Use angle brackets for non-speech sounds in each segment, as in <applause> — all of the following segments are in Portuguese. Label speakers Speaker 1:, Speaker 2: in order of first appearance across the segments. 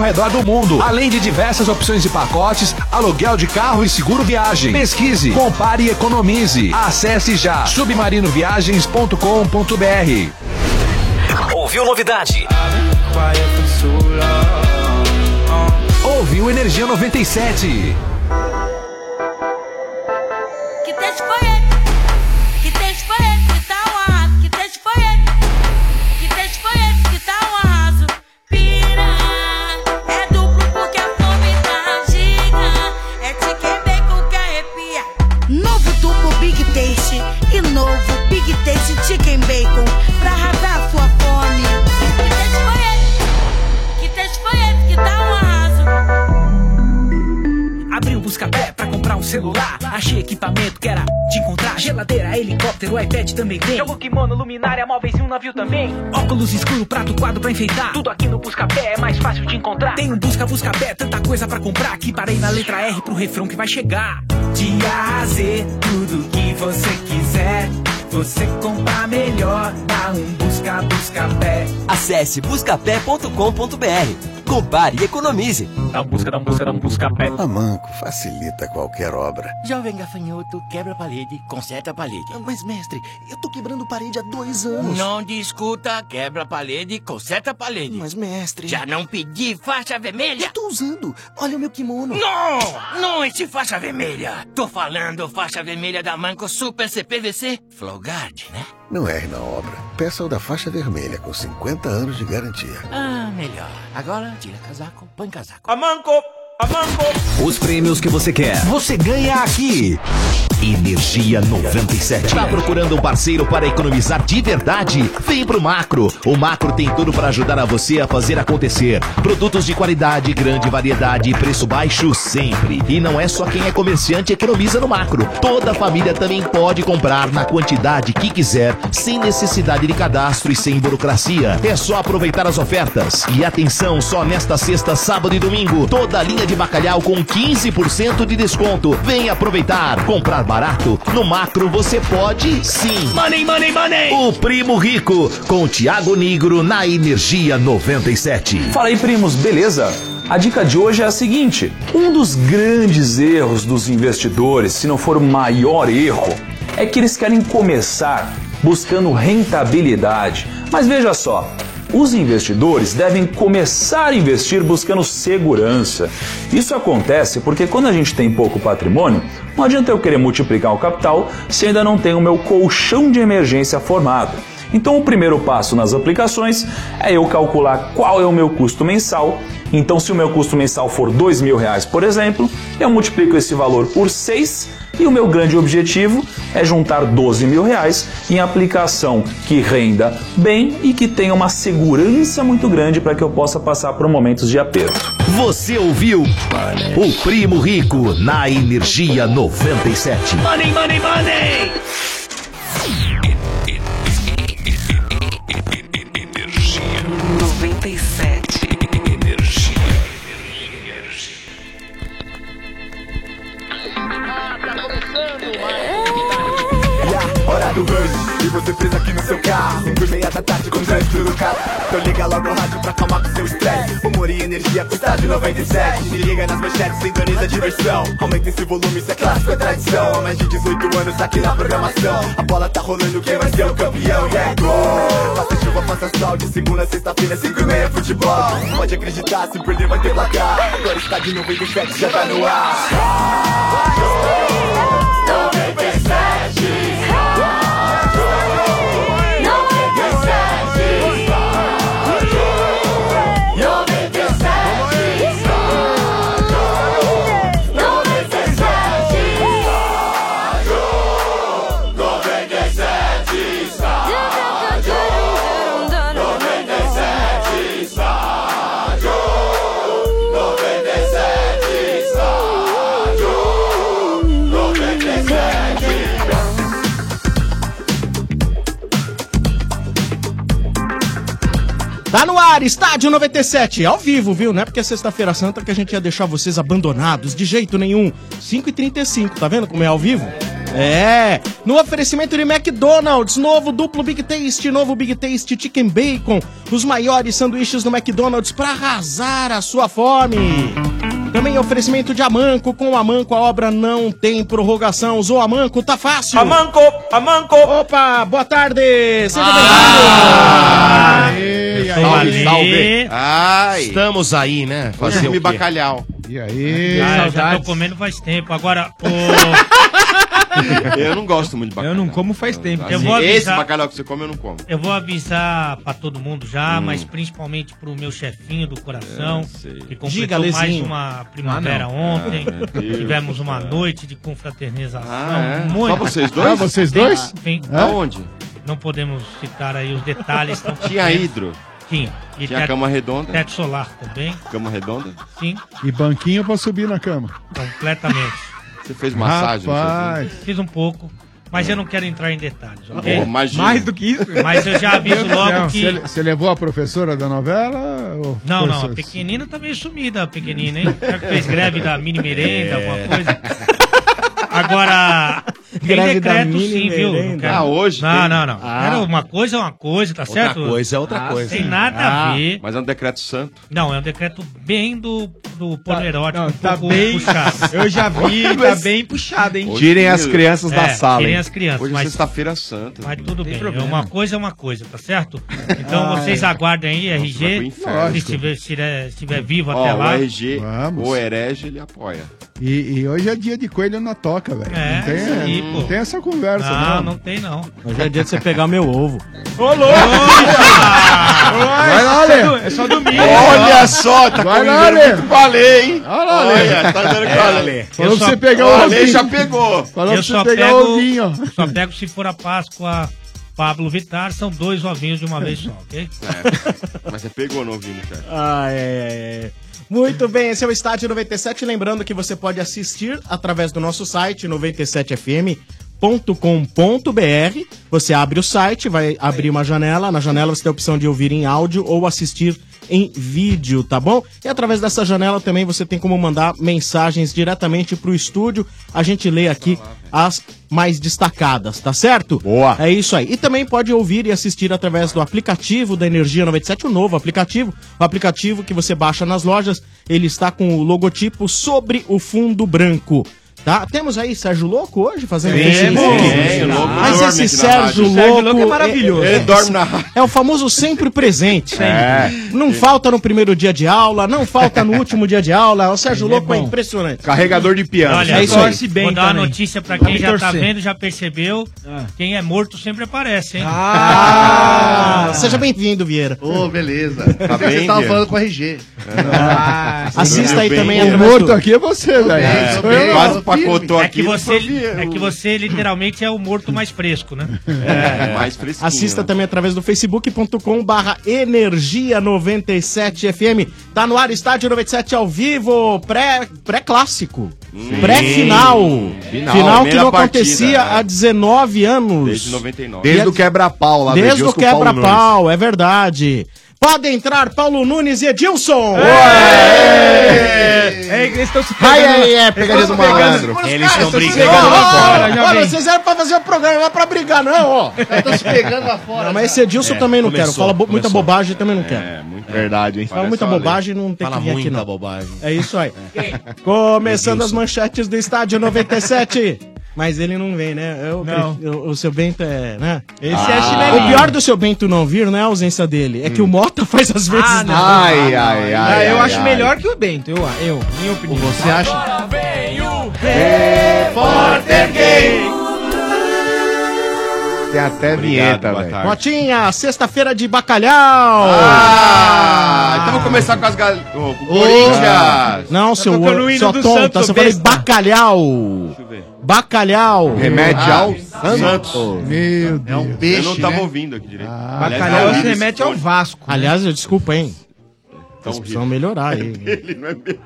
Speaker 1: ao redor do mundo, além de diversas opções de pacotes, aluguel de carro e seguro viagem. Pesquise, compare e economize. Acesse já submarinoviagens.com.br.
Speaker 2: Ouviu novidade?
Speaker 1: Ouviu Energia 97.
Speaker 3: Que texto foi esse? Que texto foi esse que tá um arraso? Que texto foi esse? Que texto foi esse que tá um arraso? Pira, é duplo porque a fome tá giga. É te querer com que arrepia.
Speaker 4: Novo duplo Big Taste e novo Big Taste Chicken Bacon pra arrasar a sua fome.
Speaker 3: Que texto foi esse? Que texto foi esse que tá um arraso?
Speaker 5: Abri o busca-pé pra comprar um celular. Achei equipamento que era de encontrar. Geladeira, helicóptero, iPad também tem. Jogo kimono, luminária, móveis e um navio também. Óculos escuro, prato, quadro pra enfeitar. Tudo aqui no busca-pé é mais fácil de encontrar. Tem um busca-busca-pé, tanta coisa pra comprar. Que parei na letra R pro refrão que vai chegar. De A a Z, tudo que você quiser. Você compra melhor, dá um busca-busca-pé.
Speaker 2: Acesse buscapé.com.br. Compare e economize.
Speaker 1: um
Speaker 6: Na busca, na busca, na busca pé.
Speaker 7: A Manco facilita qualquer obra.
Speaker 8: Jovem gafanhoto, quebra a parede, conserta a parede.
Speaker 9: Mas, mestre, eu tô quebrando parede há dois anos.
Speaker 8: Não discuta, quebra a parede, conserta a parede.
Speaker 9: Mas, mestre.
Speaker 8: Já não pedi faixa vermelha?
Speaker 9: Eu tô usando. Olha o meu kimono.
Speaker 8: Não! Não esse faixa vermelha! Tô falando faixa vermelha da Manco Super CPVC Flowguard, né?
Speaker 7: Não erre na obra. Peça o da faixa vermelha com 50 anos de garantia.
Speaker 8: Ah, melhor. Agora tira casaco, põe casaco.
Speaker 1: Os prêmios que você quer, você ganha aqui. Energia 97. Tá procurando um parceiro para economizar de verdade? Vem pro Macro. O Macro tem tudo para ajudar a você a fazer acontecer. Produtos de qualidade, grande variedade e preço baixo sempre. E não é só quem é comerciante economiza no Macro. Toda a família também pode comprar na quantidade que quiser, sem necessidade de cadastro e sem burocracia. É só aproveitar as ofertas. E atenção, só nesta sexta, sábado e domingo, toda a linha de bacalhau com 15% de desconto. Vem aproveitar. Comprar barato no Macro você pode sim. Money, money, money. O Primo Rico com Tiago Negro na Energia 97.
Speaker 10: Fala aí, primos, beleza? A dica de hoje é a seguinte: um dos grandes erros dos investidores, se não for o maior erro, é que eles querem começar buscando rentabilidade. Mas veja só, os investidores devem começar a investir buscando segurança. Isso acontece porque quando a gente tem pouco patrimônio, não adianta eu querer multiplicar o capital se ainda não tenho o meu colchão de emergência formado. Então, o primeiro passo nas aplicações é eu calcular qual é o meu custo mensal. Então, se o meu custo mensal for dois mil reais, por exemplo, eu multiplico esse valor por 6 e o meu grande objetivo é juntar 12 mil reais em aplicação que renda bem e que tenha uma segurança muito grande para que eu possa passar por momentos de aperto.
Speaker 1: Você ouviu o Primo Rico na Energia 97.
Speaker 2: Money, money, money!
Speaker 11: Energia 97.
Speaker 6: Energia.
Speaker 12: Hora do rush, e você presa aqui no seu carro Cinco e meia da tarde com trânsito no carro Então liga logo o rádio pra acalmar com seu estresse Humor e energia custa de 97 Me liga nas manchetes, sintoniza a diversão Aumenta esse volume, isso é clássico, é tradição Há mais de 18 anos aqui na programação A bola tá rolando, quem vai ser o campeão? E é gol! Faça chuva, faça sol, de segunda a sexta-feira, cinco e meia futebol Pode acreditar, se perder vai ter placar Agora está de 97, já tá no ar Rádio 97
Speaker 13: Tá no ar, estádio 97, ao vivo, viu? Não é porque é sexta-feira santa que a gente ia deixar vocês abandonados de jeito nenhum. 5h35, tá vendo como é ao vivo?
Speaker 14: É, no oferecimento de McDonald's, novo duplo Big Taste, novo Big Taste Chicken Bacon, os maiores sanduíches do McDonald's para arrasar a sua fome. Também oferecimento de Amanco, com Amanco a obra não tem prorrogação, usou Amanco, tá fácil. Amanco, Amanco. Ah! Opa, boa tarde, seja bem-vindo.
Speaker 15: Salve,
Speaker 14: Aí, aí.
Speaker 15: salve.
Speaker 14: Ai.
Speaker 15: Estamos aí, né?
Speaker 14: Fazer o
Speaker 15: Fazer
Speaker 14: quê?
Speaker 15: me bacalhau.
Speaker 16: E aí?
Speaker 17: Ah, eu já tô
Speaker 15: saudades.
Speaker 17: comendo faz tempo. Agora,
Speaker 15: <laughs>
Speaker 17: o...
Speaker 15: Eu não gosto muito de bacalhau. Eu não como faz tempo.
Speaker 17: Eu vou
Speaker 15: Esse
Speaker 17: avisar-
Speaker 15: bacalhau que você come, eu não como.
Speaker 17: eu vou avisar pra todo mundo já,
Speaker 15: Hum.
Speaker 17: mas principalmente pro meu chefinho do coração,
Speaker 15: É, sei.
Speaker 17: que completou
Speaker 15: Diga,
Speaker 17: mais
Speaker 15: Lezinho.
Speaker 17: uma primavera
Speaker 15: Ah, não.
Speaker 17: ontem.
Speaker 15: Ah, meu Deus.
Speaker 17: Tivemos uma noite de confraternização.
Speaker 15: Ah, é?
Speaker 17: muito-
Speaker 15: Só vocês dois? Só vocês
Speaker 17: Tem-
Speaker 15: dois?
Speaker 17: tem-
Speaker 15: Hã? Aonde?
Speaker 17: Não podemos citar aí os detalhes. tão
Speaker 15: Tinha
Speaker 17: pequenos.
Speaker 15: hidro?
Speaker 17: Tinha. E
Speaker 15: Tinha
Speaker 17: teto-
Speaker 15: cama redonda?
Speaker 17: Teto solar também.
Speaker 15: Cama redonda?
Speaker 17: Sim,
Speaker 16: E banquinho pra subir na cama.
Speaker 17: completamente.
Speaker 15: Você fez massagem?
Speaker 16: Rapaz.
Speaker 17: Fiz um pouco, mas eu não quero entrar em detalhes, ok?
Speaker 15: Oh, imagina. Mais do que isso?
Speaker 17: Mas eu já aviso logo
Speaker 16: Não,
Speaker 17: que...
Speaker 16: Você você levou a professora da novela? ou
Speaker 17: Não, não, a
Speaker 16: forçou?
Speaker 17: pequenina tá meio sumida, a pequenina, hein? Será que fez greve da mini merenda,
Speaker 15: É.
Speaker 17: alguma coisa? Agora, tem
Speaker 14: Greve da
Speaker 17: decreto
Speaker 14: mini
Speaker 17: sim, viu? Não
Speaker 14: merenda.
Speaker 17: quero-
Speaker 14: Ah, hoje
Speaker 17: Não,
Speaker 14: tem?
Speaker 17: não, não.
Speaker 14: Ah.
Speaker 17: Era uma coisa, é uma coisa, tá
Speaker 15: Outra
Speaker 17: certo?
Speaker 15: coisa é outra
Speaker 17: Ah,
Speaker 15: coisa.
Speaker 17: Tem nada a
Speaker 15: Ah,
Speaker 17: ver.
Speaker 15: Mas é um decreto santo.
Speaker 17: Não, é um decreto bem do, do polo erótico. um
Speaker 9: tá
Speaker 17: pouco
Speaker 9: bem-
Speaker 17: puxado.
Speaker 9: eu já vi, tá bem puxado, hein?
Speaker 15: Hoje
Speaker 9: Tirem
Speaker 15: é-
Speaker 9: as crianças da sala,
Speaker 17: Tirem
Speaker 9: hein?
Speaker 17: as crianças.
Speaker 15: Hoje é
Speaker 17: mas-
Speaker 15: sexta-feira santa.
Speaker 17: Mas tudo bem.
Speaker 15: problema.
Speaker 17: Uma coisa é uma coisa, tá certo? Então
Speaker 15: Ah,
Speaker 17: vocês
Speaker 15: é.
Speaker 17: aguardem aí,
Speaker 15: Nossa, vai pro
Speaker 17: RG.
Speaker 15: inferno.
Speaker 17: Se estiver, se estiver- se estiver vivo
Speaker 15: Ó,
Speaker 17: até lá.
Speaker 15: o RG,
Speaker 16: Vamos.
Speaker 15: o herege,
Speaker 17: <laughs>
Speaker 15: ele apoia.
Speaker 16: E, e hoje é dia de coelho na toca, velho.
Speaker 17: É,
Speaker 16: não, tem,
Speaker 17: isso aí,
Speaker 16: não
Speaker 17: pô.
Speaker 16: tem essa conversa,
Speaker 17: não, não, tem não.
Speaker 14: Hoje é dia de você pegar meu
Speaker 17: <laughs>
Speaker 14: ovo.
Speaker 17: Ô, louco!
Speaker 16: Vai lá, Ale.
Speaker 17: Ah, É só domingo.
Speaker 15: Olha só, tá
Speaker 16: Vai lá,
Speaker 15: combinando
Speaker 16: Ale.
Speaker 15: muito com a lei, hein?
Speaker 16: Olha lá, Ale. É.
Speaker 15: Olha, tá dando com a
Speaker 17: É,
Speaker 16: Falou
Speaker 15: lei.
Speaker 17: Eu
Speaker 16: pra
Speaker 17: só-
Speaker 16: você pegar o
Speaker 15: Ó, a
Speaker 16: ovinho.
Speaker 15: lei já pegou.
Speaker 16: Falou pra
Speaker 17: Eu
Speaker 16: você
Speaker 17: só
Speaker 16: pegar o ovinho, ó.
Speaker 17: pego, só pego se for a Páscoa Pablo Vittar, são dois ovinhos de uma vez só, ok?
Speaker 15: É, mas você pegou no ouvindo, cara.
Speaker 14: Ah, é, é, é. Muito bem, esse é o Estádio 97. Lembrando que você pode assistir através do nosso site 97fm.com.br. Você abre o site, vai abrir uma janela. Na janela você tem a opção de ouvir em áudio ou assistir em vídeo, tá bom? E através dessa janela também você tem como mandar mensagens diretamente pro estúdio. A gente lê aqui as mais destacadas, tá certo? Boa. É isso aí. E também pode ouvir e assistir através do aplicativo da Energia 97, o novo aplicativo. O aplicativo que você baixa nas lojas, ele está com o logotipo sobre o fundo branco. Tá? Temos aí Sérgio Louco hoje fazendo
Speaker 15: Temos,
Speaker 14: isso.
Speaker 15: tem, o Louco
Speaker 14: Mas
Speaker 15: dorme
Speaker 14: esse
Speaker 15: aqui na
Speaker 14: Sérgio
Speaker 15: rádio.
Speaker 14: Louco,
Speaker 15: Sérgio Louco é maravilhoso. Ele dorme na rádio.
Speaker 14: É o famoso sempre presente.
Speaker 15: É.
Speaker 14: Não falta no primeiro dia de aula, não falta no último dia de aula. O Sérgio Louco é, impressionante.
Speaker 15: Carregador de piano.
Speaker 14: Olha, é isso aí.
Speaker 17: bem Vou dar uma
Speaker 14: também.
Speaker 17: notícia pra
Speaker 14: Vai
Speaker 17: quem
Speaker 14: me
Speaker 17: já tá
Speaker 14: torcer.
Speaker 17: vendo, já percebeu. Quem é morto sempre aparece, hein?
Speaker 14: Ah, seja bem-vindo, Vieira.
Speaker 18: Ô, beleza.
Speaker 14: Tá
Speaker 18: Tá que
Speaker 14: bem,
Speaker 18: você tava
Speaker 14: Guilherme?
Speaker 18: falando com o RG.
Speaker 14: Ah, assista aí
Speaker 18: Meu
Speaker 14: também
Speaker 18: bem.
Speaker 16: O <laughs>
Speaker 14: através
Speaker 16: morto
Speaker 14: do...
Speaker 16: aqui é você, velho.
Speaker 17: É,
Speaker 16: Sou eu, não.
Speaker 17: é que você, é que você literalmente é o morto mais fresco, né?
Speaker 15: É, mais fresquinho.
Speaker 14: Assista também através do facebook.com barra energia 97 FM. Tá no ar, estádio 97 ao vivo, pré- pré-clássico, pré-final.
Speaker 15: Final,
Speaker 14: Final, que
Speaker 15: primeira
Speaker 14: não
Speaker 15: partida,
Speaker 14: acontecia
Speaker 15: né?
Speaker 14: há 19 anos.
Speaker 15: Desde 99.
Speaker 14: E
Speaker 15: Desde
Speaker 14: é-
Speaker 15: o quebra-pau lá do
Speaker 14: Desde o
Speaker 15: Edilson Paulo
Speaker 14: quebra-pau, é verdade. Pode entrar Paulo Nunes e Edilson.
Speaker 9: É, eles estão se
Speaker 14: Ai, ai, é,
Speaker 9: eles
Speaker 14: pegadinha
Speaker 9: tão
Speaker 14: do
Speaker 9: se pegando-
Speaker 14: malandro.
Speaker 9: Os
Speaker 14: Eles
Speaker 9: caras
Speaker 14: tão
Speaker 9: tão se
Speaker 14: brigando
Speaker 9: pegando
Speaker 14: lá
Speaker 9: lá fora, já
Speaker 14: Olha,
Speaker 9: vem.
Speaker 14: vocês eram pra fazer o programa, não é pra brigar, não, ó.
Speaker 18: Eu tô Tá se pegando lá fora.
Speaker 14: Não, mas esse Edilson
Speaker 15: É,
Speaker 14: também não
Speaker 15: começou,
Speaker 14: quero. Fala bo- muita
Speaker 15: começou.
Speaker 14: bobagem, também não quero.
Speaker 15: É, muito verdade, hein?
Speaker 14: Fala muita bobagem, não tem que vir aqui, não.
Speaker 15: bobagem.
Speaker 14: É isso aí. Começando as manchetes do estádio 97. Mas ele não vem, né? Eu-
Speaker 9: Não.
Speaker 14: eu- o seu Bento é, né?
Speaker 9: Esse é chinelinho.
Speaker 14: O pior do seu Bento não vir não é a ausência dele, é que o Mota faz às vezes
Speaker 9: Ah, não.
Speaker 14: nada.
Speaker 9: Ah, não. Ah, eu acho
Speaker 14: ai.
Speaker 9: melhor que o Bento, eu, eu minha opinião. Você acha?
Speaker 14: Repórter Gay.
Speaker 18: Tem até vinheta, velho.
Speaker 14: Motinha, sexta-feira de bacalhau.
Speaker 15: Ah, então vamos começar com as galera. Ô, com o Corinthians.
Speaker 14: Não, seu,
Speaker 15: Tá tocando o hino
Speaker 14: seu
Speaker 15: do
Speaker 14: tonta,
Speaker 15: Santos,
Speaker 14: eu falei
Speaker 15: besta.
Speaker 14: bacalhau. Bacalhau.
Speaker 18: Remete ao
Speaker 15: Santos.
Speaker 14: Ah. Meu Deus. Ah. É um
Speaker 15: Eu não
Speaker 17: né?
Speaker 15: tava ouvindo aqui direito. né? Aliás,
Speaker 9: Bacalhau se
Speaker 15: Alves
Speaker 9: remete ao
Speaker 15: Conde.
Speaker 9: Vasco.
Speaker 14: Aliás, eu, desculpa, hein?
Speaker 15: Tão
Speaker 14: Vocês precisam melhorar aí.
Speaker 15: Ele não é meu.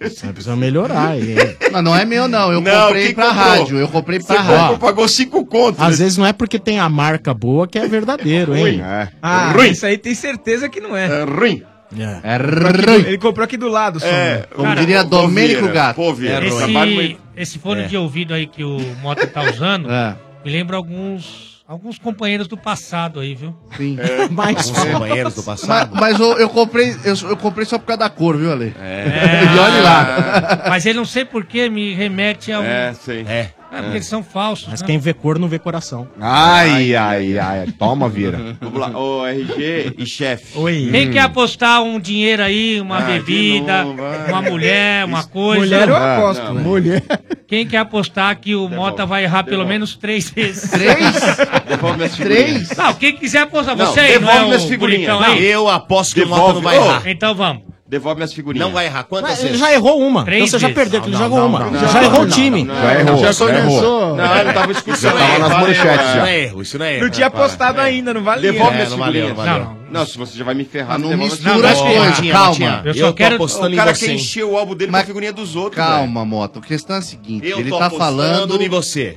Speaker 14: Vocês precisam melhorar aí.
Speaker 18: Mas não é meu, não. Eu
Speaker 15: Não,
Speaker 18: comprei
Speaker 15: quem
Speaker 18: pra
Speaker 15: comprou?
Speaker 18: rádio. Eu comprei pra
Speaker 14: Você
Speaker 18: rádio.
Speaker 14: comprou,
Speaker 15: pagou cinco contos.
Speaker 14: Às vezes não é porque tem a marca boa que é verdadeiro, hein?
Speaker 15: né?
Speaker 16: É
Speaker 9: Ah,
Speaker 14: Ruim.
Speaker 9: isso aí tem certeza que não é.
Speaker 15: É ruim.
Speaker 14: É
Speaker 9: Ele comprou aqui do lado, só.
Speaker 15: É,
Speaker 9: Cara,
Speaker 15: Pô, Vieira, Pô, Vieira,
Speaker 17: Esse,
Speaker 15: trabalho muito-
Speaker 17: Esse fone
Speaker 1: É.
Speaker 17: de ouvido aí que o Mota tá usando,
Speaker 1: É.
Speaker 17: me lembra alguns, alguns companheiros do passado aí, viu?
Speaker 18: Sim.
Speaker 15: É.
Speaker 17: Mais
Speaker 1: Alguns companheiros do
Speaker 18: Mas,
Speaker 1: passado.
Speaker 18: mas eu, eu comprei, eu, eu comprei só por causa da cor, viu, Ale?
Speaker 17: É.
Speaker 14: <laughs>
Speaker 18: E olha lá.
Speaker 17: <laughs> Mas ele não sei por que me remete a um...
Speaker 14: É,
Speaker 15: sei.
Speaker 14: É.
Speaker 17: Ah, porque eles são falsos,
Speaker 14: Mas
Speaker 17: né?
Speaker 14: quem vê cor não vê coração.
Speaker 15: Ai, ai, ai. Toma, Vira. Vamos lá. Ô, RG e chefe. Hum.
Speaker 14: Oi.
Speaker 17: Quem quer apostar um dinheiro aí, uma
Speaker 15: Ah, de
Speaker 17: bebida,
Speaker 15: novo, Ah,
Speaker 17: uma mulher, É uma coisa?
Speaker 16: Mulher eu aposto,
Speaker 17: Não,
Speaker 16: né?
Speaker 17: não.
Speaker 16: Mulher.
Speaker 17: Quem quer apostar que o Mota vai errar pelo menos três
Speaker 16: <laughs>
Speaker 17: vezes?
Speaker 18: Três?
Speaker 15: Devolve minhas
Speaker 18: Três?
Speaker 17: Não, quem quiser apostar,
Speaker 15: Não,
Speaker 17: você aí, não é
Speaker 15: devolve minhas
Speaker 17: o
Speaker 15: figurinhas.
Speaker 17: bonitão aí?
Speaker 15: Não, eu aposto que o Mota não vai
Speaker 17: Devolve.
Speaker 15: errar.
Speaker 17: Então vamos.
Speaker 15: Devolve minhas figurinhas.
Speaker 17: Não vai errar.
Speaker 15: Quantas
Speaker 14: Mas ele já errou uma.
Speaker 15: Três
Speaker 14: então você já
Speaker 15: vezes.
Speaker 14: perdeu, que ele
Speaker 15: Não,
Speaker 14: jogou
Speaker 15: não,
Speaker 14: uma.
Speaker 15: não,
Speaker 14: já
Speaker 15: não,
Speaker 14: errou o
Speaker 15: não,
Speaker 14: time.
Speaker 15: não, não. Já errou, já errou. Não, ele tava discutindo.
Speaker 14: Já tava nas
Speaker 15: Valeu,
Speaker 14: manchetes,
Speaker 15: é.
Speaker 14: já.
Speaker 15: Não é erro, isso não é erro.
Speaker 9: Não tinha apostado ainda, não valia.
Speaker 15: Devolve
Speaker 9: É,
Speaker 15: minhas
Speaker 9: não valeu,
Speaker 15: figurinhas.
Speaker 9: não valeu.
Speaker 15: Não, não, se você já vai me ferrar,
Speaker 18: Não
Speaker 15: devolve as
Speaker 18: mistura as
Speaker 15: figurinhas.
Speaker 18: coisas,
Speaker 15: Não, não,
Speaker 18: calma.
Speaker 15: não, não.
Speaker 18: tô apostando
Speaker 15: O
Speaker 18: em
Speaker 15: cara
Speaker 18: você,
Speaker 15: que
Speaker 18: hein.
Speaker 15: encheu o álbum dele com a figurinha dos outros. velho.
Speaker 18: Calma, Mota. A questão é a seguinte:
Speaker 15: Eu
Speaker 18: ele
Speaker 15: tô
Speaker 18: tá
Speaker 15: apostando
Speaker 18: falando.
Speaker 15: em você.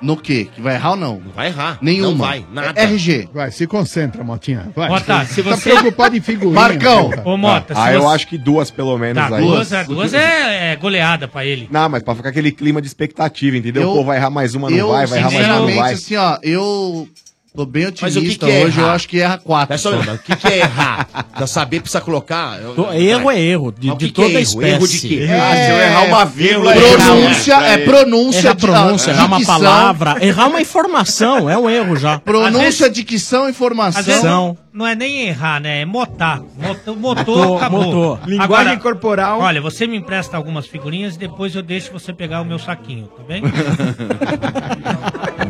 Speaker 18: No quê? Que vai errar ou não?
Speaker 15: Vai errar.
Speaker 18: Nenhuma. É,
Speaker 15: Não vai, nada.
Speaker 18: RG.
Speaker 16: Vai, se concentra, Motinha. Vai.
Speaker 17: Mota, se
Speaker 16: Tá
Speaker 17: você-
Speaker 16: preocupado em figurinha.
Speaker 17: Marcão!
Speaker 16: cara.
Speaker 17: Ô, Mota,
Speaker 16: Ah,
Speaker 17: se
Speaker 16: eu
Speaker 17: você-
Speaker 16: acho
Speaker 12: Acho que duas, pelo menos.
Speaker 17: Tá,
Speaker 12: aí.
Speaker 17: duas, é- duas é, é goleada pra ele.
Speaker 12: Não, mas pra ficar aquele clima de expectativa, entendeu?
Speaker 18: Eu-
Speaker 12: Pô, vai errar mais uma, não
Speaker 18: eu,
Speaker 12: vai, vai errar mais uma, não
Speaker 18: sinceramente,
Speaker 12: vai.
Speaker 18: assim, ó, eu tô bem
Speaker 12: Mas o que
Speaker 18: otimista
Speaker 14: Então,
Speaker 12: que é
Speaker 18: hoje, eu
Speaker 12: errar?
Speaker 18: acho que erra quatro.
Speaker 5: Mas só um minuto, o que, que é errar? Pra saber, precisa colocar. Eu-
Speaker 14: To- erro é erro, de,
Speaker 5: Mas o
Speaker 14: de
Speaker 5: que que é
Speaker 14: toda
Speaker 5: erro?
Speaker 14: espécie.
Speaker 5: Erro de quê?
Speaker 1: É,
Speaker 14: Errar.
Speaker 5: Ah, se eu errar uma vírgula,
Speaker 14: errar.
Speaker 18: Pronúncia, é pronúncia
Speaker 14: Errar
Speaker 18: de-
Speaker 14: pronúncia, errar uma
Speaker 18: dicção.
Speaker 14: palavra, errar uma informação, é um erro já.
Speaker 18: Pronúncia, é dicção,
Speaker 17: Às vezes
Speaker 18: informação.
Speaker 17: não, não é nem errar, né? É motar. Motou, motou
Speaker 14: Motou,
Speaker 17: acabou.
Speaker 14: motou.
Speaker 17: Agora,
Speaker 14: Linguagem
Speaker 9: corporal.
Speaker 17: Olha, você me empresta algumas figurinhas e depois eu deixo você pegar o meu saquinho, tá
Speaker 9: <laughs>
Speaker 17: bem?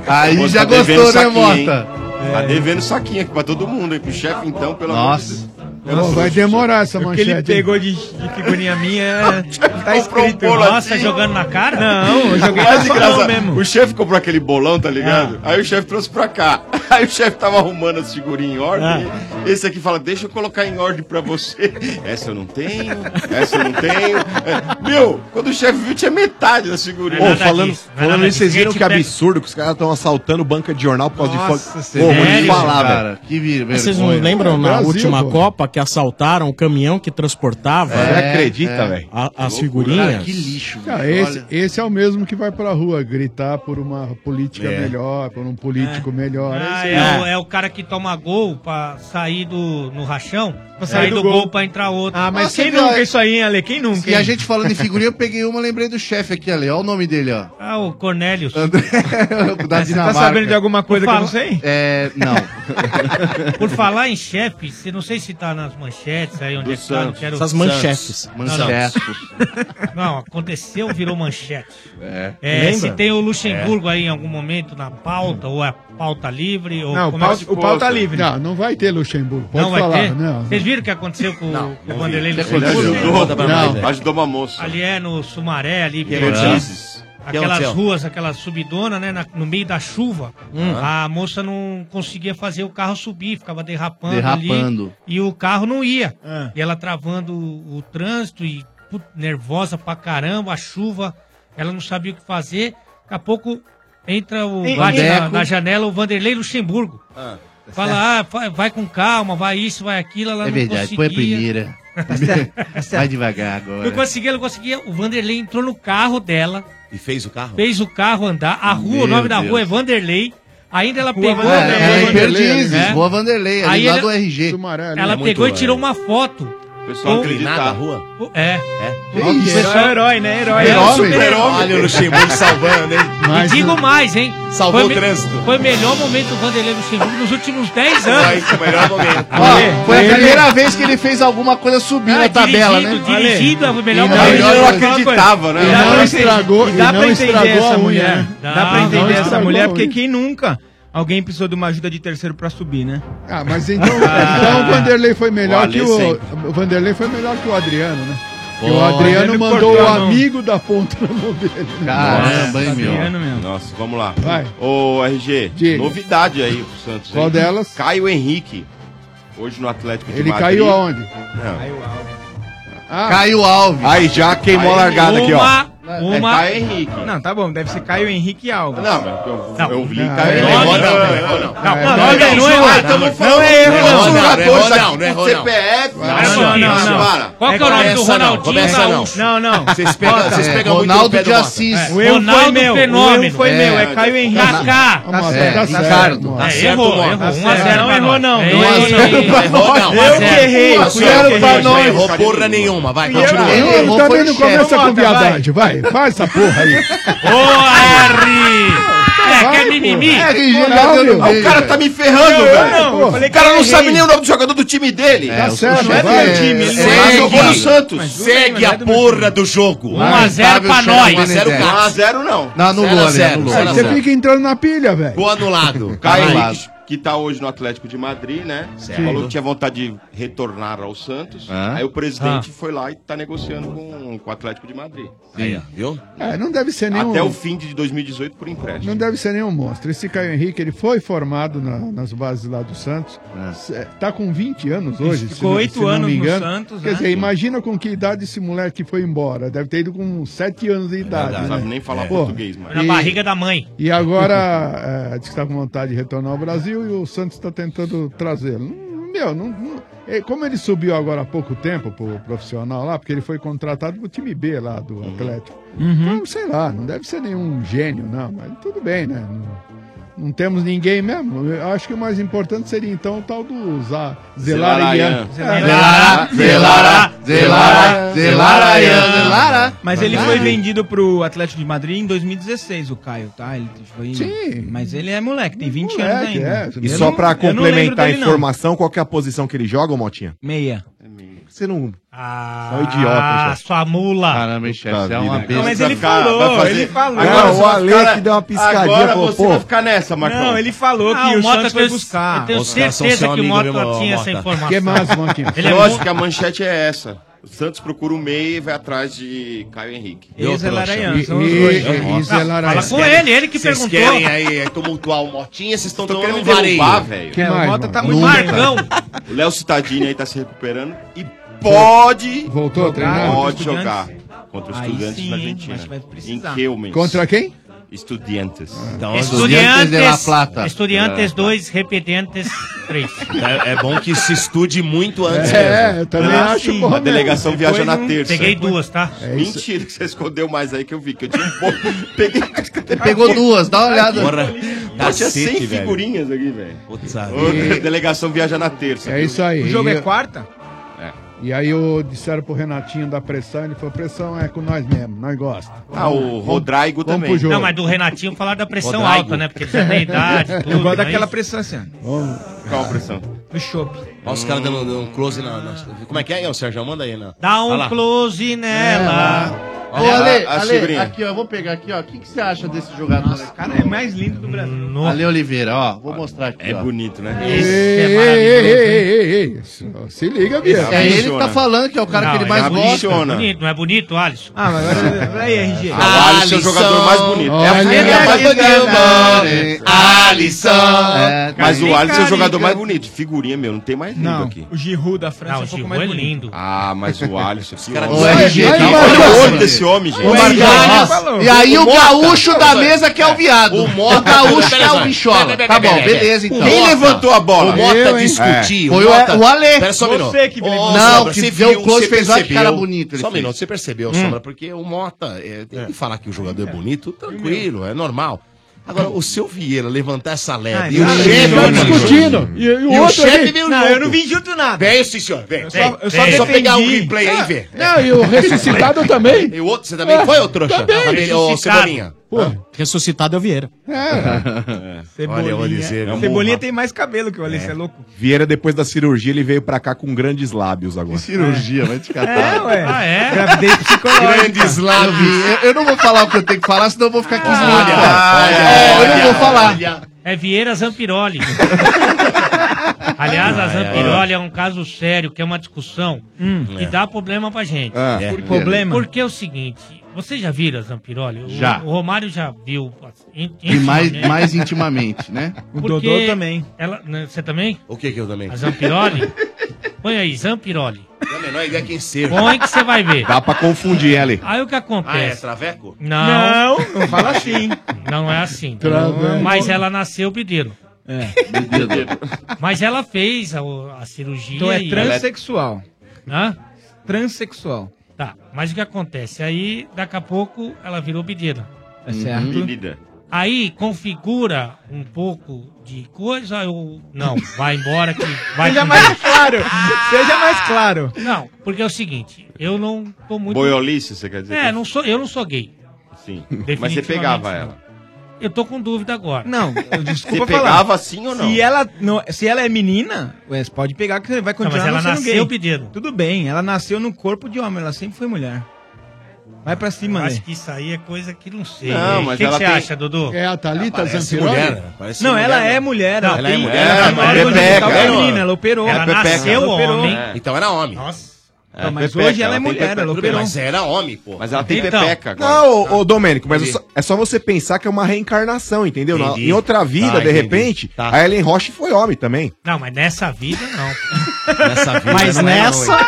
Speaker 18: Aí
Speaker 15: Pô,
Speaker 18: já
Speaker 15: tá devendo
Speaker 18: gostou, né,
Speaker 15: saquinho, hein?
Speaker 18: Mota?
Speaker 15: Tá devendo saquinho aqui pra todo mundo, hein? Pro chefe, então, pelo
Speaker 18: Nossa.
Speaker 15: amor de
Speaker 16: Pô, vai demorar essa
Speaker 9: Porque
Speaker 16: manchete.
Speaker 9: ele pegou de, de figurinha
Speaker 16: <laughs>
Speaker 9: minha.
Speaker 16: um
Speaker 9: tá escrito.
Speaker 16: assim?
Speaker 17: Nossa, jogando na cara?
Speaker 9: Não, eu joguei
Speaker 15: Mas
Speaker 9: na sua
Speaker 15: engraçado,
Speaker 9: mão mesmo.
Speaker 15: O chefe comprou aquele bolão, tá ligado?
Speaker 12: Ah.
Speaker 15: Aí o chefe trouxe pra cá. <laughs> Aí o chefe tava arrumando as figurinhas em ordem.
Speaker 12: Ah.
Speaker 15: Esse aqui fala: Deixa eu colocar em ordem pra você. <laughs> Essa eu não tenho, essa eu não tenho. É, Meu, quando o chefe viu, tinha metade das
Speaker 9: é
Speaker 15: figurinhas.
Speaker 12: Ô, falando, falando nisso, vocês
Speaker 16: é tipo
Speaker 12: viram que absurdo que os caras estão assaltando banca de jornal por causa
Speaker 18: Nossa,
Speaker 12: de
Speaker 18: sério,
Speaker 12: fogo. Pô, vou te falar,
Speaker 18: cara,
Speaker 12: velho.
Speaker 18: que vir-
Speaker 12: Mas
Speaker 14: Vocês não
Speaker 12: vergonha.
Speaker 14: lembram na
Speaker 12: Brasil,
Speaker 14: última
Speaker 12: pô.
Speaker 14: Copa que assaltaram o caminhão que transportava?
Speaker 12: É, Você acredita, velho?
Speaker 14: a- As
Speaker 12: Que loucura.
Speaker 14: figurinhas?
Speaker 12: Cara, que lixo,
Speaker 16: Cara, esse, esse é o mesmo que vai pra rua gritar por uma política
Speaker 14: É.
Speaker 16: melhor, por um político melhor.
Speaker 17: Ah,
Speaker 16: Esse
Speaker 17: é, O, é o cara que toma gol pra sair do no rachão, pra sair
Speaker 9: sair
Speaker 17: do,
Speaker 9: do
Speaker 17: gol.
Speaker 9: gol
Speaker 17: pra entrar outro.
Speaker 9: Ah, mas
Speaker 18: Nossa,
Speaker 9: quem
Speaker 18: viu,
Speaker 9: nunca
Speaker 18: é-
Speaker 9: isso aí, hein, Ale? Quem nunca?
Speaker 18: E a
Speaker 9: hein?
Speaker 18: gente falando em figurinha, eu peguei uma, lembrei do chefe aqui, Ale. Olha o nome dele, ó.
Speaker 17: Ah, o Cornélios.
Speaker 18: da
Speaker 9: Você tá
Speaker 18: Dinamarca.
Speaker 9: sabendo de alguma coisa
Speaker 17: Por
Speaker 9: que eu não
Speaker 17: fala-
Speaker 9: sei?
Speaker 18: É, não.
Speaker 17: <laughs> Por falar em chefe, você não sei se tá nas manchetes aí onde é que tá, não
Speaker 14: Santos.
Speaker 17: quero...
Speaker 14: Essas manchetes.
Speaker 17: Não, não.
Speaker 14: Manchetes.
Speaker 17: <laughs> Não, aconteceu, virou manchete.
Speaker 14: É.
Speaker 17: É,
Speaker 14: Lembra? É.
Speaker 17: se tem o Luxemburgo aí em algum momento na pauta, ou é pauta livre, ou
Speaker 16: Não,
Speaker 17: como é que-
Speaker 16: Não, não vai ter Luxemburgo. Pode
Speaker 17: Não vai
Speaker 16: falar.
Speaker 17: ter?
Speaker 16: Não.
Speaker 17: Vocês viram o que aconteceu com, com o Vanderlei
Speaker 15: Ele ajudou, não, ajudou uma moça.
Speaker 17: Ali é no Sumaré, ali
Speaker 15: Que
Speaker 17: perto-
Speaker 15: aconteceu?
Speaker 17: Aquelas
Speaker 15: Que aconteceu?
Speaker 17: ruas, aquelas subidonas, né? na- no meio da chuva,
Speaker 18: Hum.
Speaker 17: a moça não conseguia fazer o carro subir, ficava derrapando, ali.
Speaker 18: Derrapando.
Speaker 17: E o carro não ia.
Speaker 18: Ah.
Speaker 17: E ela travando o, o trânsito e put- nervosa pra caramba, a chuva, ela não sabia o que fazer. Daqui a pouco entra o
Speaker 9: Em-
Speaker 17: bate
Speaker 9: em-
Speaker 17: na,
Speaker 9: Deco.
Speaker 17: na janela o Vanderlei Luxemburgo.
Speaker 5: tá
Speaker 17: Fala, ah, vai, vai com calma, vai isso, vai aquilo, ela
Speaker 18: É
Speaker 17: não conseguia. Tá
Speaker 18: verdade, põe a primeira. <laughs> Vai devagar
Speaker 17: Não
Speaker 18: agora.
Speaker 17: conseguia, não conseguia. O Vanderlei entrou no carro dela,
Speaker 5: E fez o carro?
Speaker 17: fez o carro andar. A rua, o
Speaker 18: Meu
Speaker 17: nome da
Speaker 18: Deus.
Speaker 17: rua é Vanderlei. Ainda ela
Speaker 18: Rua
Speaker 17: pegou.
Speaker 18: Vanderlei. É,
Speaker 17: Vanderlei,
Speaker 18: Perdizes,
Speaker 17: né?
Speaker 18: Rua Vanderlei, ali
Speaker 17: Aí
Speaker 18: lá
Speaker 17: ela-
Speaker 18: do RG.
Speaker 17: Ela pegou e tirou uma foto.
Speaker 15: Pessoal
Speaker 17: com-
Speaker 15: inclinado a
Speaker 5: rua?
Speaker 17: É.
Speaker 9: Ih, herói, herói, né? Herói.
Speaker 17: É,
Speaker 9: Herói,
Speaker 17: super-herói.
Speaker 5: Olha o Luxemburgo salvando, hein?
Speaker 17: e digo mais, hein?
Speaker 5: Salvou
Speaker 17: Foi
Speaker 5: o
Speaker 17: me-
Speaker 5: trânsito.
Speaker 17: Foi o melhor momento do Vanderlei Luxemburgo nos últimos 10 anos.
Speaker 15: Foi o melhor momento.
Speaker 17: é. um
Speaker 18: Ó, foi a primeira vez que ele fez alguma coisa subir na tabela, né?
Speaker 17: dirigido, Dirigido é o melhor
Speaker 18: Ele
Speaker 17: momento.
Speaker 18: não-
Speaker 15: Eu acreditava, né?
Speaker 9: E dá
Speaker 18: Não
Speaker 9: pra
Speaker 18: estragou-
Speaker 9: entender, e dá
Speaker 18: e não
Speaker 9: pra entender
Speaker 18: estragou
Speaker 9: essa
Speaker 18: a unha,
Speaker 9: mulher.
Speaker 18: né?
Speaker 9: Dá pra
Speaker 18: Não, não
Speaker 9: entender essa
Speaker 18: estragou
Speaker 9: mulher,
Speaker 18: a
Speaker 9: porque
Speaker 18: unha.
Speaker 9: quem nunca alguém precisou de uma ajuda de terceiro pra subir, né?
Speaker 16: Ah, mas
Speaker 9: <laughs>
Speaker 15: <laughs>
Speaker 16: então, então o Vanderlei foi melhor
Speaker 9: O Ale
Speaker 16: que
Speaker 9: sempre.
Speaker 16: o. O Vanderlei foi melhor que o Adriano, né? E
Speaker 15: Pô,
Speaker 16: o Adriano
Speaker 15: ele
Speaker 16: mandou
Speaker 15: cortou
Speaker 16: o
Speaker 15: a mão.
Speaker 16: amigo da ponta na mão dele.
Speaker 12: Ah, tá
Speaker 15: Caramba,
Speaker 16: hein, é meu? Adriano
Speaker 15: Nossa, vamos lá.
Speaker 16: Vai.
Speaker 15: Ô, RG,
Speaker 16: Diga.
Speaker 15: novidade aí pro Santos.
Speaker 16: Qual
Speaker 15: hein?
Speaker 16: delas?
Speaker 15: Caio Henrique. Hoje no Atlético de
Speaker 16: Ele
Speaker 15: Madrid.
Speaker 16: caiu aonde?
Speaker 15: Não.
Speaker 16: Ah.
Speaker 18: Caio Alves.
Speaker 15: Aí já queimou a largada aqui, ó.
Speaker 18: Uma
Speaker 17: Uma...
Speaker 15: Caio Henrique.
Speaker 9: Não, tá bom, deve ser Caio Henrique Alves.
Speaker 15: Não, eu, eu li
Speaker 9: Não,
Speaker 15: Caio
Speaker 9: é
Speaker 15: Henrique.
Speaker 9: nome,
Speaker 15: Não,
Speaker 9: não,
Speaker 15: errou,
Speaker 9: não. Não, nome
Speaker 15: Peraí,
Speaker 9: não é
Speaker 15: ah,
Speaker 9: errado.
Speaker 15: tamo
Speaker 9: Não
Speaker 15: falando
Speaker 9: é erro,
Speaker 15: dos
Speaker 9: não.
Speaker 15: jogadores
Speaker 9: Não, não,
Speaker 15: aqui,
Speaker 9: não é erro, não.
Speaker 15: CPF.
Speaker 9: Não, não, não, não.
Speaker 15: Para.
Speaker 9: Qual que é o nome do
Speaker 15: Começa não,
Speaker 9: Ronaldinho
Speaker 15: começa não.
Speaker 9: Gaúcho? Não, não.
Speaker 15: Vocês pegam,
Speaker 9: Bota,
Speaker 15: vocês
Speaker 9: é,
Speaker 15: pegam muito
Speaker 9: Ronaldo
Speaker 15: o pé
Speaker 9: de
Speaker 15: do Mota.
Speaker 9: Assis.
Speaker 15: É.
Speaker 9: O erro Ronaldo foi meu, o erro Fenômeno. foi meu, é
Speaker 15: tá
Speaker 9: Caio Henrique.
Speaker 15: certo.
Speaker 9: Kaká. Tá
Speaker 15: certo,
Speaker 9: certo,
Speaker 15: tá
Speaker 9: Ricardo. É,
Speaker 15: certo. Tá certo,
Speaker 9: errou,
Speaker 15: Mota.
Speaker 9: errou.
Speaker 15: Tá
Speaker 9: Um a
Speaker 15: certo
Speaker 9: zero,
Speaker 15: pra
Speaker 9: errou
Speaker 15: nós.
Speaker 9: não.
Speaker 15: É,
Speaker 9: Um a
Speaker 15: errou
Speaker 9: zero.
Speaker 15: não. Errou não.
Speaker 9: Eu que errei,
Speaker 15: Um a
Speaker 9: fui eu
Speaker 15: zero
Speaker 9: que
Speaker 15: pra
Speaker 9: errei.
Speaker 15: nós.
Speaker 9: Não
Speaker 15: errou porra nenhuma, vai, continua.
Speaker 16: Ele
Speaker 15: Errou,
Speaker 16: também
Speaker 15: foi
Speaker 16: não
Speaker 15: o chefe.
Speaker 16: começa
Speaker 1: Então
Speaker 16: com
Speaker 15: Mota, vai.
Speaker 16: viadagem, vai. Faz essa porra
Speaker 15: <laughs>
Speaker 16: aí.
Speaker 17: Boa, Harry! É, quer mimimi?
Speaker 16: É, RG já deu no
Speaker 15: Ah,
Speaker 16: meio,
Speaker 15: o cara tá me ferrando,
Speaker 16: Eu,
Speaker 15: velho.
Speaker 16: não, eu falei
Speaker 15: o cara
Speaker 16: que
Speaker 15: não
Speaker 16: eu
Speaker 15: sabe
Speaker 16: errei.
Speaker 15: nem é o nome do jogador do time dele.
Speaker 16: Tá
Speaker 15: o-
Speaker 16: certo,
Speaker 15: não é
Speaker 16: vai.
Speaker 15: meu time. Ele
Speaker 16: Segue.
Speaker 15: não jogou no Santos.
Speaker 1: é,
Speaker 15: Segue a porra do jogo.
Speaker 16: 1 a 0 pra nós.
Speaker 15: 1 a 0
Speaker 16: Não,
Speaker 15: 1 a 0 não.
Speaker 16: Não, anulou,
Speaker 15: Zero a
Speaker 16: né,
Speaker 15: zero,
Speaker 16: anulou.
Speaker 15: zero a
Speaker 16: Você
Speaker 15: zero.
Speaker 16: fica entrando na pilha, velho.
Speaker 15: Gol anulado.
Speaker 16: Gol
Speaker 15: Caio
Speaker 16: anulado.
Speaker 15: Henrique, que tá hoje no Atlético de Madrid, né?
Speaker 16: Certo.
Speaker 15: Falou que tinha vontade de retornar ao Santos.
Speaker 16: Ah.
Speaker 15: Aí o presidente foi lá e tá negociando com, com o Atlético de Madrid.
Speaker 16: Sim,
Speaker 15: Aí, viu?
Speaker 16: É, não deve ser nenhum-
Speaker 15: Até o fim de 2018 por empréstimo.
Speaker 16: Não deve ser nenhum monstro. Esse Caio Henrique, ele foi formado na- nas bases lá do Santos.
Speaker 15: É.
Speaker 16: Cê- Tá com 20 anos hoje,
Speaker 9: Ficou
Speaker 16: se não-
Speaker 9: oito
Speaker 16: se não
Speaker 9: anos
Speaker 16: me
Speaker 9: no
Speaker 16: engano.
Speaker 9: Santos,
Speaker 16: Quer
Speaker 9: né?
Speaker 16: dizer, imagina com que idade esse moleque foi embora. Deve ter ido com 7 anos de idade.
Speaker 15: verdade.
Speaker 16: né?
Speaker 15: Sabe nem falar
Speaker 16: Pô,
Speaker 15: português, mas-
Speaker 17: Na
Speaker 16: e-
Speaker 17: barriga da mãe.
Speaker 16: E agora, <laughs> é, diz que está com vontade de retornar ao Brasil e o Santos está tentando trazê-lo. Não- Meu, não, não- é, como ele subiu agora há pouco tempo pro profissional lá, porque ele foi contratado pro time B lá do Atlético.
Speaker 17: Uhum.
Speaker 16: Então, sei lá, não deve ser nenhum gênio, não, mas tudo bem, né? Não, não temos ninguém mesmo. Eu acho que o mais importante seria então o tal do É. Zá, Zelarayan.
Speaker 9: Zelará, Zelará, Zelará, Zelarayan, Zelará. Mas ele foi
Speaker 16: Zelarayan.
Speaker 9: vendido pro Atlético de Madrid em 2016, o Caio, tá? Ele foi... Sim. Mas ele é moleque, tem 20 anos
Speaker 16: Moleque,
Speaker 9: ainda.
Speaker 16: é.
Speaker 12: E
Speaker 9: Eu
Speaker 12: só
Speaker 9: não-
Speaker 12: pra
Speaker 9: eu não lembro
Speaker 12: complementar a
Speaker 9: dele, não.
Speaker 12: informação, qual que é a posição que ele joga, ô Motinha?
Speaker 9: Meia.
Speaker 12: Você não.
Speaker 17: Ah,
Speaker 12: é um idiota, chefe.
Speaker 17: sua mula.
Speaker 12: Puta
Speaker 17: Caramba,
Speaker 18: é
Speaker 12: vida, cara.
Speaker 17: Não, mas ele
Speaker 15: ficar-
Speaker 17: falou,
Speaker 15: vai fazer-
Speaker 17: ele falou.
Speaker 15: Agora
Speaker 12: Não,
Speaker 15: você
Speaker 12: o
Speaker 15: vai
Speaker 12: Ale
Speaker 15: ficar-
Speaker 12: que deu uma piscadinha,
Speaker 15: Agora
Speaker 12: pô,
Speaker 15: você
Speaker 12: pô.
Speaker 15: vai ficar nessa, Marcão.
Speaker 9: Não, ele falou
Speaker 17: Ah,
Speaker 9: que
Speaker 17: o
Speaker 9: o,
Speaker 17: Mota
Speaker 9: Santos foi
Speaker 17: fez-
Speaker 9: buscar.
Speaker 17: eu tenho
Speaker 9: Os caras são
Speaker 17: certeza
Speaker 9: seu
Speaker 17: que o
Speaker 9: amigo
Speaker 17: Mota
Speaker 15: né,
Speaker 9: mesmo,
Speaker 17: tinha
Speaker 9: ó,
Speaker 17: essa informação.
Speaker 16: Que mais, Marquinhos?
Speaker 15: Ele Lógico que a manchete é essa. O Santos procura o meia e vai atrás de Caio Henrique.
Speaker 9: E o Zé Laranhão,
Speaker 15: E-
Speaker 9: são os
Speaker 15: e-
Speaker 9: dois.
Speaker 15: e-
Speaker 9: Não,
Speaker 15: e Zé Laranhão.
Speaker 9: fala com
Speaker 15: Vocês
Speaker 9: ele, ele que
Speaker 15: vocês
Speaker 9: perguntou.
Speaker 15: querem aí é, tumultuar o Motinha, vocês estão
Speaker 9: Tô
Speaker 15: tomando um
Speaker 9: querendo derrubar,
Speaker 15: vareio.
Speaker 9: velho. Que É, o mais, Mota mano? tá muito bem,
Speaker 15: O Léo Citadini aí tá se recuperando e pode...
Speaker 16: Voltou a treinar?
Speaker 15: Pode
Speaker 16: Contra o
Speaker 15: jogar
Speaker 16: Estudiantes?
Speaker 15: contra os
Speaker 16: Aí
Speaker 15: estudantes
Speaker 16: sim, mas
Speaker 15: da
Speaker 16: vai
Speaker 15: Argentina. Em
Speaker 16: precisar.
Speaker 15: Quilmes.
Speaker 16: Contra quem?
Speaker 15: Estudiantes.
Speaker 16: Então,
Speaker 17: Estudiantes,
Speaker 15: de La Plata.
Speaker 17: Estudiantes 2, repetentes 3.
Speaker 1: É, é bom que se estude muito antes.
Speaker 15: É,
Speaker 1: mesmo.
Speaker 15: eu também Ah, acho sim. bom
Speaker 1: A delegação
Speaker 15: Depois
Speaker 1: viaja na
Speaker 15: não-
Speaker 1: terça.
Speaker 15: Peguei
Speaker 17: duas, tá?
Speaker 15: Mentira que você escondeu mais aí que eu vi, que eu tinha um pouco. Peguei...
Speaker 18: Pegou duas, dá uma olhada.
Speaker 15: Porra, Pô, tinha
Speaker 18: Cacete,
Speaker 15: 100
Speaker 18: velho.
Speaker 15: figurinhas aqui, velho.
Speaker 16: vida.
Speaker 15: Ô, Delegação viaja na terça.
Speaker 16: É
Speaker 15: viu?
Speaker 16: isso aí.
Speaker 9: O jogo
Speaker 16: E
Speaker 9: é
Speaker 16: eu-
Speaker 9: quarta?
Speaker 16: E aí eu disseram pro Renatinho da pressão, ele falou, pressão é com nós mesmo, nós gosta.
Speaker 15: Ah, o Rodrigo
Speaker 16: Vamos
Speaker 15: também.
Speaker 16: pro jogo.
Speaker 17: Não, mas do Renatinho falar da pressão
Speaker 16: Rodaigo.
Speaker 17: alta, né? Porque ele já tem idade,
Speaker 9: <laughs>
Speaker 17: tudo. é
Speaker 9: Eu gosto
Speaker 17: mas-
Speaker 9: daquela pressão assim, ó.
Speaker 15: Qual a pressão?
Speaker 9: No chopp.
Speaker 1: Olha os caras dando dando um close na, na- Como é que é, ô, Sérgio? Manda aí, né?
Speaker 17: Dá um close nela.
Speaker 1: Olha
Speaker 18: Ô,
Speaker 1: lá,
Speaker 18: Ale,
Speaker 1: a
Speaker 18: Ale,
Speaker 1: sobrinha.
Speaker 18: aqui, ó, eu vou pegar aqui, ó. O que, que você acha desse jogador? Nossa,
Speaker 9: cara é mais lindo do Brasil.
Speaker 18: Ale Oliveira, ó, vou mostrar aqui.
Speaker 15: É
Speaker 18: ó.
Speaker 15: bonito, né?
Speaker 16: Ei, ei, ei, ei, ei, ei, se liga, Bia.
Speaker 18: É ele que tá falando que é o cara
Speaker 17: Não,
Speaker 18: que ele mais
Speaker 17: não é bonito,
Speaker 18: gosta.
Speaker 17: não é bonito, não é bonito, Alisson?
Speaker 9: Ah, mas agora... Peraí, RG.
Speaker 18: Ah, o Alisson é o jogador mais bonito.
Speaker 15: É a
Speaker 18: Olha,
Speaker 15: filha mais bonita.
Speaker 18: Alisson.
Speaker 15: É, Mas o
Speaker 9: Carica,
Speaker 15: Alisson é o jogador
Speaker 9: carica.
Speaker 15: mais bonito. Figurinha, meu, não tem mais é lindo
Speaker 9: Não,
Speaker 15: aqui.
Speaker 9: o Giroud da França é um pouco mais bonito.
Speaker 15: Ah, mas o Alisson. que
Speaker 9: caras
Speaker 15: homem.
Speaker 9: são-
Speaker 15: Olha
Speaker 9: RG,
Speaker 15: olha
Speaker 9: tá
Speaker 15: o
Speaker 9: falando.
Speaker 15: olho desse homem, gente.
Speaker 18: O
Speaker 15: Olha
Speaker 18: Marcão,
Speaker 15: isso.
Speaker 18: ó, E aí o,
Speaker 15: Mota.
Speaker 18: gaúcho
Speaker 15: <laughs>
Speaker 18: da mesa que é o viado.
Speaker 15: O
Speaker 18: O,
Speaker 15: Mota-
Speaker 18: gaúcho que é
Speaker 15: Pera,
Speaker 18: o bichola.
Speaker 15: pera,
Speaker 18: Tá
Speaker 15: pera,
Speaker 18: bom,
Speaker 15: pera,
Speaker 18: beleza
Speaker 15: pera.
Speaker 18: então.
Speaker 15: Quem levantou a bola?
Speaker 18: O Mota
Speaker 15: Eu, hein?
Speaker 18: discutiu.
Speaker 15: É.
Speaker 18: Foi o,
Speaker 15: Mota-
Speaker 18: o Ale.
Speaker 1: Pera só um minuto. Ô,
Speaker 18: Não,
Speaker 1: Sombra,
Speaker 18: que
Speaker 1: você
Speaker 18: deu
Speaker 1: viu,
Speaker 18: o close
Speaker 1: você
Speaker 18: fez olha que cara
Speaker 1: percebeu?
Speaker 18: bonito. ele
Speaker 1: Só um
Speaker 18: fez.
Speaker 1: minuto, você percebeu,
Speaker 18: Hum.
Speaker 1: Sombra, porque o Mota, é, tem que falar que o jogador é bonito, tranquilo, é normal. Agora, o seu Vieira levantar essa leve
Speaker 9: Ah,
Speaker 1: e o
Speaker 9: não,
Speaker 1: chefe...
Speaker 9: não,
Speaker 1: veio
Speaker 9: não,
Speaker 1: junto.
Speaker 9: discutindo.
Speaker 1: E,
Speaker 9: o
Speaker 1: o
Speaker 9: outro
Speaker 1: chefe
Speaker 9: ali-
Speaker 1: veio
Speaker 9: Não,
Speaker 1: junto.
Speaker 9: eu não vim junto nada.
Speaker 1: Vem sim, senhor, vem.
Speaker 9: Eu só- eu só
Speaker 1: Vem.
Speaker 9: defendi.
Speaker 1: pegar o replay
Speaker 19: Ah,
Speaker 1: aí e ver.
Speaker 16: Não, e o
Speaker 1: <laughs>
Speaker 16: ressuscitado eu também.
Speaker 1: E o outro, você também foi, ô trouxa? Também, ô, Cebolinha.
Speaker 14: Ressuscitado é o Vieira.
Speaker 12: é
Speaker 1: Olha, eu vou
Speaker 19: é
Speaker 1: dizer,
Speaker 19: um
Speaker 9: Cebolinha.
Speaker 12: meu
Speaker 9: Cebolinha
Speaker 12: amor.
Speaker 9: tem mais cabelo que o Ale, você é louco?
Speaker 12: Vieira, depois da cirurgia, ele veio pra cá com grandes lábios agora.
Speaker 18: cirurgia, vai te
Speaker 9: É, ué.
Speaker 18: Ah,
Speaker 9: é? Gravidez psicológica.
Speaker 18: Grandes lábios. Eu, eu não vou falar o que eu tenho que falar, senão eu vou ficar 15 minutos.
Speaker 17: olha,
Speaker 18: é, eu não
Speaker 17: olha,
Speaker 18: vou falar.
Speaker 17: É Vieira
Speaker 18: <laughs>
Speaker 17: Zampiroli. Aliás, a Zampiroli é um caso sério, que é uma discussão que
Speaker 9: É.
Speaker 17: dá problema pra gente.
Speaker 9: Ah, É. por quê? Problema?
Speaker 17: Porque é o seguinte, vocês já viram a Zampiroli? O-
Speaker 18: Já.
Speaker 17: O, Romário já viu. assim, in-
Speaker 18: E mais,
Speaker 17: intimamente.
Speaker 18: mais intimamente, né?
Speaker 17: Porque ela- né, você também?
Speaker 1: O que que eu
Speaker 17: <laughs>
Speaker 1: também? é
Speaker 17: A Zampiroli? Põe aí, Zampiroli.
Speaker 1: menor ideia quem seja.
Speaker 17: Põe que você vai ver.
Speaker 12: Dá pra confundir ela aí.
Speaker 17: Aí o que acontece?
Speaker 1: Ah, é traveco?
Speaker 17: Não.
Speaker 1: Não, não fala assim.
Speaker 17: <laughs> Não é assim.
Speaker 1: Traveco.
Speaker 17: Mas ela nasceu pedreiro. É,
Speaker 1: pedreiro.
Speaker 17: <laughs> Mas ela fez a, a cirurgia.
Speaker 9: Então é
Speaker 17: e- é-
Speaker 9: transexual.
Speaker 17: Hã?
Speaker 9: Transsexual.
Speaker 17: Tá, mas o que acontece? Aí, daqui a pouco, ela virou pedreiro.
Speaker 14: Tá
Speaker 9: É
Speaker 14: Uhum.
Speaker 9: certo.
Speaker 15: Menina.
Speaker 17: Aí configura um pouco de coisa, eu. Não, vai embora que vai.
Speaker 19: Seja
Speaker 17: com
Speaker 19: mais
Speaker 17: Deus. Ah.
Speaker 19: claro. Seja mais claro.
Speaker 17: Não, porque é o seguinte, eu não tô muito.
Speaker 15: Boiolice, você quer dizer?
Speaker 17: É, não sou, eu não sou gay.
Speaker 15: Sim. Mas você pegava ela.
Speaker 17: Eu tô com dúvida agora. <laughs>
Speaker 9: Não, eu-
Speaker 1: é-
Speaker 9: desculpa
Speaker 17: Você
Speaker 9: falar.
Speaker 17: pegava assim ou não?
Speaker 9: Se ela, não- se ela é menina, ué, você pode pegar que você vai continuar
Speaker 17: Não, mas ela
Speaker 9: sendo
Speaker 17: nasceu
Speaker 9: gay.
Speaker 17: pedido.
Speaker 9: Tudo bem, ela nasceu no corpo de homem, ela sempre foi mulher. Vai pra cima,
Speaker 17: Acho
Speaker 9: né?
Speaker 17: que isso aí é coisa que não sei.
Speaker 9: Não, mas
Speaker 17: o que,
Speaker 9: ela
Speaker 17: que você
Speaker 9: tem-
Speaker 17: acha, Dudu?
Speaker 9: É a Thalita
Speaker 17: Ela parece
Speaker 9: Zamperoni?
Speaker 17: mulher, parece
Speaker 9: Não,
Speaker 17: mulher,
Speaker 9: ela
Speaker 17: né?
Speaker 9: é mulher,
Speaker 17: Não,
Speaker 9: ela
Speaker 17: tem
Speaker 9: tem-
Speaker 17: mulher,
Speaker 9: ela
Speaker 17: ela
Speaker 9: é mulher,
Speaker 17: é
Speaker 9: quando
Speaker 17: pepeca,
Speaker 9: ela
Speaker 17: ela-
Speaker 9: é menina, ela operou.
Speaker 17: Ela
Speaker 9: Ela
Speaker 17: nasceu
Speaker 9: operou.
Speaker 17: homem.
Speaker 15: É.
Speaker 1: Então era homem.
Speaker 17: Nossa.
Speaker 9: Então, mas hoje ela é mulher, ela
Speaker 1: Tudo bem,
Speaker 9: operou.
Speaker 1: Mas era homem, pô.
Speaker 15: Mas ela tem
Speaker 17: Então,
Speaker 9: Então.
Speaker 15: pepeca agora.
Speaker 12: Não, ô, ô Domênico, mas é
Speaker 15: Entendi.
Speaker 12: só, é só você pensar que é uma reencarnação, entendeu? Na-
Speaker 17: Entendi.
Speaker 12: em outra vida,
Speaker 17: Tá,
Speaker 12: de
Speaker 17: entendi.
Speaker 12: repente,
Speaker 17: Tá.
Speaker 12: a Ellen Roche foi homem também.
Speaker 17: Não, mas nessa vida não.
Speaker 1: Nessa vida
Speaker 17: Mas
Speaker 1: não é
Speaker 17: nessa-
Speaker 1: homem.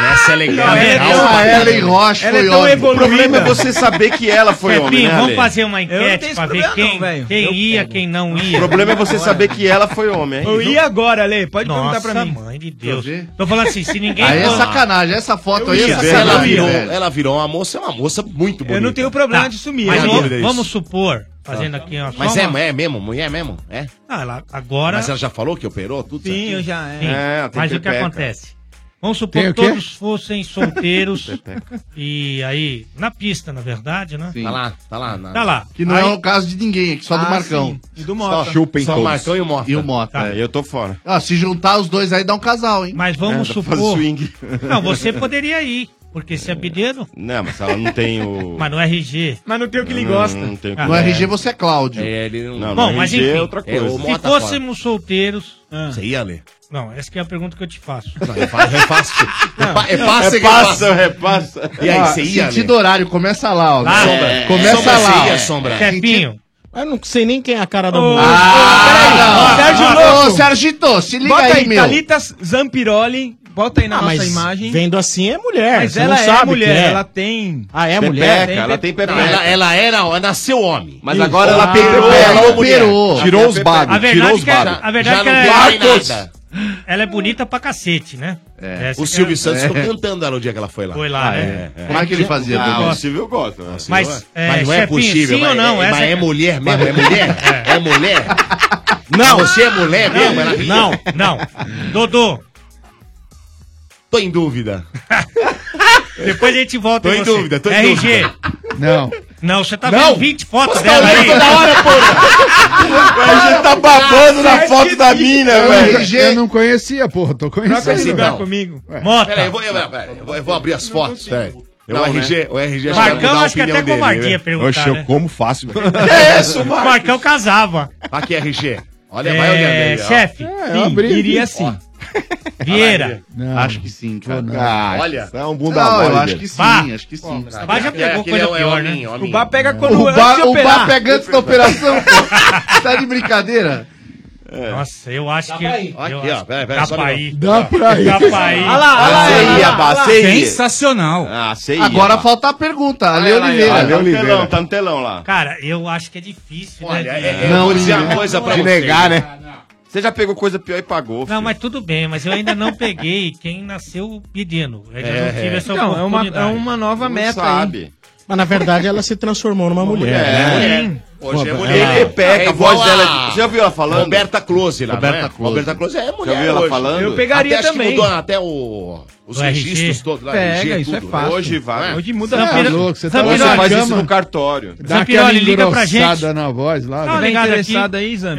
Speaker 1: Nessa é legal.
Speaker 17: Não, ela é tão-
Speaker 1: legal,
Speaker 15: tá
Speaker 1: pra
Speaker 17: ela
Speaker 1: caramba.
Speaker 17: é Rocha
Speaker 1: Ela
Speaker 17: foi
Speaker 1: tão
Speaker 17: homem.
Speaker 1: evoluída. O problema é
Speaker 15: <laughs>
Speaker 1: você saber que ela foi
Speaker 17: Pepinho,
Speaker 1: homem, né,
Speaker 17: vamos
Speaker 1: Ale?
Speaker 17: fazer uma
Speaker 1: Eu não tenho
Speaker 17: enquete
Speaker 1: esse
Speaker 17: pra ver
Speaker 1: problema
Speaker 17: quem,
Speaker 1: não, velho.
Speaker 17: quem
Speaker 1: Eu
Speaker 17: ia, quem não ia.
Speaker 1: O problema é você saber que ela foi homem, hein?
Speaker 17: Eu ia
Speaker 9: agora, Ale? Pode
Speaker 17: Nossa,
Speaker 1: perguntar pra mim.
Speaker 17: mãe de Deus.
Speaker 1: Quer ver?
Speaker 17: Tô falando assim, se ninguém...
Speaker 1: Aí é
Speaker 17: for-
Speaker 1: sacanagem,
Speaker 18: essa é
Speaker 17: Eu ia,
Speaker 1: Se
Speaker 17: velho,
Speaker 1: ela,
Speaker 17: eu ia,
Speaker 1: virou,
Speaker 17: velho.
Speaker 1: ela virou uma moça, é uma moça muito bonita.
Speaker 17: não tenho problema de sumir,
Speaker 1: Não
Speaker 17: Tá. mas
Speaker 1: há
Speaker 17: vamos-
Speaker 1: dúvida é disso.
Speaker 17: vamos supor, fazendo aqui uma-
Speaker 1: Mas
Speaker 17: só
Speaker 1: é,
Speaker 17: uma-
Speaker 1: é mesmo? Mulher mesmo? É?
Speaker 17: Ah, ela agora...
Speaker 1: Mas ela já falou que operou tudo
Speaker 17: Sim,
Speaker 1: certinho?
Speaker 17: eu já- é.
Speaker 1: Sim. ela tem
Speaker 17: Mas o que
Speaker 1: pepeca. <laughs>
Speaker 17: acontece? Vamos supor
Speaker 1: Tem
Speaker 17: que
Speaker 1: o quê?
Speaker 17: todos fossem solteiros e aí, na pista, na verdade, né?
Speaker 18: Sim. Tá lá,
Speaker 1: tá lá.
Speaker 17: Tá lá.
Speaker 18: Que não
Speaker 17: Aí-
Speaker 18: é o caso de ninguém aqui, só do
Speaker 17: Ah,
Speaker 18: Marcão.
Speaker 17: sim. E do Mota.
Speaker 18: Só,
Speaker 17: Chupem
Speaker 18: só
Speaker 17: todos.
Speaker 18: Marcão e o Mota.
Speaker 17: E o Mota,
Speaker 18: Tá.
Speaker 15: É, Eu tô fora.
Speaker 18: Ah, se juntar os dois aí dá um casal, hein?
Speaker 17: Mas
Speaker 15: vamos É, dá pra fazer supor- swing.
Speaker 17: Não, você
Speaker 18: <laughs>
Speaker 17: poderia ir, porque você é pideiro,
Speaker 15: Não, mas ela não tem o.
Speaker 17: mas é no RG.
Speaker 9: Mas não tem o que
Speaker 15: ele Não, gosta. não
Speaker 17: Ah,
Speaker 15: tem o que ele gosta.
Speaker 18: você é Cláudio.
Speaker 1: É, ele não...
Speaker 15: Não,
Speaker 17: Bom,
Speaker 15: no
Speaker 17: mas
Speaker 15: RG é
Speaker 17: enfim,
Speaker 15: outra coisa.
Speaker 17: se fôssemos solteiros...
Speaker 9: Ah.
Speaker 1: Você ia ler?
Speaker 17: Não, essa que é a pergunta que eu te faço.
Speaker 1: Não, repa- repassa.
Speaker 18: É
Speaker 1: Repa- repassa, repassa.
Speaker 18: Repassa,
Speaker 15: repassa.
Speaker 18: E aí, você ia, Sentido horário, começa lá, ó. Sombra. Começa lá. ó.
Speaker 14: Pepinho. Eu não sei nem quem é a cara do mundo.
Speaker 18: Ah, Sérgio Louco. Ô, Sergito, se liga
Speaker 9: Bota
Speaker 18: aí,
Speaker 9: aí,
Speaker 18: meu.
Speaker 9: Thalita Zampiroli, bota aí na
Speaker 14: Ah,
Speaker 9: nossa
Speaker 14: mas
Speaker 9: imagem.
Speaker 14: vendo assim é mulher.
Speaker 9: Mas
Speaker 14: você
Speaker 9: ela
Speaker 14: não
Speaker 9: é
Speaker 14: sabe
Speaker 9: mulher,
Speaker 14: quem é.
Speaker 9: ela tem...
Speaker 14: Ah, é
Speaker 9: Pepeca,
Speaker 14: mulher?
Speaker 9: ela tem pepeca.
Speaker 1: Não, ela, ela era, ela nasceu homem.
Speaker 12: Mas agora
Speaker 17: Ah,
Speaker 12: ela
Speaker 1: operou,
Speaker 12: operou,
Speaker 1: É, ela
Speaker 12: ela
Speaker 1: operou.
Speaker 12: operou. Tirou os bagos,
Speaker 17: A verdade
Speaker 12: tirou os
Speaker 17: é que,
Speaker 12: bagos.
Speaker 17: a verdade
Speaker 1: Já
Speaker 17: é que
Speaker 1: não
Speaker 17: ela,
Speaker 1: tem mais
Speaker 17: é,
Speaker 1: nada.
Speaker 17: ela é bonita pra cacete, né? Essa
Speaker 1: O
Speaker 17: que é-
Speaker 1: Silvio Santos ficou cantando ela o dia que ela foi lá.
Speaker 17: Foi lá,
Speaker 1: Ah,
Speaker 17: né?
Speaker 1: é, é.
Speaker 17: Como é que ele fazia,
Speaker 1: Ah,
Speaker 17: Dudu?
Speaker 1: o Silvio gosta. né?
Speaker 17: Mas,
Speaker 1: Silvio-
Speaker 17: é,
Speaker 1: mas não é
Speaker 17: chefinho,
Speaker 1: possível.
Speaker 17: sim
Speaker 1: mas
Speaker 17: ou não?
Speaker 1: é,
Speaker 17: Essa
Speaker 1: mas
Speaker 17: é-
Speaker 1: é mulher mesmo? É mulher? É mulher?
Speaker 14: Não.
Speaker 1: Você é mulher mesmo? Ela-
Speaker 17: Não, não. Dodô.
Speaker 1: Tô
Speaker 9: <laughs>
Speaker 1: em dúvida.
Speaker 17: Depois a gente volta
Speaker 1: Tô
Speaker 17: em
Speaker 1: em
Speaker 17: você.
Speaker 1: dúvida, tô em
Speaker 17: RG.
Speaker 18: Não.
Speaker 17: Não, você tá
Speaker 18: Não.
Speaker 17: vendo 20 fotos
Speaker 18: Você
Speaker 17: dela
Speaker 18: tá
Speaker 17: aí.
Speaker 18: vendo da hora,
Speaker 16: porra.
Speaker 15: A gente tá babando na foto da mina,
Speaker 16: É um
Speaker 15: velho.
Speaker 16: Eu não conhecia, porra, tô
Speaker 15: é,
Speaker 16: conhecendo.
Speaker 9: comigo.
Speaker 17: Mota.
Speaker 1: Peraí, eu vou, eu, peraí, eu vou- eu vou abrir as fotos. Peraí.
Speaker 12: Não,
Speaker 1: o
Speaker 12: né?
Speaker 1: RG, o RG
Speaker 12: Marcão,
Speaker 1: vai mudar a
Speaker 12: acho que
Speaker 1: opinião
Speaker 12: até covardia
Speaker 1: né?
Speaker 12: perguntar, Oxe, eu né? como fácil.
Speaker 1: <laughs> É isso, Marcos.
Speaker 17: Marcão casava.
Speaker 1: Aqui, RG. Olha,
Speaker 17: É,
Speaker 1: vai olhando aí. ó.
Speaker 17: chefe,
Speaker 1: É,
Speaker 17: sim,
Speaker 1: eu abri aqui.
Speaker 17: iria sim. Vieira.
Speaker 18: Acho que sim, cara.
Speaker 12: Ah,
Speaker 1: Olha.
Speaker 12: isso é um bunda
Speaker 18: Não, eu
Speaker 12: mole
Speaker 18: acho
Speaker 12: dele.
Speaker 18: que sim,
Speaker 12: Bah.
Speaker 18: acho que sim.
Speaker 17: O Bá já pegou
Speaker 1: aquele
Speaker 17: coisa
Speaker 1: é o- é
Speaker 17: pior,
Speaker 1: homem,
Speaker 17: né?
Speaker 1: homem.
Speaker 9: O Bá pega quando
Speaker 18: O
Speaker 9: antes
Speaker 18: bar,
Speaker 9: de
Speaker 18: o
Speaker 9: operar.
Speaker 18: bar pega antes da operação, pô. Tá de brincadeira?
Speaker 17: É. Nossa, eu acho que. eu
Speaker 1: Aqui, ó.
Speaker 17: acho-
Speaker 1: Peraí, peraí.
Speaker 17: Dá
Speaker 1: só um
Speaker 17: pra
Speaker 1: minuto.
Speaker 17: ir.
Speaker 18: Dá pra ir.
Speaker 17: Dá pra ir.
Speaker 18: Olha lá,
Speaker 17: Você
Speaker 18: olha lá, olha lá,
Speaker 17: ia,
Speaker 18: olha lá.
Speaker 17: Bá, você ia.
Speaker 1: Sensacional. Ah, sei.
Speaker 18: Agora falta a pergunta, Ale
Speaker 1: olha lá,
Speaker 18: Oliveira.
Speaker 1: olha lá, tá no telão,
Speaker 15: um
Speaker 1: tá no telão lá.
Speaker 17: Cara, eu acho que é difícil,
Speaker 1: Olha,
Speaker 17: né? de-
Speaker 1: é- é- eu vou dizer uma coisa pra
Speaker 15: De
Speaker 1: você.
Speaker 15: negar, né? Você já pegou coisa pior e pagou.
Speaker 17: Não, mas tudo bem, mas eu ainda não
Speaker 15: <laughs>
Speaker 17: peguei quem nasceu pedindo. Eu já
Speaker 15: É,
Speaker 17: não tive
Speaker 15: é.
Speaker 17: essa
Speaker 9: Então, é uma-
Speaker 17: oportunidade.
Speaker 9: é uma nova Não meta
Speaker 15: sabe.
Speaker 14: Mas na verdade ela se transformou numa mulher.
Speaker 1: mulher.
Speaker 14: né?
Speaker 1: Hoje é
Speaker 14: Pô,
Speaker 1: mulher.
Speaker 14: ela-
Speaker 15: pepeca, a voz dela é de- Você já ouviu ela falando?
Speaker 1: Roberta Close lá,
Speaker 15: Roberta
Speaker 1: não é?
Speaker 15: Close.
Speaker 1: Roberta Close é mulher
Speaker 15: Já ouviu ela
Speaker 1: hoje.
Speaker 15: falando? Eu
Speaker 9: pegaria
Speaker 1: até, acho que
Speaker 9: também.
Speaker 1: mudou até o- os
Speaker 15: Do RG.
Speaker 1: registros todos. lá,
Speaker 9: Pega,
Speaker 1: RG,
Speaker 9: isso é
Speaker 1: tudo.
Speaker 9: fácil.
Speaker 15: Hoje vai.
Speaker 9: Hoje muda
Speaker 15: Você
Speaker 9: Zampiroli.
Speaker 15: tá louco, você tá
Speaker 9: Zampiroli.
Speaker 15: Você faz
Speaker 9: Zampiroli.
Speaker 15: isso no cartório.
Speaker 16: Dá aquela engrossada na voz lá.
Speaker 9: Tá
Speaker 16: velho.
Speaker 19: né?
Speaker 9: ligado interessado aí, Zamp?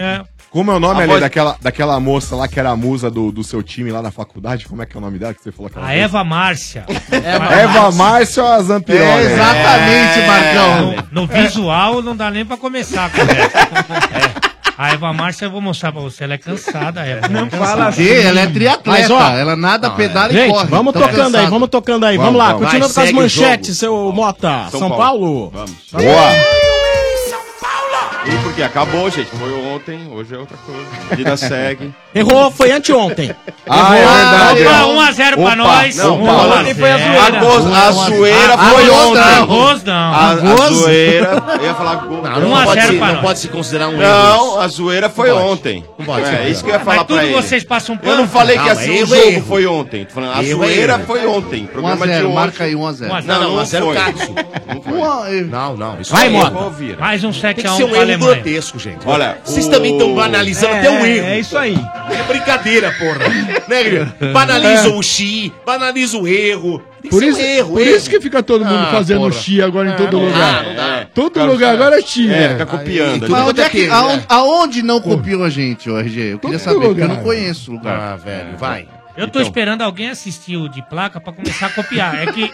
Speaker 12: Como é o nome
Speaker 9: A
Speaker 12: ali
Speaker 9: voz-
Speaker 12: daquela, daquela moça lá que era a musa do, do seu time lá na faculdade? Como é que é o nome dela que você falou aquela
Speaker 17: A
Speaker 12: vez?
Speaker 17: Eva
Speaker 15: <laughs>
Speaker 17: Márcia.
Speaker 12: Eva Márcia ou a Zampione?
Speaker 17: É,
Speaker 18: exatamente, Marcão.
Speaker 17: No visual não dá nem pra começar a
Speaker 15: <laughs>
Speaker 17: conversa. É. A Eva Márcia, eu vou mostrar pra você. Ela é cansada, a Eva. Não
Speaker 18: fala assim. Ela é triatleta, ela nada,
Speaker 1: é.
Speaker 18: pedala e
Speaker 14: gente,
Speaker 18: corre,
Speaker 14: Vamos
Speaker 18: então
Speaker 14: tocando
Speaker 18: cansado.
Speaker 14: aí, vamos tocando aí. Vamos,
Speaker 18: Vamos,
Speaker 14: lá,
Speaker 18: vamos. Vai,
Speaker 14: continuando com as
Speaker 18: segue o
Speaker 14: manchetes, seu Mota. São,
Speaker 18: São Paulo.
Speaker 14: Paulo.
Speaker 18: Vamos.
Speaker 14: Boa.
Speaker 18: São Paulo!
Speaker 15: E porque acabou, gente. Foi ontem, hoje é outra coisa. A
Speaker 1: <laughs>
Speaker 15: vida segue.
Speaker 14: Errou, foi anteontem.
Speaker 15: Ah, é verdade.
Speaker 17: Opa, 1 a 0 pra
Speaker 15: Opa,
Speaker 17: nós.
Speaker 15: não,
Speaker 17: Um
Speaker 15: fala.
Speaker 17: ontem foi a
Speaker 15: A goz-
Speaker 17: zoeira.
Speaker 15: a zoeira foi ontem.
Speaker 17: Arroz não.
Speaker 15: A- a zoeira- eu ia falar gol.
Speaker 1: Não, não, pode, se, não pode se considerar um erro.
Speaker 15: Não, a zoeira foi ontem.
Speaker 1: Não pode ser.
Speaker 15: É isso que eu ia falar
Speaker 1: Mas tudo
Speaker 15: pra ele.
Speaker 1: vocês passam
Speaker 15: Eu não
Speaker 1: pano.
Speaker 15: falei que
Speaker 1: Não,
Speaker 15: assim,
Speaker 1: erro
Speaker 15: o
Speaker 1: é
Speaker 15: jogo
Speaker 1: erro.
Speaker 15: foi ontem. Tô falando, a
Speaker 1: Erro é
Speaker 15: zoeira
Speaker 1: erro.
Speaker 15: foi ontem. Programa
Speaker 18: 1 a 0,
Speaker 15: de ontem.
Speaker 18: marca aí 1 a Um 0.
Speaker 15: Não, não,
Speaker 1: Um a
Speaker 15: 0
Speaker 1: 0
Speaker 15: foi.
Speaker 1: Cássio. Não, não. Isso é erro.
Speaker 17: Mais um 7
Speaker 1: Tem que
Speaker 17: a 1
Speaker 1: ser um
Speaker 17: pra
Speaker 1: erro
Speaker 17: Alemanha.
Speaker 1: grotesco, gente.
Speaker 15: Olha,
Speaker 1: Vocês
Speaker 15: o-
Speaker 1: também estão banalizando
Speaker 17: É,
Speaker 1: até
Speaker 14: um
Speaker 1: o
Speaker 17: é,
Speaker 1: erro.
Speaker 17: é isso aí.
Speaker 1: É brincadeira, porra. né, Guilherme?
Speaker 12: É.
Speaker 1: Banalizam o chi, banalizam o erro. Tem
Speaker 16: Por
Speaker 1: que
Speaker 15: é
Speaker 1: ser um
Speaker 16: isso,
Speaker 1: erro,
Speaker 16: por
Speaker 1: erro.
Speaker 16: isso que fica todo mundo
Speaker 1: Ah,
Speaker 16: fazendo
Speaker 1: porra.
Speaker 16: chi agora em
Speaker 1: Ah,
Speaker 16: todo
Speaker 1: não
Speaker 16: lugar.
Speaker 1: dá, não dá.
Speaker 16: Todo
Speaker 1: Cara,
Speaker 16: lugar
Speaker 1: cara.
Speaker 16: agora é chi,
Speaker 1: É,
Speaker 16: velho.
Speaker 1: fica
Speaker 18: E
Speaker 1: copiando.
Speaker 18: tudo
Speaker 15: Mas
Speaker 18: onde
Speaker 15: onde
Speaker 18: é que,
Speaker 15: teve,
Speaker 18: aonde,
Speaker 15: né?
Speaker 18: aonde não copiou a gente, hoje? Eu queria saber, porque eu não
Speaker 16: lugar.
Speaker 18: conheço o lugar.
Speaker 1: Ah, velho, vai.
Speaker 17: Eu tô
Speaker 18: Então.
Speaker 17: esperando alguém assistir o de placa pra começar a copiar. É que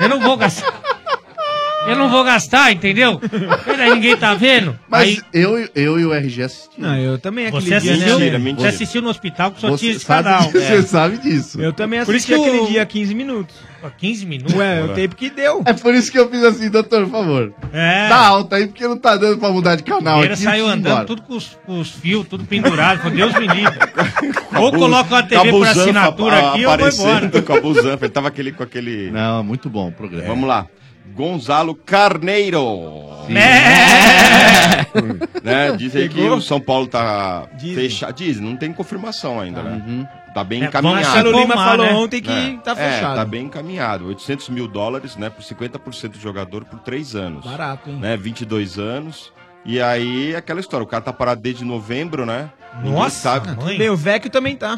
Speaker 17: eu não vou gastar. Eu não vou gastar, entendeu? Peraí, ninguém tá vendo?
Speaker 18: Mas
Speaker 17: Aí-
Speaker 18: eu, eu e o RG assistimos.
Speaker 9: Não, eu também aquele
Speaker 17: Você
Speaker 9: dia,
Speaker 17: assistiu,
Speaker 9: né?
Speaker 18: Mentira, mentira.
Speaker 17: Você assistiu no hospital que só tinha um.
Speaker 18: Você
Speaker 17: esse
Speaker 18: sabe,
Speaker 17: canal. né?
Speaker 18: você sabe disso.
Speaker 9: Eu também
Speaker 17: Por isso
Speaker 9: assisti
Speaker 17: que
Speaker 9: aquele
Speaker 17: o-
Speaker 9: dia 15 minutos.
Speaker 17: 15 É. minutos?
Speaker 9: Ué, o tempo que deu.
Speaker 18: É por isso que eu fiz assim, doutor, por favor.
Speaker 17: É.
Speaker 18: Dá alta aí, porque não tá dando pra mudar de canal.
Speaker 17: Vieira
Speaker 18: Aqui,
Speaker 17: saiu
Speaker 18: vamos
Speaker 17: andando
Speaker 18: embora.
Speaker 17: tudo com os, com os fios, tudo pendurado. Falei, Deus me livre.
Speaker 18: <laughs>
Speaker 17: ou coloca
Speaker 18: Tá
Speaker 17: uma TV por
Speaker 15: Cabuzanfa
Speaker 17: assinatura
Speaker 15: apa-
Speaker 17: aqui ou vou embora.
Speaker 15: aparecendo com a Buzanfa. Ele tava aquele, com aquele...
Speaker 18: Não, muito bom o programa.
Speaker 15: Vamos lá. Gonzalo Carneiro.
Speaker 9: É.
Speaker 15: né? Diz aí que
Speaker 17: Pegou?
Speaker 15: o São Paulo tá fechado. Diz, não tem confirmação ainda, né?
Speaker 18: Uhum.
Speaker 15: Tá bem
Speaker 9: É,
Speaker 15: encaminhado.
Speaker 9: vamos achar o Lima falou ontem que tá fechado.
Speaker 15: tá bem encaminhado. 800 mil dólares, né? Por 50% do jogador por 3 anos.
Speaker 9: Barato, hein?
Speaker 15: Né? 22 anos. E aí, aquela história. O cara tá parado desde novembro, né? Ninguém
Speaker 9: Nossa,
Speaker 15: sabe.
Speaker 9: bem, o Vecchio também tá.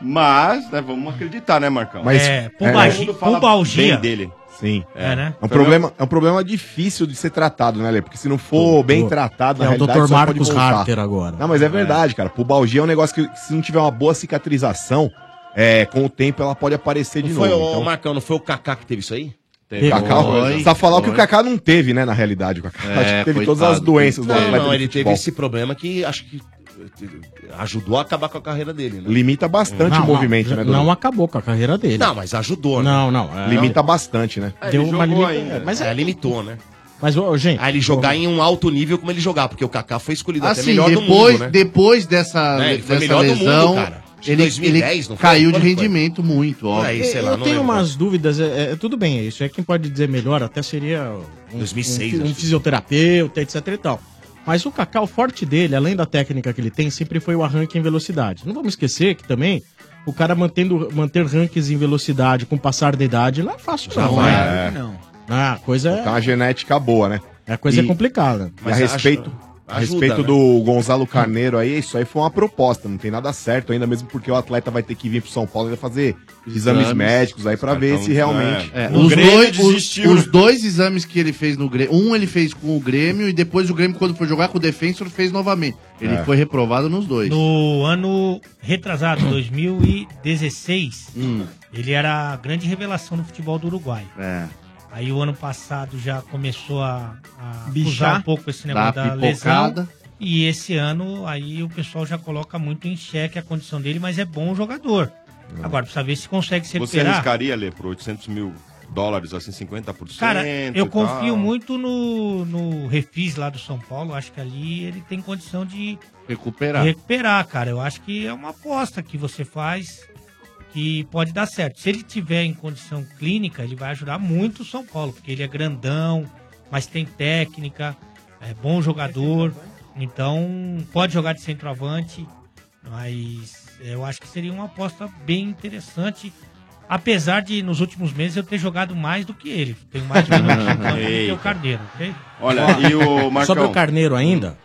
Speaker 15: Mas, né, vamos acreditar, né, Marcão?
Speaker 12: Mas- É, pumbagi-
Speaker 15: Todo mundo fala
Speaker 12: pubalgia.
Speaker 15: bem dele.
Speaker 12: Sim.
Speaker 15: É, né?
Speaker 12: É um, problema, é um problema difícil de ser tratado, né, Lê? Porque se não for bem tratado, na
Speaker 14: É o
Speaker 12: realidade,
Speaker 14: Dr.
Speaker 12: só pode
Speaker 14: Marcos
Speaker 12: voltar.
Speaker 14: Harter agora.
Speaker 12: Não, mas é verdade, cara. Pubalgia é um negócio que, se não tiver uma boa cicatrização, é, com o tempo ela pode aparecer de
Speaker 1: Não foi
Speaker 12: novo.
Speaker 1: o
Speaker 12: então-
Speaker 1: Marcão, não foi o Kaká que teve isso aí?
Speaker 12: Teve Kaká, só falar que o Kaká não teve, né, na realidade. O Kaká acho que teve todas as doenças do
Speaker 1: Não,
Speaker 12: atleta
Speaker 1: não,
Speaker 12: de
Speaker 1: ele É, teve
Speaker 12: futebol.
Speaker 1: esse problema que acho que eh, ajudou a acabar com a carreira dele, né?
Speaker 12: Limita bastante
Speaker 14: Não,
Speaker 12: o movimento,
Speaker 14: não,
Speaker 12: né,
Speaker 14: Não
Speaker 12: Dudu?
Speaker 14: acabou com a carreira dele.
Speaker 1: Não, mas ajudou, né?
Speaker 14: Não, não. é-
Speaker 12: Limita bastante, né?
Speaker 14: É, Deu ele uma jogou limita- ainda.
Speaker 1: Mas é, limitou, né?
Speaker 14: Mas, ô, gente.
Speaker 1: Aí ele jogar em um alto nível como ele jogava, porque o Kaká foi escolhido até
Speaker 18: Assim,
Speaker 1: melhor
Speaker 18: depois,
Speaker 1: do mundo, né?
Speaker 18: depois dessa,
Speaker 1: Né, ele foi
Speaker 18: dessa
Speaker 1: melhor do
Speaker 18: Tá
Speaker 1: mundo,
Speaker 18: lesão,
Speaker 1: cara. Acho que
Speaker 18: ele,
Speaker 1: 2010,
Speaker 18: ele
Speaker 1: não foi?
Speaker 18: caiu de
Speaker 1: Quando foi?
Speaker 18: rendimento muito, ó.
Speaker 1: aí, sei
Speaker 14: É, eu
Speaker 1: lá,
Speaker 14: eu
Speaker 1: não
Speaker 14: tenho
Speaker 1: lembro.
Speaker 14: umas dúvidas, é, é- tudo bem, é isso. É quem pode dizer melhor até seria um,
Speaker 1: 2006,
Speaker 14: um, um
Speaker 1: acho.
Speaker 14: fisioterapeuta, etc e tal. Mas o Kaká, o forte dele, além da técnica que ele tem, sempre foi o arranque em velocidade. Não vamos esquecer que também o cara mantendo, manter rankings em velocidade com o passar da idade não é fácil,
Speaker 12: Não
Speaker 14: não. né?
Speaker 12: é.
Speaker 14: Ah, a coisa é.
Speaker 12: Tá uma genética boa, né?
Speaker 14: A coisa é complicada.
Speaker 12: a
Speaker 14: Mas
Speaker 12: respeito,
Speaker 14: acho-
Speaker 12: a
Speaker 14: ajuda,
Speaker 12: respeito
Speaker 14: né?
Speaker 12: do Gonzalo Carneiro aí, isso aí foi uma proposta, não tem nada certo ainda, mesmo porque o atleta vai ter que vir pro São Paulo e vai fazer exames,
Speaker 18: Exames.
Speaker 12: médicos aí pra ver
Speaker 18: Então,
Speaker 12: se realmente.
Speaker 18: É, os, dois, os, os
Speaker 14: né?
Speaker 18: dois exames que ele fez no Grêmio, um ele fez com o Grêmio e depois o Grêmio, quando foi jogar com o Defensor, fez novamente. Ele
Speaker 17: É.
Speaker 18: foi reprovado nos dois.
Speaker 17: No ano retrasado, 2016, ele era a grande revelação no futebol do Uruguai.
Speaker 18: É.
Speaker 17: Aí o ano passado já começou a, a
Speaker 9: Bichar,
Speaker 17: usar um pouco esse negócio
Speaker 18: dar
Speaker 17: da
Speaker 18: a
Speaker 17: lesão.
Speaker 18: pipocada.
Speaker 17: E esse ano aí o pessoal já coloca muito em xeque a condição dele, mas é bom jogador. Agora precisa ver se consegue se
Speaker 15: Você
Speaker 17: recuperar.
Speaker 15: arriscaria, Lê, por 800 mil dólares, assim, 50%?
Speaker 17: Cara, eu
Speaker 15: e
Speaker 17: confio
Speaker 15: tal?
Speaker 17: muito no, no Refis lá do São Paulo. Acho que ali ele tem condição de
Speaker 18: Recuperar.
Speaker 17: de recuperar, cara. Eu acho que é uma aposta que você faz que pode dar certo. Se ele tiver em condição clínica, ele vai ajudar muito o São Paulo, porque ele é grandão, mas tem técnica, é bom jogador, então pode jogar de centroavante, mas eu acho que seria uma aposta bem interessante. Apesar de nos últimos meses eu ter jogado mais do que ele, tenho mais minutos em campo do que
Speaker 15: <laughs> Eita.
Speaker 17: o Carneiro, ok?
Speaker 15: Olha, e
Speaker 14: <laughs>
Speaker 15: o Marcão?
Speaker 14: Sobre o Carneiro ainda,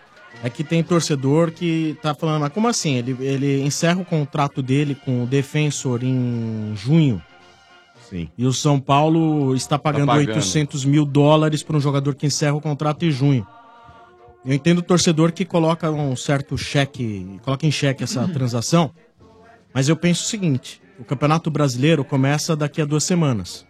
Speaker 14: é que tem torcedor que tá falando, mas como assim? Ele, ele encerra o contrato dele com o Defensor em junho.
Speaker 12: Sim.
Speaker 14: E o São Paulo
Speaker 15: Tá
Speaker 14: está pagando,
Speaker 12: pagando.
Speaker 14: 800 mil dólares para um jogador que encerra o contrato em junho. Eu entendo o torcedor que coloca um certo cheque, coloca em xeque essa transação, mas eu penso o seguinte: o Campeonato Brasileiro começa daqui a duas semanas.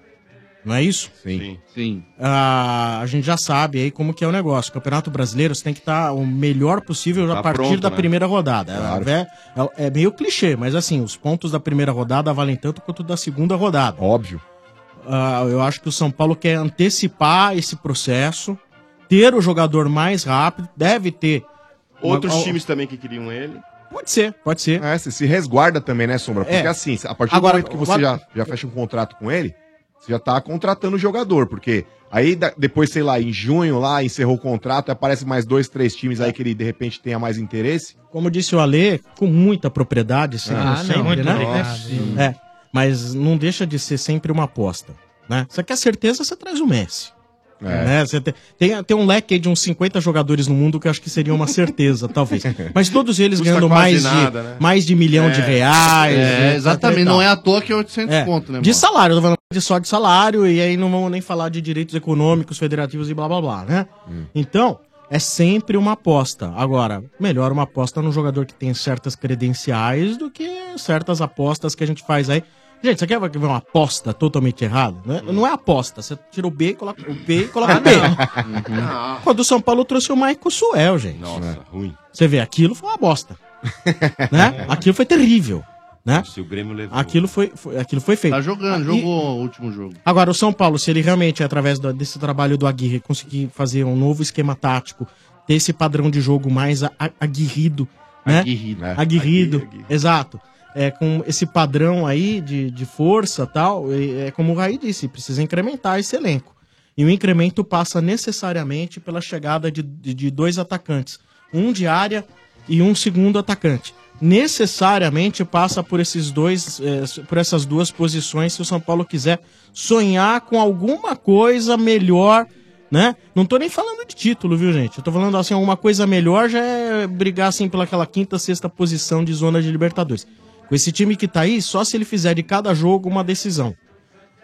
Speaker 14: Não é isso?
Speaker 12: Sim.
Speaker 18: Sim.
Speaker 14: Ah, a gente já sabe aí como que é o negócio. O Campeonato Brasileiro você tem que estar o melhor possível
Speaker 12: Tá
Speaker 14: a partir
Speaker 12: pronto,
Speaker 14: da
Speaker 12: né?
Speaker 14: primeira rodada.
Speaker 12: Claro.
Speaker 14: É, é- é meio clichê, mas assim, os pontos da primeira rodada valem tanto quanto da segunda rodada. Ah,
Speaker 12: Óbvio.
Speaker 14: eu acho que o São Paulo quer antecipar esse processo ter o jogador mais rápido, deve ter.
Speaker 15: Outros
Speaker 14: uma-
Speaker 15: times também que queriam ele.
Speaker 14: Pode ser, pode ser.
Speaker 12: É, você se resguarda também, né, Sombra? Porque
Speaker 14: É.
Speaker 12: assim, a partir
Speaker 14: Agora,
Speaker 12: do momento que você
Speaker 14: agora-
Speaker 12: já, já fecha um contrato com ele, você já tá contratando o jogador, porque aí da- depois, sei lá, em junho lá, encerrou o contrato, aparece mais dois, três times aí que ele de repente tenha mais interesse.
Speaker 14: É. Como disse o Ale, com muita propriedade, sempre,
Speaker 12: Ah, não,
Speaker 14: sempre
Speaker 12: muito
Speaker 14: né?
Speaker 12: obrigado.
Speaker 14: É, mas não deixa de ser sempre uma aposta, né? Você quer certeza, você traz o Messi.
Speaker 18: É.
Speaker 14: Né? Você tem, tem, tem um leque aí de uns 50 jogadores no mundo que eu acho que seria uma certeza, <laughs> talvez. Mas todos eles
Speaker 18: Custa
Speaker 14: ganhando
Speaker 18: quase
Speaker 14: mais,
Speaker 18: nada,
Speaker 14: de,
Speaker 18: né?
Speaker 14: mais de milhão
Speaker 18: É.
Speaker 14: de reais.
Speaker 18: É,
Speaker 14: né?
Speaker 18: exatamente.
Speaker 14: E tal.
Speaker 18: Não é à toa que é 800
Speaker 14: É,
Speaker 18: conto, né,
Speaker 14: de
Speaker 18: mano?
Speaker 14: salário, eu tô falando de só de salário, e aí não vamos nem falar de direitos econômicos, federativos e blá blá blá, né? Então, é sempre uma aposta. Agora, melhor uma aposta num jogador que tem certas credenciais do que certas apostas que a gente faz aí. Gente, você quer ver uma aposta totalmente errada? Não é, não é aposta. Você tira o B, e coloca o B e coloca o B. Quando o São Paulo trouxe o Maico Suel, gente.
Speaker 15: Nossa, ruim.
Speaker 14: Você vê, aquilo foi uma bosta. né? Aquilo foi terrível. Né?
Speaker 15: Se o Grêmio levou.
Speaker 14: Aquilo foi, foi- aquilo foi feito. Ah,
Speaker 18: Tá jogando,
Speaker 14: E-
Speaker 18: jogou o último jogo.
Speaker 14: Agora, o São Paulo, se ele realmente, através do- desse trabalho do Aguirre, conseguir fazer um novo esquema tático, ter esse padrão de jogo mais a- a- aguerrido, né?
Speaker 18: Aguirrido.
Speaker 14: Aguirrido, exato. É, com esse padrão aí de, de força tal, e é como o Raí disse, precisa incrementar esse elenco. E o incremento passa necessariamente pela chegada de, de, de dois atacantes, um de área e um segundo atacante. Necessariamente passa por esses dois, eh, por essas duas posições se o São Paulo quiser sonhar com alguma coisa melhor, né? Não tô nem falando de título, viu, gente? Eu tô falando assim, alguma coisa melhor já é brigar assim pelaquela quinta, sexta posição de zona de Libertadores. Com esse time que tá aí, só se ele fizer de cada jogo uma decisão.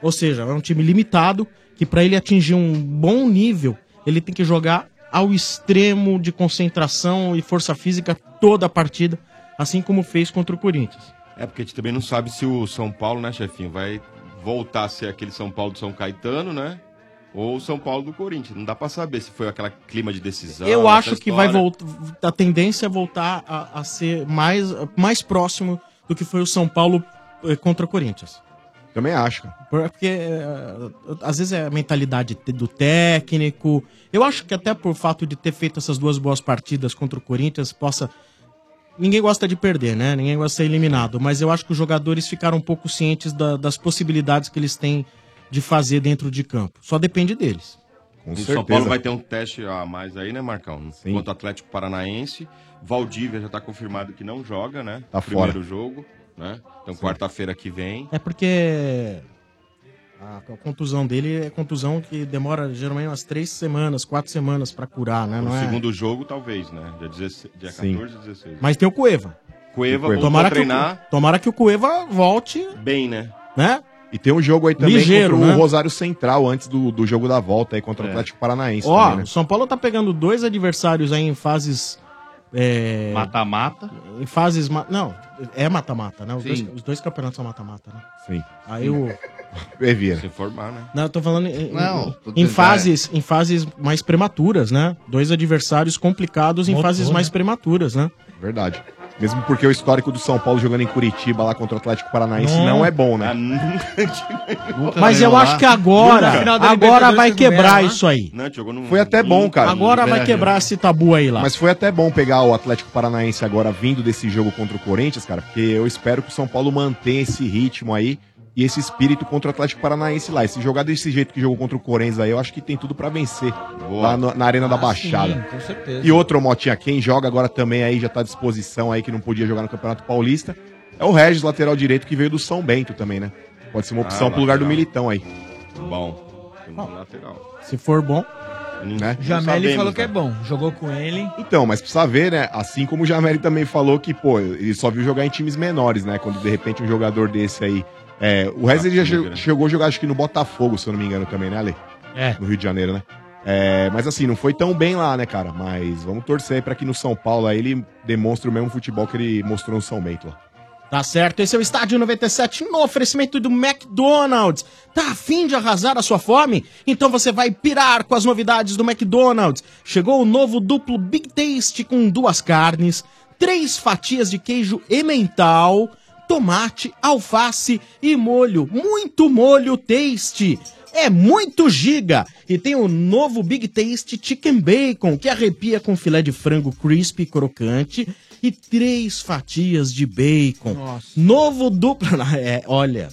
Speaker 14: Ou seja, é um time limitado que para ele atingir um bom nível, ele tem que jogar ao extremo de concentração e força física toda a partida, assim como fez contra o Corinthians.
Speaker 15: É porque a gente também não sabe se o São Paulo, né, chefinho, vai voltar a ser aquele São Paulo do São Caetano, né? Ou o São Paulo do Corinthians. Não dá pra saber se foi aquela clima de decisão.
Speaker 14: Eu
Speaker 15: essa
Speaker 14: acho que vai
Speaker 15: história.
Speaker 14: voltar. A tendência é voltar a, a ser mais, mais próximo do que foi o São Paulo eh, contra o Corinthians.
Speaker 12: Também acho.
Speaker 14: Por- Porque eh, às vezes é a mentalidade te- do técnico. Eu acho que até por fato de ter feito essas duas boas partidas contra o Corinthians, possa. Ninguém gosta de perder, né? Ninguém gosta de ser eliminado. Mas eu acho que os jogadores ficaram um pouco cientes da- das possibilidades que eles têm de fazer dentro de campo. Só depende deles.
Speaker 15: o São Paulo vai ter um teste a mais aí, né, Marcão? Contra o Atlético Paranaense. Valdívia já tá confirmado que não joga, né?
Speaker 12: Tá
Speaker 15: Primeiro
Speaker 12: fora.
Speaker 15: jogo, né? Então quarta-feira que vem.
Speaker 14: É porque a, a contusão dele é contusão que demora geralmente umas três semanas, quatro semanas pra curar, né?
Speaker 15: No
Speaker 14: Não é?
Speaker 15: segundo jogo, talvez, né? Dia, 16, dia
Speaker 14: Sim.
Speaker 15: 14 16.
Speaker 14: Mas tem o Cueva.
Speaker 15: Cueva, voltou
Speaker 14: tomara
Speaker 15: a treinar.
Speaker 14: Que o, tomara que o Cueva volte,
Speaker 15: Bem, né?
Speaker 14: né?
Speaker 12: E tem um jogo aí também
Speaker 14: Ligeiro,
Speaker 12: contra
Speaker 14: né?
Speaker 12: o Rosário Central antes do, do jogo da volta aí contra o Atlético Paranaense.
Speaker 14: Ó,
Speaker 12: também, né?
Speaker 14: o São Paulo tá pegando dois adversários aí em fases. é,
Speaker 18: Mata-mata.
Speaker 14: Em fases. ma- Não, é mata-mata, né? Os
Speaker 18: Sim.
Speaker 14: dois, os dois campeonatos são mata-mata, né?
Speaker 12: Sim.
Speaker 14: Aí o.
Speaker 12: Evira.
Speaker 15: Se formar, né?
Speaker 14: Não, eu tô falando em,
Speaker 15: Não,
Speaker 14: em-
Speaker 15: tô
Speaker 14: em
Speaker 15: dizendo, é.
Speaker 14: fases, em fases mais prematuras, né? Dois adversários complicados em
Speaker 12: Motor,
Speaker 14: fases mais prematuras, né?
Speaker 12: Verdade. Mesmo porque o histórico do São Paulo jogando em Curitiba lá contra o Atlético Paranaense não, é bom, né?
Speaker 14: Mas
Speaker 9: né?
Speaker 14: eu acho que agora, agora vai quebrar isso aí.
Speaker 12: né? Foi até bom, cara.
Speaker 14: Agora vai quebrar esse tabu aí lá.
Speaker 12: Mas foi até bom pegar o Atlético Paranaense agora vindo desse jogo contra o Corinthians, cara, porque eu espero que o São Paulo mantenha esse ritmo aí e esse espírito contra o Atlético Paranaense lá. E se jogar desse jeito que jogou contra o Corinthians aí, eu acho que tem tudo pra vencer lá no- na
Speaker 14: Ah,
Speaker 12: Arena da Baixada.
Speaker 4: com certeza.
Speaker 12: E outro Motinha, quem joga agora também aí já tá à disposição aí que não podia jogar no Campeonato Paulista, é o Regis, lateral direito que veio do São Bento também, né? Pode ser uma
Speaker 15: Ah,
Speaker 12: opção pro lugar do
Speaker 15: lateral.
Speaker 12: Militão aí,
Speaker 15: Bom. Tem um lateral.
Speaker 14: Se for bom,
Speaker 12: né?
Speaker 4: Jameli falou que é bom. Jogou com ele.
Speaker 12: Então, mas precisa ver, né? Assim como o Jamel também falou que, pô, ele só viu jogar em times menores, né? Quando de repente um jogador desse aí. é, o Rez
Speaker 15: Tá
Speaker 12: ele já chegou,
Speaker 15: né?
Speaker 12: chegou a jogar, acho que no Botafogo, se eu não me engano, também, né, Ale?
Speaker 17: É.
Speaker 12: No Rio de Janeiro, né? É, mas assim, não foi tão bem lá, né, cara? Mas vamos torcer aí pra que no São Paulo aí ele demonstre o mesmo futebol que ele mostrou no São Bento lá.
Speaker 14: Tá certo, esse é o Estádio 97 no oferecimento do McDonald's. Tá afim de arrasar a sua fome? Então você vai pirar com as novidades do McDonald's. Chegou o novo duplo Big Taste com duas carnes, três fatias de queijo emmental, tomate, alface e molho. Muito molho taste. é muito giga. E tem o novo Big Taste Chicken Bacon, que arrepia com filé de frango crispy e crocante e três fatias de bacon. Novo duplo... <laughs> É, olha,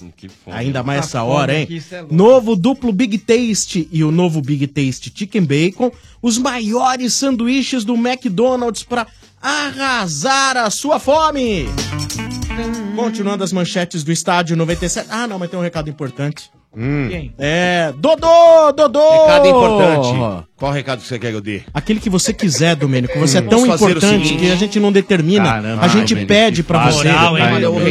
Speaker 14: ainda mais
Speaker 3: Tá
Speaker 14: essa
Speaker 3: fome
Speaker 14: hora, hein?
Speaker 3: aqui, cê é louco.
Speaker 14: Novo duplo Big Taste e o novo Big Taste Chicken Bacon, os maiores sanduíches do McDonald's para arrasar a sua fome. Continuando as manchetes do estádio 97. Ah, não, mas tem um recado importante.
Speaker 1: Hum.
Speaker 14: É, Dodô, Dodô!
Speaker 1: Recado importante. Qual recado que você quer que eu dê?
Speaker 14: Aquele que você quiser, Domênico. Você é
Speaker 1: Hum.
Speaker 14: tão
Speaker 1: Posso fazer o
Speaker 14: importante
Speaker 1: seguinte?
Speaker 14: que a gente não determina.
Speaker 1: Caramba,
Speaker 14: a gente
Speaker 1: Domênico,
Speaker 14: pede
Speaker 1: que
Speaker 14: pra
Speaker 1: fácil.
Speaker 14: você.
Speaker 1: Olha, o
Speaker 14: é
Speaker 1: recado, o recado-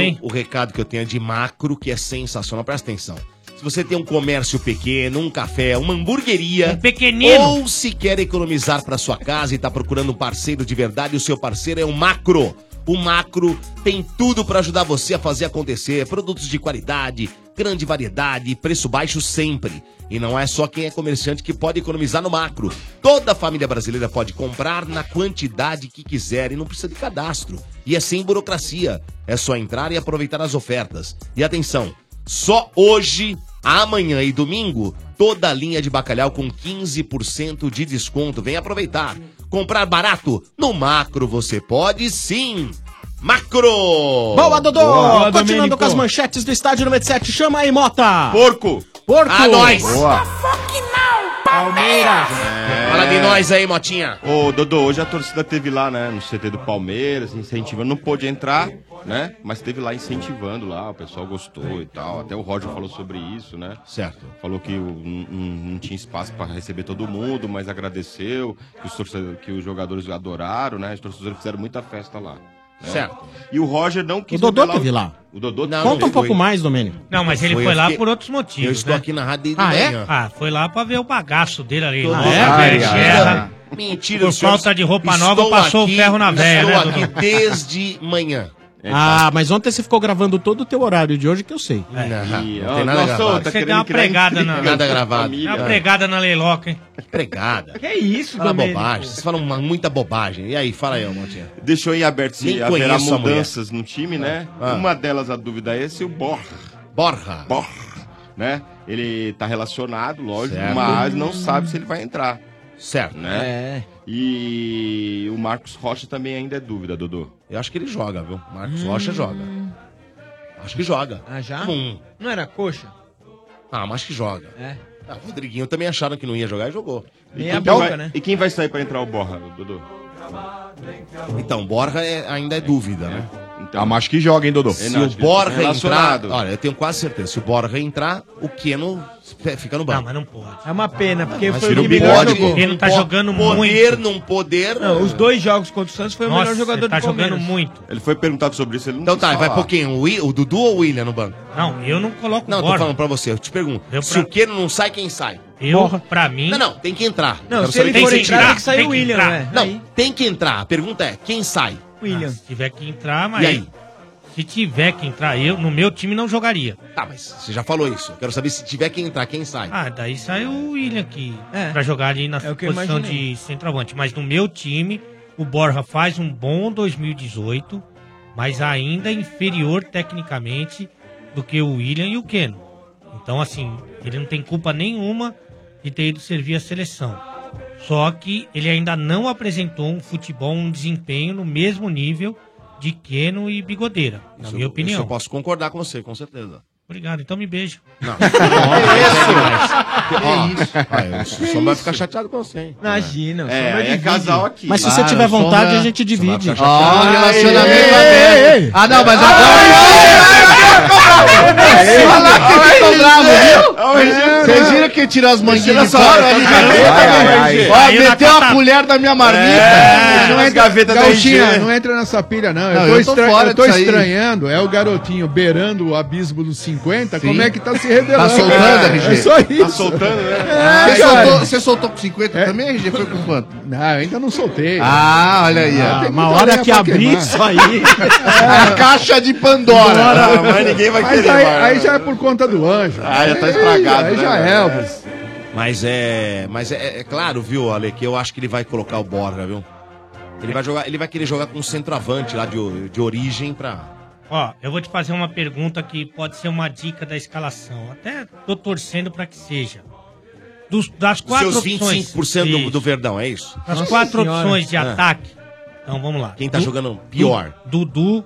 Speaker 17: hein?
Speaker 1: O recado que eu tenho é de macro, que é sensacional. Presta atenção. Se você tem um comércio pequeno, um café, uma hamburgueria, um
Speaker 17: pequenino.
Speaker 1: ou se quer economizar para sua casa e está procurando um parceiro de verdade, o seu parceiro é o Macro. O Macro tem tudo para ajudar você a fazer acontecer. Produtos de qualidade, grande variedade, preço baixo sempre. E não é só quem é comerciante que pode economizar no Macro. Toda a família brasileira pode comprar na quantidade que quiser e não precisa de cadastro. E é sem burocracia. É só entrar e aproveitar as ofertas. E atenção, só hoje, amanhã e domingo, toda a linha de bacalhau com 15% de desconto. Vem aproveitar. Comprar barato? No macro você pode sim. Macro!
Speaker 14: Boa, Dodô! Continuando com as manchetes do estádio 97. Chama aí, Mota!
Speaker 1: Porco!
Speaker 14: Porco!
Speaker 1: Ah, nós!
Speaker 14: Palmeiras!
Speaker 1: É. Fala de nós aí, Motinha.
Speaker 15: Ô, Dodô, hoje a torcida teve lá, né, no CT do Palmeiras, incentivando. Não pôde entrar, né, mas teve lá incentivando lá, o pessoal gostou e tal. Até o Roger falou sobre isso, né?
Speaker 1: Certo.
Speaker 15: Falou que o- não- não não tinha espaço para receber todo mundo, mas agradeceu, que os, torcedores, que os jogadores adoraram, né? Os torcedores fizeram muita festa lá. né?
Speaker 1: Certo.
Speaker 15: E o Roger não
Speaker 14: O
Speaker 15: quis...
Speaker 14: Dodô
Speaker 15: revelar
Speaker 14: teve lá.
Speaker 15: O Dodô
Speaker 14: Conta um pouco
Speaker 15: mais.
Speaker 14: mais, Domênico.
Speaker 17: Não, mas ele
Speaker 15: Foi,
Speaker 17: foi,
Speaker 15: eu
Speaker 17: lá
Speaker 15: fiquei-
Speaker 17: por outros motivos.
Speaker 15: Eu estou
Speaker 17: né?
Speaker 15: aqui na rádio
Speaker 1: desde Ah, de é? manhã.
Speaker 17: Ah, foi lá pra ver o bagaço dele ali.
Speaker 1: Todo
Speaker 17: lá,
Speaker 1: mundo.
Speaker 17: é,
Speaker 1: Ai,
Speaker 17: velho,
Speaker 1: ai,
Speaker 17: guerra.
Speaker 1: ai. Mentira,
Speaker 17: Por
Speaker 1: os senhores-
Speaker 17: falta de roupa
Speaker 1: Estou
Speaker 17: nova, passou
Speaker 1: aqui,
Speaker 17: o ferro na velha, né,
Speaker 1: Estou aqui
Speaker 17: Dudu?
Speaker 1: desde manhã.
Speaker 14: Ah, mas ontem você ficou gravando todo o teu horário de hoje que eu sei.
Speaker 1: É. E,
Speaker 15: ó, nossa, tá
Speaker 17: Você
Speaker 15: querendo
Speaker 17: deu uma
Speaker 15: criar
Speaker 17: pregada
Speaker 15: intriga
Speaker 17: na.
Speaker 15: com a
Speaker 17: Deu
Speaker 15: família.
Speaker 17: Uma pregada na leiloca, hein?
Speaker 1: Pregada.
Speaker 17: Que isso,
Speaker 19: né?
Speaker 1: Fala
Speaker 17: Domênico?
Speaker 1: bobagem. Vocês falam uma- muita bobagem. E aí, fala aí, ô, Motinha.
Speaker 15: Deixou em aberto se
Speaker 1: Nem
Speaker 15: haverá
Speaker 1: conheço a mulher.
Speaker 15: mudanças no time, né?
Speaker 1: Ah.
Speaker 15: Uma delas, a dúvida é se o Borja.
Speaker 1: Borja.
Speaker 15: Borja, né? Ele tá relacionado, lógico,
Speaker 1: Certo.
Speaker 15: mas não sabe se ele vai entrar.
Speaker 1: Certo.
Speaker 14: É.
Speaker 15: Né? E o Marcos Rocha também ainda é dúvida, Dudu.
Speaker 1: Eu acho que ele joga, viu? Marcos
Speaker 14: Hum.
Speaker 1: Rocha joga. Acho que joga.
Speaker 19: Ah, já?
Speaker 1: Hum.
Speaker 19: Não era coxa?
Speaker 1: Ah, mas acho que joga.
Speaker 19: É.
Speaker 1: Ah, o Rodriguinho também acharam que não ia jogar e então, jogou.
Speaker 19: Meia boca, né?
Speaker 15: E quem vai sair pra entrar o Borja, Dudu?
Speaker 1: Então, Borja é- ainda é dúvida, né?
Speaker 15: Então.
Speaker 12: Ah, mas acho que joga, hein, Dodô?
Speaker 15: É,
Speaker 1: Se o
Speaker 15: tá
Speaker 1: Borja entrar, olha, eu tenho quase certeza, se o Borja entrar, o Keno fe- fica no banco. Não, mas
Speaker 17: não pode.
Speaker 19: É uma pena, porque
Speaker 1: Mas
Speaker 19: foi o
Speaker 1: ele
Speaker 19: que
Speaker 1: não
Speaker 19: melhor
Speaker 1: pode,
Speaker 19: jogou.
Speaker 1: ele não tá Não pode. jogando Poder, muito. não poder.
Speaker 19: Não, os dois jogos contra o Santos foi
Speaker 1: Nossa,
Speaker 19: o melhor jogador
Speaker 1: ele tá
Speaker 19: do Palmeiras.
Speaker 1: jogando
Speaker 17: muito.
Speaker 15: Ele foi perguntado sobre isso, ele não
Speaker 1: Então tá,
Speaker 15: quis
Speaker 1: vai
Speaker 15: falar.
Speaker 1: por quem? O, Wi- o Dudu ou o William no banco?
Speaker 17: Não, eu não coloco
Speaker 1: Não,
Speaker 17: o
Speaker 1: tô
Speaker 17: Borja.
Speaker 1: falando pra você, eu te pergunto.
Speaker 17: Eu
Speaker 1: Se
Speaker 17: pra-
Speaker 1: o Keno não sai, quem sai?
Speaker 17: Eu, pra mim.
Speaker 1: Não, não, tem que entrar.
Speaker 17: Não,
Speaker 1: Quero
Speaker 17: se
Speaker 1: saber
Speaker 17: ele
Speaker 1: quem
Speaker 17: for
Speaker 1: sai.
Speaker 17: entrar, tem que sair Tem o que Willian, entrar. né?
Speaker 1: Não,
Speaker 17: Aí.
Speaker 1: tem que entrar. A pergunta é, quem sai?
Speaker 19: William.
Speaker 1: Ah,
Speaker 17: se tiver que entrar,
Speaker 1: E
Speaker 17: mas.
Speaker 1: aí?
Speaker 17: Se tiver que entrar, eu no meu time não jogaria.
Speaker 1: Tá, mas você já falou isso. Eu quero saber se tiver que entrar, quem sai?
Speaker 17: Ah, daí saiu o William aqui pra jogar ali na
Speaker 1: É o que eu
Speaker 17: posição
Speaker 1: imaginei.
Speaker 17: de centroavante. Mas no meu time, o Borja faz um bom 2018, mas ainda inferior tecnicamente do que o William e o Keno. Então, assim, ele não tem culpa nenhuma de ter ido servir a seleção. Só que ele ainda não apresentou um futebol, um desempenho no mesmo nível de Keno e Bigodeira, na
Speaker 1: Isso-
Speaker 17: minha opinião.
Speaker 1: isso eu posso concordar com você, com certeza.
Speaker 17: Obrigado, então me beija. <laughs>
Speaker 1: Não. <laughs> É
Speaker 17: Que
Speaker 14: é
Speaker 1: O Sombra vai
Speaker 17: isso?
Speaker 1: ficar chateado com você, hein?
Speaker 19: Imagina, o
Speaker 1: É,
Speaker 19: Sombra
Speaker 1: aí é
Speaker 19: divide.
Speaker 1: casal aqui.
Speaker 14: Mas se você tiver vontade,
Speaker 1: é-
Speaker 14: a gente divide.
Speaker 19: é
Speaker 1: Ó,
Speaker 19: um
Speaker 18: relacionamento aberto. Ah, não, mas Vocês viram que tirou as manguinhas de fora? ali? Ó, meteu a colher da minha marmita.
Speaker 16: não
Speaker 18: As
Speaker 16: entra,
Speaker 18: gavetas da
Speaker 16: Gauchinha,
Speaker 18: IG.
Speaker 16: não entra nessa pilha, não.
Speaker 18: Não,
Speaker 16: eu tô,
Speaker 18: eu tô
Speaker 16: estra-
Speaker 18: fora
Speaker 16: eu tô
Speaker 18: disso aí.
Speaker 16: estranhando. É o garotinho beirando o abismo dos 50.
Speaker 18: Sim.
Speaker 16: Como é que tá se revelando?
Speaker 18: Tá soltando,
Speaker 16: cara?
Speaker 18: RG?
Speaker 16: É só isso.
Speaker 18: Tá soltando, né?
Speaker 16: É,
Speaker 18: Você
Speaker 16: cara.
Speaker 18: soltou- você soltou com 50 também, RG? Foi com quanto?
Speaker 16: Não, eu ainda não soltei.
Speaker 18: Ah, olha aí, ó.
Speaker 16: tem
Speaker 18: Uma
Speaker 16: muita
Speaker 18: hora
Speaker 16: lenha
Speaker 18: que
Speaker 16: pra
Speaker 18: abrir
Speaker 16: queimar.
Speaker 18: isso aí. É a caixa de Pandora. Ah, mas ninguém vai
Speaker 16: Mas
Speaker 18: querer
Speaker 16: aí,
Speaker 18: mais,
Speaker 16: aí
Speaker 18: né?
Speaker 16: já é por conta do anjo.
Speaker 1: Ah, já tá
Speaker 16: Aí-
Speaker 1: estragado,
Speaker 16: Aí
Speaker 1: né,
Speaker 16: já é,
Speaker 1: velho?
Speaker 16: Elvis.
Speaker 1: Mas é. Mas é, é claro, viu, Ale, que eu acho que ele vai colocar o Borja, viu? Ele vai, jogar, ele vai querer jogar com um centroavante lá de, o- de origem pra.
Speaker 17: Ó, eu vou te fazer uma pergunta que pode ser uma dica da escalação. Até tô torcendo pra que seja. Dos- das quatro
Speaker 1: Seus
Speaker 17: opções.
Speaker 1: 25% do, do Verdão, é isso? Ah.
Speaker 17: Das quatro opções
Speaker 14: Ah.
Speaker 17: de ataque. Então vamos lá.
Speaker 1: Quem tá jogando pior?
Speaker 17: Du- Dudu,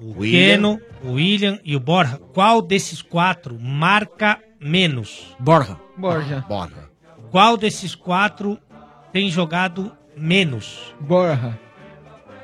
Speaker 17: o
Speaker 1: William.
Speaker 17: Keno, o William e o Borja. Qual desses quatro marca menos?
Speaker 9: Borja.
Speaker 17: Borja.
Speaker 1: Ah, Borja.
Speaker 17: Qual desses quatro tem jogado menos? Borja.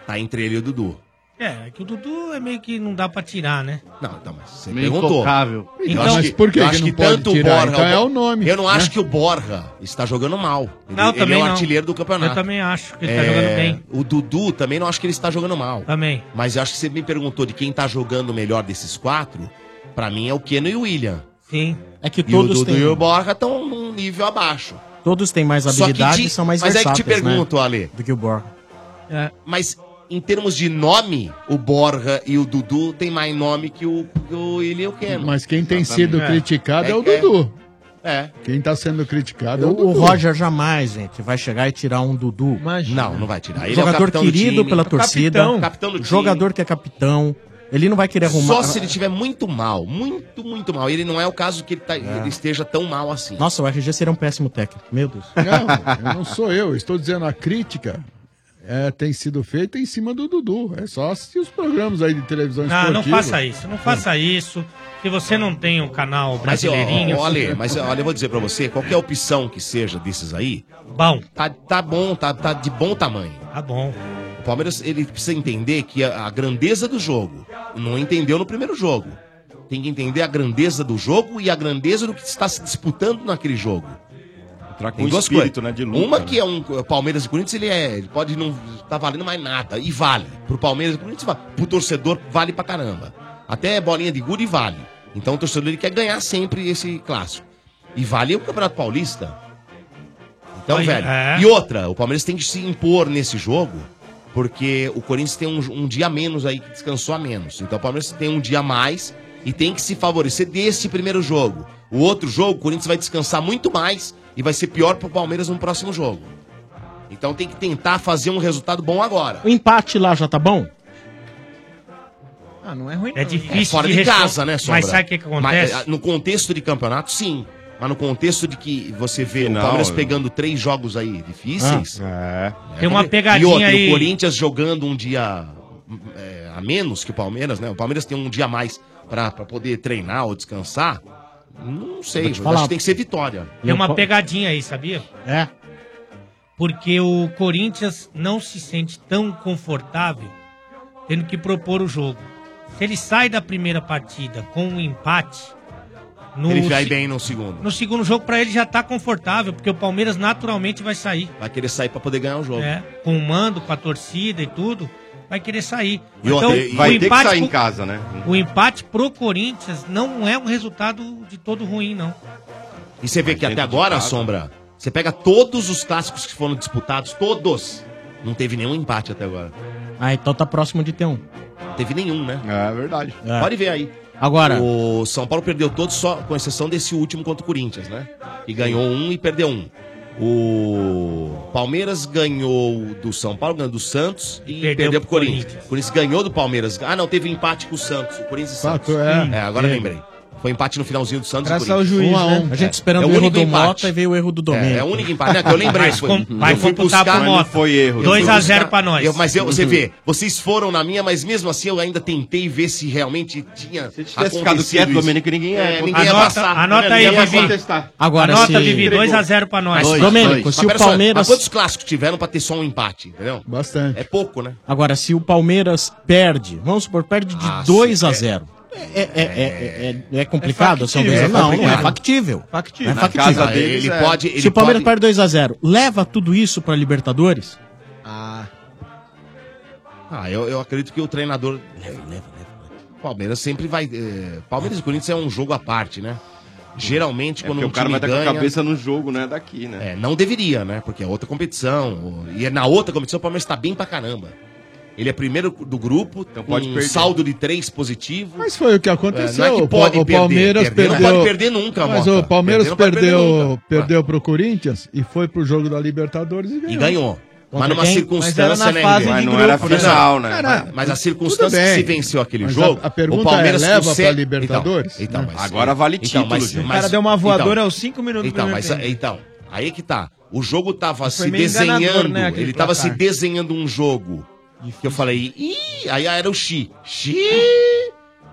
Speaker 1: Tá entre ele e o Dudu.
Speaker 17: É, é que o Dudu é meio que não dá pra tirar, né?
Speaker 1: Não, não, mas você
Speaker 17: Meio
Speaker 1: perguntou.
Speaker 17: intocável.
Speaker 1: eu
Speaker 17: Então-
Speaker 1: acho
Speaker 17: Mas
Speaker 1: que,
Speaker 17: por que
Speaker 1: eu
Speaker 17: que
Speaker 1: acho
Speaker 17: não
Speaker 1: que
Speaker 17: pode
Speaker 1: tanto
Speaker 17: tirar?
Speaker 1: o Borja. um
Speaker 17: Então é o nome,
Speaker 1: Eu não
Speaker 17: né?
Speaker 1: acho que o Borja está jogando mal. Ele,
Speaker 17: Não,
Speaker 1: ele é
Speaker 17: também
Speaker 1: o
Speaker 17: não.
Speaker 1: artilheiro do campeonato. É,
Speaker 17: Eu também acho que ele tá jogando bem.
Speaker 1: O Dudu também não acho que ele está jogando mal.
Speaker 17: Também.
Speaker 1: Mas eu acho que você me perguntou de quem tá jogando melhor desses quatro. Pra mim é o Keno e o William.
Speaker 17: Sim.
Speaker 14: É que
Speaker 1: E o
Speaker 14: todos
Speaker 1: Dudu
Speaker 14: têm.
Speaker 1: e o Borja estão num nível abaixo.
Speaker 14: Todos têm mais
Speaker 1: Só que de-
Speaker 14: habilidades e são mais
Speaker 1: mas é que
Speaker 14: versáteis,
Speaker 1: te pergunto,
Speaker 14: né?
Speaker 1: Ale.
Speaker 14: Do que o Borja.
Speaker 17: É.
Speaker 1: Mas em termos de nome, o Borja e o Dudu têm mais nome que o, que o William e o Keno.
Speaker 16: Mas quem tem sido
Speaker 1: É.
Speaker 16: criticado é, o
Speaker 1: que-
Speaker 16: Dudu.
Speaker 1: É.
Speaker 16: Quem tá sendo criticado é o
Speaker 14: O, o
Speaker 16: Dudu.
Speaker 14: Roger jamais, gente, vai chegar e tirar um Dudu.
Speaker 1: Não, não vai tirar. Ele é o
Speaker 14: jogador
Speaker 1: capitão do
Speaker 14: querido
Speaker 1: time.
Speaker 14: pela
Speaker 1: É o
Speaker 14: torcida.
Speaker 1: capitão. Capitão do time.
Speaker 14: Jogador que é capitão. Ele não vai querer arrumar.
Speaker 1: Só se ele tiver muito mal, muito, muito mal. Ele não é o caso que ele, tá- ele esteja tão mal assim.
Speaker 14: Nossa, o RG seria um péssimo técnico. Meu Deus.
Speaker 16: Não, eu não sou eu. Estou dizendo a crítica é, tem sido feita em cima do Dudu. É só assistir os programas aí de televisão
Speaker 17: Ah, Não,
Speaker 1: Ah,
Speaker 16: esportiva.
Speaker 17: não faça isso, não faça isso. Se você não tem um canal
Speaker 1: Mas ó,
Speaker 17: brasileirinho. assim, né?
Speaker 1: ó, Ale, mas ó, Ale, eu vou dizer pra você, qualquer opção que seja desses aí,
Speaker 17: bom.
Speaker 1: Tá, tá bom, tá, tá de bom tamanho.
Speaker 17: Tá bom.
Speaker 1: O Palmeiras ele precisa entender que a, a grandeza do jogo não entendeu no primeiro jogo. Tem que entender a grandeza do jogo e a grandeza do que está se disputando naquele jogo.
Speaker 15: Entrar com
Speaker 1: Tem duas
Speaker 15: espírito,
Speaker 1: coisas.
Speaker 15: né, de luta,
Speaker 1: Uma
Speaker 15: né?
Speaker 1: que é um o Palmeiras e Corinthians, ele é, ele pode não tá valendo mais nada e vale. Pro Palmeiras e Corinthians, vale. pro torcedor vale pra caramba. Até bolinha de gude vale. Então o torcedor ele quer ganhar sempre esse clássico. E vale o Campeonato Paulista. Então,
Speaker 17: Olha,
Speaker 1: velho.
Speaker 17: é.
Speaker 1: E outra, o Palmeiras tem que se impor nesse jogo, porque o Corinthians tem um, um dia a menos aí, que descansou a menos. Então o Palmeiras tem um dia a mais e tem que se favorecer desse primeiro jogo. O outro jogo, o Corinthians vai descansar muito mais e vai ser pior pro Palmeiras no próximo jogo. Então tem que tentar fazer um resultado bom agora.
Speaker 14: O empate lá já tá bom?
Speaker 9: Ah, não é
Speaker 19: né?
Speaker 9: ruim.
Speaker 17: É difícil.
Speaker 1: É fora de,
Speaker 17: de respon-
Speaker 1: casa, né, Sombra?
Speaker 17: Mas sabe o que que acontece?
Speaker 1: Mas, eh, no contexto de campeonato, sim. Mas no contexto de que você vê o Palmeiras
Speaker 15: eu- Ah,
Speaker 1: pegando três jogos aí difíceis. é.
Speaker 17: Tem uma
Speaker 1: compli-
Speaker 17: pegadinha
Speaker 1: e outra, e
Speaker 17: aí.
Speaker 1: o Corinthians jogando um dia eh, a menos que o Palmeiras, né? O Palmeiras tem um dia a mais pra, pra poder treinar ou descansar. Não sei,
Speaker 17: Vou te
Speaker 1: eu
Speaker 17: falar.
Speaker 1: acho que tem que ser vitória.
Speaker 17: Tem uma pegadinha aí, sabia?
Speaker 14: É.
Speaker 17: Porque o Corinthians não se sente tão confortável tendo que propor o jogo. Se ele sai da primeira partida com um empate, no,
Speaker 1: Ele vai
Speaker 17: se-
Speaker 1: bem no segundo.
Speaker 17: no segundo jogo pra ele já tá confortável, porque o Palmeiras naturalmente vai sair.
Speaker 1: Vai querer sair pra poder ganhar o jogo.
Speaker 17: né? Com o mando, com a torcida e tudo, vai querer sair. Então,
Speaker 15: E outra, e- vai ter que sair
Speaker 17: com-
Speaker 15: em casa, né?
Speaker 17: O empate pro Corinthians não é um resultado de todo ruim, não.
Speaker 1: E você vê que até agora, Sombra, você pega todos os clássicos que foram disputados, todos. Não teve nenhum empate até agora.
Speaker 14: Ah, então tá próximo de ter um.
Speaker 1: Não teve nenhum, né? É verdade.
Speaker 14: É.
Speaker 1: Pode ver aí.
Speaker 14: Agora-
Speaker 1: O São Paulo perdeu todos, só com exceção desse último contra o Corinthians, né? Que ganhou um e perdeu um. O Palmeiras ganhou do São Paulo, ganhou do Santos e perdeu, pro Corinthians. O Corinthians ganhou do Palmeiras. Ah, não, teve empate com o Santos. O Corinthians e
Speaker 16: Fato,
Speaker 1: Santos.
Speaker 16: é.
Speaker 1: agora
Speaker 16: Sim.
Speaker 1: lembrei. Foi empate no finalzinho do Santos
Speaker 14: Graças
Speaker 1: e
Speaker 14: ao
Speaker 1: Corinthians.
Speaker 14: juiz,
Speaker 1: Um a
Speaker 14: né?
Speaker 1: um.
Speaker 14: A gente esperando
Speaker 1: É
Speaker 14: o erro
Speaker 1: único
Speaker 14: do
Speaker 1: empate.
Speaker 14: Mota e veio o erro do Domênico.
Speaker 1: É, é o único empate, né? Que eu lembrei.
Speaker 14: Mas com- vai
Speaker 1: eu fui
Speaker 14: computar
Speaker 1: buscar-
Speaker 14: pro Mas não Mota. foi erro,
Speaker 1: Eu
Speaker 14: dois
Speaker 1: fui
Speaker 14: a zero
Speaker 1: buscar-
Speaker 14: pra nós.
Speaker 1: Eu- mas eu- você
Speaker 14: Uhum.
Speaker 1: vê, vocês foram na minha, mas mesmo assim eu ainda tentei ver se realmente tinha Se
Speaker 15: tivesse ficado quieto, Domênico, ninguém ia-
Speaker 1: é, ninguém ia
Speaker 15: Anota-
Speaker 1: passar.
Speaker 15: anota
Speaker 1: Ninguém
Speaker 15: aí,
Speaker 1: ia
Speaker 15: Vivi.
Speaker 1: passar.
Speaker 14: Agora, Anota, se- Vivi, dois a zero pra nós. Domênico, se o
Speaker 1: pera só,
Speaker 14: Palmeiras-
Speaker 1: mas quantos clássicos tiveram pra ter só um empate, entendeu?
Speaker 16: Bastante.
Speaker 1: É pouco, né?
Speaker 14: Agora, se o Palmeiras perde, vamos supor, perde de
Speaker 1: Ah,
Speaker 14: 2 a
Speaker 1: se-
Speaker 14: 0 é, é, é, é, é, é complicado, São Luís?
Speaker 1: factível,
Speaker 14: não,
Speaker 1: é
Speaker 14: não é
Speaker 1: complicado.
Speaker 14: factível.
Speaker 1: Factível.
Speaker 14: Não
Speaker 1: Na
Speaker 14: É factível.
Speaker 1: casa deles, Ele é. pode- ele
Speaker 14: Se o Palmeiras
Speaker 1: pode-
Speaker 14: perde 2x0, leva tudo isso pra Libertadores?
Speaker 1: Ah. Ah, eu, eu acredito que o treinador. Leva, leva, leva. Palmeiras sempre vai. eh, Palmeiras e Corinthians é um jogo à parte, né? Geralmente,
Speaker 15: É
Speaker 1: quando
Speaker 15: porque
Speaker 1: um
Speaker 15: o cara
Speaker 1: time
Speaker 15: vai estar com a
Speaker 1: ganha-
Speaker 15: cabeça no jogo, né? Daqui, né?
Speaker 1: É, não deveria, né? Porque é outra competição. E é na outra competição o Palmeiras tá bem pra caramba. Ele é primeiro do grupo,
Speaker 15: Então
Speaker 1: com
Speaker 16: pode
Speaker 1: um
Speaker 16: perder.
Speaker 1: saldo de três positivo.
Speaker 16: Mas foi o que aconteceu.
Speaker 1: É,
Speaker 16: O Pa- o Palmeiras perdeu.
Speaker 1: perder, Não pode perder nunca,
Speaker 16: Mas
Speaker 1: Mota.
Speaker 16: o Palmeiras
Speaker 1: Perder não pode perder
Speaker 16: perdeu,
Speaker 1: nunca.
Speaker 16: perdeu pro Corinthians e foi pro jogo da Libertadores e ganhou.
Speaker 1: E ganhou. Mas numa circunstância, né, Henrique?
Speaker 15: Mas não era final, né?
Speaker 1: Mas- mas a circunstância
Speaker 16: tudo
Speaker 1: que se
Speaker 16: bem.
Speaker 1: venceu aquele
Speaker 16: Mas
Speaker 1: jogo,
Speaker 16: a- a pergunta é, leva
Speaker 1: com
Speaker 16: pra
Speaker 1: sete-
Speaker 16: Libertadores?
Speaker 1: Então, então, mas-
Speaker 15: Agora vale título, gente.
Speaker 1: mas-
Speaker 15: O cara deu uma voadora aos cinco minutos do
Speaker 1: Então,
Speaker 15: primeiro
Speaker 1: mas
Speaker 15: tempo.
Speaker 1: então, aí que tá. O jogo
Speaker 15: Foi
Speaker 1: tava se
Speaker 15: meio enganador,
Speaker 1: desenhando,
Speaker 15: né, aquele
Speaker 1: ele tava se
Speaker 15: placar.
Speaker 1: desenhando um jogo. Que eu falei, ih, aí era o Xi. Xi!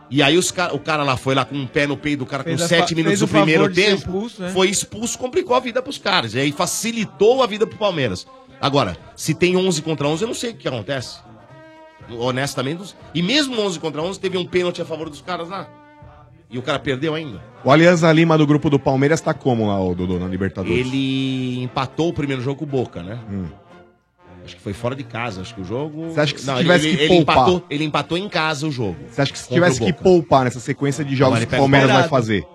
Speaker 1: E aí os cara, o cara lá foi lá com um pé no peito do cara
Speaker 19: Fez
Speaker 1: com
Speaker 19: a
Speaker 1: sete
Speaker 19: fa- fez
Speaker 1: minutos do
Speaker 19: o favor
Speaker 1: primeiro
Speaker 19: de ser
Speaker 1: tempo.
Speaker 19: expulso, né?
Speaker 1: Foi expulso, complicou a vida pros caras. E aí facilitou a vida pro Palmeiras. Agora, se tem 11 contra 11, eu não sei o que acontece. Honestamente, não sei. e mesmo 11 contra 11, teve um pênalti a favor dos caras lá. E o cara perdeu ainda.
Speaker 12: O Alianza Lima do grupo do Palmeiras tá como lá, o Dodô, na Libertadores?
Speaker 1: Ele empatou o primeiro jogo com o Boca, né? Acho que foi fora de casa, acho que o jogo.
Speaker 12: Hum. Você acha que se tivesse
Speaker 1: ele,
Speaker 12: que
Speaker 1: ele
Speaker 12: poupar?
Speaker 1: empatou, ele empatou em casa o jogo.
Speaker 12: Você acha que se
Speaker 1: Contra
Speaker 12: tivesse
Speaker 1: o
Speaker 12: que
Speaker 1: Boca.
Speaker 12: poupar nessa sequência de jogos
Speaker 1: Agora ele
Speaker 12: que o
Speaker 1: pega
Speaker 12: Palmeiras vai
Speaker 1: Colorado.
Speaker 12: fazer?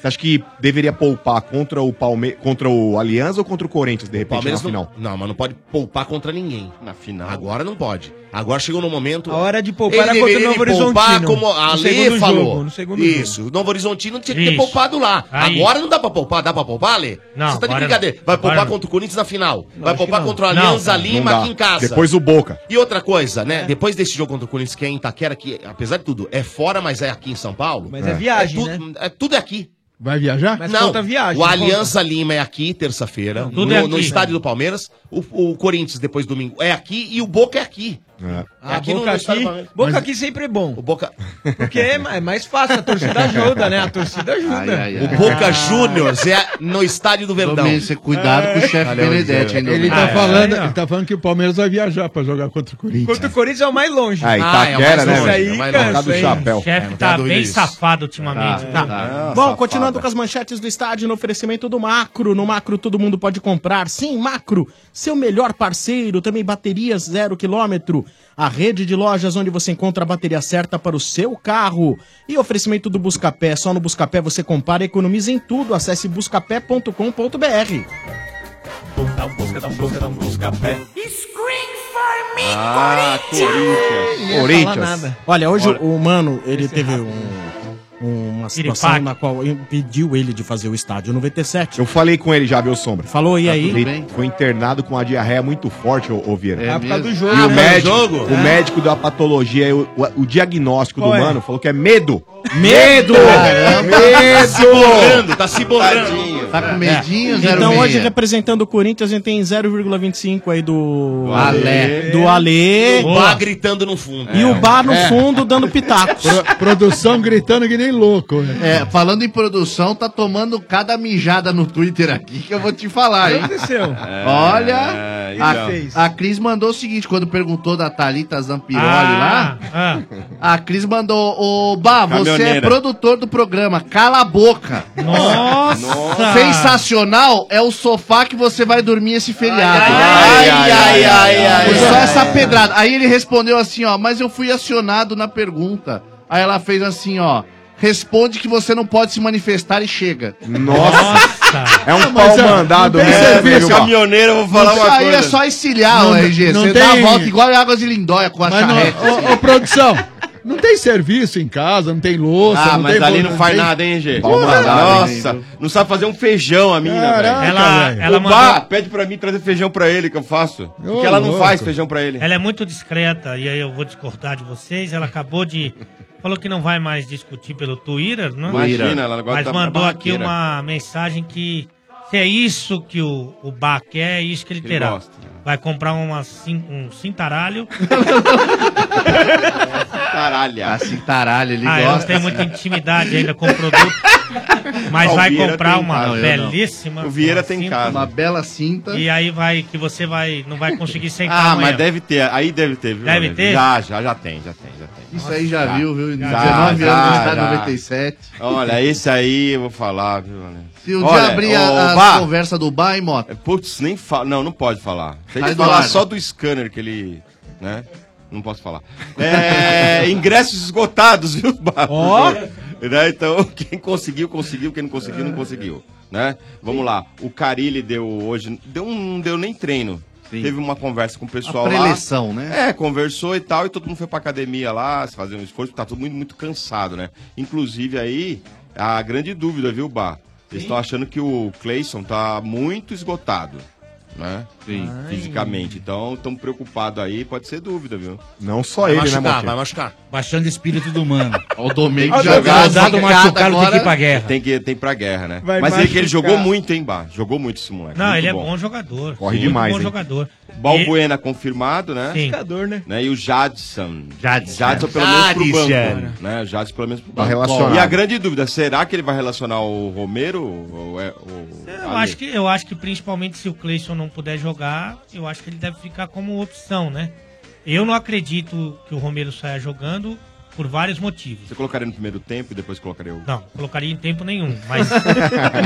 Speaker 12: Você acha que deveria poupar contra o Palme... contra o Alianza ou contra o Corinthians, de repente,
Speaker 1: Palmeiras
Speaker 12: na final?
Speaker 1: não, não, mas não pode poupar contra ninguém. Na final. Agora não pode. Agora chegou no momento.
Speaker 19: A hora de poupar era
Speaker 1: ele
Speaker 19: contra o
Speaker 1: deveria
Speaker 19: Novo
Speaker 1: ele poupar
Speaker 19: Horizontino.
Speaker 1: como a
Speaker 19: No
Speaker 1: Lê
Speaker 19: segundo
Speaker 1: falou.
Speaker 19: jogo, no segundo
Speaker 1: Isso, o Novo Horizontino tinha que ter
Speaker 19: Isso.
Speaker 1: poupado lá.
Speaker 19: Aí.
Speaker 1: Agora não dá pra poupar, dá pra poupar, Lê?
Speaker 19: Não,
Speaker 1: Você tá de
Speaker 19: agora
Speaker 1: brincadeira.
Speaker 19: não.
Speaker 1: Vai
Speaker 19: Agora
Speaker 1: poupar
Speaker 19: não.
Speaker 1: contra o Corinthians na final. Vai
Speaker 19: acho que
Speaker 1: poupar
Speaker 19: não.
Speaker 1: contra o
Speaker 19: Não,
Speaker 1: Alianza
Speaker 19: não
Speaker 1: Lima
Speaker 12: dá.
Speaker 1: aqui em casa.
Speaker 12: Depois o Boca.
Speaker 1: E outra coisa,
Speaker 19: É.
Speaker 1: né? Depois desse jogo contra o Corinthians, que é em Itaquera, que apesar de tudo é fora, mas é aqui em São Paulo.
Speaker 19: Mas é viagem,
Speaker 1: tudo, é tudo é aqui.
Speaker 16: Vai viajar?
Speaker 1: não, o Aliança Lima é aqui, terça-feira,
Speaker 16: tudo
Speaker 1: no,
Speaker 16: é aqui.
Speaker 1: no estádio do Palmeiras. O, o Corinthians, depois domingo, é aqui e o Boca é aqui.
Speaker 19: Ah, Boca aqui-
Speaker 1: Boca
Speaker 19: aqui sempre é bom.
Speaker 1: O Boca...
Speaker 19: Porque é ma- é mais fácil, a
Speaker 1: <laughs>
Speaker 19: torcida ajuda, né? A torcida ajuda.
Speaker 1: O Boca Juniors é no estádio do Verdão.
Speaker 16: Domênico, você cuidado
Speaker 1: É.
Speaker 16: com o chefe
Speaker 1: Benedetti, hein,
Speaker 16: Ele
Speaker 17: Ah, é,
Speaker 16: tá, falando, ele tá falando que o Palmeiras vai viajar pra jogar contra o Corinthians.
Speaker 19: Contra o Corinthians é o mais longe.
Speaker 16: Ah, Itaquera, né,
Speaker 19: Isso
Speaker 16: velho?
Speaker 19: aí,
Speaker 16: É o mais
Speaker 19: cara,
Speaker 16: longe.
Speaker 19: isso aí.
Speaker 16: Do chapéu.
Speaker 17: O chefe tá bem safado ultimamente.
Speaker 14: Tá.
Speaker 17: tá.
Speaker 14: Bom, continuando com as manchetes do estádio, no oferecimento do Macro. No Macro todo mundo pode comprar. Sim, Macro, seu melhor parceiro. Também baterias zero quilômetro. A rede de lojas onde você encontra a bateria certa para o seu carro. E oferecimento do Buscapé. Só no Buscapé você compara e economiza em tudo. Acesse buscapé.com.br.
Speaker 15: Ah, Corinthians.
Speaker 14: Corinthians. Olha, hoje o Mano, ele teve um- uma situação
Speaker 12: Piripaque.
Speaker 14: na qual impediu ele de fazer o estádio 97.
Speaker 12: Eu falei com ele já, viu, Sombra?
Speaker 14: Falou, e aí?
Speaker 12: Ele foi internado com uma diarreia muito forte, ô, ô Vieira.
Speaker 14: É
Speaker 18: Ah,
Speaker 14: É por causa mesmo? do jogo,
Speaker 12: E o
Speaker 14: né?
Speaker 12: médico,
Speaker 14: Jogo?
Speaker 12: O
Speaker 14: É.
Speaker 12: médico da patologia, o, o- o diagnóstico
Speaker 14: Qual
Speaker 12: do
Speaker 14: é?
Speaker 12: mano, falou que é medo.
Speaker 14: Medo!
Speaker 12: Caramba.
Speaker 1: Tá se borrando,
Speaker 12: medo!
Speaker 1: tá se É. borrando.
Speaker 12: Tá com medinho,
Speaker 14: É. Então hoje, representando o Corinthians, a gente tem 0,25 aí do...
Speaker 1: Do Alê.
Speaker 14: Do Alê.
Speaker 1: E o Bar gritando no fundo.
Speaker 14: E o bar no
Speaker 18: É.
Speaker 14: fundo
Speaker 18: <laughs>
Speaker 14: dando pitacos.
Speaker 16: produção gritando que nem louco. né?
Speaker 18: É, falando em produção, tá tomando cada mijada no Twitter aqui que eu vou te falar, hein?
Speaker 16: O que aconteceu?
Speaker 18: <laughs> Olha,
Speaker 16: É,
Speaker 19: então.
Speaker 18: a, a Cris mandou o seguinte, quando perguntou da Thalita Zampiroli lá, a Cris mandou, ô Bah, você é
Speaker 19: Caminhoneira.
Speaker 18: produtor do programa, cala a boca.
Speaker 19: Nossa!
Speaker 18: Sensacional é o sofá que você vai dormir esse feriado.
Speaker 19: Ai, ai, ai, ai, ai,
Speaker 18: Foi
Speaker 19: ai,
Speaker 18: só
Speaker 19: ai,
Speaker 18: essa
Speaker 19: ai.
Speaker 18: pedrada. Aí ele respondeu assim, ó, mas eu fui acionado na pergunta. Aí ela fez assim, ó, responde que você não pode se manifestar e chega.
Speaker 20: <laughs>
Speaker 12: Nossa! É um
Speaker 18: Não,
Speaker 12: pau
Speaker 18: mas é-
Speaker 12: mandado,
Speaker 18: não tem
Speaker 12: né?
Speaker 18: serviço,
Speaker 12: meu irmão?
Speaker 18: caminhoneiro, eu vou falar uma coisa. Não- não tem- Águas de Lindóia com a
Speaker 16: Mas não,
Speaker 18: charrete. assim.
Speaker 16: ô, ô, produção, não tem serviço em casa, não tem louça,
Speaker 15: Ah,
Speaker 16: não
Speaker 15: mas
Speaker 16: tem...
Speaker 15: ali não faz nada, hein, gente? Nossa, não sabe fazer um feijão a mina, velho.
Speaker 16: Caraca, Ela- velho.
Speaker 15: ela
Speaker 16: ela
Speaker 15: o
Speaker 16: mandou-
Speaker 15: Bá pede pra mim trazer feijão pra ele, que eu faço. porque ela não
Speaker 17: louco.
Speaker 15: faz feijão pra ele.
Speaker 17: Ela é muito discreta, e aí eu vou discordar de vocês. Ela acabou de. Falou que não vai mais discutir pelo Twitter, né?
Speaker 15: Imagina, ela gosta
Speaker 17: Mas
Speaker 15: da
Speaker 17: mandou aqui
Speaker 15: barraqueira.
Speaker 17: uma mensagem que se é isso que o, o Bá quer, é isso que ele
Speaker 15: Que ele
Speaker 17: terá.
Speaker 15: gosta.
Speaker 17: Vai comprar uma, cin- um cintaralho.
Speaker 18: Taralha. Ah, esse taralha, ele
Speaker 17: ah, eu não
Speaker 18: gosta.
Speaker 17: tenho muita intimidade ainda com o
Speaker 18: <laughs>
Speaker 17: produto. Mas
Speaker 18: Ah, o
Speaker 17: vai
Speaker 18: Vieira
Speaker 17: comprar
Speaker 18: tem
Speaker 15: um
Speaker 17: uma
Speaker 18: casa. Não, eu não.
Speaker 17: belíssima.
Speaker 18: O Vieira
Speaker 17: uma
Speaker 18: tem
Speaker 17: cinta.
Speaker 18: casa. Uma bela cinta.
Speaker 17: E aí vai que você vai não vai
Speaker 18: <laughs>
Speaker 17: conseguir sentar
Speaker 15: Ah,
Speaker 17: amanhã.
Speaker 15: mas deve ter, aí deve ter, viu?
Speaker 17: Deve
Speaker 15: Alex?
Speaker 17: ter?
Speaker 15: Já, já, já tem, já tem, já tem.
Speaker 18: Isso aí já viu, viu? 19
Speaker 15: já,
Speaker 18: anos, tá em
Speaker 15: já.
Speaker 18: 97.
Speaker 15: Olha, esse aí eu vou falar, viu, Alex?
Speaker 18: Se um
Speaker 15: Olha,
Speaker 18: dia abrir
Speaker 15: ô,
Speaker 18: a,
Speaker 15: Bá,
Speaker 18: a conversa do bar, hein, Mota?
Speaker 15: É, Putz, nem fala. Não, não pode falar. Tem
Speaker 18: Sai
Speaker 15: que
Speaker 18: do
Speaker 15: falar
Speaker 18: ar.
Speaker 15: só do scanner que ele. né? Não posso falar. É, ingressos esgotados, viu, Bato?
Speaker 19: Ó.
Speaker 15: <laughs> Né, Então, quem conseguiu, conseguiu. Quem não conseguiu, não conseguiu. Né? Vamos lá. O Carilli deu hoje. Deu, um- não deu nem treino. Teve uma conversa com o pessoal
Speaker 18: A
Speaker 15: lá.
Speaker 18: preleção, né?
Speaker 15: É, conversou e tal, e todo mundo foi pra academia lá, se fazer um esforço, porque tá todo mundo muito cansado, né? Inclusive aí, a grande dúvida, viu, Bar? Eles estão achando que o Cleison tá muito esgotado. né? Sim. Fisicamente. Então, estamos preocupados aí, pode ser dúvida, viu?
Speaker 12: Não só ele, né, Motinha?
Speaker 15: machucar.
Speaker 3: Baixando o espírito do mano.
Speaker 15: O Domingo
Speaker 3: Olha o Soldado machucado tem que ir pra guerra.
Speaker 15: Tem que, tem pra guerra, né?
Speaker 17: Vai
Speaker 15: Mas ele, que ele
Speaker 17: machucar.
Speaker 15: jogou muito, hein, Bar? Jogou muito esse moleque.
Speaker 17: Não,
Speaker 15: muito
Speaker 17: ele é bom jogador.
Speaker 15: Corre
Speaker 17: Muito
Speaker 15: demais,
Speaker 17: bom
Speaker 15: hein?
Speaker 17: jogador.
Speaker 15: Balbuena confirmado,
Speaker 19: É
Speaker 15: né?
Speaker 17: Sim. Jogador, né?
Speaker 15: E o Jadson.
Speaker 3: Jadson.
Speaker 15: pelo menos pro banco.
Speaker 3: Jadson.
Speaker 15: Né? O Jadson pelo menos pro
Speaker 12: Tá
Speaker 15: banco.
Speaker 12: relacionado.
Speaker 15: E a grande dúvida, será que ele vai relacionar o Romero ou é o
Speaker 17: Eu acho, que, eu acho que principalmente se o Cleison não puder jogar, eu acho que ele deve ficar como opção, né? Eu não acredito que o Romero saia jogando por vários motivos.
Speaker 15: Você colocaria no primeiro tempo e depois colocaria o...
Speaker 17: Não, colocaria em tempo nenhum, mas...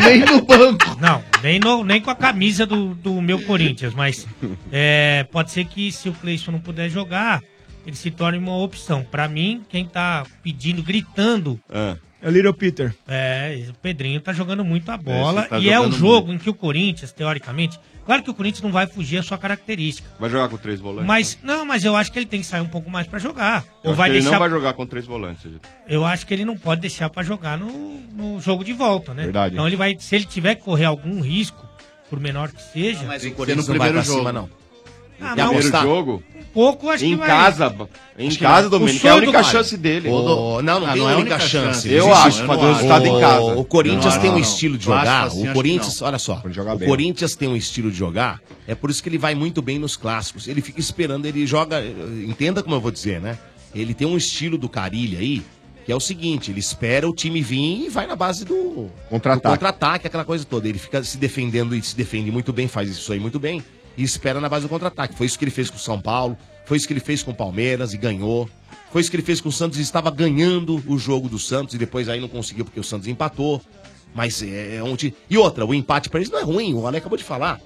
Speaker 15: Nem no
Speaker 17: banco. Não, nem, no- nem com a camisa do, do meu Corinthians, mas é, pode ser que se o Cleison não puder jogar, ele se torne uma opção. Pra mim, quem tá pedindo, gritando...
Speaker 19: É o Little Peter.
Speaker 17: É, o Pedrinho tá jogando muito a bola
Speaker 19: você tá
Speaker 17: e é o
Speaker 19: jogando
Speaker 17: jogo em que o Corinthians, teoricamente, claro que o Corinthians não vai fugir a sua característica.
Speaker 15: Vai jogar com três volantes?
Speaker 17: Mas não, mas eu acho que ele tem que sair um pouco mais pra jogar. Ou
Speaker 15: Eu acho
Speaker 17: vai
Speaker 15: que ele
Speaker 17: deixar
Speaker 15: não vai jogar com três volantes.
Speaker 17: Eu acho que ele não pode deixar pra jogar no, no jogo de volta, né?
Speaker 15: Verdade.
Speaker 17: Então ele vai, se ele tiver que correr algum risco, por menor que seja,
Speaker 15: Ah, mas o
Speaker 17: Tem que
Speaker 15: Corinthians
Speaker 17: ser
Speaker 15: não vai pra cima, não.
Speaker 17: Ah,
Speaker 15: E a
Speaker 17: mas
Speaker 15: primeiro
Speaker 17: tá.
Speaker 15: jogo?
Speaker 17: Um pouco acho
Speaker 15: em
Speaker 17: que vai.
Speaker 15: casa, b- em
Speaker 17: Acho que
Speaker 15: casa,
Speaker 17: vai. O
Speaker 15: Domênico, é a
Speaker 17: sonho do
Speaker 15: única
Speaker 17: Mário. Ah,
Speaker 15: chance dele.
Speaker 1: Ô, Dô, não, não tem
Speaker 15: é
Speaker 1: única chance.
Speaker 15: Eu
Speaker 1: Existe-
Speaker 17: né?
Speaker 15: acho, fazer um
Speaker 1: O-
Speaker 17: é.
Speaker 15: resultado em casa.
Speaker 1: O Corinthians
Speaker 15: Não,
Speaker 1: tem
Speaker 15: não,
Speaker 1: um
Speaker 15: não.
Speaker 1: estilo de
Speaker 15: Eu acho
Speaker 1: jogar.
Speaker 15: assim,
Speaker 1: o
Speaker 15: acho
Speaker 1: Corinthians,
Speaker 15: que não.
Speaker 1: olha só. O
Speaker 15: bem.
Speaker 1: Corinthians tem um estilo de jogar. É por isso que ele vai muito bem nos clássicos. Ele fica esperando, ele joga. eh, Entenda como eu vou dizer, né? Ele tem um estilo do Carilha aí, que é o seguinte: ele espera o time vir e vai na base do
Speaker 12: Contra-ataque.
Speaker 1: do contra-ataque, aquela coisa toda. Ele fica se defendendo e se defende muito bem, faz isso aí muito bem. E espera na base do contra-ataque. Foi isso que ele fez com o São Paulo, foi isso que ele fez com o Palmeiras e ganhou. Foi isso que ele fez com o Santos e estava ganhando o jogo do Santos e depois aí não conseguiu porque o Santos empatou. Mas é, é um ti- E outra, o empate pra eles não é ruim, o Ale acabou de falar.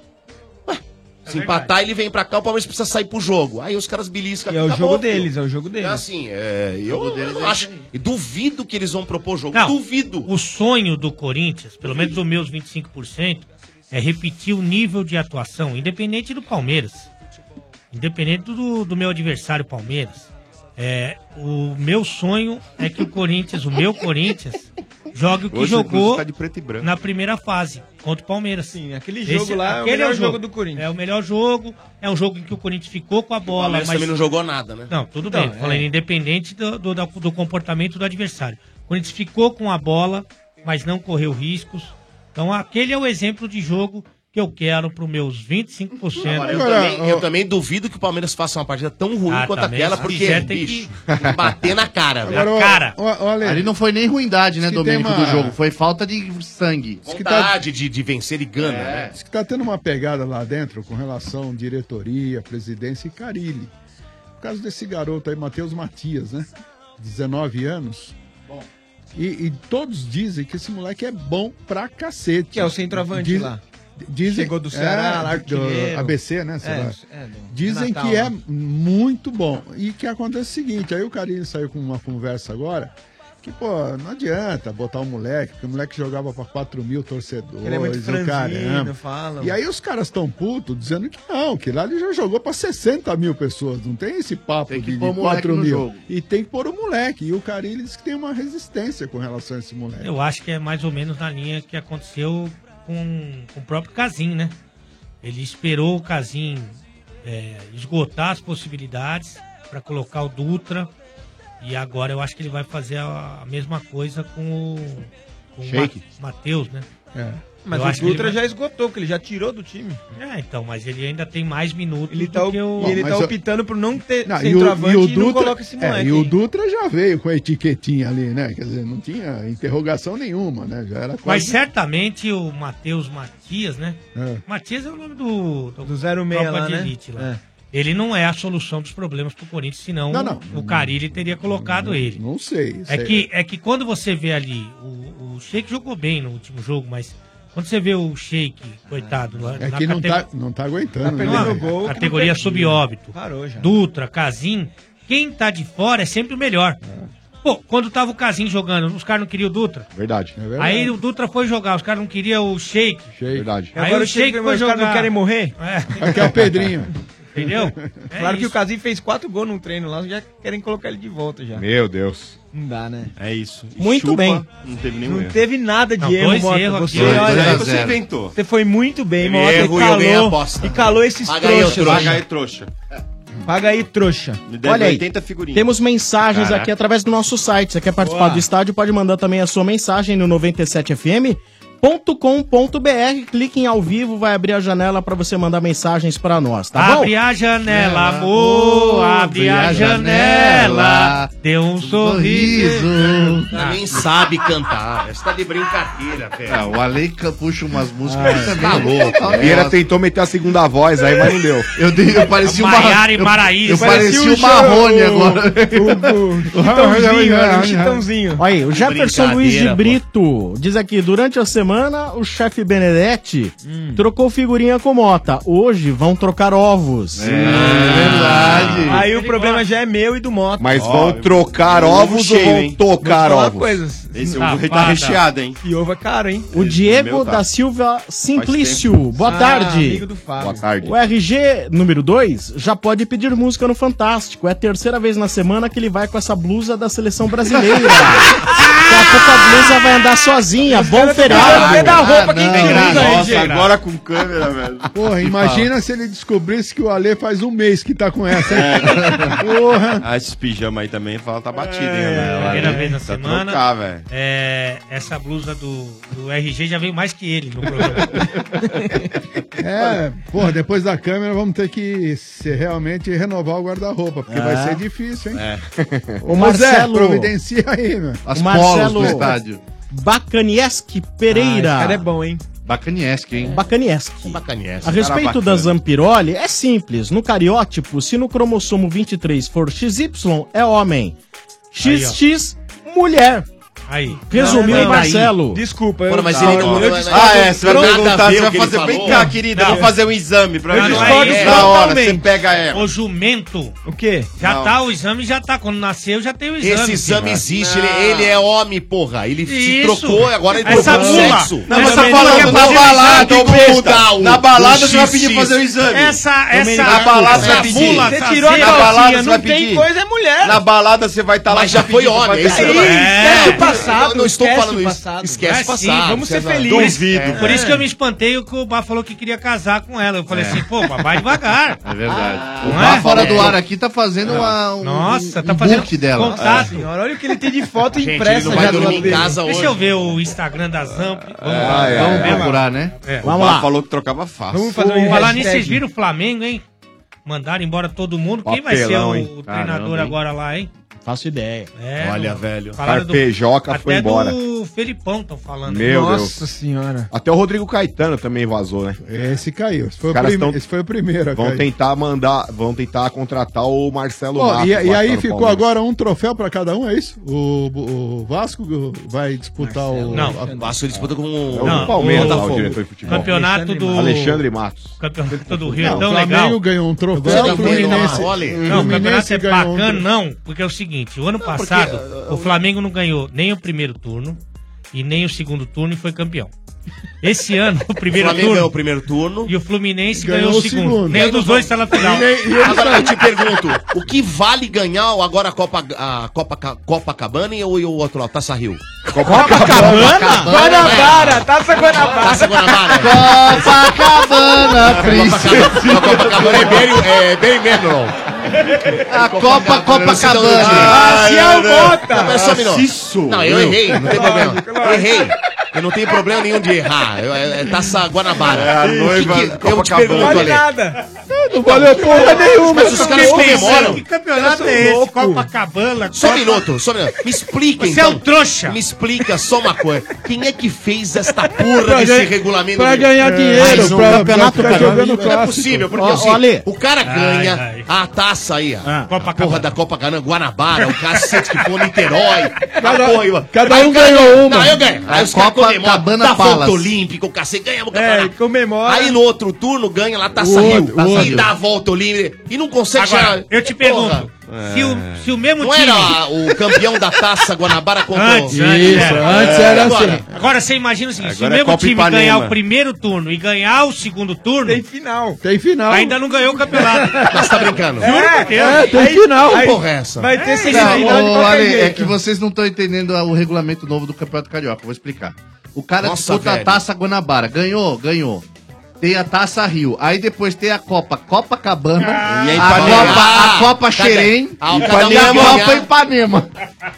Speaker 1: Ué,
Speaker 18: É
Speaker 1: se empatar, ele vem pra cá, o Palmeiras precisa sair pro jogo. Aí os caras beliscam.
Speaker 19: E é o
Speaker 1: acabou,
Speaker 19: jogo
Speaker 1: filho.
Speaker 19: deles, é o jogo deles.
Speaker 1: É assim, é, eu, eu não acho. e Duvido que eles vão propor jogo.
Speaker 17: Não,
Speaker 1: Duvido.
Speaker 17: O sonho do Corinthians, pelo menos dos meus 25%, é repetir o nível de atuação, independente do Palmeiras. Independente do, do meu adversário Palmeiras. É, o meu sonho é que o Corinthians, o meu Corinthians, jogue o que
Speaker 15: Hoje,
Speaker 17: jogou
Speaker 15: inclusive, tá de preto e branco.
Speaker 17: na primeira fase, contra o Palmeiras. Sim,
Speaker 19: aquele jogo lá é o melhor jogo do
Speaker 17: Corinthians. É o melhor jogo, é um jogo em que o Corinthians ficou com a
Speaker 1: O
Speaker 17: bola.
Speaker 1: Palmeiras
Speaker 17: mas
Speaker 1: também não jogou nada, né?
Speaker 17: não, tudo
Speaker 1: Então,
Speaker 17: bem. Tô Falando
Speaker 1: é.
Speaker 17: independente do, do, da- do comportamento do adversário. O Corinthians ficou com a bola, mas não correu riscos. Então, aquele é o exemplo de jogo que eu quero para os meus 25%.
Speaker 1: Agora, eu, também, eu também duvido que o Palmeiras faça uma partida tão ruim
Speaker 17: Ah,
Speaker 1: quanto
Speaker 17: também,
Speaker 1: aquela,
Speaker 17: se
Speaker 1: porque,
Speaker 17: fizer, tem
Speaker 1: bicho, bater na cara, velho.
Speaker 18: Agora,
Speaker 1: Na
Speaker 18: ó,
Speaker 1: cara.
Speaker 18: Ali não foi nem ruindade, né,
Speaker 16: que tem
Speaker 18: Domênico,
Speaker 16: uma-
Speaker 18: do jogo. Foi falta de sangue.
Speaker 16: tá
Speaker 1: Vontade de, de vencer e gana,
Speaker 18: É.
Speaker 1: né?
Speaker 16: Diz que tá tendo uma pegada lá dentro com relação diretoria, presidência e Carilli. Por causa desse garoto aí, Matheus Matias, né? 19 anos.
Speaker 19: Bom.
Speaker 16: E, e todos dizem que esse moleque é bom pra cacete.
Speaker 19: Que é o centroavante lá.
Speaker 16: Dizem, É,
Speaker 19: Chegou do Ceará, lá,
Speaker 16: do
Speaker 19: artilheiro.
Speaker 16: ABC, né? sei
Speaker 19: É,
Speaker 16: lá.
Speaker 19: é, do
Speaker 16: Dizem
Speaker 19: Natal,
Speaker 16: que é
Speaker 19: né?
Speaker 16: muito bom. E que acontece o seguinte, aí o Carilli saiu com uma conversa agora, que, pô, não adianta botar o moleque, porque o moleque jogava pra 4 mil torcedores,
Speaker 19: Ele é muito
Speaker 16: o
Speaker 19: franzino,
Speaker 16: caramba.
Speaker 19: falam.
Speaker 16: E aí os caras estão putos dizendo que não, que lá ele já jogou pra 60 mil pessoas, não tem esse papo de,
Speaker 18: pôr o
Speaker 16: de
Speaker 18: moleque
Speaker 16: 4
Speaker 18: no
Speaker 16: mil.
Speaker 18: jogo.
Speaker 16: E tem que pôr o moleque. E o Carilli diz que tem uma resistência com relação a esse moleque.
Speaker 17: Eu acho que é mais ou menos na linha que aconteceu com, com o próprio Casim, né? Ele esperou o Casim é, esgotar as possibilidades para colocar o Dutra. E agora eu acho que ele vai fazer a, a mesma coisa com o, com o
Speaker 19: Sheik.
Speaker 17: Ma- Matheus, né?
Speaker 19: É. Mas
Speaker 17: Eu
Speaker 19: o
Speaker 17: acho que ele
Speaker 19: Dutra
Speaker 17: vai-
Speaker 19: já esgotou, que ele já tirou do time.
Speaker 17: É, então, mas ele ainda tem mais minutos
Speaker 19: Ele tá,
Speaker 17: do que o...
Speaker 19: e ele
Speaker 16: Bom,
Speaker 19: tá
Speaker 16: mas eu-
Speaker 19: optando por não ter
Speaker 16: Não, e, o,
Speaker 19: centroavante
Speaker 16: e
Speaker 19: e,
Speaker 16: o
Speaker 19: não
Speaker 16: Dutra,
Speaker 19: coloca esse moleque.
Speaker 16: é, e o
Speaker 19: hein?
Speaker 16: Dutra já veio com a etiquetinha ali, né? Quer dizer, não tinha interrogação nenhuma, né? Já era
Speaker 17: Mas
Speaker 16: quase...
Speaker 17: certamente o Matheus Matias, né?
Speaker 16: É.
Speaker 17: Matias é o nome do... Do,
Speaker 19: 06
Speaker 17: Tropa
Speaker 19: lá,
Speaker 17: de
Speaker 19: né?
Speaker 17: Elite lá.
Speaker 19: É.
Speaker 17: Ele não é a solução dos problemas pro Corinthians, senão
Speaker 16: Não, não.
Speaker 17: o Carilli teria colocado ele.
Speaker 16: Não sei.
Speaker 17: É
Speaker 16: sei.
Speaker 17: que, é que quando você vê ali, o, o Sheik jogou bem no último jogo, mas quando você vê o Sheik, coitado, lá,
Speaker 16: É que não
Speaker 17: cate-
Speaker 16: tá, não tá aguentando. né?
Speaker 17: Não, categoria sob óbito.
Speaker 19: Parou já.
Speaker 17: Dutra, Casim, quem tá de fora é sempre o melhor. Pô, quando tava o Casim jogando, os caras não queriam o Dutra.
Speaker 12: Verdade. É verdade.
Speaker 17: Aí o Dutra foi jogar, os caras não queriam o Sheik.
Speaker 12: Verdade.
Speaker 17: Aí
Speaker 19: Agora
Speaker 17: o
Speaker 19: o Sheik
Speaker 17: Sheik
Speaker 19: veio,
Speaker 17: foi
Speaker 19: os caras
Speaker 17: jogar.
Speaker 19: não querem morrer?
Speaker 17: É.
Speaker 16: Aqui é o Pedrinho.
Speaker 17: <laughs> Entendeu? É
Speaker 19: claro que
Speaker 17: isso.
Speaker 19: o Casim fez quatro gols num treino lá, já querem colocar ele de volta já.
Speaker 12: Meu Deus.
Speaker 19: Não dá, né?
Speaker 15: É isso. E
Speaker 19: Muito
Speaker 15: chupa,
Speaker 19: bem.
Speaker 15: Não teve nenhum
Speaker 19: Não
Speaker 15: erro.
Speaker 19: teve nada de
Speaker 15: Não,
Speaker 19: erro,
Speaker 15: dois
Speaker 19: Mota.
Speaker 15: erros
Speaker 19: Você,
Speaker 15: aqui, dois
Speaker 19: olha,
Speaker 15: erros. Você inventou.
Speaker 19: Você foi muito bem,
Speaker 15: Teve
Speaker 19: Mota. E
Speaker 15: erro e eu ganhei a
Speaker 19: calou,
Speaker 15: aposta.
Speaker 19: e calou esses
Speaker 15: Paga aí, ô
Speaker 19: trouxas.
Speaker 15: trouxa. Paga aí, trouxa.
Speaker 19: Paga aí, trouxa.
Speaker 15: deve
Speaker 14: Olha aí,
Speaker 15: 80 figurinhas.
Speaker 14: temos mensagens
Speaker 15: Caraca.
Speaker 14: aqui através do nosso site. Você quer participar
Speaker 15: Boa.
Speaker 14: do estádio? Pode mandar também a sua mensagem no 97fm.com.br. Clique em ao vivo, vai abrir a janela para você mandar mensagens para nós, tá bom?
Speaker 17: abre a janela, amor, abre a janela. Deu um sorriso.
Speaker 1: Ela nem sabe cantar. Você tá de brincadeira, velho.
Speaker 18: Ah, o Alenca puxa umas músicas
Speaker 12: Ah,
Speaker 18: também.
Speaker 12: tá louco.
Speaker 18: Tá
Speaker 12: O Vieira tentou meter a segunda voz aí, mas não deu.
Speaker 18: Eu, dei, eu parecia uma.
Speaker 12: Maiara e
Speaker 18: eu-
Speaker 12: Maraísa.
Speaker 18: Eu, parecia
Speaker 12: Parecia
Speaker 18: o
Speaker 12: o
Speaker 18: Marrone
Speaker 12: João-
Speaker 18: agora.
Speaker 14: Chitãozinho, olha, o Chitãozinho. Olha aí, o Jefferson
Speaker 18: Brincadeira,
Speaker 14: Luiz de
Speaker 18: pô.
Speaker 14: Brito diz aqui: durante a semana, o chefe Benedetti
Speaker 18: Hum.
Speaker 14: trocou figurinha com Mota. Hoje vão trocar ovos. É,
Speaker 19: verdade. Aí o problema já é meu e do Mota.
Speaker 12: Mas vão trocar ovos ou vão tocar ovos?
Speaker 14: Esse ovo vai tá recheado, hein?
Speaker 19: E ovo é caro, hein?
Speaker 14: O Diego
Speaker 19: meu tá.
Speaker 14: da Silva Simplício. Boa
Speaker 19: Ah,
Speaker 14: tarde.
Speaker 19: amigo do Fábio.
Speaker 12: Boa tarde.
Speaker 14: O RG número 2 já pode pedir música no Fantástico. É a terceira vez na semana que ele vai com essa blusa da
Speaker 12: <laughs>
Speaker 14: seleção brasileira. Daqui a pouco a blusa vai andar sozinha.
Speaker 12: tá
Speaker 14: Bom feriado.
Speaker 16: Cadê da roupa
Speaker 14: que
Speaker 15: Nossa, agora com câmera, velho.
Speaker 17: Tá
Speaker 16: Porra, imagina se ele descobrisse que o Alê faz um mês que tá com essa. hein? Porra.
Speaker 15: Ah, esses pijama aí também fala, tá batido, hein, galera?
Speaker 17: Primeira vez na
Speaker 15: Tá
Speaker 17: semana.
Speaker 15: trocar, velho.
Speaker 17: É, essa blusa do, do RG já veio mais que ele no programa.
Speaker 16: É, porra, depois da câmera vamos ter que se- realmente renovar o guarda-roupa, porque
Speaker 14: É.
Speaker 16: vai ser difícil, hein? <laughs>
Speaker 14: O
Speaker 16: Ô,
Speaker 14: Marcelo-
Speaker 16: Zé, providencia aí, meu.
Speaker 14: O Marcelo Bacanieski Pereira.
Speaker 19: Ah, esse cara é bom, hein?
Speaker 18: Bacanieski, hein?
Speaker 14: Bacanieski.
Speaker 18: Bacanieski.
Speaker 14: A respeito da Zampiroli, é simples. No cariótipo, se no cromossomo 23 for XY, é homem. XX, mulher.
Speaker 17: Aí.
Speaker 14: Resumiu o Marcelo.
Speaker 19: Desculpa,
Speaker 14: eu-
Speaker 15: mas
Speaker 14: Não,
Speaker 15: ele não,
Speaker 14: eu
Speaker 15: eu
Speaker 14: discordo.
Speaker 15: Ah, é, você vai
Speaker 14: Nada a
Speaker 15: perguntar,
Speaker 14: ver
Speaker 15: você
Speaker 14: o que
Speaker 15: vai
Speaker 14: ele
Speaker 15: fazer. Vem
Speaker 14: falou.
Speaker 15: cá, querida,
Speaker 14: Não.
Speaker 15: vou fazer um exame pra
Speaker 17: Eu
Speaker 15: mim.
Speaker 17: discordo
Speaker 15: Na hora, você
Speaker 17: totalmente.
Speaker 15: pega ela.
Speaker 17: Ô, jumento.
Speaker 19: O quê?
Speaker 17: Já
Speaker 15: Não.
Speaker 17: tá, o exame já tá. Quando nasceu, já tem o exame.
Speaker 1: Esse exame
Speaker 17: filho.
Speaker 1: existe, ele, ele é homem, porra. Ele se
Speaker 17: Isso.
Speaker 1: trocou, agora ele
Speaker 17: Essa
Speaker 1: trocou
Speaker 17: mula.
Speaker 1: sexo.
Speaker 17: Não, mas tá falando na balada, ô besta. Na balada você vai pedir fazer o exame. Essa- essa-
Speaker 15: Na balada você
Speaker 17: essa
Speaker 15: vai pedir.
Speaker 17: mula
Speaker 15: Você
Speaker 17: tá
Speaker 15: tirou a
Speaker 17: zero.
Speaker 15: calcinha,
Speaker 17: Na balada você
Speaker 15: não
Speaker 17: vai
Speaker 15: tem
Speaker 17: pedir.
Speaker 15: coisa,
Speaker 19: é mulher.
Speaker 15: Na balada você vai estar lá.
Speaker 1: Mas já foi homem, é isso que eu tô falando.
Speaker 15: Esquece
Speaker 1: É.
Speaker 15: o passado.
Speaker 1: Eu não estou
Speaker 15: esquece
Speaker 1: falando
Speaker 15: o
Speaker 1: isso.
Speaker 15: passado.
Speaker 1: Esquece
Speaker 15: É
Speaker 1: o
Speaker 15: sim,
Speaker 1: passado.
Speaker 15: vamos ser
Speaker 1: Esquece o
Speaker 15: felizes.
Speaker 1: passado.
Speaker 15: Duvido.
Speaker 1: É.
Speaker 17: Por isso que eu me espantei que o Bá falou que queria casar com ela. Eu falei assim, pô, Bá, vai devagar.
Speaker 18: É verdade.
Speaker 17: Não
Speaker 18: o Bá
Speaker 17: é?
Speaker 18: fora
Speaker 17: É.
Speaker 18: do ar aqui tá fazendo uma, um,
Speaker 17: Nossa,
Speaker 18: um
Speaker 17: tá fazendo
Speaker 18: book dela.
Speaker 17: contato.
Speaker 19: Senhora, olha o que ele tem de foto
Speaker 18: ele
Speaker 19: impressa
Speaker 18: não vai
Speaker 19: já do
Speaker 18: dormir
Speaker 19: lado
Speaker 18: em
Speaker 19: dele.
Speaker 18: casa
Speaker 17: Deixa eu ver o Instagram da Zamp. Vamos lá.
Speaker 18: é,
Speaker 17: Vamos
Speaker 18: é.
Speaker 17: ver.
Speaker 18: procurar, né?
Speaker 17: É.
Speaker 15: Vamos lá. falou que trocava fácil.
Speaker 17: Vamos fazer um Falar nisso, vocês viram o Flamengo, hein? Mandaram embora todo mundo. Quem vai ser
Speaker 12: Papelão,
Speaker 17: o
Speaker 12: hein?
Speaker 17: treinador
Speaker 12: Caramba, hein?
Speaker 17: agora lá, hein?
Speaker 14: Faço ideia.
Speaker 17: É,
Speaker 12: Olha,
Speaker 17: não-
Speaker 12: velho.
Speaker 17: falaram do-
Speaker 12: Carpejoca foi
Speaker 17: até
Speaker 12: embora.
Speaker 17: do Felipão estão falando.
Speaker 12: Meu
Speaker 19: Nossa
Speaker 12: Deus.
Speaker 19: senhora.
Speaker 12: Até o Rodrigo Caetano também vazou, né?
Speaker 16: Esse caiu. Esse
Speaker 12: Os
Speaker 16: foi, o,
Speaker 12: caras
Speaker 16: prim-
Speaker 12: tão-
Speaker 16: esse foi o primeiro. a
Speaker 12: Vão
Speaker 16: cair.
Speaker 12: tentar mandar, vão tentar contratar o Marcelo
Speaker 16: Ó,
Speaker 12: Matos
Speaker 16: e,
Speaker 12: lá tá
Speaker 16: e aí
Speaker 12: no
Speaker 16: ficou
Speaker 12: Palmeiras.
Speaker 16: agora um troféu pra cada um, é isso? O, o Vasco vai disputar o.
Speaker 1: Não,
Speaker 16: a-
Speaker 1: o Vasco disputa com o,
Speaker 16: Não,
Speaker 1: o
Speaker 16: o-
Speaker 1: Botafogo.
Speaker 16: o diretor de futebol.
Speaker 17: Campeonato do.
Speaker 16: Alexandre Matos.
Speaker 17: Campeonato do Rio
Speaker 16: Não,
Speaker 17: é tão
Speaker 16: o Flamengo
Speaker 17: legal.
Speaker 16: ganhou um troféu,
Speaker 17: Campeonato
Speaker 16: o
Speaker 17: do Rio
Speaker 16: Fluminense-
Speaker 17: tá mole.
Speaker 16: o
Speaker 17: Não, o campeonato
Speaker 16: Fluminense
Speaker 17: é
Speaker 16: ganhou um
Speaker 17: bacana,
Speaker 16: tro-
Speaker 17: não. Porque é o seguinte: o ano passado, o Flamengo não ganhou nem o primeiro turno e nem o segundo turno e foi campeão. Esse ano, o primeiro
Speaker 1: Flamengo
Speaker 17: turno.
Speaker 1: ganhou o primeiro turno.
Speaker 17: E o Fluminense ganhou, o segundo. Nem
Speaker 1: Aí
Speaker 17: dos
Speaker 1: não
Speaker 17: dois tá na final.
Speaker 1: Agora eu te pergunto, o que vale ganhar agora a Copa, a Copa Ca- Copacabana e o, e o outro lá, Taça Rio? né?
Speaker 19: Guanabara, Taça Guanabara. Tá
Speaker 15: Tá
Speaker 1: Taça Guanabara.
Speaker 18: Copacabana,
Speaker 1: Copacabana, Copacabana é bem, é bem mesmo, não. É
Speaker 18: A Copa
Speaker 1: Copacabana.
Speaker 18: Ah, se é o Mota.
Speaker 1: Não, mas só um minuto.
Speaker 18: Isso.
Speaker 1: Não, eu
Speaker 18: Eu.
Speaker 1: errei, não tem problema. Eu errei. Eu não tenho problema nenhum de errar. Eu, é, é Taça Guanabara.
Speaker 15: É, a
Speaker 1: O que
Speaker 15: noiva
Speaker 1: que- eu te
Speaker 15: Copacabana.
Speaker 1: pergunto,
Speaker 15: Vale
Speaker 1: Ale.
Speaker 19: Nada.
Speaker 16: Não valeu porra nenhuma. Tá
Speaker 1: Mas os
Speaker 16: eu
Speaker 1: caras
Speaker 16: fiquei
Speaker 1: comemoram.
Speaker 16: pensando.
Speaker 17: campeonato
Speaker 16: é esse?
Speaker 17: Copacabana.
Speaker 1: Só um minuto, só um minuto. Me explica, então.
Speaker 17: Você é um trouxa.
Speaker 1: Me explica só uma coisa. Quem é que fez esta porra desse
Speaker 16: ganhar-
Speaker 1: regulamento?
Speaker 16: pra
Speaker 1: meu?
Speaker 16: ganhar dinheiro,
Speaker 1: Mas um
Speaker 16: pra-
Speaker 1: campeonato
Speaker 16: pra ficar
Speaker 1: caramba,
Speaker 16: jogando
Speaker 1: Não é
Speaker 16: clássico.
Speaker 1: possível, porque
Speaker 16: Ó,
Speaker 1: assim,
Speaker 16: ó, Ale.
Speaker 1: o cara ganha
Speaker 16: Ai, Ah,
Speaker 1: a taça aí, ó. a porra da Copa Copacabana, Guanabara, o cacete que for Niterói.
Speaker 16: Cada-
Speaker 1: a porra,
Speaker 16: cada
Speaker 1: Aí
Speaker 16: um
Speaker 1: o cara-
Speaker 16: ganhou uma.
Speaker 1: Não, eu ganho. Aí
Speaker 18: A
Speaker 1: os caras
Speaker 18: Copa
Speaker 1: comemoram. Tá
Speaker 18: Cabana
Speaker 1: Da
Speaker 18: Palace.
Speaker 1: Fonte Olímpica, o cacete ganha o campeonato.
Speaker 19: comemora.
Speaker 1: Aí no outro turno ganha lá
Speaker 18: O
Speaker 1: Taça Rio.
Speaker 18: outro, o outro.
Speaker 1: E dá a volta olímpica e não consegue
Speaker 17: Agora,
Speaker 1: chegar-
Speaker 17: eu te
Speaker 1: Porra.
Speaker 17: pergunto, se, o, se o mesmo
Speaker 1: Não
Speaker 17: time...
Speaker 1: era o campeão da taça Guanabara contra o-
Speaker 17: Antes,
Speaker 1: É,
Speaker 17: agora,
Speaker 1: agora.
Speaker 17: Agora você imagina o seguinte:
Speaker 1: Agora
Speaker 17: se
Speaker 1: é
Speaker 17: o mesmo
Speaker 1: Copa
Speaker 17: time
Speaker 1: Ipanema.
Speaker 17: ganhar o primeiro turno e ganhar o segundo turno. Tem
Speaker 19: final.
Speaker 16: Tem final.
Speaker 17: Ainda não ganhou o campeonato.
Speaker 1: Mas tá brincando.
Speaker 17: É,
Speaker 18: é, tem final.
Speaker 17: Aí,
Speaker 18: Porra,
Speaker 1: essa. É,
Speaker 19: Vai ter
Speaker 18: Não,
Speaker 19: semifinal de
Speaker 18: ô,
Speaker 19: qualquer
Speaker 18: Ale, é
Speaker 19: jeito.
Speaker 18: que vocês não estão entendendo o regulamento novo do Campeonato Carioca. Vou explicar. O cara
Speaker 1: Nossa,
Speaker 18: disputa
Speaker 1: velho.
Speaker 18: a Taça Guanabara. Ganhou, ganhou. Tem a Taça Rio. Aí depois tem a Copa Copacabana.
Speaker 17: Ah.
Speaker 1: E a
Speaker 18: a,
Speaker 1: Ipanema.
Speaker 18: Copa, a
Speaker 1: Ah,
Speaker 18: Copa
Speaker 1: cada-
Speaker 18: Xerém.
Speaker 1: Ah,
Speaker 18: e
Speaker 1: cada um
Speaker 18: a
Speaker 1: ganha.
Speaker 18: Copa Ipanema.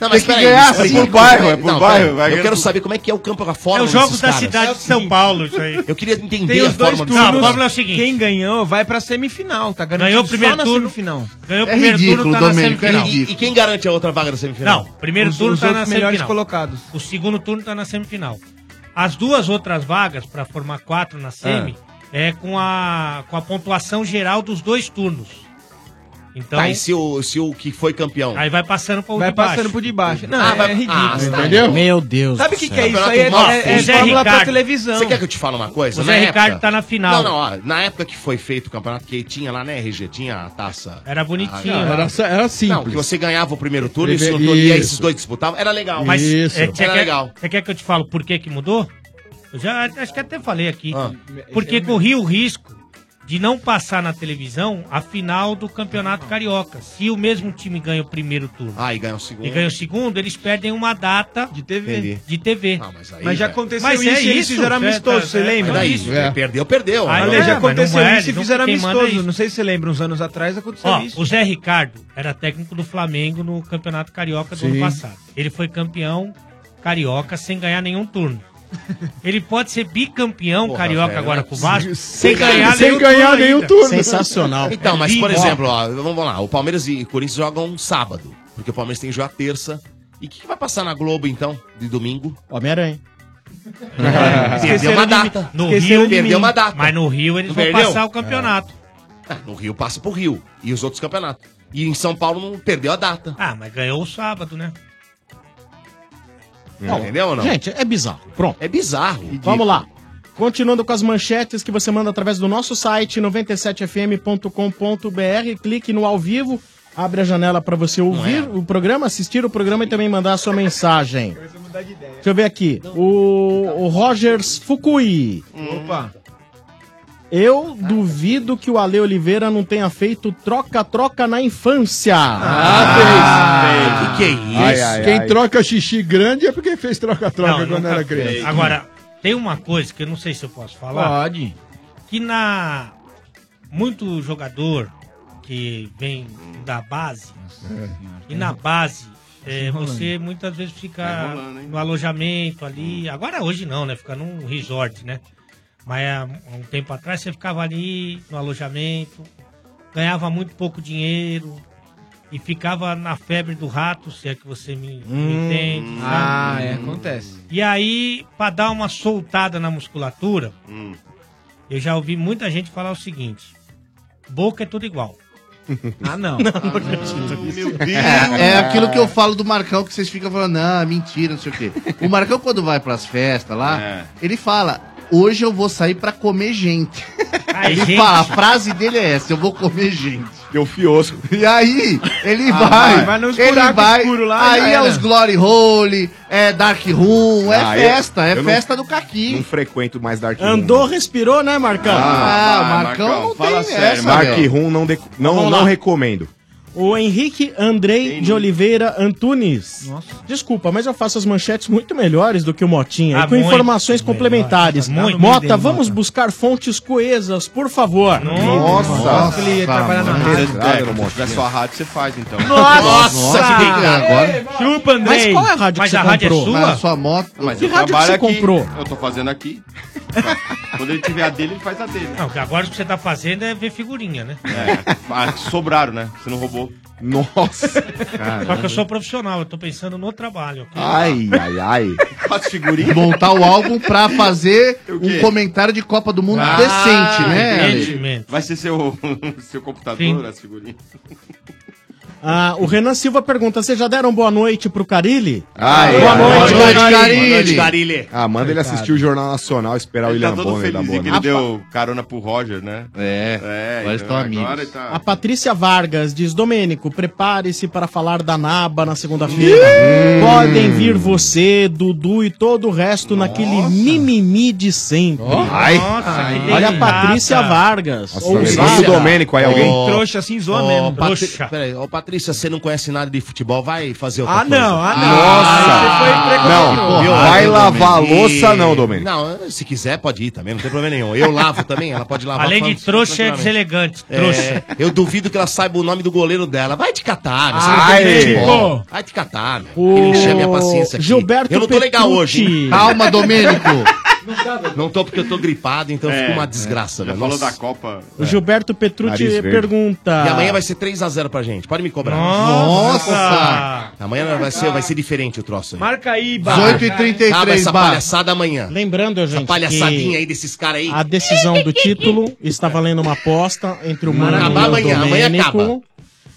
Speaker 1: Não, mas
Speaker 18: tem que
Speaker 1: peraí, é
Speaker 18: ganhar
Speaker 1: explica
Speaker 18: assim.
Speaker 1: como Não, peraí, Eu quero saber como é que é o campo a fórmula.
Speaker 17: É os jogos
Speaker 1: desses
Speaker 17: da
Speaker 1: caras.
Speaker 17: cidade de São Paulo, isso aí.
Speaker 1: Eu queria entender
Speaker 19: Tem os
Speaker 1: a
Speaker 19: dois
Speaker 1: fórmula
Speaker 19: turnos.
Speaker 1: desses caras.
Speaker 19: é o seguinte. Quem ganhou vai pra semifinal, tá garantido
Speaker 17: Ganhou o
Speaker 19: só
Speaker 17: primeiro
Speaker 19: na
Speaker 17: turno.
Speaker 19: semifinal.
Speaker 17: Ganhou o
Speaker 15: É
Speaker 17: primeiro turno, tá na semifinal.
Speaker 1: E, e quem garante a outra vaga da semifinal?
Speaker 17: Não, primeiro
Speaker 19: Os-
Speaker 17: turno
Speaker 19: os
Speaker 17: tá na
Speaker 19: outros melhores
Speaker 17: semifinal.
Speaker 19: colocados.
Speaker 17: O segundo turno tá na semifinal. As duas outras vagas, pra formar quatro na semi, é com a, com a pontuação geral dos dois turnos. Então,
Speaker 1: Tá, e se o, se o que foi campeão?
Speaker 17: aí vai passando pro
Speaker 19: Vai
Speaker 17: de baixo.
Speaker 19: passando por debaixo. Não,
Speaker 1: Ah,
Speaker 19: é
Speaker 1: vai-
Speaker 19: ridículo.
Speaker 1: Ah,
Speaker 19: né?
Speaker 1: entendeu?
Speaker 14: Meu Deus.
Speaker 19: Sabe o que, que é isso
Speaker 1: Campeonato
Speaker 19: aí? É,
Speaker 1: Mafra.
Speaker 19: é, é
Speaker 1: Zé
Speaker 19: fórmula pra
Speaker 1: Ricardo.
Speaker 19: televisão.
Speaker 1: Você quer que eu te fale uma coisa?
Speaker 17: O Zé
Speaker 1: Na
Speaker 17: Ricardo tá na final.
Speaker 1: Não, não, ó, na época que foi feito o campeonato, que tinha lá na RG, tinha a taça.
Speaker 17: Era bonitinho. né?
Speaker 1: Ah,
Speaker 17: Era
Speaker 16: sa- era simples.
Speaker 1: Não, que você ganhava o primeiro turno, e o
Speaker 16: Primeiro-
Speaker 1: segundo turno, e aí
Speaker 16: Isso.
Speaker 1: esses dois disputavam, era legal.
Speaker 17: Mas é,
Speaker 1: era
Speaker 17: você, quer,
Speaker 1: legal.
Speaker 17: você quer que eu te falo por que que mudou? Eu já acho que até falei aqui.
Speaker 1: Ah.
Speaker 17: Porque corria o risco de não passar na televisão a final do Campeonato Carioca. Se o mesmo time ganha o primeiro turno
Speaker 1: Ah, e ganhou o segundo.
Speaker 17: e ganha o segundo, eles perdem uma data de
Speaker 19: TV.
Speaker 1: Entendi. Ah,
Speaker 17: De TV.
Speaker 1: Mas,
Speaker 19: Mas já aconteceu isso, eles fizeram
Speaker 17: cê tá-
Speaker 19: amistoso, você
Speaker 17: é,
Speaker 19: lembra?
Speaker 17: é
Speaker 19: Daí,
Speaker 17: isso.
Speaker 1: É. Perdeu, perdeu.
Speaker 17: Ah,
Speaker 19: Ale,
Speaker 17: não,
Speaker 19: já
Speaker 17: mas não
Speaker 19: aconteceu
Speaker 17: é,
Speaker 19: isso e
Speaker 17: não-
Speaker 19: fizeram
Speaker 17: quem manda é
Speaker 19: amistoso.
Speaker 17: isso.
Speaker 19: Não sei se você lembra, uns anos atrás aconteceu
Speaker 17: Ó,
Speaker 19: isso.
Speaker 17: o Zé Ricardo era técnico do Flamengo no Campeonato Carioca do
Speaker 19: Sim.
Speaker 17: ano passado. Ele foi campeão carioca sem ganhar
Speaker 19: <laughs>
Speaker 17: nenhum turno. Ele pode ser bicampeão
Speaker 1: Porra,
Speaker 17: carioca
Speaker 1: velho,
Speaker 17: agora
Speaker 1: não é
Speaker 17: com o Vasco
Speaker 1: possível.
Speaker 17: sem,
Speaker 1: Sem
Speaker 17: ganhar,
Speaker 1: sem
Speaker 17: nenhum
Speaker 1: ganhar
Speaker 17: turno.
Speaker 1: nenhum
Speaker 17: ainda.
Speaker 1: turno.
Speaker 14: Sensacional.
Speaker 1: Então, mas por
Speaker 17: Ó. <laughs>
Speaker 1: exemplo, ó, vamos lá, o Palmeiras e Corinthians jogam um sábado, porque o Palmeiras tem que jogar terça. E o que, que vai passar na Globo, então, de domingo?
Speaker 14: Homem-Aranha.
Speaker 1: <laughs> Perdeu uma data.
Speaker 17: No Rio,
Speaker 1: perdeu uma data.
Speaker 17: Mas no Rio eles
Speaker 1: Não
Speaker 17: vão
Speaker 1: perdeu?
Speaker 17: passar o campeonato.
Speaker 1: Ah, no Rio passa pro Rio e os outros campeonatos. E em São Paulo não perdeu a data.
Speaker 17: Ah, mas ganhou o sábado, né?
Speaker 1: Entendeu ou não?
Speaker 14: Gente, é bizarro. Pronto.
Speaker 1: É bizarro.
Speaker 14: Vamos lá. Continuando com as manchetes que você manda através do nosso site 97fm.com.br, clique no ao vivo, abre a janela para você
Speaker 1: é.
Speaker 14: ouvir o programa, assistir o programa e também mandar a
Speaker 1: <laughs>
Speaker 14: sua mensagem. Deixa eu ver aqui. O, o Rogers Fukui.
Speaker 15: Hum.
Speaker 19: Opa.
Speaker 14: Eu duvido que o Ale Oliveira não tenha feito troca-troca na infância.
Speaker 16: Ah,
Speaker 1: que, que é
Speaker 16: Ai, ai, Quem
Speaker 14: ai.
Speaker 16: troca xixi grande é porque fez troca-troca
Speaker 17: Não,
Speaker 16: quando
Speaker 17: nunca
Speaker 16: era
Speaker 17: fez.
Speaker 16: criança.
Speaker 17: Agora, tem uma coisa que eu não sei se eu posso falar.
Speaker 19: Pode.
Speaker 17: Que na. Muito jogador que vem da base.
Speaker 16: É.
Speaker 17: E na base, é,
Speaker 19: Tá enrolando.
Speaker 17: você muitas vezes fica
Speaker 19: Tá enrolando, hein?
Speaker 17: no alojamento ali.
Speaker 19: Hum.
Speaker 17: Agora hoje não, né? Fica num resort, né? Mas há um tempo atrás você ficava ali no alojamento, ganhava muito pouco dinheiro e ficava na febre do rato, se é que você me, me
Speaker 19: Hum.
Speaker 17: entende. sabe?
Speaker 19: Ah, é, acontece.
Speaker 17: E aí, pra dar uma soltada na musculatura,
Speaker 19: Hum.
Speaker 17: eu já ouvi muita gente falar o seguinte: boca é
Speaker 19: <laughs>
Speaker 17: tudo igual.
Speaker 19: Ah, não.
Speaker 17: <laughs>
Speaker 18: É, é aquilo que eu falo do Marcão, que vocês ficam falando, não, é mentira, não sei o quê. O Marcão, quando vai pras festas lá,
Speaker 12: É.
Speaker 18: ele fala, hoje eu vou sair pra comer gente.
Speaker 12: Ah,
Speaker 18: ele
Speaker 17: gente.
Speaker 18: fala, a frase dele é essa, eu vou comer gente.
Speaker 12: Eu fiosco.
Speaker 18: E aí, ele
Speaker 12: Ah,
Speaker 18: vai,
Speaker 12: vai, vai nos
Speaker 18: ele
Speaker 12: buracos
Speaker 18: vai,
Speaker 12: escuros lá, já
Speaker 18: aí é
Speaker 12: era.
Speaker 18: os Glory Hole, é Dark Room, é
Speaker 12: Ah, eu-
Speaker 18: festa, é
Speaker 12: eu não-
Speaker 18: festa do Caqui.
Speaker 12: Não frequento mais Dark Room.
Speaker 14: Andou, respirou, né, Marcão?
Speaker 18: Ah, Ah, Marcão Marcão, não
Speaker 12: Fala
Speaker 18: tem
Speaker 12: sério, Dark Room não, de- não,
Speaker 14: Vamos lá.
Speaker 12: não recomendo.
Speaker 14: O Henrique Andrei de Oliveira Antunes. Desculpa, mas eu faço as manchetes muito melhores do que o Motinha.
Speaker 17: Ah,
Speaker 14: e com
Speaker 17: muito
Speaker 14: informações complementares.
Speaker 17: Tá muito
Speaker 14: Mota,
Speaker 17: bem dele,
Speaker 14: vamos buscar fontes coesas, por favor.
Speaker 12: Nossa,
Speaker 14: Nossa, ele ia trabalhar na rádio.
Speaker 12: Entrada
Speaker 21: Se
Speaker 12: no Motinha.
Speaker 21: tiver sua rádio, você faz então.
Speaker 14: Nossa! Nossa, que tem-
Speaker 21: agora.
Speaker 17: Chupa,
Speaker 14: Andrei. Mas qual é a rádio
Speaker 21: Mas
Speaker 14: que
Speaker 21: a
Speaker 14: você
Speaker 21: rádio é
Speaker 14: comprou?
Speaker 21: sua?
Speaker 18: Mas a sua moto.
Speaker 21: Mas
Speaker 14: que
Speaker 21: eu
Speaker 14: rádio que
Speaker 21: trabalho
Speaker 14: você
Speaker 21: aqui,
Speaker 14: comprou?
Speaker 21: Eu tô fazendo aqui. Quando ele tiver a dele, ele faz a dele.
Speaker 17: Não, que agora o que você tá fazendo é ver figurinha, né?
Speaker 21: É, ah, sobraram, né? Você não roubou.
Speaker 12: Nossa!
Speaker 17: Só que eu sou profissional, eu tô pensando no trabalho. ok?
Speaker 12: Ai, ai, ai.
Speaker 18: Montar o álbum pra fazer um comentário de Copa do Mundo Um
Speaker 12: Ah,
Speaker 18: decente, né? Ale?
Speaker 15: <laughs>
Speaker 21: Vai ser seu, seu computador, as figurinhas.
Speaker 14: Ah, o Renan Silva pergunta: vocês já deram boa noite pro Carilli?
Speaker 12: Aê,
Speaker 14: boa,
Speaker 12: aê. Ah, é.
Speaker 14: noite,
Speaker 12: Boa noite,
Speaker 14: Carilli.
Speaker 12: Boa noite,
Speaker 1: Carilli.
Speaker 12: Ah, manda ele assistir o Jornal Nacional, esperar o
Speaker 15: Ele
Speaker 12: William
Speaker 15: tá todo
Speaker 12: Bonner da
Speaker 15: feliz
Speaker 12: boa
Speaker 15: e que ele
Speaker 12: noite.
Speaker 15: deu carona pro Roger, né?
Speaker 18: É,
Speaker 15: é
Speaker 18: agora estão amigos.
Speaker 15: Agora ele tá...
Speaker 14: A Patrícia Vargas diz: Domênico, prepare-se para falar da Naba na segunda-feira. Podem vir você, Dudu e todo o resto naquele mimimi de sempre.
Speaker 12: Ai.
Speaker 14: Ai.
Speaker 12: que
Speaker 14: Olha a
Speaker 12: delicada.
Speaker 14: Patrícia Vargas.
Speaker 12: Nossa,
Speaker 14: Ousada.
Speaker 12: lembrou do Domênico aí, alguém?
Speaker 1: Ô,
Speaker 12: Trouxa assim, zoa
Speaker 1: ô,
Speaker 12: mesmo,
Speaker 1: Patri-
Speaker 12: trouxa.
Speaker 1: Peraí, ô Patrícia, você não conhece nada de futebol, vai fazer outra
Speaker 12: Ah,
Speaker 1: coisa.
Speaker 12: não, ah, não. Nossa. Não,
Speaker 1: Viu?
Speaker 12: vai
Speaker 1: Ah,
Speaker 12: lavar a
Speaker 1: Domênico.
Speaker 12: louça, não, Domênico.
Speaker 1: Não, se quiser pode ir também, não tem problema nenhum. Eu lavo também, ela pode lavar.
Speaker 17: Além de
Speaker 1: pano
Speaker 17: trouxa, é
Speaker 1: tranquilamente.
Speaker 17: deselegante.
Speaker 1: É,
Speaker 17: Trouxa.
Speaker 1: eu duvido que ela saiba o nome do goleiro dela. Vai te catar,
Speaker 17: Ai,
Speaker 1: meu. Você não tem futebol.
Speaker 17: Domênico.
Speaker 1: Vai te catar, meu. Que ele enche a minha paciência aqui.
Speaker 14: Gilberto
Speaker 1: eu não tô legal
Speaker 14: Petrucci.
Speaker 1: hoje. hein?
Speaker 14: Calma, Domênico.
Speaker 1: Não tô porque eu tô gripado, então
Speaker 15: É,
Speaker 1: fica uma desgraça,
Speaker 15: é. Já
Speaker 1: velho.
Speaker 15: falou
Speaker 1: Nossa.
Speaker 15: da Copa.
Speaker 12: É.
Speaker 14: O Gilberto Petrucci
Speaker 1: Nariz verde.
Speaker 14: pergunta.
Speaker 1: E amanhã vai ser 3x0 pra gente. Pode me cobrar.
Speaker 14: Tá. Nossa!
Speaker 1: Nossa! Amanhã vai ser, vai ser diferente o troço aí.
Speaker 14: Marca aí,
Speaker 1: Barra.
Speaker 14: 18h33,
Speaker 1: Acaba essa
Speaker 14: Barra.
Speaker 1: palhaçada amanhã.
Speaker 14: Lembrando, gente,
Speaker 1: Essa palhaçadinha
Speaker 14: que
Speaker 1: aí desses caras aí.
Speaker 14: a decisão do título está valendo uma aposta entre o Mano
Speaker 1: Acabar
Speaker 14: e o
Speaker 1: amanhã, amanhã acaba.
Speaker 14: Domênico.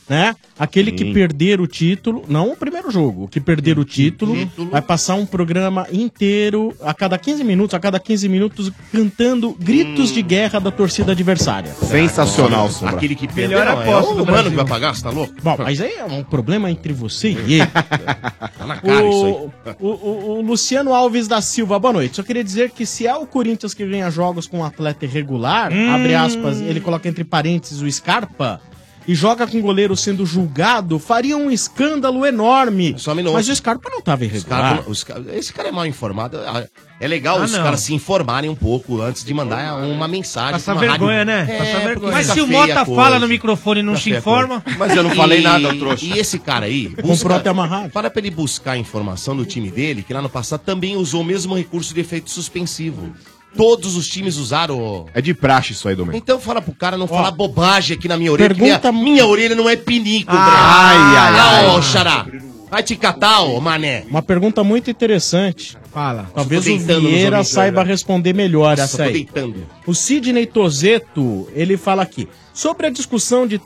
Speaker 14: Né? Aquele que
Speaker 1: Sim.
Speaker 14: perder o título, não o primeiro jogo, o que perder o título, vai passar um programa inteiro, a cada 15 minutos, a cada 15 minutos, cantando gritos
Speaker 1: Hum.
Speaker 14: de guerra da torcida adversária.
Speaker 12: Sensacional, Sombra.
Speaker 1: Aquele que perdeu, não, é
Speaker 14: aposta
Speaker 1: o
Speaker 14: do
Speaker 1: humano
Speaker 14: Brasil.
Speaker 1: que vai pagar, você tá louco?
Speaker 14: Bom, mas aí é um problema entre você e
Speaker 1: <laughs>
Speaker 14: ele.
Speaker 1: Tá na cara isso aí.
Speaker 14: O, o- o Luciano Alves da Silva, boa noite. Só queria dizer que se é o Corinthians que ganha jogos com um atleta irregular,
Speaker 1: Hum.
Speaker 14: abre aspas, ele coloca entre parênteses o Scarpa, e joga com o goleiro sendo julgado, faria um escândalo
Speaker 1: É
Speaker 14: enorme.
Speaker 1: um
Speaker 14: Mas o Scarpa não tava
Speaker 1: Os cara-
Speaker 14: irregular.
Speaker 1: os ca- esse cara é mal informado. Ah, É legal
Speaker 14: Ah,
Speaker 1: os
Speaker 14: não.
Speaker 1: caras se informarem um pouco antes de mandar uma mensagem.
Speaker 17: Passar
Speaker 1: pra uma
Speaker 17: vergonha, né?
Speaker 1: É,
Speaker 17: Passar
Speaker 1: porque
Speaker 17: vergonha.
Speaker 1: fica
Speaker 17: Mas se o
Speaker 1: feia
Speaker 17: Mota
Speaker 1: a coisa.
Speaker 17: fala no microfone e não
Speaker 1: Fica
Speaker 17: se
Speaker 1: feia a coisa.
Speaker 17: informa.
Speaker 1: E- E esse cara aí.
Speaker 14: Comprou até uma rádio.
Speaker 1: Para pra ele buscar a informação do time dele, que lá no passado também usou o mesmo recurso de efeito suspensivo. Todos os times usaram. ó.
Speaker 12: É de praxe isso aí, Domênico.
Speaker 1: Então fala pro cara não falar bobagem aqui na minha orelha. que
Speaker 12: Pergunta-
Speaker 1: Minha, minha orelha não é pinico, André.
Speaker 12: Ai, ai, ai.
Speaker 1: Ah, ó, xará. Vai te catar, ô, mané.
Speaker 14: Uma pergunta muito interessante. Fala. Talvez
Speaker 1: Tô
Speaker 14: o
Speaker 1: deitando nos
Speaker 14: Vieira
Speaker 1: homens aí,
Speaker 14: saiba
Speaker 1: velho.
Speaker 14: responder melhor
Speaker 1: Nossa,
Speaker 14: essa
Speaker 1: tô
Speaker 14: aí.
Speaker 1: deitando.
Speaker 14: O Sidney Tozeto, ele fala aqui. Sobre a discussão de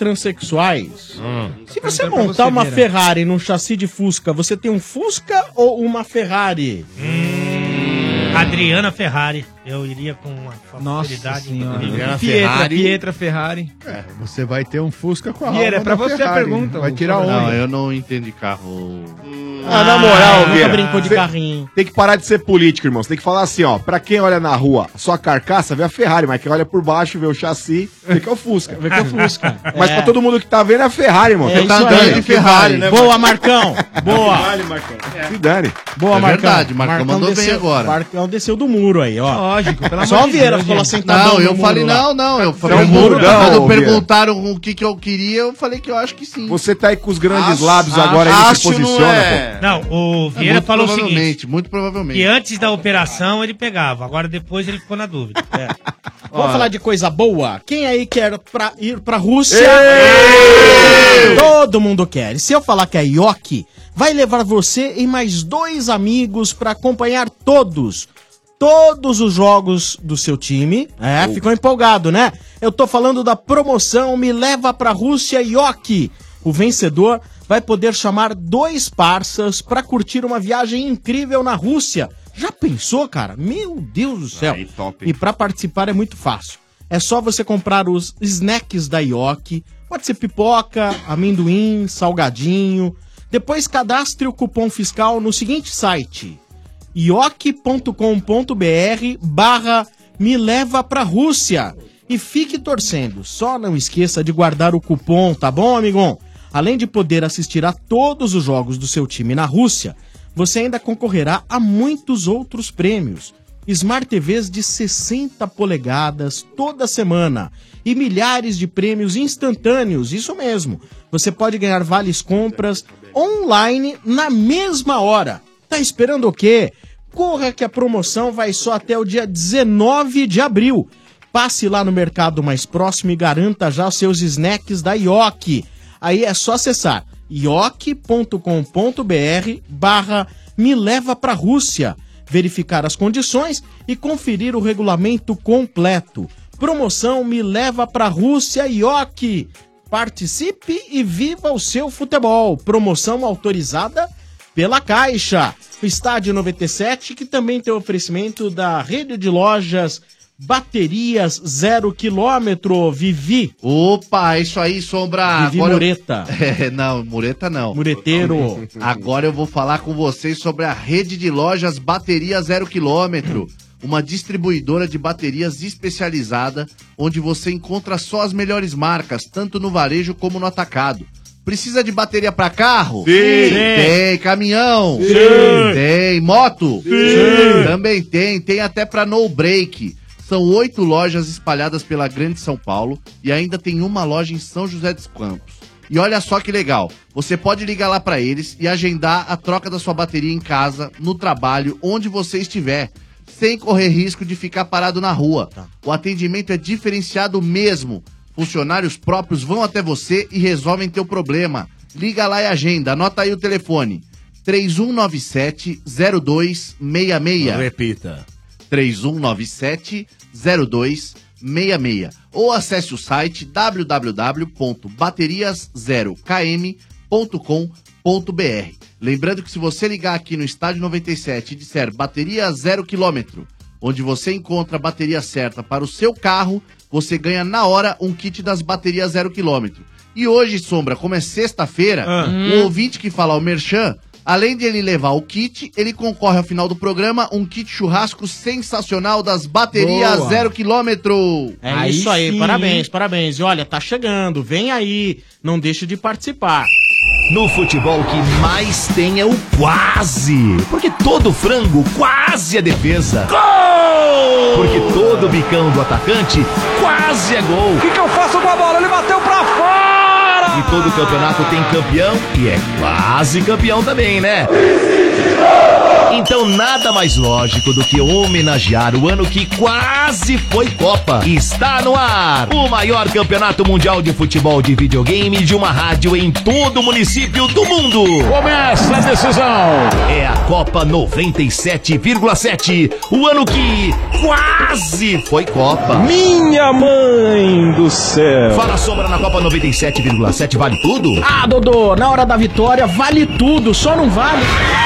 Speaker 14: transexuais, se você
Speaker 1: Pergunta pra
Speaker 14: montar
Speaker 1: você, né?
Speaker 14: uma
Speaker 1: Vieira.
Speaker 14: Ferrari num chassi de Fusca, você tem um Fusca ou uma Ferrari?
Speaker 17: Hum, Adriana Ferrari. Eu iria com uma facilidade.
Speaker 16: Senhora.
Speaker 17: incrível.
Speaker 16: Pietra,
Speaker 17: Ferrari.
Speaker 16: Pietra Ferrari. você vai ter um Fusca com a
Speaker 17: Vieira,
Speaker 16: alma
Speaker 17: pra
Speaker 16: da
Speaker 17: você a
Speaker 16: Ferrari. né?
Speaker 18: Então,
Speaker 17: pergunta,
Speaker 16: Vai tirar onda.
Speaker 18: Não, eu não entendo de carro.
Speaker 12: Ah, na moral,
Speaker 18: nunca
Speaker 12: Vieira.
Speaker 18: brincou de
Speaker 12: cê-
Speaker 14: carrinho.
Speaker 12: Tem que parar de ser político, irmão. Você tem que falar assim, ó. Pra quem olha na rua, só a carcaça, vê a Ferrari. Mas quem olha por baixo, vê o chassi, vê que é o Fusca. vê que é o Fusca. <laughs> Mas
Speaker 14: É.
Speaker 12: pra todo mundo que tá vendo, é a Ferrari, irmão.
Speaker 14: É
Speaker 12: Você tá
Speaker 14: isso aí.
Speaker 12: andando de
Speaker 14: Que vale,
Speaker 12: Ferrari, né?
Speaker 14: Boa, Marcão. Boa.
Speaker 12: Vale, Marcão. Se dane.
Speaker 14: Boa,
Speaker 12: É
Speaker 14: Marcão.
Speaker 12: verdade, Marcão mandou bem agora.
Speaker 14: Marcão desceu do muro aí, ó.
Speaker 18: Lógico, pelo
Speaker 14: Só
Speaker 18: amor
Speaker 14: o
Speaker 18: de
Speaker 14: Vieira
Speaker 18: Deus,
Speaker 14: assim, tá ficou lá
Speaker 12: assim,
Speaker 18: gente.
Speaker 12: "Tá
Speaker 14: sentado.
Speaker 18: Não, eu falei, não, não,
Speaker 14: Tá
Speaker 18: eu falei, tá
Speaker 12: um murão, Vieira.
Speaker 18: quando perguntaram o que, que eu queria, eu falei que eu acho que sim.
Speaker 12: Você tá aí com os grandes
Speaker 18: Acho-
Speaker 12: lábios agora aí, se
Speaker 18: acho, não
Speaker 12: posiciona,
Speaker 18: é.
Speaker 12: pô.
Speaker 17: Não, o Vieira
Speaker 18: muito
Speaker 17: falou o
Speaker 18: provavelmente,
Speaker 17: seguinte.
Speaker 18: Muito provavelmente.
Speaker 17: Que antes da operação ele pegava, agora depois ele ficou na dúvida. É.
Speaker 14: Vamos falar de coisa boa? Quem aí quer pra ir pra Rússia? Todo mundo quer. E se eu falar que é Yoki, vai levar você e mais dois amigos pra acompanhar todos. Todos os jogos do seu time. É, ficou empolgado, né? Eu tô falando da promoção Me Leva pra Rússia Yoki. O vencedor vai poder chamar dois parças pra curtir uma viagem incrível na Rússia. Já pensou, cara? Meu Deus do céu. E pra participar é muito fácil. É só você comprar os snacks da Ioki. Pode ser pipoca, amendoim, salgadinho. Depois cadastre o cupom fiscal no seguinte site: ioki.com.br barra me leva pra Rússia. E fique torcendo. Só não esqueça de guardar o cupom, tá bom, amigão? Além de poder assistir a todos os jogos do seu time na Rússia, você ainda concorrerá a muitos outros prêmios. Smart TVs de 60 polegadas toda semana e milhares de prêmios instantâneos, isso mesmo. Você pode ganhar vales compras online na mesma hora. Tá esperando o quê? Corra que a promoção vai só até o dia 19 de abril. Passe lá no mercado mais próximo e garanta já os seus snacks da Ioki. Aí é só acessar ioki.com.br barra me leva pra Rússia, verificar as condições e conferir o regulamento completo. Promoção me leva pra Rússia Ioki. Participe e viva o seu futebol. Promoção autorizada pela Caixa. Estádio 97, que também tem oferecimento da rede de lojas Baterias Zero Quilômetro. Vivi.
Speaker 18: Opa, é isso aí, Sombra.
Speaker 14: Vivi
Speaker 18: Agora eu-
Speaker 14: Mureta.
Speaker 18: <laughs> É, não, mureta não.
Speaker 14: Mureteiro.
Speaker 18: Agora eu vou falar com vocês sobre a rede de lojas Bateria Zero Quilômetro. Uma distribuidora de baterias especializada, onde você encontra só as melhores marcas, tanto no varejo como no atacado. Precisa de bateria para carro?
Speaker 20: Sim.
Speaker 18: Tem. Caminhão?
Speaker 20: Sim.
Speaker 18: Tem. Moto?
Speaker 20: Sim.
Speaker 18: Também tem. Tem até para no break. São oito lojas espalhadas pela Grande São Paulo e ainda tem uma loja em São José dos Campos. E olha só que legal, você pode ligar lá para eles e agendar a troca da sua bateria em casa, no trabalho, onde você estiver, sem correr risco de ficar parado na rua. O atendimento é diferenciado mesmo. Funcionários próprios vão até você e resolvem teu problema. Liga lá e agenda, anota aí o telefone. 3197-0266.
Speaker 22: Repita.
Speaker 18: 3197-0266. Ou acesse o site www.baterias0km.com.br. Lembrando que se você ligar aqui no estádio 97 e disser bateria 0 km, onde você encontra a bateria certa para o seu carro, você ganha na hora um kit das baterias 0 km. E hoje, Sombra, como é sexta-feira, o ouvinte que falar o Merchan Além de ele levar o kit, ele concorre ao final do programa um kit churrasco sensacional das baterias
Speaker 14: Boa.
Speaker 18: zero quilômetro.
Speaker 14: É isso aí, parabéns, parabéns. E olha, tá chegando, vem aí, não deixe de participar.
Speaker 1: No futebol que mais tem é o quase. Porque todo frango quase é defesa. Gol! Porque todo bicão do atacante quase é gol. O que, eu faço com a bola? Ele bateu pra fora! E todo campeonato tem campeão e é quase campeão também, né? Então nada mais lógico do que homenagear o ano que quase foi Copa. Está no ar o maior campeonato mundial de futebol de videogame de uma rádio em todo o município do mundo. Começa a decisão. É a Copa 97,7, o ano que quase foi Copa. Minha mãe do céu. Fala Sombra na Copa 97,7 vale tudo?
Speaker 14: Ah, Dodô, na hora da vitória vale tudo, só não vale.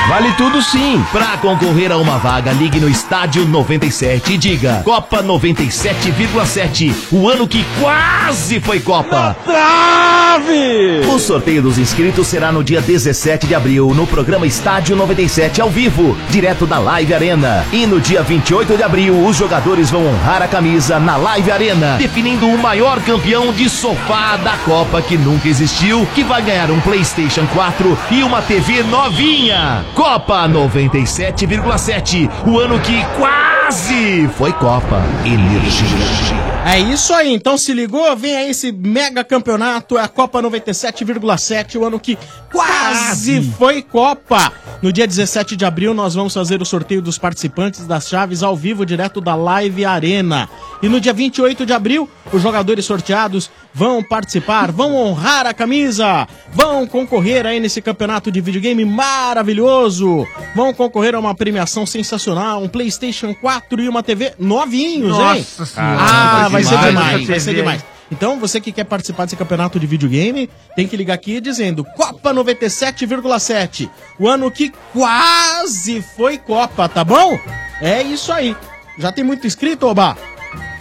Speaker 1: Vale tudo sim. Pra concorrer a uma vaga, ligue no estádio 97 e diga: Copa 97,7, o ano que quase foi Copa. Trave! O sorteio dos inscritos será no dia 17 de abril, no programa Estádio 97 ao vivo, direto da Live Arena. E no dia 28 de abril, os jogadores vão honrar a camisa na Live Arena, definindo o maior campeão de sofá da Copa que nunca existiu, que vai ganhar um PlayStation 4 e uma TV novinha. Copa 97,7, o ano que quase foi Copa. Energia.
Speaker 14: É isso aí, então se ligou? Vem aí esse mega campeonato, é a Copa 97,7, o ano que quase foi Copa. No dia 17 de abril, nós vamos fazer o sorteio dos participantes das chaves ao vivo, direto da Live Arena. E no dia 28 de abril, os jogadores sorteados vão participar, vão honrar a camisa, vão concorrer aí nesse campeonato de videogame maravilhoso, vão concorrer a uma premiação sensacional, um PlayStation 4 e uma TV novinhos, hein?
Speaker 18: Nossa Senhora.
Speaker 14: Ah, vai ser
Speaker 18: Demais,
Speaker 14: demais,
Speaker 18: hein?
Speaker 14: vai ser demais. Então, você que quer participar desse campeonato de videogame, tem que ligar aqui dizendo Copa 97,7. O ano que quase foi Copa, tá bom? É isso aí. Já tem muito inscrito, Oba?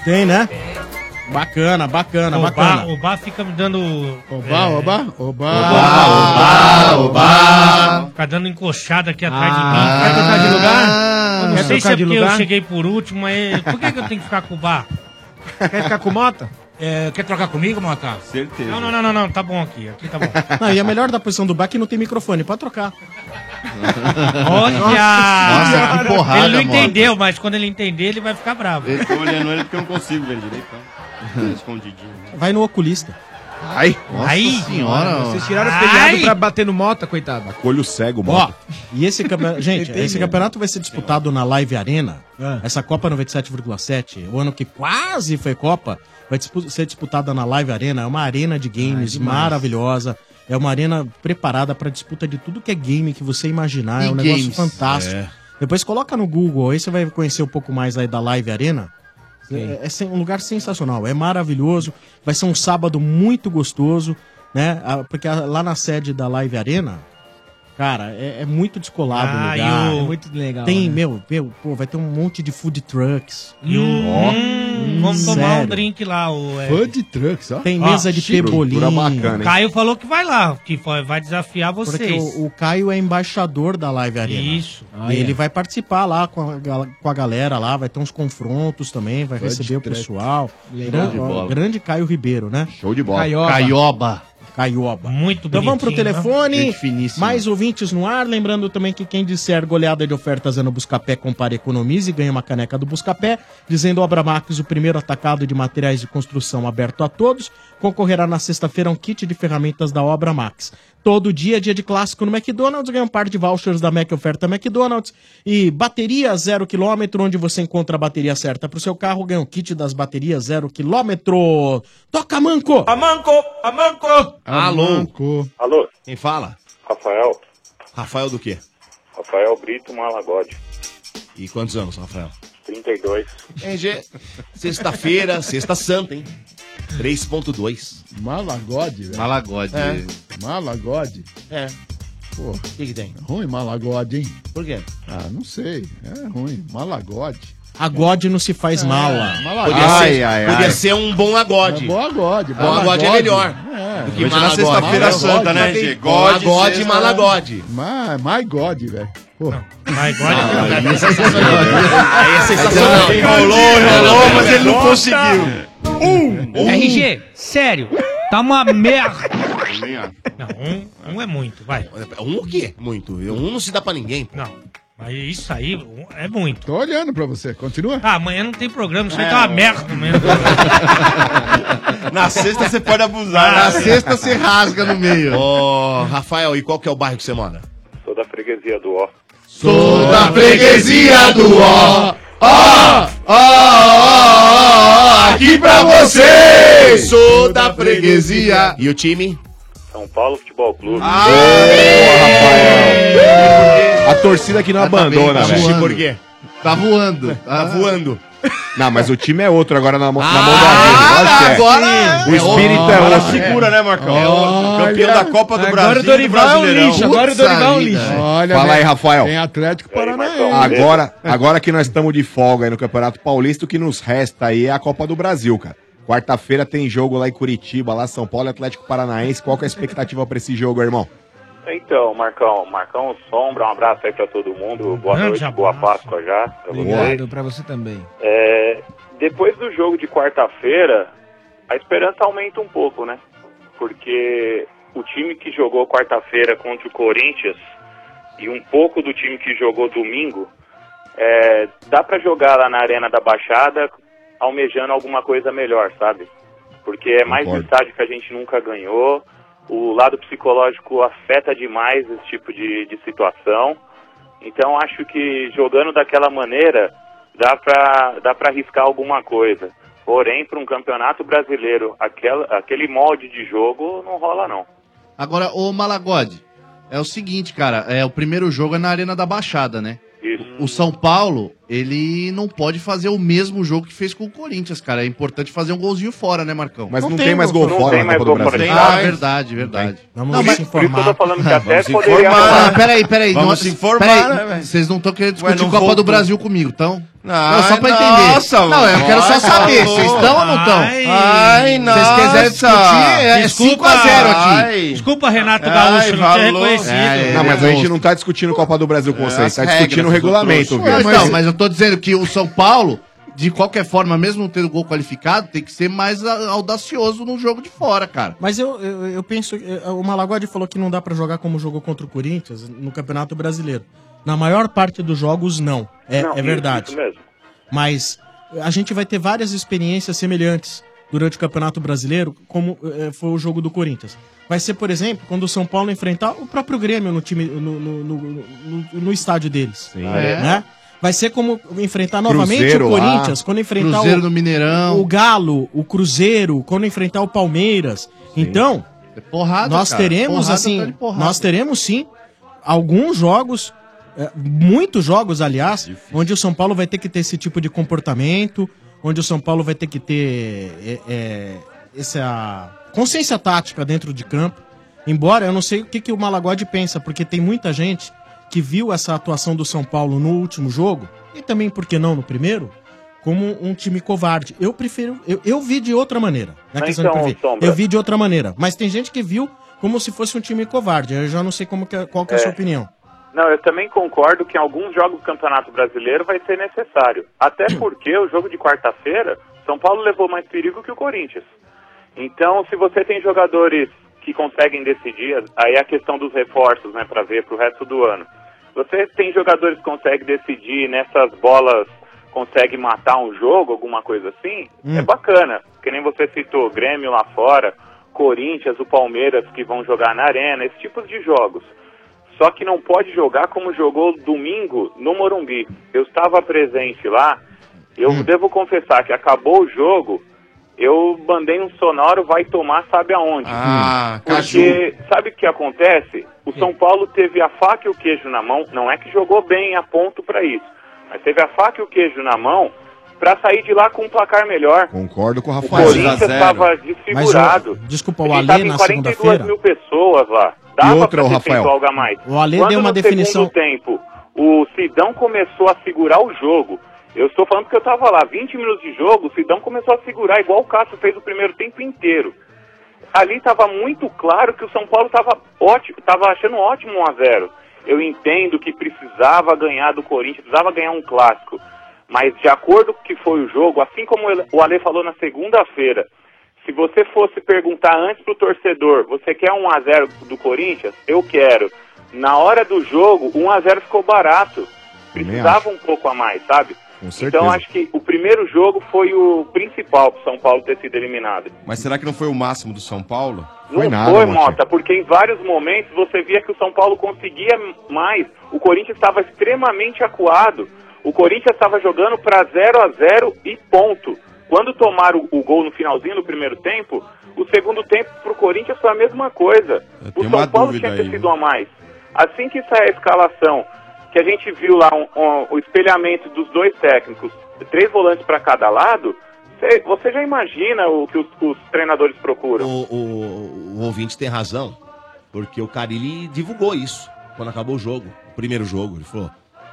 Speaker 14: Tem, né? Bacana, bacana,
Speaker 17: o Bá,
Speaker 14: bacana.
Speaker 17: o Bá fica me dando. Oba,
Speaker 14: oba,
Speaker 17: oba,
Speaker 14: oba,
Speaker 17: oba. Fica dando encoxada aqui atrás de mim. Vai trocar de lugar? Eu não
Speaker 9: Quer
Speaker 17: sei se
Speaker 9: trocar
Speaker 17: é
Speaker 9: de
Speaker 17: porque eu
Speaker 9: lugar?
Speaker 17: cheguei por último, mas por que, que eu tenho que ficar com o Bá? Quer ficar com o
Speaker 14: <laughs>
Speaker 17: Mota? É, quer trocar comigo, Mota?
Speaker 15: Certeza.
Speaker 17: Não, não, não, não, não, tá bom aqui, aqui tá bom.
Speaker 14: Não, e a melhor da posição do bar é que não tem microfone, pode trocar.
Speaker 17: Olha!
Speaker 14: Nossa, que porrada,
Speaker 17: Ele não
Speaker 14: Mota.
Speaker 17: entendeu, mas quando ele entender, ele vai ficar bravo.
Speaker 15: Eu tô olhando ele porque eu não consigo ver ele direito,
Speaker 17: <laughs>
Speaker 15: tá? Escondidinho.
Speaker 14: Vai no oculista.
Speaker 15: Ai,
Speaker 14: nossa senhora.
Speaker 9: Vocês tiraram o
Speaker 14: Ai.
Speaker 9: feriado pra bater no Mota, coitado.
Speaker 12: Colho cego, mano.
Speaker 14: Ó, e
Speaker 9: <laughs>
Speaker 14: esse campeonato, gente,
Speaker 9: Ele tem
Speaker 14: esse
Speaker 9: medo.
Speaker 14: campeonato vai ser disputado na Live Arena.
Speaker 9: Ah.
Speaker 14: Essa Copa 97,7, o ano que quase foi Copa, vai dispu- ser disputada na Live Arena. É uma arena de games
Speaker 9: demais.
Speaker 14: maravilhosa. É uma arena preparada pra disputa de tudo que é game que você imaginar.
Speaker 9: E
Speaker 14: é um negócio
Speaker 9: games.
Speaker 14: É. fantástico. Depois coloca no Google, aí você vai conhecer um pouco mais aí da Live Arena. É, é sen- um lugar sensacional, é maravilhoso. Vai ser um sábado muito gostoso, né? Ah, Porque a- lá na sede da Live Arena, cara, é, é muito descolado
Speaker 19: Ah,
Speaker 14: o lugar.
Speaker 19: e o-
Speaker 14: É
Speaker 19: muito legal,
Speaker 14: Tem,
Speaker 19: né?
Speaker 14: meu, meu, pô, vai ter um monte de food trucks. E o-
Speaker 17: Hum,
Speaker 14: Ó,
Speaker 17: vamos
Speaker 14: sério.
Speaker 17: tomar um drink lá. O,
Speaker 16: Food trucks, ó.
Speaker 14: Tem mesa de pebolim.
Speaker 17: O Caio falou que vai lá, que foi- vai desafiar
Speaker 14: Porque
Speaker 17: vocês.
Speaker 14: o, o Caio é embaixador da Live Arena. Ah,
Speaker 17: Isso.
Speaker 14: e ele
Speaker 17: é.
Speaker 14: vai participar lá com a, gal- com a galera lá, vai ter uns confrontos também, vai
Speaker 17: Vai de
Speaker 14: receber o
Speaker 17: treta.
Speaker 14: pessoal.
Speaker 17: Legal.
Speaker 14: Grande,
Speaker 17: Show de bola.
Speaker 14: grande Caio Ribeiro, né?
Speaker 15: Show de
Speaker 17: bola. Caioba.
Speaker 14: Caioba.
Speaker 17: Caioba.
Speaker 14: Muito Então vamos pro
Speaker 17: bonitinho, né?
Speaker 14: telefone.
Speaker 17: Gente finíssima.
Speaker 14: Mais ouvintes no ar. Lembrando também que quem disser goleada de ofertas é no Buscapé, compare, economize e ganha uma caneca do Buscapé. Dizendo Obra Max, o primeiro atacado de materiais de construção aberto a todos, concorrerá na sexta-feira a um kit de ferramentas da Obra Max. Todo dia é dia de clássico no McDonald's, ganha um par de vouchers da Mac Oferta McDonald's e bateria zero quilômetro, onde você encontra a bateria certa pro seu carro, ganha um kit das baterias zero quilômetro. Toca, Manco! Amanco! Amanco!
Speaker 1: Alô?
Speaker 23: Alô?
Speaker 1: Quem fala?
Speaker 23: Rafael,
Speaker 1: Rafael do quê?
Speaker 23: Rafael Brito Malagode,
Speaker 1: E quantos anos, Rafael?
Speaker 23: 32.
Speaker 1: RG,
Speaker 23: <laughs>
Speaker 16: <laughs>
Speaker 1: sexta-feira, sexta santa, hein? 3.2.
Speaker 16: Malagode, velho.
Speaker 1: Malagode. É.
Speaker 16: Malagode?
Speaker 1: É.
Speaker 16: Pô. O
Speaker 1: que, que tem?
Speaker 16: Ruim Malagode, hein?
Speaker 1: Por quê?
Speaker 16: Ah, não sei. É ruim. Malagode.
Speaker 14: A God não se faz mala.
Speaker 16: malagode.
Speaker 14: Podia
Speaker 16: Ai,
Speaker 14: ser-
Speaker 16: ai,
Speaker 14: podia
Speaker 16: ai.
Speaker 14: ser um bom agode.
Speaker 16: É bom agode.
Speaker 14: Bom agode é melhor do que
Speaker 16: Hoje
Speaker 14: malagode. Malagode.
Speaker 16: né, sexta-
Speaker 14: Malagode. Malagode, malagode.
Speaker 16: Ma- My God, velho. Pô.
Speaker 17: My God.
Speaker 16: Aí é
Speaker 1: Aí é sensacional. Enrolou, enrolou, mas ele não conseguiu.
Speaker 17: Um. RG, sério, tá uma merda.
Speaker 1: Não,
Speaker 17: um, um é muito, vai.
Speaker 1: Um o quê? Muito. Um não se dá pra ninguém.
Speaker 17: Não. Mas isso aí um, é muito.
Speaker 16: Tô olhando pra você, continua.
Speaker 17: Ah, amanhã não tem programa, isso aí
Speaker 16: É.
Speaker 17: tá uma merda mesmo.
Speaker 15: Na sexta você pode
Speaker 1: Tá
Speaker 15: abusar. né?
Speaker 23: Na sexta você rasga no meio.
Speaker 1: Ah. Ô, Rafael, e qual que é o bairro que você mora?
Speaker 23: Sou da freguesia do Ó.
Speaker 1: Sou da freguesia
Speaker 23: do Ó.
Speaker 1: Ó, ó, ó,
Speaker 23: aqui pra vocês.
Speaker 1: Sou da freguesia. E o time?
Speaker 23: São Paulo Futebol Clube.
Speaker 1: Ah,
Speaker 12: A torcida que não abandona,
Speaker 23: bem, tá
Speaker 12: velho.
Speaker 23: voando.
Speaker 12: Por quê?
Speaker 23: Tá voando.
Speaker 1: Tá voando.
Speaker 12: Não, mas o time é outro agora na, mão- na mão do América. Lógico que é. O espírito é outro.
Speaker 15: Segura, né, Marcão?
Speaker 12: É outro.
Speaker 15: Campeão da Copa do Brasil.
Speaker 12: o Dorival
Speaker 15: do
Speaker 12: é um
Speaker 15: Brasileirão.
Speaker 12: lixo, agora o
Speaker 15: Putz
Speaker 12: Dorival é um
Speaker 15: vida,
Speaker 16: né?
Speaker 12: lixo.
Speaker 15: velho.
Speaker 12: Olha, Fala aí, Rafael.
Speaker 16: Tem Atlético
Speaker 23: Então,
Speaker 16: Paranaense.
Speaker 12: Agora, agora que nós estamos de folga aí no Campeonato Paulista, o que nos resta aí é a Copa do Brasil, cara. Quarta-feira tem jogo lá em Curitiba, lá São Paulo e Atlético Paranaense. Qual que é a expectativa pra esse jogo, irmão?
Speaker 23: Então, Marcão, Marcão Sombra, um abraço aí pra todo mundo. Boa
Speaker 9: Grande
Speaker 23: noite, boa Páscoa já. Pra vocês.
Speaker 9: Obrigado pra você também.
Speaker 23: É, depois do jogo de quarta-feira, a esperança aumenta um pouco, né? Porque o time que jogou quarta-feira contra o Corinthians e um pouco do time que jogou domingo, é, dá pra jogar lá na Arena da Baixada almejando alguma coisa melhor, sabe? Porque é mais um estádio que a gente nunca ganhou. O lado psicológico afeta demais esse tipo de, de situação. Então acho que jogando daquela maneira dá pra dá para arriscar alguma coisa. Porém, para um campeonato brasileiro, aquela, aquele molde de jogo não rola não.
Speaker 18: Agora, ô Malagode, é o seguinte, cara, é, o primeiro jogo é na Arena da Baixada, né?
Speaker 23: Isso.
Speaker 18: O São Paulo, ele não pode fazer o mesmo jogo que fez com o Corinthians, cara. É importante fazer um golzinho fora, né, Marcão?
Speaker 12: Mas não, tem, mais gol fora na Copa do Brasil.
Speaker 18: Ah, verdade, verdade.
Speaker 14: Vamos
Speaker 18: Não, mas-
Speaker 14: se informar.
Speaker 23: falando que até
Speaker 18: Vamos
Speaker 23: É, poderia
Speaker 18: informar.
Speaker 23: rolar.
Speaker 18: Ah, peraí, peraí.
Speaker 23: Vamos
Speaker 18: nós-
Speaker 23: se informar,
Speaker 18: peraí,
Speaker 23: né, velho?
Speaker 18: Vocês não estão querendo discutir
Speaker 23: Ué, não
Speaker 18: Copa do
Speaker 23: voltou.
Speaker 18: Brasil comigo, então?
Speaker 15: Não,
Speaker 18: só pra entender.
Speaker 15: nossa,
Speaker 18: não, eu quero só
Speaker 15: nossa,
Speaker 18: saber.
Speaker 15: falou.
Speaker 18: Vocês estão ou não estão?
Speaker 15: Ai, Ai,
Speaker 18: Se vocês quiserem discutir, é 5 a 0 aqui.
Speaker 17: Desculpa, Renato
Speaker 18: Ai,
Speaker 17: Gaúcho, não tinha
Speaker 18: falou.
Speaker 17: reconhecido.
Speaker 18: É,
Speaker 12: não, mas a gente
Speaker 18: monstro.
Speaker 12: não tá discutindo Copa do Brasil
Speaker 14: É,
Speaker 12: com vocês, tá
Speaker 18: as
Speaker 12: discutindo o
Speaker 18: regras,
Speaker 12: regulamento,
Speaker 18: os outros.
Speaker 12: velho.
Speaker 18: Não, mas eu tô dizendo que o São Paulo, de qualquer forma, mesmo não tendo gol qualificado, tem que ser mais a- audacioso no jogo de fora, cara.
Speaker 14: Mas eu, eu, eu penso. eu- O Malagode falou que não dá pra jogar como jogou contra o Corinthians no Campeonato Brasileiro. Na maior parte dos jogos, não. É,
Speaker 23: Não,
Speaker 14: é
Speaker 23: isso-
Speaker 14: verdade.
Speaker 23: isso mesmo.
Speaker 14: Mas a gente vai ter várias experiências semelhantes durante o Campeonato Brasileiro, como eh, foi o jogo do Corinthians. Vai ser, por exemplo, quando o São Paulo enfrentar o próprio Grêmio no time no, no, no, no- no estádio deles.
Speaker 18: É.
Speaker 14: Né? Vai ser como enfrentar
Speaker 18: Cruzeiro
Speaker 14: novamente o
Speaker 18: lá,
Speaker 14: Corinthians, quando enfrentar
Speaker 18: Cruzeiro
Speaker 14: o,
Speaker 18: no Mineirão.
Speaker 14: o Galo, o Cruzeiro, quando enfrentar o Palmeiras. Então,
Speaker 18: É porrada,
Speaker 14: nós
Speaker 18: cara.
Speaker 14: teremos
Speaker 18: Porrada atrás
Speaker 14: assim,
Speaker 18: de porrada.
Speaker 14: nós teremos sim alguns jogos, é, muitos jogos, aliás, onde o São Paulo vai ter que ter esse tipo de comportamento, onde o São Paulo vai ter que ter é, é, essa consciência tática dentro de campo. Embora eu não sei o que, que o Malagode pensa, porque tem muita gente que viu essa atuação do São Paulo no último jogo, e também, por que não, no primeiro, como um time covarde. Eu prefiro. Eu, eu vi de outra maneira. Não é
Speaker 23: Mas
Speaker 14: questão de
Speaker 23: então,
Speaker 14: preferir.
Speaker 23: Sombra.
Speaker 14: eu vi de outra maneira. Mas tem gente que viu como se fosse um time covarde. Eu já não sei como que é- qual que é a sua
Speaker 23: É.
Speaker 14: opinião.
Speaker 23: Não, eu também concordo que em alguns jogos do Campeonato Brasileiro vai ser necessário. <clears throat> Até porque o jogo de quarta-feira, São Paulo levou mais perigo que o Corinthians. Então, se você tem jogadores que conseguem decidir, aí é a questão dos reforços, né, para ver pro resto do ano. Você tem jogadores que conseguem decidir nessas bolas, consegue matar um jogo, alguma coisa assim,
Speaker 1: Hum.
Speaker 23: é bacana. Que nem você citou, Grêmio lá fora, Corinthians, o Palmeiras que vão jogar na arena, esse tipo de jogos. Só que não pode jogar como jogou domingo no Morumbi. Eu estava presente lá, eu devo confessar que acabou o jogo, eu mandei um sonoro vai tomar sabe aonde.
Speaker 15: Ah,
Speaker 23: Porque sabe o que acontece? O São Paulo teve a faca e o queijo na mão, não é que jogou bem a ponto para isso, mas teve a faca e o queijo na mão para sair de lá com um placar melhor.
Speaker 12: Concordo com o
Speaker 23: O
Speaker 12: Rafael.
Speaker 23: Corinthians estava
Speaker 14: Mas, ó,
Speaker 23: desfigurado.
Speaker 14: desculpa, o
Speaker 23: Ele
Speaker 14: Alê
Speaker 23: tava em
Speaker 14: na
Speaker 23: 42
Speaker 14: segunda-feira.
Speaker 23: mil pessoas lá. Dava
Speaker 14: E outra,
Speaker 23: pra
Speaker 14: o
Speaker 23: ter
Speaker 14: Rafael.
Speaker 23: feito algo a mais.
Speaker 14: O Alê
Speaker 23: Quando
Speaker 14: deu uma
Speaker 23: no
Speaker 14: definição-
Speaker 23: segundo tempo, o Sidão começou a segurar o jogo. Eu estou falando que eu estava lá, 20 minutos de jogo, o Sidão começou a segurar, igual o Cássio fez o primeiro tempo inteiro. Ali estava muito claro que o São Paulo estava ótimo, estava achando ótimo 1 a 0. Eu entendo que precisava ganhar do Corinthians, precisava ganhar um clássico. Mas de acordo com o que foi o jogo, assim como o Ale falou na segunda-feira, se você fosse perguntar antes pro torcedor, você quer 1 a 0 do Corinthians? Eu quero. Na hora do jogo, 1 a 0 ficou barato. Precisava um pouco a mais, sabe?
Speaker 15: Com certeza.
Speaker 23: Então acho que o primeiro jogo foi o principal pro São Paulo ter sido eliminado.
Speaker 15: Mas será que não foi o máximo do São Paulo?
Speaker 23: Não foi, Mota, porque em vários momentos você via que o São Paulo conseguia mais. O Corinthians estava extremamente acuado. O Corinthians estava jogando para 0 a 0 e ponto. Quando tomaram o gol no finalzinho do primeiro tempo, o segundo tempo para o Corinthians foi a mesma coisa. O
Speaker 15: tenho
Speaker 23: São
Speaker 15: uma
Speaker 23: Paulo
Speaker 15: dúvida
Speaker 23: tinha que ter
Speaker 15: aí,
Speaker 23: sido a mais. Assim que sair a escalação, que a gente viu lá um- um- o espelhamento dos dois técnicos, três volantes para cada lado, cê- você já imagina o que os, os treinadores procuram.
Speaker 1: O, o- o ouvinte tem razão, porque o Carilli divulgou isso quando acabou o jogo, o primeiro jogo. Ele falou: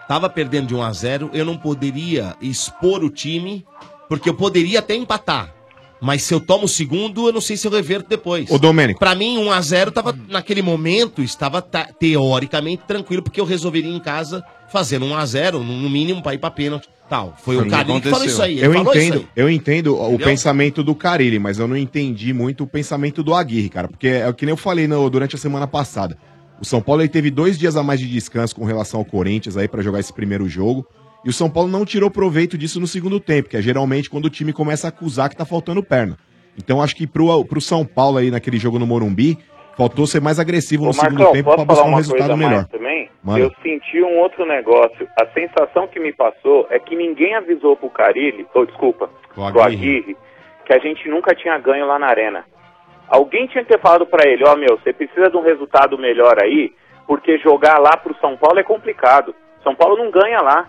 Speaker 1: tava perdendo de 1 a 0 eu não poderia expor o time, porque eu poderia até empatar. Mas se eu tomo o segundo, eu não sei se eu reverto depois.
Speaker 12: Ô, Domênico.
Speaker 1: Pra mim, 1 a 0 tava, naquele momento, estava ta- teoricamente tranquilo, porque eu resolveria em casa fazendo 1 a 0 no mínimo, pra ir pra pênalti tal. Foi o Carilli que falou isso aí. ele
Speaker 12: Eu
Speaker 1: falou
Speaker 12: entendo,
Speaker 1: Isso aí.
Speaker 12: eu entendo o
Speaker 1: Entendeu?
Speaker 12: pensamento do Carilli, mas eu não entendi muito o pensamento do Aguirre, cara. Porque é o que nem eu falei no- durante a semana passada. O São Paulo ele teve dois dias a mais de descanso com relação ao Corinthians aí pra jogar esse primeiro jogo. E o São Paulo não tirou proveito disso no segundo tempo, que é geralmente quando o time começa a acusar que tá faltando perna. Então acho que pro, pro São Paulo aí naquele jogo no Morumbi, faltou ser mais agressivo no
Speaker 23: Ô,
Speaker 12: segundo
Speaker 23: Marcão,
Speaker 12: tempo pra
Speaker 23: posso
Speaker 12: buscar
Speaker 23: falar
Speaker 12: um
Speaker 23: uma
Speaker 12: resultado
Speaker 23: coisa a
Speaker 12: melhor.
Speaker 23: mais também?
Speaker 12: Manda.
Speaker 23: Eu senti um outro negócio. A sensação que me passou é que ninguém avisou pro Carilli, ou desculpa,
Speaker 12: Pro
Speaker 23: pro Aguirre, que a gente nunca tinha ganho lá na arena. Alguém tinha que ter falado pra ele, ó meu, você precisa de um resultado melhor aí, porque jogar lá pro São Paulo é complicado. São Paulo não ganha lá.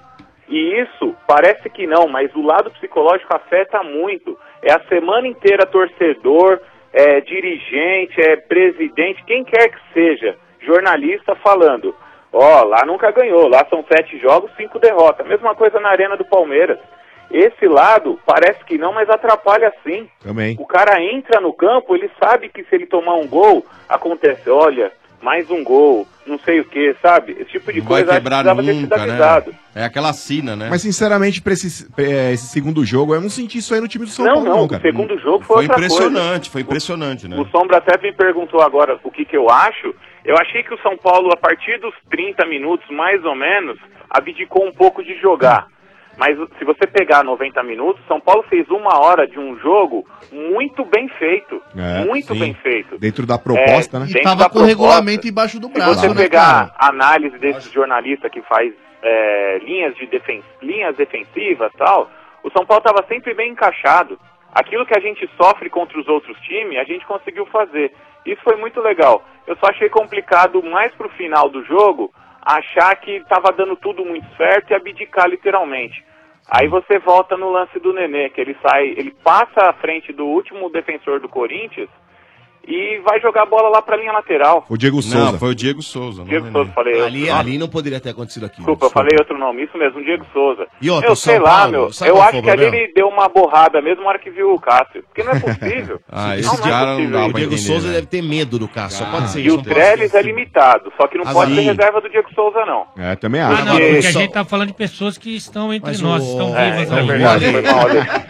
Speaker 23: E isso parece que não, mas o lado psicológico afeta muito. É a semana inteira torcedor, é dirigente, é presidente, quem quer que seja, jornalista falando. Ó, lá nunca ganhou, lá são sete jogos, cinco derrotas. Mesma coisa na Arena do Palmeiras. Esse lado parece que não, mas atrapalha sim.
Speaker 12: Também.
Speaker 23: O cara entra no campo, ele sabe que se ele tomar um gol, acontece, olha, mais um gol, não sei o que, sabe? Esse tipo de
Speaker 15: Não vai
Speaker 23: coisa acho que
Speaker 15: quebrar
Speaker 23: precisava ter sido
Speaker 15: nunca,
Speaker 23: avisado.
Speaker 15: né? É aquela sina, né?
Speaker 12: Mas sinceramente, pra esse, pra esse segundo jogo, eu não senti isso aí no time do São
Speaker 23: não,
Speaker 12: Paulo,
Speaker 23: não,
Speaker 12: não,
Speaker 23: o
Speaker 12: cara.
Speaker 23: segundo jogo foi,
Speaker 15: Foi
Speaker 23: outra coisa.
Speaker 15: impressionante, foi impressionante, né?
Speaker 23: O Sombra até me perguntou agora o que, que eu acho. Eu achei que o São Paulo, a partir dos 30 minutos, mais ou menos, abdicou um pouco de jogar. Mas se você pegar 90 minutos, São Paulo fez uma hora de um jogo muito bem feito.
Speaker 12: É,
Speaker 23: muito
Speaker 12: sim.
Speaker 23: bem feito.
Speaker 12: Dentro da proposta,
Speaker 23: É,
Speaker 12: né?
Speaker 23: dentro da proposta.
Speaker 18: embaixo do
Speaker 23: Se você
Speaker 18: né,
Speaker 23: pegar a análise desse jornalista que faz é, linhas, de defen linhas defensivas tal, o São Paulo estava sempre bem encaixado. Aquilo que a gente sofre contra os outros times, a gente conseguiu fazer. Isso foi muito legal. Eu só achei complicado mais pro final do jogo achar que estava dando tudo muito certo e abdicar literalmente. Aí você volta no lance do Nenê, que ele sai, ele passa à frente do último defensor do Corinthians e vai jogar a bola lá pra linha lateral.
Speaker 12: O Diego Souza.
Speaker 15: Não, foi o Diego Souza. não
Speaker 23: Diego
Speaker 15: é
Speaker 23: Souza,
Speaker 15: não.
Speaker 23: falei.
Speaker 1: Ali,
Speaker 23: Nossa,
Speaker 1: ali não poderia ter acontecido aqui.
Speaker 23: Desculpa, eu falei outro nome, isso mesmo, Diego Souza.
Speaker 1: E outra,
Speaker 23: eu
Speaker 1: o São
Speaker 23: sei lá,
Speaker 1: Paulo,
Speaker 23: meu,
Speaker 1: sabe
Speaker 23: eu
Speaker 1: qual
Speaker 23: acho
Speaker 1: foi o
Speaker 23: que ali
Speaker 1: problema?
Speaker 23: ele deu uma borrada mesmo na hora que viu o Cássio. Porque não é possível.
Speaker 15: Ah,
Speaker 23: não,
Speaker 15: esse
Speaker 23: não é
Speaker 15: cara não
Speaker 23: possível
Speaker 15: dá
Speaker 23: isso.
Speaker 1: O Diego Souza deve ter medo do carro, só pode ser
Speaker 23: Ah. E
Speaker 1: isso.
Speaker 23: o Trellis é limitado, só que não
Speaker 1: Ah,
Speaker 23: pode ser
Speaker 1: sim.
Speaker 23: reserva do Diego Souza, não.
Speaker 12: É, também
Speaker 17: Ah,
Speaker 12: acho.
Speaker 17: não, porque a
Speaker 1: só-
Speaker 17: gente tá falando de pessoas que estão entre
Speaker 1: Mas
Speaker 17: nós,
Speaker 1: o-
Speaker 17: estão
Speaker 1: é,
Speaker 17: vivas
Speaker 1: é
Speaker 17: ainda.
Speaker 1: verdade, foi né? <laughs>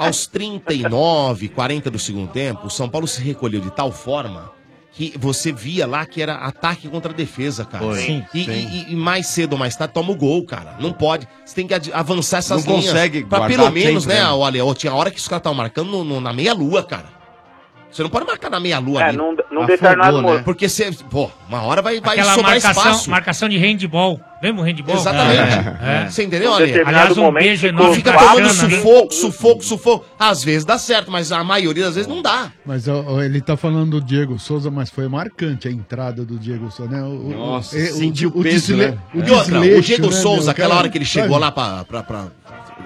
Speaker 1: Aos 39, 40 do segundo tempo, o São Paulo se recolheu de tal forma que você via lá que era ataque contra defesa, cara.
Speaker 15: Foi. Sim,
Speaker 1: e,
Speaker 15: sim.
Speaker 1: e- e mais cedo ou mais tarde toma o gol, cara. Não pode. Você tem que ad- avançar essas
Speaker 15: Não
Speaker 1: linhas.
Speaker 15: consegue
Speaker 1: Pra
Speaker 15: guardar
Speaker 1: pelo menos,
Speaker 15: sempre,
Speaker 1: né,
Speaker 15: né?
Speaker 1: olha, ó, tinha a hora que os caras estavam marcando no- no- na meia-lua, cara. Você não pode marcar na meia-lua
Speaker 23: É,
Speaker 1: ali.
Speaker 23: não- não determinado momento.
Speaker 1: Porque você, pô, uma hora vai, vai
Speaker 17: Aquela
Speaker 1: sobrar
Speaker 17: marcação,
Speaker 1: espaço.
Speaker 17: marcação de handball. Lembra o handball?
Speaker 1: Exatamente.
Speaker 17: É.
Speaker 1: Você entendeu,
Speaker 17: Num
Speaker 1: Ale?
Speaker 17: determinado Aliás, um momento, beijo ficou enorme
Speaker 1: Fica
Speaker 17: bacana,
Speaker 1: tomando
Speaker 17: né?
Speaker 1: sufoco, sufoco, sufoco. Às vezes dá certo, mas a maioria das vezes não dá.
Speaker 16: Mas ó, ó, ele tá falando do Diego Souza, mas foi marcante a entrada do Diego Souza, né? O- o-
Speaker 15: Nossa,
Speaker 16: é,
Speaker 15: sentiu o peso,
Speaker 16: desle-
Speaker 15: né?
Speaker 16: o
Speaker 1: e outra, o
Speaker 16: desleixo,
Speaker 1: Diego
Speaker 16: né,
Speaker 1: Souza,
Speaker 16: meu?
Speaker 1: aquela
Speaker 16: Cara,
Speaker 1: hora que ele
Speaker 16: sabe?
Speaker 1: chegou lá pra... pra, pra-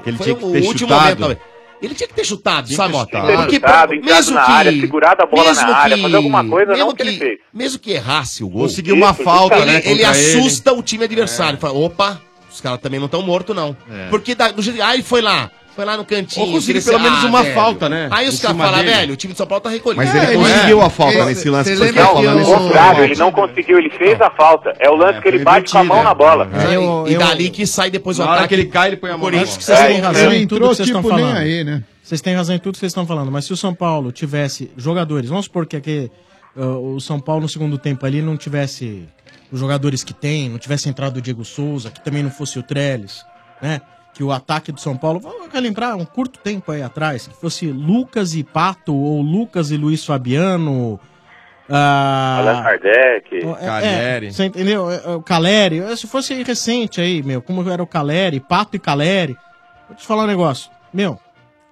Speaker 15: ele
Speaker 1: foi
Speaker 15: tinha que
Speaker 1: o
Speaker 15: ter
Speaker 1: último
Speaker 15: chutado.
Speaker 1: momento, talvez. Ele tinha que ter chutado,
Speaker 15: Tinha que
Speaker 1: sabe,
Speaker 15: ter
Speaker 1: Otávio?
Speaker 15: chutado.
Speaker 1: Porque,
Speaker 23: Entrado,
Speaker 1: pô,
Speaker 23: entrado na área, segurado a bola
Speaker 1: mesmo
Speaker 23: na área, fazer alguma coisa,
Speaker 1: mesmo
Speaker 23: não que ele fez.
Speaker 1: Mesmo que errasse o gol...
Speaker 23: Conseguiu uma Isso, falta,
Speaker 1: ele-
Speaker 23: né,
Speaker 1: Ele,
Speaker 23: contra ele.
Speaker 1: assusta o time
Speaker 15: É.
Speaker 1: adversário. Fala, opa, os caras também não estão mortos, não. Porque da- do jeito... Ah, ele foi lá... Foi lá no cantinho.
Speaker 15: Ou conseguiu
Speaker 1: queria ser-
Speaker 15: pelo menos
Speaker 1: ah,
Speaker 15: uma
Speaker 1: velho.
Speaker 15: falta, né,
Speaker 1: Aí
Speaker 15: em
Speaker 1: os caras
Speaker 15: cima
Speaker 1: falam,
Speaker 15: dele.
Speaker 1: velho, o time de São Paulo tá recolhido.
Speaker 12: Mas ele conseguiu a falta
Speaker 1: Ele-
Speaker 12: nesse lance
Speaker 1: você
Speaker 12: que você
Speaker 1: lembra
Speaker 12: tá
Speaker 1: que
Speaker 15: né?
Speaker 12: falando.
Speaker 1: o-
Speaker 12: isso
Speaker 23: Ao
Speaker 12: foi
Speaker 23: contrário, ele
Speaker 12: falta.
Speaker 23: não conseguiu, ele fez a falta. É o lance que ele bate com a mão na bola.
Speaker 1: É, e, e dali que sai depois o
Speaker 15: Na hora
Speaker 1: ataque.
Speaker 15: que ele cai, ele põe a mão na
Speaker 14: Acho
Speaker 15: bola.
Speaker 14: que vocês
Speaker 1: É,
Speaker 14: têm razão
Speaker 1: ele
Speaker 14: em tudo
Speaker 1: entrou,
Speaker 14: que vocês estão
Speaker 1: tipo, nem
Speaker 14: falando.
Speaker 1: aí, né?
Speaker 14: Vocês têm razão em tudo que vocês estão falando. Mas se o São Paulo tivesse jogadores, vamos supor que aqui, ah, o São Paulo no segundo tempo ali não tivesse os jogadores que tem, não tivesse entrado o Diego Souza, que também não fosse o Trellis, né? Que o ataque do São Paulo, vamos relembrar um curto tempo aí atrás, que fosse Lucas e Pato, ou Lucas e Luiz Fabiano. uh, ah,
Speaker 23: Allan Kardec.
Speaker 14: é, é, Você entendeu? É, é, O Caleri. é, Se fosse recente aí, meu, como era o Caleri, Pato e Caleri. Vou te falar um negócio. Meu,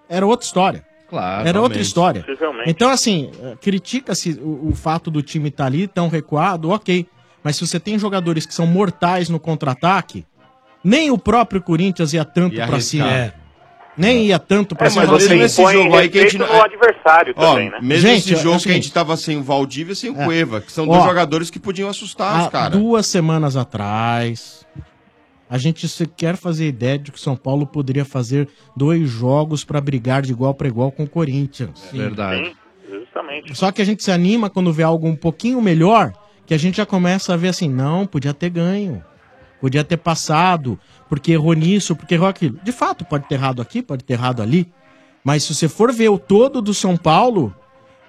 Speaker 14: era outra história.
Speaker 18: Claro.
Speaker 14: Era outra história.
Speaker 23: Possivelmente.
Speaker 14: Então, assim, eh, critica-se o, o fato do time estar ali tão recuado, ok. Mas se você tem jogadores que são mortais no contra-ataque, nem o próprio Corinthians ia tanto
Speaker 15: Ia
Speaker 14: pra
Speaker 15: arriscar.
Speaker 14: cima.
Speaker 15: É.
Speaker 14: Nem ia tanto pra
Speaker 15: É,
Speaker 14: cima.
Speaker 15: mas
Speaker 14: Fala
Speaker 15: mesmo
Speaker 14: assim,
Speaker 15: esse jogo aí que a gente não-
Speaker 23: no adversário
Speaker 15: Ó,
Speaker 23: também, né?
Speaker 15: mesmo
Speaker 14: é- Gente,
Speaker 15: esse
Speaker 14: é o
Speaker 15: jogo que a
Speaker 14: seguinte.
Speaker 15: gente tava sem o Valdívia e sem o
Speaker 14: É.
Speaker 15: Cueva, que são
Speaker 14: Ó, Ah,
Speaker 15: dois jogadores que podiam assustar os
Speaker 14: Há
Speaker 15: caras.
Speaker 14: duas semanas atrás, a gente sequer fazia ideia de que o São Paulo poderia fazer dois jogos pra brigar de igual pra igual com o Corinthians.
Speaker 9: É
Speaker 23: Sim, justamente.
Speaker 14: Só que a gente se anima quando vê algo um pouquinho melhor, que a gente já começa a ver assim, não, podia ter ganho. Podia ter passado, porque errou nisso, porque errou aquilo. De fato, pode ter errado aqui, pode ter errado ali. Mas se você for ver o todo do São Paulo,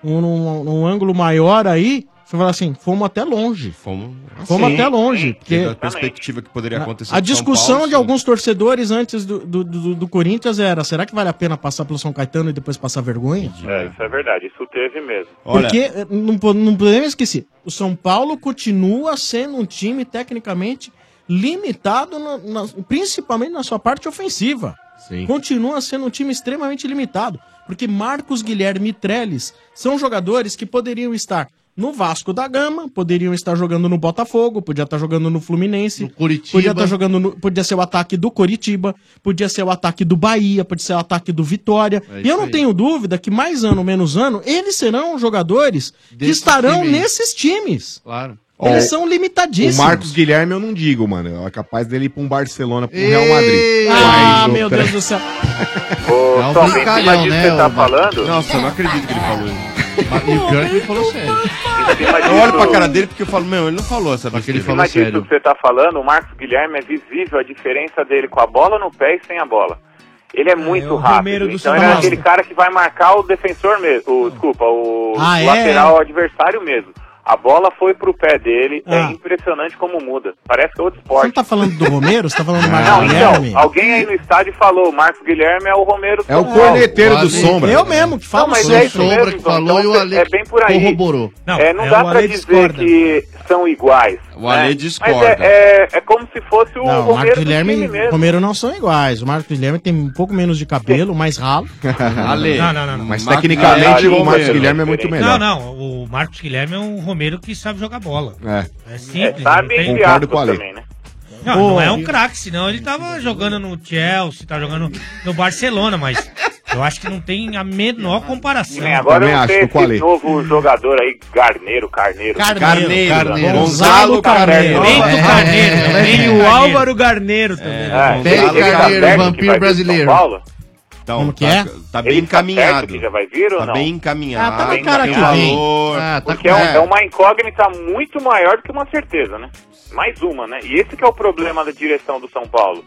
Speaker 14: num, num- num ângulo maior aí, você fala assim, fomos até longe.
Speaker 15: Fomos,
Speaker 14: Fomos até longe, porque-
Speaker 15: a perspectiva que poderia acontecer
Speaker 14: A
Speaker 15: com São
Speaker 14: discussão
Speaker 15: Paulo,
Speaker 14: de alguns torcedores antes do, do, do- do Corinthians era: será que vale a pena passar pelo São Caetano e depois passar vergonha?
Speaker 23: É, isso é verdade, isso teve mesmo.
Speaker 14: Porque eh, não, po- não podemos esquecer, o São Paulo continua sendo um time tecnicamente limitado, na- na- principalmente na sua parte ofensiva.
Speaker 18: Sim.
Speaker 14: Continua sendo um time extremamente limitado. Porque Marcos Guilherme e Trellis são jogadores que poderiam estar no Vasco da Gama, poderiam estar jogando no Botafogo, podia estar jogando no Fluminense,
Speaker 18: Curitiba.
Speaker 14: podia estar jogando no, podia ser o ataque do Coritiba, podia ser o ataque do Bahia, podia ser o ataque do Vitória.
Speaker 18: É
Speaker 14: e
Speaker 18: isso
Speaker 14: eu não
Speaker 18: aí.
Speaker 14: tenho dúvida que mais ano menos ano eles serão jogadores que estarão
Speaker 18: time aí.
Speaker 14: nesses times.
Speaker 18: Claro.
Speaker 14: Eles
Speaker 12: Ó,
Speaker 14: são
Speaker 12: O
Speaker 14: limitadíssimos.
Speaker 12: Marcos Guilherme eu não digo, mano. É capaz dele ir pra um Barcelona, pro Real Madrid.
Speaker 14: Ah,
Speaker 12: Mas o
Speaker 14: meu
Speaker 12: Tre-
Speaker 14: Deus do céu.
Speaker 23: Ô,
Speaker 12: É um
Speaker 23: Tom, em cima
Speaker 12: brincalhão,
Speaker 23: disso que
Speaker 12: né,
Speaker 23: você tá
Speaker 12: ô,
Speaker 23: falando,
Speaker 15: Nossa, eu não acredito que ele falou isso.
Speaker 18: E o Kirk falou sério.
Speaker 23: em cima
Speaker 15: Eu olho pra
Speaker 23: disso,
Speaker 15: cara dele porque eu falo, meu, ele não falou essa Porque ele
Speaker 23: em cima disso que você tá falando, o Marcos Guilherme é visível a diferença dele com a bola no pé e sem a bola. Ele é muito
Speaker 19: o Romero
Speaker 23: rápido.
Speaker 19: do
Speaker 23: Então
Speaker 19: São
Speaker 23: ele é
Speaker 19: Paulo.
Speaker 23: aquele cara que vai marcar o defensor mesmo. o- desculpa, o
Speaker 19: Ah, é?
Speaker 23: lateral adversário mesmo. A bola foi pro pé dele.
Speaker 14: Ah.
Speaker 23: É impressionante como muda. Parece outro esporte.
Speaker 14: Você não tá falando do Romero? Você tá falando do Marcos
Speaker 23: Não,
Speaker 14: Guilherme?
Speaker 23: então, alguém aí no estádio falou, o Marcos Guilherme é o Romero.
Speaker 14: É o
Speaker 23: São
Speaker 14: corneteiro
Speaker 23: Paulo.
Speaker 14: do Sombra. Eu mesmo que falo
Speaker 23: Não, mas
Speaker 14: sobre
Speaker 23: é isso
Speaker 14: Sombra
Speaker 23: mesmo,
Speaker 14: que falou
Speaker 23: então,
Speaker 14: e o
Speaker 23: cê-
Speaker 14: Ale
Speaker 23: É bem por aí.
Speaker 18: corroborou.
Speaker 23: Não, é, não
Speaker 18: é,
Speaker 23: dá
Speaker 18: o
Speaker 23: pra
Speaker 18: Ale
Speaker 23: dizer
Speaker 18: discorda.
Speaker 23: que são iguais.
Speaker 15: O Ale
Speaker 23: né?
Speaker 15: discorda.
Speaker 23: Mas é, é, é como se fosse o
Speaker 14: Não, o Marcos
Speaker 23: Romero do
Speaker 14: Guilherme
Speaker 23: time
Speaker 14: e
Speaker 23: mesmo.
Speaker 14: Romero não são iguais. O Marcos Guilherme tem um pouco menos de cabelo, mais
Speaker 18: <laughs>
Speaker 14: ralo.
Speaker 15: Ale,
Speaker 17: Não, não, não, não.
Speaker 12: Mas
Speaker 15: Marcos
Speaker 12: tecnicamente
Speaker 15: Guilherme
Speaker 12: o Marcos
Speaker 15: é
Speaker 12: Guilherme é muito
Speaker 17: Não,
Speaker 12: melhor.
Speaker 17: não. O Marcos Guilherme é um Romero que sabe jogar bola.
Speaker 12: É.
Speaker 17: É simples.
Speaker 23: sabe
Speaker 17: não tem-
Speaker 23: entre aspas também, né?
Speaker 17: Não,
Speaker 14: Pô,
Speaker 17: não é um
Speaker 14: e-
Speaker 17: craque, senão ele tava jogando no Chelsea, tá jogando no Barcelona, mas eu acho que não tem a menor comparação.
Speaker 23: Agora eu sei esse novo jogador aí, Garneiro, Carneiro.
Speaker 17: Carneiro, Carneiro.
Speaker 23: Gonzalo Carneiro.
Speaker 17: Bento
Speaker 14: É.
Speaker 17: Carneiro. também.
Speaker 19: Tem o Álvaro Garneiro também.
Speaker 23: É,
Speaker 19: né?
Speaker 23: Bento Carneiro, o vampiro brasileiro.
Speaker 15: Então,
Speaker 19: Como que
Speaker 15: tá,
Speaker 19: é?
Speaker 15: Tá bem encaminhado.
Speaker 23: já vai vir ou
Speaker 15: tá
Speaker 23: não?
Speaker 15: bem encaminhado.
Speaker 23: Ah, tá na cara
Speaker 15: tem
Speaker 23: que vem.
Speaker 15: valor.
Speaker 14: Ah, tá
Speaker 23: Porque é, um- é uma incógnita muito maior do que uma certeza, né? Mais uma, né? E esse que é o problema da direção do São Paulo.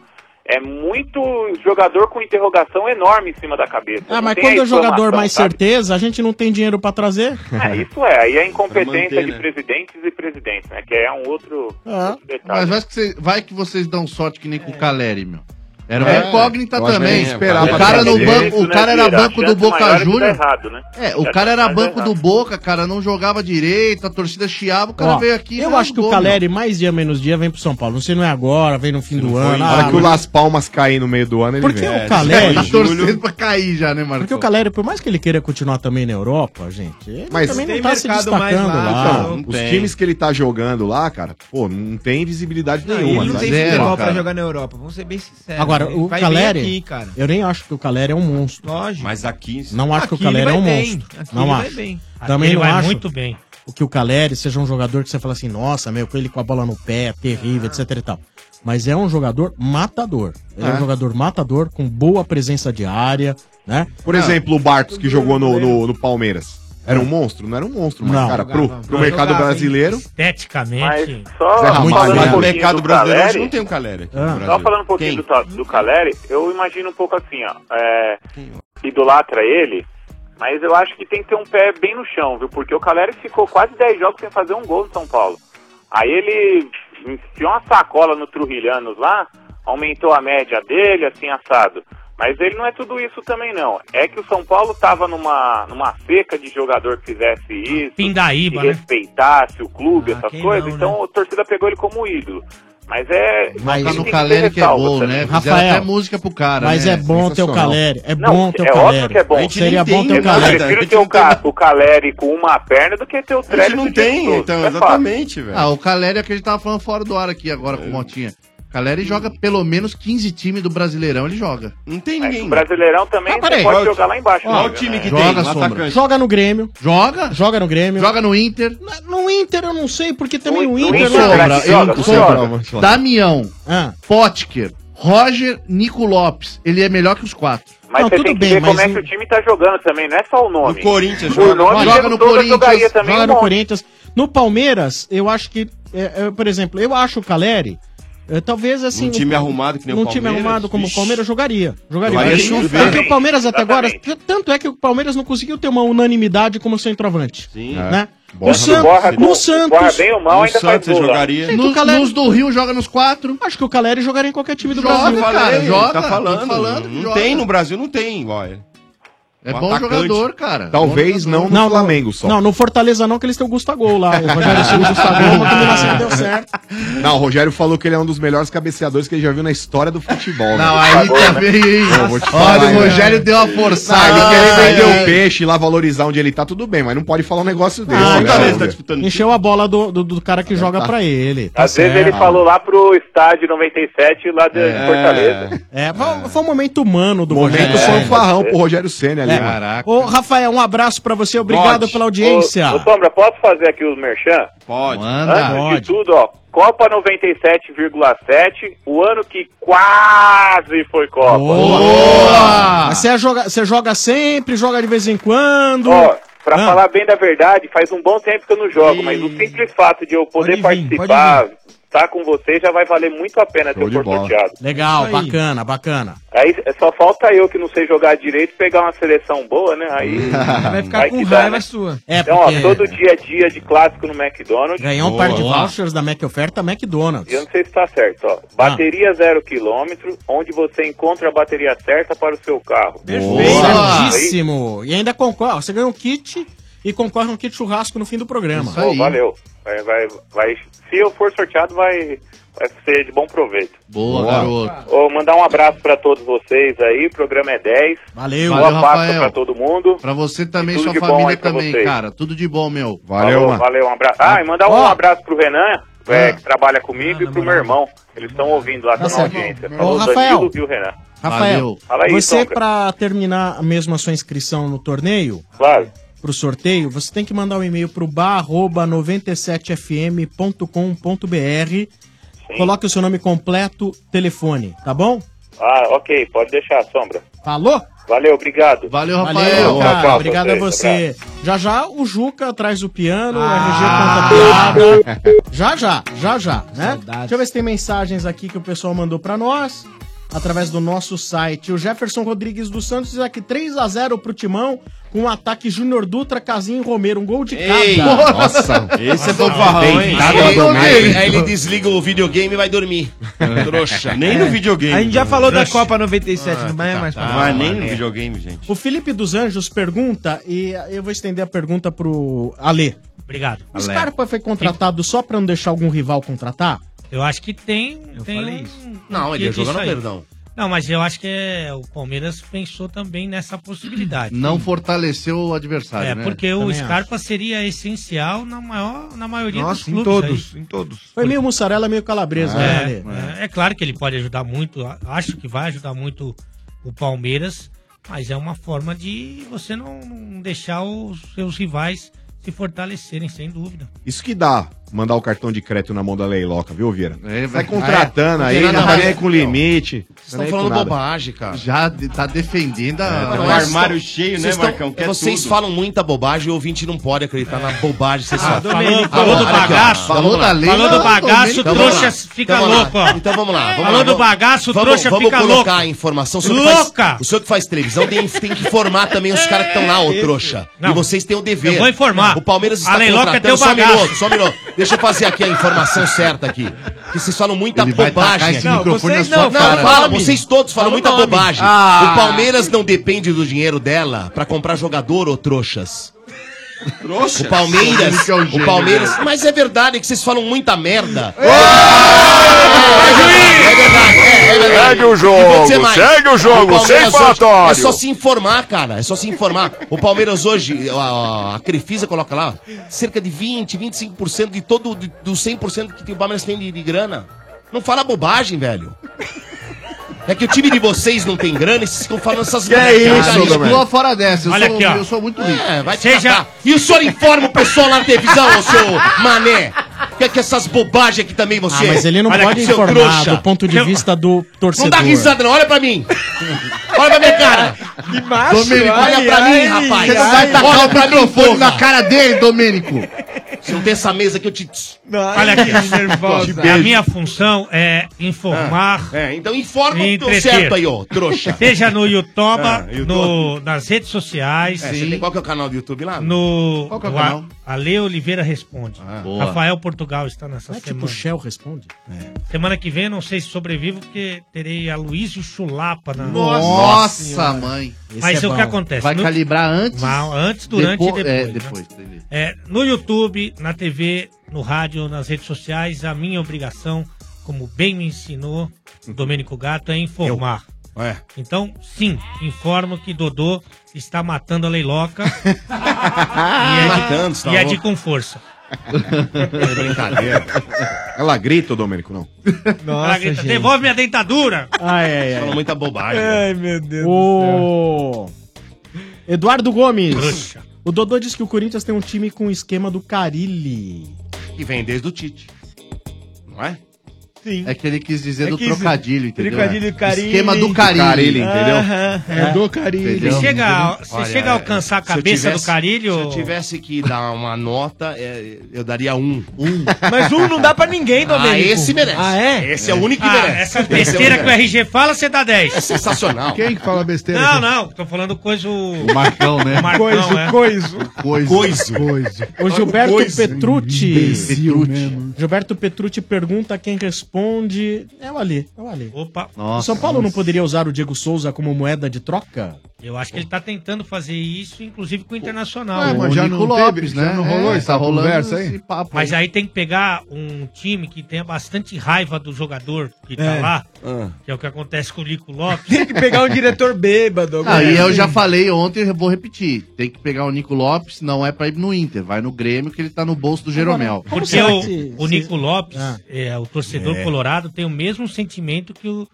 Speaker 23: É muito jogador com interrogação enorme em cima da cabeça.
Speaker 14: Ah,
Speaker 23: Não
Speaker 14: mas
Speaker 23: tem
Speaker 14: quando
Speaker 23: a
Speaker 14: é jogador
Speaker 23: informação,
Speaker 14: mais
Speaker 23: sabe?
Speaker 14: certeza, a gente não tem dinheiro pra trazer.
Speaker 23: É, isso é. Aí a incompetência
Speaker 18: manter,
Speaker 23: de
Speaker 18: né?
Speaker 23: presidentes e presidentes, né? Que é um outro, outro detalhe.
Speaker 18: Ah, Mas vai que, cê- vai que vocês dão sorte que nem
Speaker 14: É.
Speaker 18: com o Caleri, meu. Era uma
Speaker 23: É,
Speaker 18: incógnita
Speaker 23: eu acho
Speaker 18: também.
Speaker 23: que esperava
Speaker 18: o cara no
Speaker 23: também.
Speaker 18: banco, o
Speaker 23: Isso, né,
Speaker 18: cara era
Speaker 23: Vieira?
Speaker 18: banco
Speaker 23: A
Speaker 18: do
Speaker 23: chance maior
Speaker 18: Boca
Speaker 23: é que dá
Speaker 18: Júnior.
Speaker 23: errado, né?
Speaker 18: É,
Speaker 23: Já
Speaker 18: o cara
Speaker 23: tá
Speaker 18: era
Speaker 23: mais
Speaker 18: banco do
Speaker 23: errado.
Speaker 18: Boca, cara, não jogava direito, a torcida chiava, o cara
Speaker 14: Ó,
Speaker 18: veio aqui. e
Speaker 14: eu
Speaker 18: já
Speaker 14: acho que o
Speaker 18: mudou, meu.
Speaker 14: Caleri, mais dia menos dia, vem pro São Paulo. Não sei, não é agora, vem no fim do ano.
Speaker 12: Na
Speaker 14: Ah,
Speaker 12: hora que o
Speaker 14: mas-
Speaker 12: Las Palmas cair no meio do ano, ele
Speaker 14: Porque
Speaker 12: vem. É,
Speaker 14: o Caleri-
Speaker 18: Tá torcendo pra cair já, né, Marcos?
Speaker 14: Porque o Caleri, por mais que ele queira continuar também na Europa, gente, ele
Speaker 12: Mas
Speaker 14: também não
Speaker 12: tem
Speaker 14: tá se
Speaker 12: mercado
Speaker 14: destacando
Speaker 12: mais lá,
Speaker 14: lá.
Speaker 12: então, os times que ele tá jogando lá, cara, pô, não tem visibilidade
Speaker 9: Não,
Speaker 12: nenhuma.
Speaker 9: ele não
Speaker 12: tá
Speaker 9: tem
Speaker 12: zero,
Speaker 9: futebol pra
Speaker 12: cara.
Speaker 9: jogar na Europa, vamos ser bem sinceros.
Speaker 12: É,
Speaker 14: Agora,
Speaker 9: Ele
Speaker 14: o
Speaker 9: vai
Speaker 14: Caleri,
Speaker 9: bem aqui, cara.
Speaker 14: eu nem acho que o Caleri é um monstro.
Speaker 9: Lógico.
Speaker 15: Mas aqui.
Speaker 14: Não acho que
Speaker 9: Aqui
Speaker 14: o Caleri é
Speaker 9: ele
Speaker 14: um
Speaker 9: vai bem.
Speaker 14: monstro.
Speaker 19: Assim,
Speaker 9: Aqui
Speaker 14: não
Speaker 9: ele vai
Speaker 14: acho.
Speaker 9: bem. Aqui
Speaker 14: Também
Speaker 9: ele
Speaker 14: não
Speaker 9: vai
Speaker 14: acho
Speaker 9: muito bem.
Speaker 14: o que o Caleri seja um jogador que você fala assim, nossa, meu, com ele com a bola no pé, é
Speaker 9: Ah.
Speaker 14: terrível, etc e tal. Mas é um jogador matador. Ele é, um
Speaker 12: É.
Speaker 14: jogador matador, com boa presença de área, né?
Speaker 12: Por exemplo, o Bartos que jogou no, no, no Palmeiras. Era um monstro? Não era um monstro, mas,
Speaker 14: Não.
Speaker 12: cara, pro,
Speaker 14: Jogava,
Speaker 12: pro
Speaker 14: não.
Speaker 12: mercado
Speaker 14: Jogava, hein?
Speaker 12: brasileiro.
Speaker 17: Esteticamente.
Speaker 23: Só
Speaker 12: Zé Ramalho,
Speaker 23: falando
Speaker 12: né?
Speaker 23: um pouquinho
Speaker 15: Mercado
Speaker 23: do
Speaker 15: brasileiro, é
Speaker 23: Caleri,
Speaker 15: a gente não tem o Caleri aqui no
Speaker 23: Só
Speaker 15: Brasil.
Speaker 23: falando um pouquinho do, Ta- do Caleri, eu imagino um pouco assim, ó. é, idolatra ele, mas eu acho que tem que ter um pé bem no chão, viu? Porque o Caleri ficou quase 10 jogos sem fazer um gol no São Paulo. Aí ele enfiou uma sacola no Trujilhanos lá, aumentou a média dele, assim, assado. Mas ele não é tudo isso também, não. É que o São Paulo tava numa, numa seca de jogador que fizesse isso.
Speaker 17: Pindaíba,
Speaker 23: que
Speaker 17: né?
Speaker 23: respeitasse o clube, essas
Speaker 17: Ah, quem
Speaker 23: coisas.
Speaker 17: não, né?
Speaker 23: então a torcida pegou ele como ídolo. Mas é.
Speaker 18: Mas
Speaker 23: ele
Speaker 18: no
Speaker 23: tem que
Speaker 18: Caleri
Speaker 23: ter
Speaker 18: que é
Speaker 23: ressalva
Speaker 18: bom,
Speaker 23: também.
Speaker 18: né? Fizeram
Speaker 14: Rafael,
Speaker 18: até música pro cara.
Speaker 14: Mas
Speaker 18: né?
Speaker 14: é bom ter o
Speaker 18: Sensacional.
Speaker 14: Caleri. É
Speaker 23: Não,
Speaker 14: bom ter o
Speaker 23: é
Speaker 14: Caleri.
Speaker 23: óbvio que é bom. A gente
Speaker 14: Seria
Speaker 23: nem
Speaker 14: bom ter
Speaker 23: tem, né?
Speaker 14: o Caleri.
Speaker 23: Eu prefiro ter o, ca o Caleri com uma perna do que ter o Trellis.
Speaker 18: não
Speaker 23: do jeito
Speaker 18: tem,
Speaker 23: todo.
Speaker 18: então,
Speaker 23: É fácil.
Speaker 18: exatamente, Ah, o Caleri é o que a gente tava falando fora do ar aqui agora com o Motinha. Caleri joga pelo menos 15 times do Brasileirão, ele joga.
Speaker 15: Não tem
Speaker 23: Mas o Brasileirão também você pode jogar lá embaixo.
Speaker 18: Qual
Speaker 23: né?
Speaker 18: o time que
Speaker 23: É.
Speaker 18: tem?
Speaker 14: Sombra. Joga no Grêmio.
Speaker 18: Joga?
Speaker 14: Joga no Grêmio.
Speaker 18: Joga no Inter.
Speaker 14: No Inter eu não sei, porque também o
Speaker 18: O
Speaker 14: Inter... não-
Speaker 18: Sombra,
Speaker 14: Sombra,
Speaker 18: eu-
Speaker 14: Sombra.
Speaker 18: Sombra, Damião,
Speaker 14: Ah.
Speaker 18: Potker, Roger, Nico Lopes. Ele é melhor que os quatro.
Speaker 23: Mas você tem que ver como é que o time tá jogando também, não é só o nome. O
Speaker 15: Corinthians
Speaker 23: joga, nome,
Speaker 14: joga
Speaker 23: no
Speaker 14: no
Speaker 23: Corinthians. Jogaria
Speaker 14: Corinthians,
Speaker 23: também
Speaker 14: joga
Speaker 23: um
Speaker 14: no
Speaker 23: monte.
Speaker 14: Corinthians. No Palmeiras, eu acho que, é, é, por exemplo, eu acho o Caleri, é, talvez assim...
Speaker 15: Um time arrumado que nem o
Speaker 14: um time
Speaker 15: Palmeiras?
Speaker 14: arrumado como o Palmeiras jogaria. Jogaria.
Speaker 15: Vai
Speaker 14: Porque-
Speaker 15: chover.
Speaker 14: Porque o Palmeiras até agora,
Speaker 15: Exatamente.
Speaker 14: tanto é que o Palmeiras não conseguiu ter uma unanimidade como centroavante. Sim. Né?
Speaker 15: É. Borra-
Speaker 14: o Santos,
Speaker 15: Borra com-
Speaker 14: no Santos.
Speaker 15: Borra bem ou mal, No ainda faz Santos gol lá. jogaria.
Speaker 14: Gente, o
Speaker 18: Nos-
Speaker 14: Caleri-
Speaker 18: nos do Rio joga nos quatro.
Speaker 14: Acho que o Caleri jogaria em qualquer time do
Speaker 18: Joga,
Speaker 14: Brasil.
Speaker 18: cara,
Speaker 15: Falei,
Speaker 18: joga,
Speaker 15: tá falando.
Speaker 18: tô falando,
Speaker 15: não
Speaker 18: joga.
Speaker 15: tem no Brasil, não tem. Olha.
Speaker 18: É
Speaker 15: Um
Speaker 18: bom
Speaker 15: atacante.
Speaker 18: jogador, cara.
Speaker 12: Talvez não no Flamengo só.
Speaker 14: Não, no Fortaleza não, que eles têm o Gustavo lá.
Speaker 12: <laughs>
Speaker 14: O Rogério Silva e o Gustavo, uma combinação
Speaker 9: Ah.
Speaker 14: que deu certo.
Speaker 12: Não, o Rogério falou que ele é um dos melhores cabeceadores que ele já viu na história do futebol.
Speaker 18: Não,
Speaker 12: né?
Speaker 18: aí também.
Speaker 12: Eu vou te falar,
Speaker 18: Olha, o
Speaker 12: hein,
Speaker 18: Rogério
Speaker 12: cara.
Speaker 18: deu uma forçada.
Speaker 12: Não, ele quer vender
Speaker 18: Ai,
Speaker 12: o peixe e lá valorizar onde ele tá, tudo bem, mas não pode falar um negócio desse.
Speaker 14: Ah,
Speaker 12: né,
Speaker 14: então,
Speaker 12: Alder?
Speaker 14: Encheu a bola do, do, do cara que joga pra ele. tá
Speaker 23: Às vezes
Speaker 12: É,
Speaker 14: certo.
Speaker 23: ele falou lá pro estádio 97 lá de Fortaleza.
Speaker 14: É, foi, foi um momento humano do
Speaker 12: Momento
Speaker 14: Rogério
Speaker 12: foi um
Speaker 14: Ceni.
Speaker 12: farrão pro Rogério Senna ali. né?
Speaker 14: É.
Speaker 12: mano.
Speaker 14: Ô, Rafael, um abraço pra você, obrigado
Speaker 23: Pode.
Speaker 14: pela audiência.
Speaker 23: Ô, ô, Sombra, posso fazer aqui os merchan?
Speaker 15: Pode.
Speaker 23: Antes de tudo, ó, Copa 97,7, o ano que quase foi Copa.
Speaker 14: Mas Você é joga, você joga sempre, joga de vez em quando.
Speaker 23: Ó, pra falar bem da verdade, faz um bom tempo que eu não jogo, mas o simples fato de eu poder participar, estar com você, já vai valer muito a pena ter o sorteado.
Speaker 14: Legal, bacana, bacana.
Speaker 23: Aí é, só falta eu que não sei jogar direito pegar uma seleção boa, né?
Speaker 14: <laughs>
Speaker 23: Aí vai
Speaker 14: ficar
Speaker 23: com
Speaker 14: raiva
Speaker 9: sua.
Speaker 14: É,
Speaker 23: então,
Speaker 14: porque
Speaker 23: ó, todo dia a dia de clássico no McDonald's.
Speaker 14: ganhou um par de vouchers da Mac Oferta McDonald's.
Speaker 23: E eu não sei se tá certo, ó.
Speaker 18: Ah.
Speaker 23: Bateria zero quilômetro, onde você encontra a bateria certa para o seu carro. Aí,
Speaker 14: Certíssimo. E ainda concorre, você ganha um kit e concorre a um kit churrasco no fim do programa.
Speaker 23: pô, valeu. Vai, vai, vai- se eu for sorteado, vai, vai ser de bom proveito.
Speaker 18: Boa, garoto.
Speaker 23: Ô, mandar um abraço pra todos vocês aí. O programa é 10.
Speaker 14: Valeu,
Speaker 23: Boa
Speaker 18: Valeu,
Speaker 23: Páscoa
Speaker 18: Rafael.
Speaker 23: pra todo mundo.
Speaker 18: Pra você também,
Speaker 23: Tudo
Speaker 18: sua
Speaker 23: de bom
Speaker 18: família
Speaker 23: aí pra
Speaker 18: também,
Speaker 23: vocês.
Speaker 18: cara. Tudo de bom, meu.
Speaker 14: Ah.
Speaker 23: Valeu, valeu um abraço. Ah, e mandar um abraço pro Renan, é, que trabalha comigo, e pro meu irmão. Eles estão ouvindo lá
Speaker 14: Tá
Speaker 23: da nossa
Speaker 14: certo.
Speaker 23: audiência.
Speaker 14: Ô,
Speaker 23: Falou
Speaker 14: Rafael.
Speaker 23: Danilo, viu, Renan?
Speaker 14: Rafael,
Speaker 23: Fala aí,
Speaker 14: você,
Speaker 23: Sombra.
Speaker 14: pra terminar mesmo a sua inscrição no torneio,
Speaker 23: Claro.
Speaker 14: pro sorteio, você tem que mandar um e-mail pro bar@97fm.com.br. Coloque o seu nome completo, telefone, tá bom?
Speaker 23: Ah, ok, pode deixar, Sombra.
Speaker 14: Falou?
Speaker 23: Valeu, obrigado.
Speaker 18: Valeu,
Speaker 14: Valeu, cara. Obrigado a você. Já já o Juca traz o piano, o RG conta piada. Já já, já já, né? Deixa eu ver se tem mensagens aqui que o pessoal mandou pra nós. Através do nosso site. O Jefferson Rodrigues dos Santos diz aqui 3x0 pro Timão, com um ataque Júnior Dutra, Casinho e Romero. Um gol de
Speaker 1: Ei,
Speaker 14: cada.
Speaker 1: nossa, esse é fanfarrão, hein?
Speaker 14: Deitado
Speaker 1: Aí
Speaker 14: no
Speaker 1: ele,
Speaker 14: doméstico.
Speaker 1: aí ele desliga o videogame e vai dormir. Trouxa.
Speaker 9: É. A gente já falou da Copa 97,
Speaker 1: Ah,
Speaker 9: não é
Speaker 1: tá,
Speaker 9: mais
Speaker 1: tá.
Speaker 9: pra-
Speaker 1: Vai nem no
Speaker 9: É.
Speaker 1: videogame, gente.
Speaker 14: O Felipe dos Anjos pergunta, e eu vou estender a pergunta pro Ale.
Speaker 17: Obrigado.
Speaker 14: O Scarpa foi contratado só pra não deixar algum rival contratar?
Speaker 17: Eu acho que tem. tem um-
Speaker 1: Não, ele ia
Speaker 17: disso
Speaker 1: jogar no
Speaker 17: aí.
Speaker 1: Verdão.
Speaker 17: Não, mas eu acho que é, o Palmeiras pensou também nessa possibilidade.
Speaker 18: Não fortaleceu o adversário,
Speaker 17: É,
Speaker 18: né?
Speaker 17: porque o Scarpa seria essencial na, maior, na maioria
Speaker 18: Nossa,
Speaker 17: dos
Speaker 18: em
Speaker 17: clubes.
Speaker 18: todos,
Speaker 17: aí.
Speaker 18: em todos.
Speaker 14: Foi meio mussarela, meio
Speaker 1: Ah,
Speaker 14: calabresa, né, Ale?
Speaker 17: É, é, é claro que ele pode ajudar muito, a- acho que vai ajudar muito o Palmeiras, mas é uma forma de você não, não deixar os seus rivais se fortalecerem, sem dúvida.
Speaker 12: Isso que dá mandar o cartão de crédito na mão da Leiloca, viu, Vieira?
Speaker 18: É,
Speaker 12: Vai
Speaker 18: vai-
Speaker 12: contratando
Speaker 18: Ah, é?
Speaker 12: aí,
Speaker 18: Não tem
Speaker 12: não
Speaker 18: nada
Speaker 12: vai
Speaker 18: a
Speaker 12: nem
Speaker 18: ver,
Speaker 12: com limite.
Speaker 18: Vocês estão
Speaker 14: é
Speaker 18: falando
Speaker 1: bobagem, cara.
Speaker 18: Já de- tá defendendo a...
Speaker 1: Não,
Speaker 18: o
Speaker 1: é
Speaker 18: um armário
Speaker 1: só-
Speaker 18: cheio, né,
Speaker 1: vocês tão-
Speaker 18: Marcão? Quer
Speaker 1: vocês
Speaker 18: tudo.
Speaker 1: falam muita bobagem e o ouvinte não pode acreditar na bobagem. Vocês
Speaker 17: Ah,
Speaker 1: só
Speaker 17: Domênico, falou do
Speaker 1: olha aqui, ó.
Speaker 17: bagaço,
Speaker 1: Vamos
Speaker 17: falou
Speaker 1: lá.
Speaker 17: da lei. Falou do bagaço,
Speaker 1: Então
Speaker 17: trouxa
Speaker 1: vamos lá.
Speaker 17: fica
Speaker 1: Então vamos lá.
Speaker 17: louco, ó.
Speaker 1: Então
Speaker 15: Ah,
Speaker 1: vamos lá. vamos
Speaker 17: Falou
Speaker 1: lá,
Speaker 17: do bagaço, trouxa fica
Speaker 1: Vamos
Speaker 17: louco.
Speaker 1: colocar a informação. O senhor que
Speaker 17: Louca!
Speaker 1: Faz, o senhor que faz televisão tem, tem que formar também os caras que estão lá, ô trouxa. E vocês têm o dever.
Speaker 17: Eu vou informar.
Speaker 1: O Palmeiras está
Speaker 17: A Leiloca
Speaker 1: contratando.
Speaker 17: tem o
Speaker 1: só um
Speaker 17: bagaço.
Speaker 1: minuto, só um minuto. Deixa eu fazer aqui a informação certa aqui. Que vocês falam muita
Speaker 18: vai tacar
Speaker 1: bobagem.
Speaker 18: esse
Speaker 1: aqui.
Speaker 18: microfone na
Speaker 1: vocês
Speaker 18: sua
Speaker 1: não,
Speaker 18: cara.
Speaker 1: não, fala,
Speaker 18: Nome.
Speaker 1: vocês todos
Speaker 18: Fala o
Speaker 1: falam muita
Speaker 18: nome.
Speaker 1: bobagem.
Speaker 18: Ah.
Speaker 1: O Palmeiras não depende do dinheiro dela pra comprar jogador, ô trouxas.
Speaker 15: Trouxa.
Speaker 1: O Palmeiras,
Speaker 15: Que é
Speaker 18: um
Speaker 15: o
Speaker 1: o
Speaker 15: gênio,
Speaker 1: Palmeiras,
Speaker 15: né?
Speaker 1: mas é verdade que vocês falam muita merda.
Speaker 7: Segue o jogo,
Speaker 1: É, E vou dizer mais.
Speaker 7: segue o jogo,
Speaker 1: Palmeiras
Speaker 7: sem
Speaker 1: hoje-
Speaker 7: falatório.
Speaker 1: É só se informar, cara. É só se informar. O Palmeiras hoje, a, a Crefisa coloca lá, cerca de 20, 25% de todo, de, dos 100% que o Palmeiras tem de, de grana. Não fala bobagem, velho. É que o time de vocês não tem grana e vocês ficam falando essas
Speaker 7: é
Speaker 14: assim,
Speaker 18: Cara, exclua assim, fora dessa. Eu,
Speaker 1: Olha
Speaker 18: sou,
Speaker 1: aqui, ó.
Speaker 18: eu sou muito rico.
Speaker 1: É, vai Seja... E o senhor informa o pessoal lá na televisão, ô seu mané? O que é que essas bobagens aqui também
Speaker 14: Ah,
Speaker 1: você?
Speaker 14: mas ele não
Speaker 1: Olha
Speaker 14: pode
Speaker 1: aqui, seu
Speaker 14: informar
Speaker 1: trouxa.
Speaker 14: do ponto de
Speaker 1: Eu-
Speaker 14: vista do
Speaker 1: Não
Speaker 14: torcedor.
Speaker 1: dá risada não, olha pra mim. Olha pra minha cara.
Speaker 18: Que
Speaker 1: macho, olha pra mim, rapaz.
Speaker 18: Você não vai
Speaker 1: Ai,
Speaker 18: tacar
Speaker 1: olha
Speaker 18: o
Speaker 1: pra mim,
Speaker 18: microfone
Speaker 1: porra.
Speaker 18: na cara dele, Domênico.
Speaker 1: Se eu ter essa mesa aqui, eu te...
Speaker 17: Olha aqui, a minha função é informar.
Speaker 1: É, então informa
Speaker 17: e
Speaker 1: o teu
Speaker 17: entreter.
Speaker 1: certo aí, ô, trouxa.
Speaker 17: Seja no Youtuba,
Speaker 1: Ah, YouTube.
Speaker 17: no, nas redes sociais.
Speaker 1: É, você tem- qual que é o canal do YouTube lá?
Speaker 17: No,
Speaker 1: Qual que é o
Speaker 17: no A-
Speaker 1: canal?
Speaker 17: Ale Oliveira Responde.
Speaker 1: Boa.
Speaker 17: Rafael Portugal está nessa
Speaker 14: Não é
Speaker 17: semana.
Speaker 14: tipo o Shell responde?
Speaker 17: Semana que vem, não sei se sobrevivo, porque terei a Luísio Chulapa na.
Speaker 18: Nossa, Nossa senhora. mãe.
Speaker 17: Mas
Speaker 18: Esse é
Speaker 17: o que
Speaker 18: bom.
Speaker 17: acontece?
Speaker 18: Vai calibrar antes?
Speaker 17: Mal- antes, durante
Speaker 18: Depois-
Speaker 17: e depois.
Speaker 18: é, depois,
Speaker 17: né?
Speaker 18: entendi.
Speaker 17: É, no YouTube, na TV, no rádio, nas redes sociais, a minha obrigação, como bem me ensinou o Domênico Gato, é informar. Então, sim, informo que Dodô está matando a Leiloca. e é de,
Speaker 18: Ah,
Speaker 12: Matando, você tá
Speaker 17: e é de
Speaker 12: louco?
Speaker 17: com força.
Speaker 12: É brincadeira. Ela grita, ô Domênico, não.
Speaker 17: Ela grita, devolve minha dentadura!
Speaker 14: Ai,
Speaker 17: É.
Speaker 14: ai, ai.
Speaker 1: Fala muita bobagem.
Speaker 12: É,
Speaker 14: Ai, meu Deus o... Eduardo Gomes. O Dodô diz que o Corinthians tem um time com o esquema do Carilli.
Speaker 1: Que vem desde o Tite. Não é?
Speaker 18: Sim. É que ele quis dizer
Speaker 1: É
Speaker 18: do
Speaker 1: que isso-
Speaker 18: trocadilho, entendeu?
Speaker 1: trocadilho
Speaker 18: É.
Speaker 1: Carilli.
Speaker 18: Esquema do carilho.
Speaker 1: Carilli, entendeu?
Speaker 18: É do carilho.
Speaker 17: Você chega, a- você
Speaker 1: Olha,
Speaker 17: chega a alcançar a
Speaker 1: se eu
Speaker 17: cabeça
Speaker 1: tivesse-
Speaker 17: do Carilho?
Speaker 1: Se eu tivesse que dar uma nota, é, eu daria um. Um.
Speaker 17: Mas
Speaker 1: <laughs>
Speaker 17: um não dá pra ninguém,
Speaker 1: Domênico.
Speaker 17: Domênico.
Speaker 1: Ah, esse merece.
Speaker 17: Ah, é?
Speaker 1: Esse é o único que
Speaker 17: Ah,
Speaker 1: merece.
Speaker 17: Essa
Speaker 1: Esse é o
Speaker 17: besteira
Speaker 1: único
Speaker 17: que o RG fala, você dá 10. É
Speaker 1: sensacional.
Speaker 16: Quem que fala besteira?
Speaker 17: Não,
Speaker 16: aqui?
Speaker 17: não. Tô falando coisa. O
Speaker 18: Marcão, né?
Speaker 14: <laughs>
Speaker 17: O Marcão,
Speaker 16: Coiso,
Speaker 17: é.
Speaker 16: coiso.
Speaker 18: Coiso.
Speaker 1: Coiso.
Speaker 14: O Gilberto
Speaker 16: Coiso.
Speaker 14: Petrucci.
Speaker 16: Imbecil
Speaker 14: Gilberto Petrucci pergunta quem responde. É o Ali. É o Ali.
Speaker 17: Opa.
Speaker 14: o São Paulo não poderia usar o Diego Souza como moeda de troca?
Speaker 17: Eu acho que ele tá tentando fazer isso, inclusive com o Internacional.
Speaker 16: É, mas O já Nico não teve, Lopes, já né? não rolou É, essa tá rolando conversa aí? esse papo
Speaker 17: Mas
Speaker 16: aí.
Speaker 17: aí tem que pegar um time que tenha bastante raiva do jogador que tá
Speaker 19: É.
Speaker 17: lá,
Speaker 19: Ah.
Speaker 17: que é o que acontece com o Lico Lopes.
Speaker 19: Tem que pegar um
Speaker 17: <laughs>
Speaker 19: diretor bêbado.
Speaker 16: Ah,
Speaker 19: alguma
Speaker 18: Aí
Speaker 19: coisa
Speaker 18: eu já
Speaker 19: assim.
Speaker 18: falei ontem, eu vou repetir. Tem que pegar o Nico Lopes, não é pra ir no Inter, vai no Grêmio que ele tá no bolso do Jeromel.
Speaker 17: Porque o, o Nico Lopes,
Speaker 16: Ah.
Speaker 17: é, o torcedor
Speaker 18: É.
Speaker 17: colorado, tem o mesmo sentimento que o,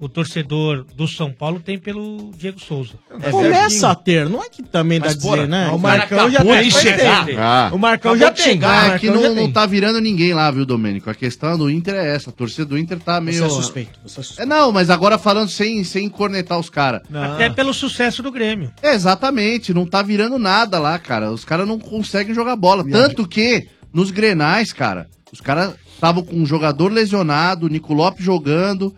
Speaker 17: o torcedor do São Paulo tem pelo Diego Souza.
Speaker 14: É Começa a ter, não é que também dá
Speaker 17: Mas,
Speaker 14: a dizer,
Speaker 17: porra,
Speaker 14: né?
Speaker 17: o Marcão já
Speaker 14: Acabou
Speaker 17: tem,
Speaker 14: de
Speaker 17: vai
Speaker 14: chegar.
Speaker 17: ter.
Speaker 18: Ah.
Speaker 14: O Marcão já
Speaker 18: Acabou de
Speaker 14: tem.
Speaker 18: chegar,
Speaker 14: o
Speaker 18: é que
Speaker 14: Marcão já
Speaker 18: não,
Speaker 14: tem.
Speaker 18: não tá virando ninguém lá, viu, Domênico? A questão do Inter é essa. A torcida do Inter tá meio.
Speaker 14: Você é suspeito, você é suspeito.
Speaker 18: É, não, mas agora falando sem, sem cornetar os caras.
Speaker 17: Até pelo sucesso do Grêmio.
Speaker 18: É, exatamente, não tá virando nada lá, cara. Os caras não conseguem jogar bola. Tanto que, nos grenais, cara, os caras estavam com um jogador lesionado, o Nico Lopes jogando.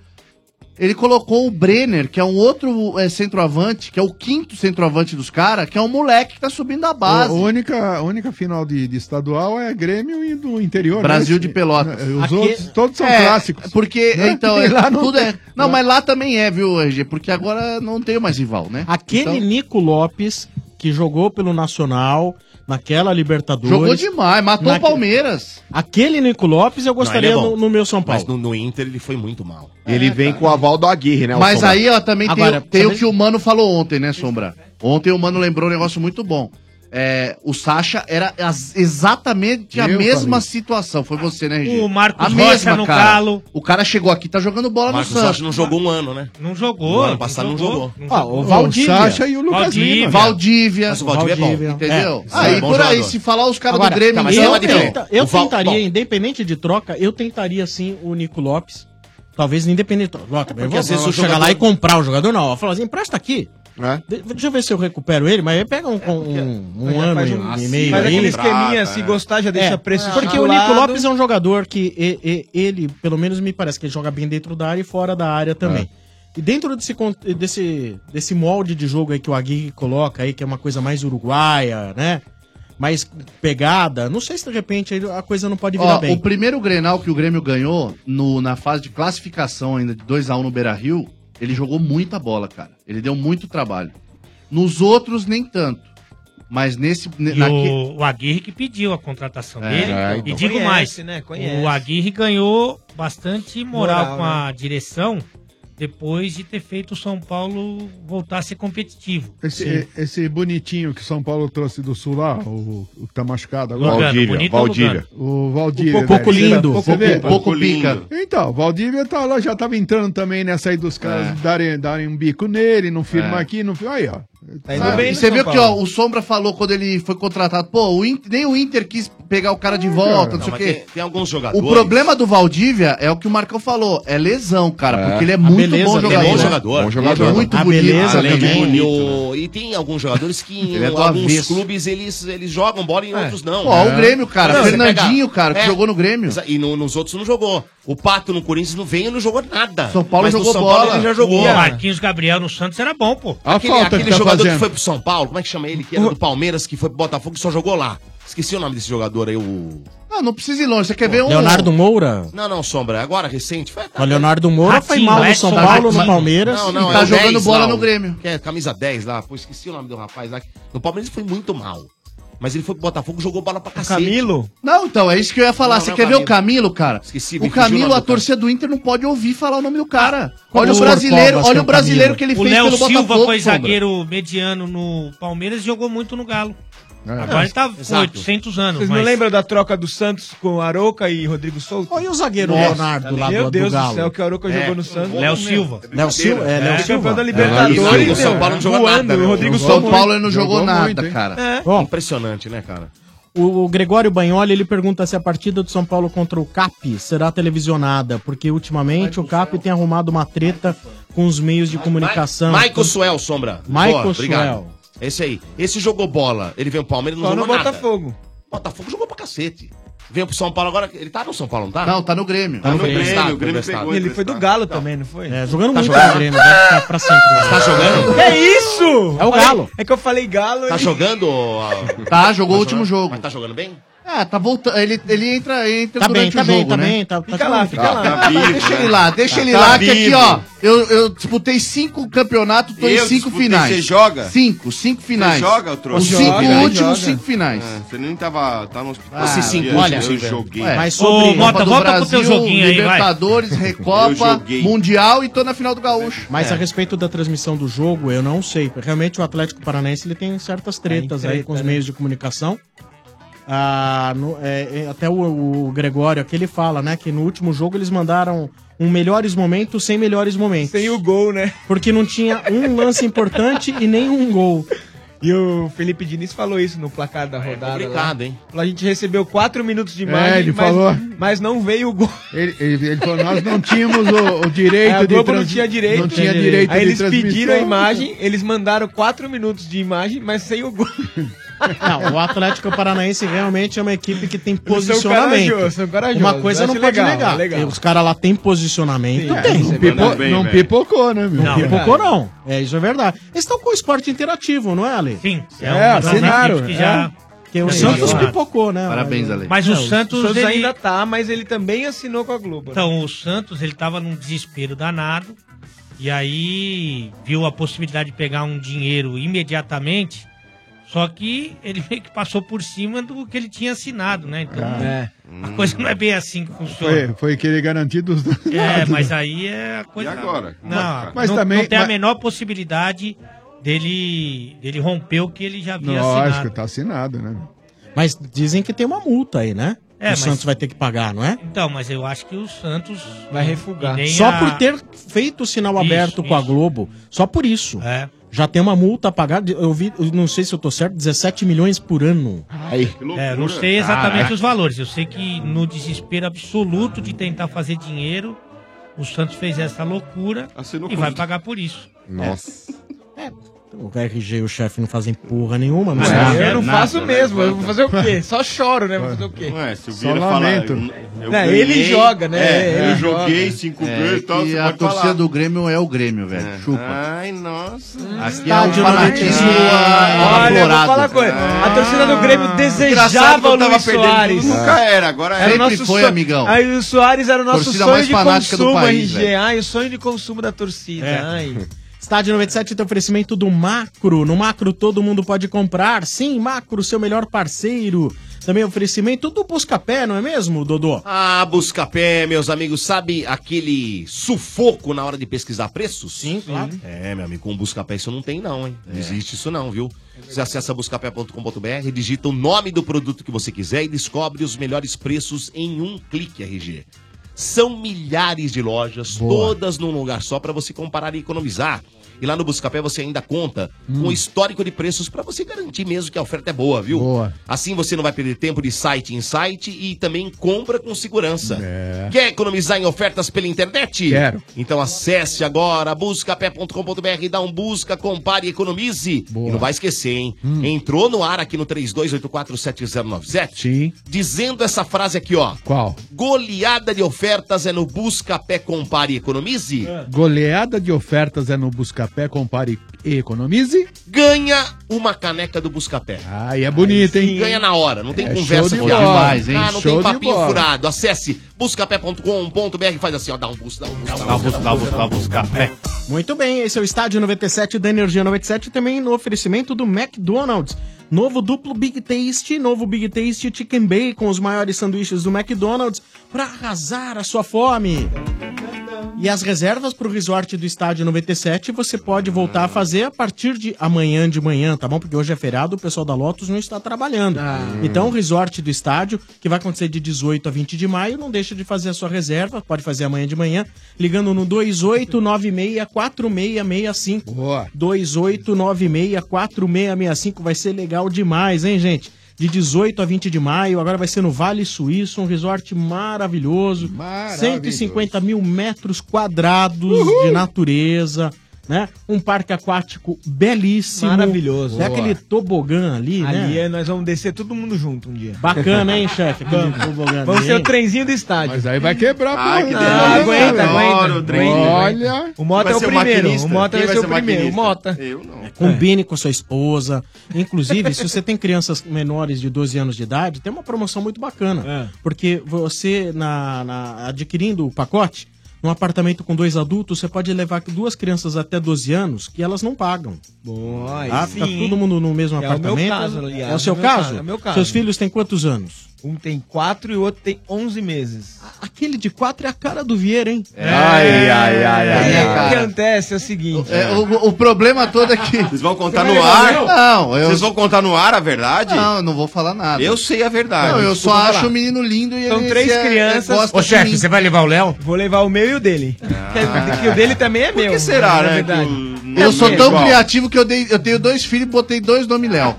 Speaker 18: Ele colocou o Brenner, que é um outro eh, centroavante, que é o quinto centroavante dos caras, que é um moleque que tá subindo a
Speaker 16: A
Speaker 18: base.
Speaker 16: única, a única final de, de estadual é Grêmio e do interior.
Speaker 18: Brasil
Speaker 16: né?
Speaker 18: de Pelotas.
Speaker 16: Os
Speaker 18: Aqui-
Speaker 16: outros, todos são
Speaker 18: É,
Speaker 16: clássicos.
Speaker 18: Porque,
Speaker 16: né?
Speaker 18: então,
Speaker 16: E
Speaker 18: é,
Speaker 16: lá não
Speaker 18: tudo
Speaker 16: <laughs> tem-
Speaker 18: é. Não, mas lá também é, viu, RG? Porque agora não tem mais rival, né?
Speaker 14: Aquele Nico Lopes que jogou pelo Nacional naquela Libertadores.
Speaker 18: Jogou demais, matou o Palmeiras.
Speaker 14: Aquele Nico Lopes eu gostaria
Speaker 1: Não, ele é bom.
Speaker 14: no, no meu São Paulo.
Speaker 1: Mas no, no Inter ele foi muito mal.
Speaker 12: Ele vem
Speaker 1: tá.
Speaker 12: com o aval do Aguirre, né? o
Speaker 18: Mas
Speaker 12: Sombra?
Speaker 18: aí, ó, também tem-
Speaker 12: Agora,
Speaker 18: tem, o
Speaker 12: também-
Speaker 18: que o Mano falou ontem, né, Sombra? Ontem o Mano lembrou um negócio muito bom. É, o Sacha era as- exatamente a
Speaker 17: Eu
Speaker 18: mesma
Speaker 17: falei.
Speaker 18: situação. Foi você, né, RG?
Speaker 17: O Marcos
Speaker 18: a
Speaker 17: Rocha no calo.
Speaker 18: O cara chegou aqui, tá jogando bola
Speaker 1: Marcos
Speaker 18: no Santos.
Speaker 1: Rocha não jogou um ano, né?
Speaker 17: Não
Speaker 1: No
Speaker 17: jogou.
Speaker 1: ano passado não jogou.
Speaker 18: Ah, o Valdívia. Valdívia. Valdívia.
Speaker 1: Mas o Valdívia, é bom.
Speaker 18: Entendeu?
Speaker 1: É,
Speaker 18: aí,
Speaker 1: é bom
Speaker 18: por aí,
Speaker 1: jogador.
Speaker 18: se falar os caras do
Speaker 14: Agora,
Speaker 18: Grêmio...
Speaker 14: tá, mas
Speaker 18: então,
Speaker 14: eu,
Speaker 18: meu,
Speaker 14: tenta- eu
Speaker 18: o Val-
Speaker 14: tentaria,
Speaker 18: Val-
Speaker 14: independente de troca, eu tentaria sim o Nico Lopes. Talvez independente. Ó, também
Speaker 1: Porque
Speaker 14: vou,
Speaker 1: às vezes
Speaker 14: vou
Speaker 1: o
Speaker 14: chegar
Speaker 1: jogador- É.
Speaker 14: lá e comprar o jogador, não. Ó, Fala assim, empresta aqui. De- deixa eu ver se eu recupero ele, mas aí pega um, um, um ano e- e
Speaker 19: Faz
Speaker 14: meio. aí. É,
Speaker 19: aquele esqueminha, se gostar, já deixa preço
Speaker 14: Porque o Nico Lopes é um jogador que e- e- ele, pelo menos me parece, que ele joga bem dentro da área e fora da área também.
Speaker 19: É.
Speaker 14: E dentro desse, con- desse, desse molde de jogo aí que o Aguirre coloca aí, que é uma coisa mais uruguaia, né? Mais pegada, não sei se de repente aí a coisa não pode virar
Speaker 18: Ó,
Speaker 14: bem.
Speaker 18: O primeiro Grenal que o Grêmio ganhou no- na fase de classificação ainda de 2x1 no Beira-Rio, ele jogou muita bola, cara. Ele deu muito trabalho. Nos outros, nem tanto. Mas nesse... ne-
Speaker 17: E
Speaker 18: naque-
Speaker 17: o, o Aguirre que pediu a contratação
Speaker 18: É,
Speaker 17: dele.
Speaker 18: é,
Speaker 17: E
Speaker 18: então.
Speaker 17: digo
Speaker 18: Conhece,
Speaker 17: mais,
Speaker 18: né? Conhece. né?
Speaker 17: o Aguirre ganhou bastante moral,
Speaker 19: Moral,
Speaker 17: com a direção depois de ter feito o São Paulo voltar a ser competitivo.
Speaker 16: Esse, esse bonitinho que São Paulo trouxe do sul lá, o, o que tá machucado agora.
Speaker 17: Lugano, Valdívia, bonito é o Valdívia.
Speaker 16: O Valdívia.
Speaker 14: O Coco
Speaker 16: velho.
Speaker 14: Lindo.
Speaker 16: Você
Speaker 14: Coco-
Speaker 16: vê?
Speaker 14: Coco Lindo.
Speaker 16: Então, o Valdívia tá lá, já tava entrando também nessa aí dos caras darem, darem um bico nele, não firma
Speaker 18: É.
Speaker 16: aqui, não firma. Aí, ó.
Speaker 1: Tá
Speaker 18: Ah, e você viu que ó, o Sombra falou quando ele foi contratado, pô, o Inter- nem o Inter quis pegar o cara de volta, não,
Speaker 1: É. Não,
Speaker 18: sei o
Speaker 1: mas
Speaker 18: quê.
Speaker 1: Tem, tem alguns
Speaker 18: O
Speaker 1: jogadores.
Speaker 18: problema do Valdívia é o que o Marcão falou, é lesão, cara,
Speaker 1: É.
Speaker 18: porque ele é
Speaker 1: A
Speaker 18: muito
Speaker 1: beleza
Speaker 18: bom
Speaker 1: dele,
Speaker 18: jogador.
Speaker 1: bom jogador.
Speaker 18: Ele
Speaker 1: jogador.
Speaker 18: é muito
Speaker 1: A
Speaker 18: bonito.
Speaker 1: beleza
Speaker 18: Além de
Speaker 1: também.
Speaker 18: bonito,
Speaker 1: E, o- e tem alguns jogadores que em
Speaker 18: Ele é do
Speaker 1: alguns
Speaker 18: avesso.
Speaker 1: clubes eles, eles jogam
Speaker 18: É.
Speaker 1: bola e em outros não. né?
Speaker 18: Pô, o Grêmio, cara,
Speaker 1: Não, você
Speaker 18: Fernandinho,
Speaker 1: pega-
Speaker 18: cara, que
Speaker 1: É.
Speaker 18: jogou no Grêmio.
Speaker 1: Exa- E no- nos outros não jogou. O Pato no Corinthians não veio e não jogou nada.
Speaker 18: São Paulo
Speaker 1: Mas no
Speaker 18: jogou
Speaker 1: São Paulo
Speaker 18: bola.
Speaker 1: ele já jogou.
Speaker 17: O Marquinhos Gabriel no Santos era bom, pô.
Speaker 1: aquele
Speaker 17: tá
Speaker 1: aquele
Speaker 18: tá
Speaker 1: jogador que foi pro São Paulo, como é que chama ele? Que era do Palmeiras, que foi pro Botafogo e só jogou lá. Esqueci o nome desse jogador aí, o.
Speaker 18: Ah, Não, não precisa ir longe, você quer ver um...
Speaker 14: Leonardo Moura.
Speaker 1: Não, não, Sombra. é Agora, recente. Foi,
Speaker 14: O Leonardo Moura foi mal no São Paulo, no Palmeiras.
Speaker 1: Não, não,
Speaker 14: e
Speaker 1: é
Speaker 14: tá
Speaker 1: o
Speaker 14: jogando
Speaker 1: 10
Speaker 14: bola
Speaker 1: lá,
Speaker 14: no
Speaker 1: o-
Speaker 14: Grêmio.
Speaker 1: Que é camisa 10 lá. Pô, esqueci o nome do rapaz lá. No Palmeiras ele foi muito mal. Mas ele foi pro Botafogo e jogou bola pra cacete.
Speaker 18: Camilo? Não, então, é isso que eu ia falar.
Speaker 1: Não,
Speaker 18: Você
Speaker 1: não é
Speaker 18: quer ver o Camilo,
Speaker 1: Camilo.
Speaker 18: cara?
Speaker 1: Esqueci, me
Speaker 18: o
Speaker 1: fugiu o
Speaker 18: Camilo,
Speaker 1: nome
Speaker 18: a
Speaker 1: do
Speaker 18: torcida do Inter não pode ouvir falar o nome do cara.
Speaker 17: Como
Speaker 18: Olha o
Speaker 17: o
Speaker 18: brasileiro,
Speaker 17: Corcovas, que é
Speaker 18: olha o
Speaker 17: o
Speaker 18: brasileiro que ele
Speaker 17: O
Speaker 18: fez
Speaker 17: Léo
Speaker 18: pelo
Speaker 17: Silva
Speaker 18: Botafogo.
Speaker 17: foi
Speaker 18: Sombra.
Speaker 17: zagueiro mediano no Palmeiras e jogou muito no Galo. Agora
Speaker 19: É.
Speaker 17: ele tá com
Speaker 19: Exato.
Speaker 17: 800 anos.
Speaker 19: Vocês não
Speaker 17: mas-
Speaker 19: lembram da troca do Santos com Aroca e Rodrigo Souza?
Speaker 14: Olha o zagueiro Leonardo lá
Speaker 19: Meu
Speaker 14: do- do
Speaker 19: Deus
Speaker 14: Galo.
Speaker 19: do céu, que o Aroca
Speaker 14: É.
Speaker 19: jogou no Santos.
Speaker 14: Léo Silva.
Speaker 19: Léo Silva, é, Léo Silva. campeão da
Speaker 14: Tá
Speaker 1: É, e o
Speaker 19: Libertadores.
Speaker 1: São Paulo não jogou
Speaker 19: voando,
Speaker 1: nada.
Speaker 19: o
Speaker 1: né?
Speaker 19: Rodrigo
Speaker 1: O
Speaker 14: São Paulo
Speaker 18: ele não jogou
Speaker 14: jogou
Speaker 18: nada,
Speaker 14: muito, hein?
Speaker 18: cara.
Speaker 14: Bom.
Speaker 1: É. Impressionante, né, cara?
Speaker 14: O, o Gregório Banholi ele pergunta se a partida do São Paulo contra o CAP será televisionada, porque ultimamente o CAP tem arrumado uma treta com os meios de comunicação.
Speaker 1: Michael Suel, Sombra.
Speaker 14: Michael
Speaker 1: Boa, obrigado.
Speaker 14: Suel.
Speaker 1: Esse aí. Esse jogou bola. Ele veio pro Palmeiras e não
Speaker 19: Só no
Speaker 1: jogou nada.
Speaker 19: Botafogo.
Speaker 1: Botafogo jogou pra cacete. Veio pro São Paulo agora. Ele tá no São Paulo, não tá?
Speaker 18: Não, tá no Grêmio.
Speaker 1: Tá no Grêmio. O Grêmio pegou
Speaker 19: Ele foi do Galo também, não foi?
Speaker 14: É, jogando
Speaker 19: Tá
Speaker 14: muito
Speaker 19: jogando?
Speaker 14: no Grêmio, deve ficar pra sempre. Mas
Speaker 1: tá jogando?
Speaker 19: É isso!
Speaker 14: É o Galo.
Speaker 19: É que eu falei Galo.
Speaker 1: Tá
Speaker 19: e-
Speaker 1: jogando? ó?
Speaker 18: Tá, jogou o último
Speaker 1: jogando?
Speaker 18: jogo.
Speaker 1: Mas tá jogando bem?
Speaker 18: Ah, tá voltando. Ele, ele entra, entra
Speaker 14: Tá bem,
Speaker 18: durante
Speaker 14: tá
Speaker 18: o
Speaker 14: bem,
Speaker 18: jogo,
Speaker 14: tá
Speaker 18: né?
Speaker 14: bem, tá- tá tudo bem.
Speaker 18: fica lá.
Speaker 14: Tá- tá vivo,
Speaker 18: deixa
Speaker 14: né?
Speaker 18: ele
Speaker 1: Ah,
Speaker 18: lá, deixa ele
Speaker 14: Tá
Speaker 18: lá, que aqui,
Speaker 14: vivo.
Speaker 18: ó, eu, eu disputei cinco campeonatos, tô
Speaker 15: Eu
Speaker 18: em cinco
Speaker 15: disputei,
Speaker 18: finais.
Speaker 15: você joga?
Speaker 18: Cinco, cinco finais.
Speaker 15: Você joga, ô trouxa?
Speaker 18: Os cinco
Speaker 15: Joga, joga.
Speaker 18: últimos, cinco finais.
Speaker 15: Ah, você nem tava. Tá no hospital.
Speaker 18: Ah,
Speaker 15: Esses
Speaker 18: eu-
Speaker 15: eu,
Speaker 18: eu
Speaker 15: joguei.
Speaker 18: Ué, Copa do Brasil, Libertadores, Recopa, Mundial e tô na final do Gaúcho.
Speaker 14: Mas
Speaker 18: É.
Speaker 14: a respeito da transmissão do jogo, eu não sei. porque Realmente o Atlético Paranaense ele tem certas tretas
Speaker 4: Tem
Speaker 14: aí
Speaker 4: treta,
Speaker 14: com os
Speaker 4: né?
Speaker 14: meios de comunicação. Ah, no- é, é, até o, o Gregório aqui ele fala, né, que no último jogo eles mandaram um melhores momentos sem melhores momentos. Sem o gol, né? Porque não tinha um lance importante e nem um gol.
Speaker 19: E o Felipe Diniz falou isso no placar da rodada.
Speaker 1: complicado,
Speaker 19: lá.
Speaker 1: hein?
Speaker 19: Falou, A gente recebeu quatro minutos de
Speaker 16: É,
Speaker 19: imagem,
Speaker 16: ele
Speaker 19: mas,
Speaker 16: falou.
Speaker 19: mas não veio o gol.
Speaker 16: Ele, ele- ele falou, nós não tínhamos o, o direito
Speaker 19: É, a Globo não
Speaker 16: trans-
Speaker 19: tinha direito.
Speaker 16: Não tinha direito
Speaker 19: Aí
Speaker 16: de
Speaker 19: eles pediram a
Speaker 16: transmissão.
Speaker 19: imagem, eles mandaram quatro minutos de imagem, mas sem o gol.
Speaker 14: Não, o Atlético Paranaense realmente é uma equipe que tem
Speaker 19: Eles são
Speaker 14: posicionamento.
Speaker 19: corajosos, são corajosos,
Speaker 14: uma coisa não
Speaker 19: acho
Speaker 14: pode
Speaker 19: legal,
Speaker 14: negar.
Speaker 19: legal.
Speaker 14: Os caras lá têm posicionamento.
Speaker 19: Sim,
Speaker 14: não
Speaker 19: é,
Speaker 14: tem.
Speaker 19: isso é Pipo- verdade. bem,
Speaker 16: não
Speaker 19: velho.
Speaker 16: pipocou, né, meu?
Speaker 14: Não, pipocou não. É, isso é verdade. Eles estão com o esporte interativo, não é, Ale?
Speaker 17: Sim.
Speaker 19: É, é um- assinaram,
Speaker 14: Que
Speaker 19: é.
Speaker 14: já... Porque o
Speaker 19: É,
Speaker 14: Santos
Speaker 19: claro.
Speaker 14: pipocou, né?
Speaker 17: Mas
Speaker 19: É,
Speaker 17: o Santos, ele-
Speaker 19: ainda tá, mas ele também assinou com a Globo. né?
Speaker 17: Então, o Santos, ele tava num desespero danado. E aí, viu a possibilidade de pegar um dinheiro imediatamente. Só que ele <laughs> meio que passou por cima do que ele tinha assinado, né? Então,
Speaker 16: Ah.
Speaker 17: a coisa não é bem assim que funciona.
Speaker 16: Foi, foi querer garantir dos dois
Speaker 17: É,
Speaker 16: lados,
Speaker 17: mas
Speaker 16: né?
Speaker 17: aí é a coisa.
Speaker 15: E agora? Como vai
Speaker 17: Não,
Speaker 15: ficar?
Speaker 17: mas
Speaker 16: Mas
Speaker 17: não,
Speaker 16: também-
Speaker 17: não tem a
Speaker 16: mas-
Speaker 17: menor possibilidade dele, dele romper o que ele já havia
Speaker 16: Lógico,
Speaker 17: assinado.
Speaker 16: tá assinado, né?
Speaker 14: Mas dizem que tem uma multa aí, né?
Speaker 17: É,
Speaker 14: o
Speaker 17: mas-
Speaker 14: Santos vai ter que pagar, não é? Tá.
Speaker 17: Então, mas eu acho que o Santos
Speaker 19: Vai refugar.
Speaker 17: e nem
Speaker 14: Só
Speaker 17: a-
Speaker 14: por ter feito o sinal
Speaker 17: Isso,
Speaker 14: aberto com a Globo, só por isso. Já tem uma multa a pagar, de- eu vi, eu não sei se eu tô certo, 17 milhões por ano.
Speaker 17: É, não sei exatamente os valores. Eu sei que no desespero absoluto de tentar fazer dinheiro, o Santos fez essa loucura e vai pagar por isso.
Speaker 14: Nossa. É. O RG e o chefe não é? fazem porra nenhuma, mas.
Speaker 19: Ah,
Speaker 14: nada.
Speaker 19: eu
Speaker 15: É,
Speaker 19: não faço mesmo, eu vou fazer o quê? Só choro, né? Vou fazer o quê?
Speaker 15: né? Ué, se o
Speaker 19: Só
Speaker 15: Vieira falar,
Speaker 19: lamento.
Speaker 15: eu- eu
Speaker 19: Não,
Speaker 15: ganhei,
Speaker 19: ele joga, né?
Speaker 15: é,
Speaker 19: Ele
Speaker 15: eu joguei
Speaker 19: joga.
Speaker 15: cinco
Speaker 18: É,
Speaker 15: gols e tal,
Speaker 18: que
Speaker 15: você
Speaker 18: a
Speaker 15: pode
Speaker 18: torcida
Speaker 15: falar. Ah.
Speaker 18: do Grêmio é o Grêmio, velho. Chupa.
Speaker 15: Ai, nossa.
Speaker 18: Aqui
Speaker 19: Tá,
Speaker 18: é um fanatismo ah,
Speaker 19: Olha, eu vou falar uma coisa. A torcida do Grêmio
Speaker 15: Ah, Engraçado que
Speaker 19: desejava
Speaker 15: eu
Speaker 19: o
Speaker 15: tava
Speaker 19: Luiz
Speaker 15: perdendo
Speaker 19: Soares.
Speaker 15: tudo, nunca era, agora é.
Speaker 19: o
Speaker 15: Sempre foi,
Speaker 19: sonho-
Speaker 15: amigão.
Speaker 19: Aí o Soares era o nosso
Speaker 15: Torcida
Speaker 19: sonho
Speaker 15: mais
Speaker 19: de
Speaker 15: fanática do
Speaker 19: consumo,
Speaker 15: país,
Speaker 19: RG.
Speaker 15: velho.
Speaker 19: Ai, o sonho de consumo da torcida.
Speaker 14: É.
Speaker 19: Ai.
Speaker 14: <laughs> Estádio 97 tem oferecimento do Macro. No Macro todo mundo pode comprar. Sim, Macro, seu melhor parceiro. Também oferecimento do Buscapé, não é mesmo, Dodô?
Speaker 1: Ah, Buscapé, meus amigos, sabe aquele sufoco na hora de pesquisar preços? Sim,
Speaker 14: claro.
Speaker 1: É, meu amigo, com o Buscapé isso não tem não, hein? Não existe isso não, viu? Você acessa buscapé.com.br, digita o nome do produto que você quiser e descobre os melhores preços em um clique, RG. São milhares de lojas, todas num lugar só para você comparar e economizar. E lá no Buscapé você ainda conta com o histórico de preços para você garantir mesmo que a oferta é boa, viu?
Speaker 16: Boa.
Speaker 1: Assim você não vai perder tempo de site em site e também compra com segurança.
Speaker 18: É.
Speaker 1: Quer economizar em ofertas pela internet?
Speaker 16: É. Quero.
Speaker 1: Então acesse agora buscapé.com.br, dá um busca, compare e economize. E não vai esquecer, hein?
Speaker 16: Hum.
Speaker 1: Entrou no ar aqui no 32847097 dizendo essa frase aqui, ó.
Speaker 16: Qual?
Speaker 1: Goleada de ofertas é no Buscapé, compare e economize.
Speaker 16: É. Goleada de ofertas é no Buscapé, compare e economize.
Speaker 1: Ganha uma caneca do Buscapé.
Speaker 16: Aí é bonito, hein?
Speaker 1: Ganha na hora, não tem
Speaker 16: É
Speaker 1: conversa
Speaker 16: show de
Speaker 1: fiada.
Speaker 16: bola. Demais, hein?
Speaker 1: Ah, não
Speaker 16: Show
Speaker 1: tem
Speaker 16: de
Speaker 1: papinho
Speaker 16: bola.
Speaker 1: furado. Acesse buscapé.com.br faz assim, ó, dá um bus, dá um bus, dá um bus, dá um bus, dá um bus, café.
Speaker 14: Muito bem, esse é o Estádio 97 da Energia 97, também no oferecimento do McDonald's. Novo duplo Big Taste, novo Big Taste Chicken Bacon, os maiores sanduíches do McDonald's, para arrasar a sua fome. E as reservas para o resort do Estádio 97 você pode voltar a fazer a partir de amanhã de manhã, tá bom? Porque hoje é feriado, o pessoal da Lotus não está trabalhando. Então, o resort do estádio, que vai acontecer de 18 a 20 de maio, não deixa de fazer a sua reserva, pode fazer amanhã de manhã, ligando no 2896-4665. 2896-4665, vai ser legal demais, hein, gente? De 18 a 20 de maio, agora vai ser no Vale Suíço, um resort maravilhoso. 150 mil metros quadrados de natureza. né? Um parque aquático belíssimo.
Speaker 19: Maravilhoso.
Speaker 14: É aquele
Speaker 19: Boa.
Speaker 14: tobogã ali, né?
Speaker 19: Ali é, nós vamos descer todo mundo junto um dia.
Speaker 14: Bacana, hein, chefe? Aquele
Speaker 19: Vamos.
Speaker 14: tobogã
Speaker 19: Vamos
Speaker 14: ali,
Speaker 19: ser o
Speaker 14: hein?
Speaker 19: trenzinho do estádio. Mas
Speaker 16: aí vai quebrar,
Speaker 19: ah,
Speaker 16: porra,
Speaker 19: Que
Speaker 16: né?
Speaker 19: delícia.
Speaker 16: Ah,
Speaker 19: aguenta,
Speaker 16: adoro
Speaker 19: aguenta,
Speaker 16: o
Speaker 19: aguenta.
Speaker 16: trenzinho.
Speaker 19: Olha. O Mota
Speaker 16: Vai
Speaker 19: é o
Speaker 16: ser o
Speaker 19: primeiro.
Speaker 16: maquinista?
Speaker 19: O Mota
Speaker 16: Quem
Speaker 19: vai
Speaker 16: vai
Speaker 19: ser o
Speaker 16: ser o
Speaker 19: primeiro. O
Speaker 16: maquinista?
Speaker 19: Mota.
Speaker 15: Eu não.
Speaker 19: É.
Speaker 14: Combine com a sua esposa. Inclusive, se você tem crianças menores de 12 anos de idade, tem uma promoção muito
Speaker 19: É.
Speaker 14: bacana. Porque você, na, na- adquirindo o pacote, num apartamento com dois adultos, você pode levar duas crianças até 12 anos que elas não pagam.
Speaker 19: Boa,
Speaker 14: Tá? Fica todo mundo no mesmo
Speaker 19: É o meu
Speaker 14: apartamento.
Speaker 19: caso, aliás.
Speaker 14: É o seu
Speaker 19: É o meu
Speaker 14: caso?
Speaker 19: caso, é o meu caso.
Speaker 14: Seus filhos têm quantos anos?
Speaker 19: Um tem quatro e o outro tem 11 meses.
Speaker 14: Aquele de quatro é a cara do Vieira, hein?
Speaker 18: É.
Speaker 19: Ai,
Speaker 18: ai, ai, ai,
Speaker 19: Aí,
Speaker 18: ai.
Speaker 19: O que acontece é o seguinte.
Speaker 18: É, o, o problema todo é que.
Speaker 15: Vocês vão contar
Speaker 18: Você
Speaker 15: no
Speaker 18: vai
Speaker 15: ar?
Speaker 18: resolver? Não, eu-
Speaker 15: Vocês vão contar no ar a verdade?
Speaker 18: Não, eu não vou falar nada.
Speaker 15: Eu sei a verdade.
Speaker 18: Não, eu só
Speaker 15: Desculpa
Speaker 18: acho
Speaker 15: falar.
Speaker 18: o menino lindo e
Speaker 19: São
Speaker 18: ele
Speaker 19: três
Speaker 18: se é-
Speaker 19: crianças.
Speaker 18: gosta de mim.
Speaker 19: vai levar o Léo? Vou levar o meu e o dele. Que, que o dele também é meu. O que é
Speaker 15: será, né, que
Speaker 18: Eu
Speaker 15: é
Speaker 18: sou tão criativo que eu, dei, eu tenho dois filhos e botei dois nomes Léo.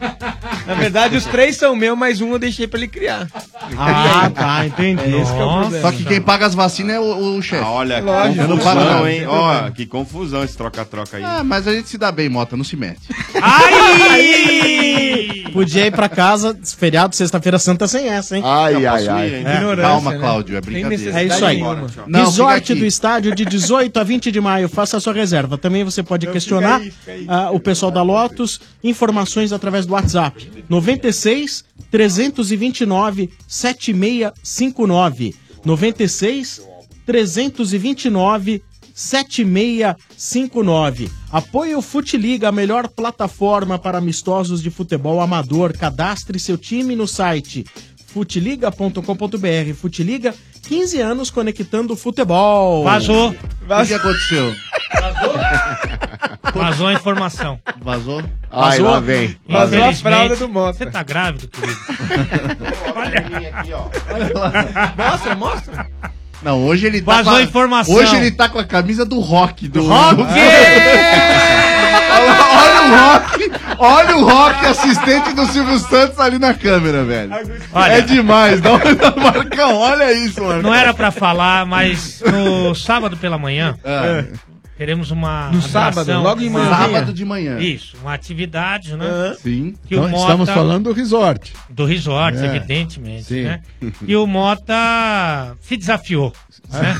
Speaker 19: Na verdade, os três são meus, mas um eu deixei pra ele criar.
Speaker 14: Ah, tá, entendi.
Speaker 19: Esse que é o problema.
Speaker 18: Só que quem paga as vacinas é o, o chefe.
Speaker 15: Ah, olha,
Speaker 18: Lógico.
Speaker 15: confusão,
Speaker 18: Não para não,
Speaker 15: hein?
Speaker 18: sem
Speaker 15: Ó,
Speaker 18: problema.
Speaker 15: que confusão esse troca-troca aí.
Speaker 18: Ah, mas a gente se dá bem, Mota, não se mete.
Speaker 14: Podia ir pra casa, feriado, sexta-feira santa, sem essa, hein?
Speaker 18: Ai, ai, ai. É. Calma, Cláudio, é brincadeira.
Speaker 14: É isso aí.
Speaker 18: Bora, tchau. Não, fica
Speaker 14: Resort
Speaker 18: aqui.
Speaker 14: do estádio de 18 a 20 de maio. Faça a sua reserva. Também você pode questionar ah, o pessoal da Lotus. Informações através do WhatsApp. 96 329 7659. 96 329 7659. Apoio Futiliga, a melhor plataforma para amistosos de futebol amador. Cadastre seu time no site futiliga.com.br. Futiliga, 15 anos conectando futebol.
Speaker 17: Vazou.
Speaker 18: O que aconteceu?
Speaker 17: É. Vazou a informação.
Speaker 18: Vazou?
Speaker 17: Ai,
Speaker 18: Vazou?
Speaker 17: lá vem.
Speaker 18: Vazou a
Speaker 17: Infelizmente,
Speaker 18: fralda do Mota.
Speaker 17: Você tá grávido, querido?
Speaker 19: Mostra, mostra.
Speaker 18: Não, hoje ele tá.
Speaker 19: Vazou
Speaker 18: com a-
Speaker 19: informação.
Speaker 18: Hoje ele tá com a camisa do rock. Do
Speaker 19: Rock!
Speaker 18: <laughs> olha, olha o rock! Olha o rock assistente do Silvio Santos ali na câmera, velho. é demais, dá uma olhada, Marcão, olha isso, mano.
Speaker 17: Não era pra falar, mas no sábado pela manhã teremos uma.
Speaker 19: No sábado, logo de manhã.
Speaker 18: É. Sábado de manhã.
Speaker 17: Isso, uma atividade, né?
Speaker 18: Sim.
Speaker 17: Que
Speaker 16: Então,
Speaker 17: o Mota,
Speaker 16: estamos falando do resort.
Speaker 17: Do resort,
Speaker 16: É.
Speaker 17: evidentemente,
Speaker 16: Sim.
Speaker 17: né? E o Mota se desafiou.
Speaker 18: Ah.
Speaker 17: Né?
Speaker 18: <laughs>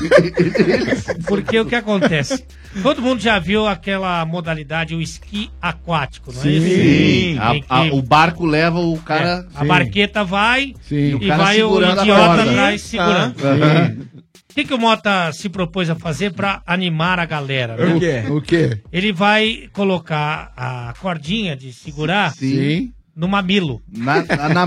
Speaker 17: Porque o que acontece? Todo mundo já viu aquela modalidade, o esqui aquático, não é
Speaker 18: Sim.
Speaker 17: isso?
Speaker 18: Sim.
Speaker 17: Em
Speaker 18: A-
Speaker 17: que- É,
Speaker 18: a- o barco leva o cara.
Speaker 17: a barqueta vai
Speaker 18: E o
Speaker 17: e
Speaker 18: cara
Speaker 17: vai o
Speaker 18: segurando a
Speaker 17: idiota
Speaker 18: corda.
Speaker 17: atrás segurando.
Speaker 18: Tá. Sim.
Speaker 17: O que, que o Mota se propôs a fazer pra animar a galera? né?
Speaker 16: O quê? O quê?
Speaker 17: Ele vai colocar a cordinha de segurar
Speaker 16: Sim.
Speaker 17: no mamilo.
Speaker 18: Na, na- Tá na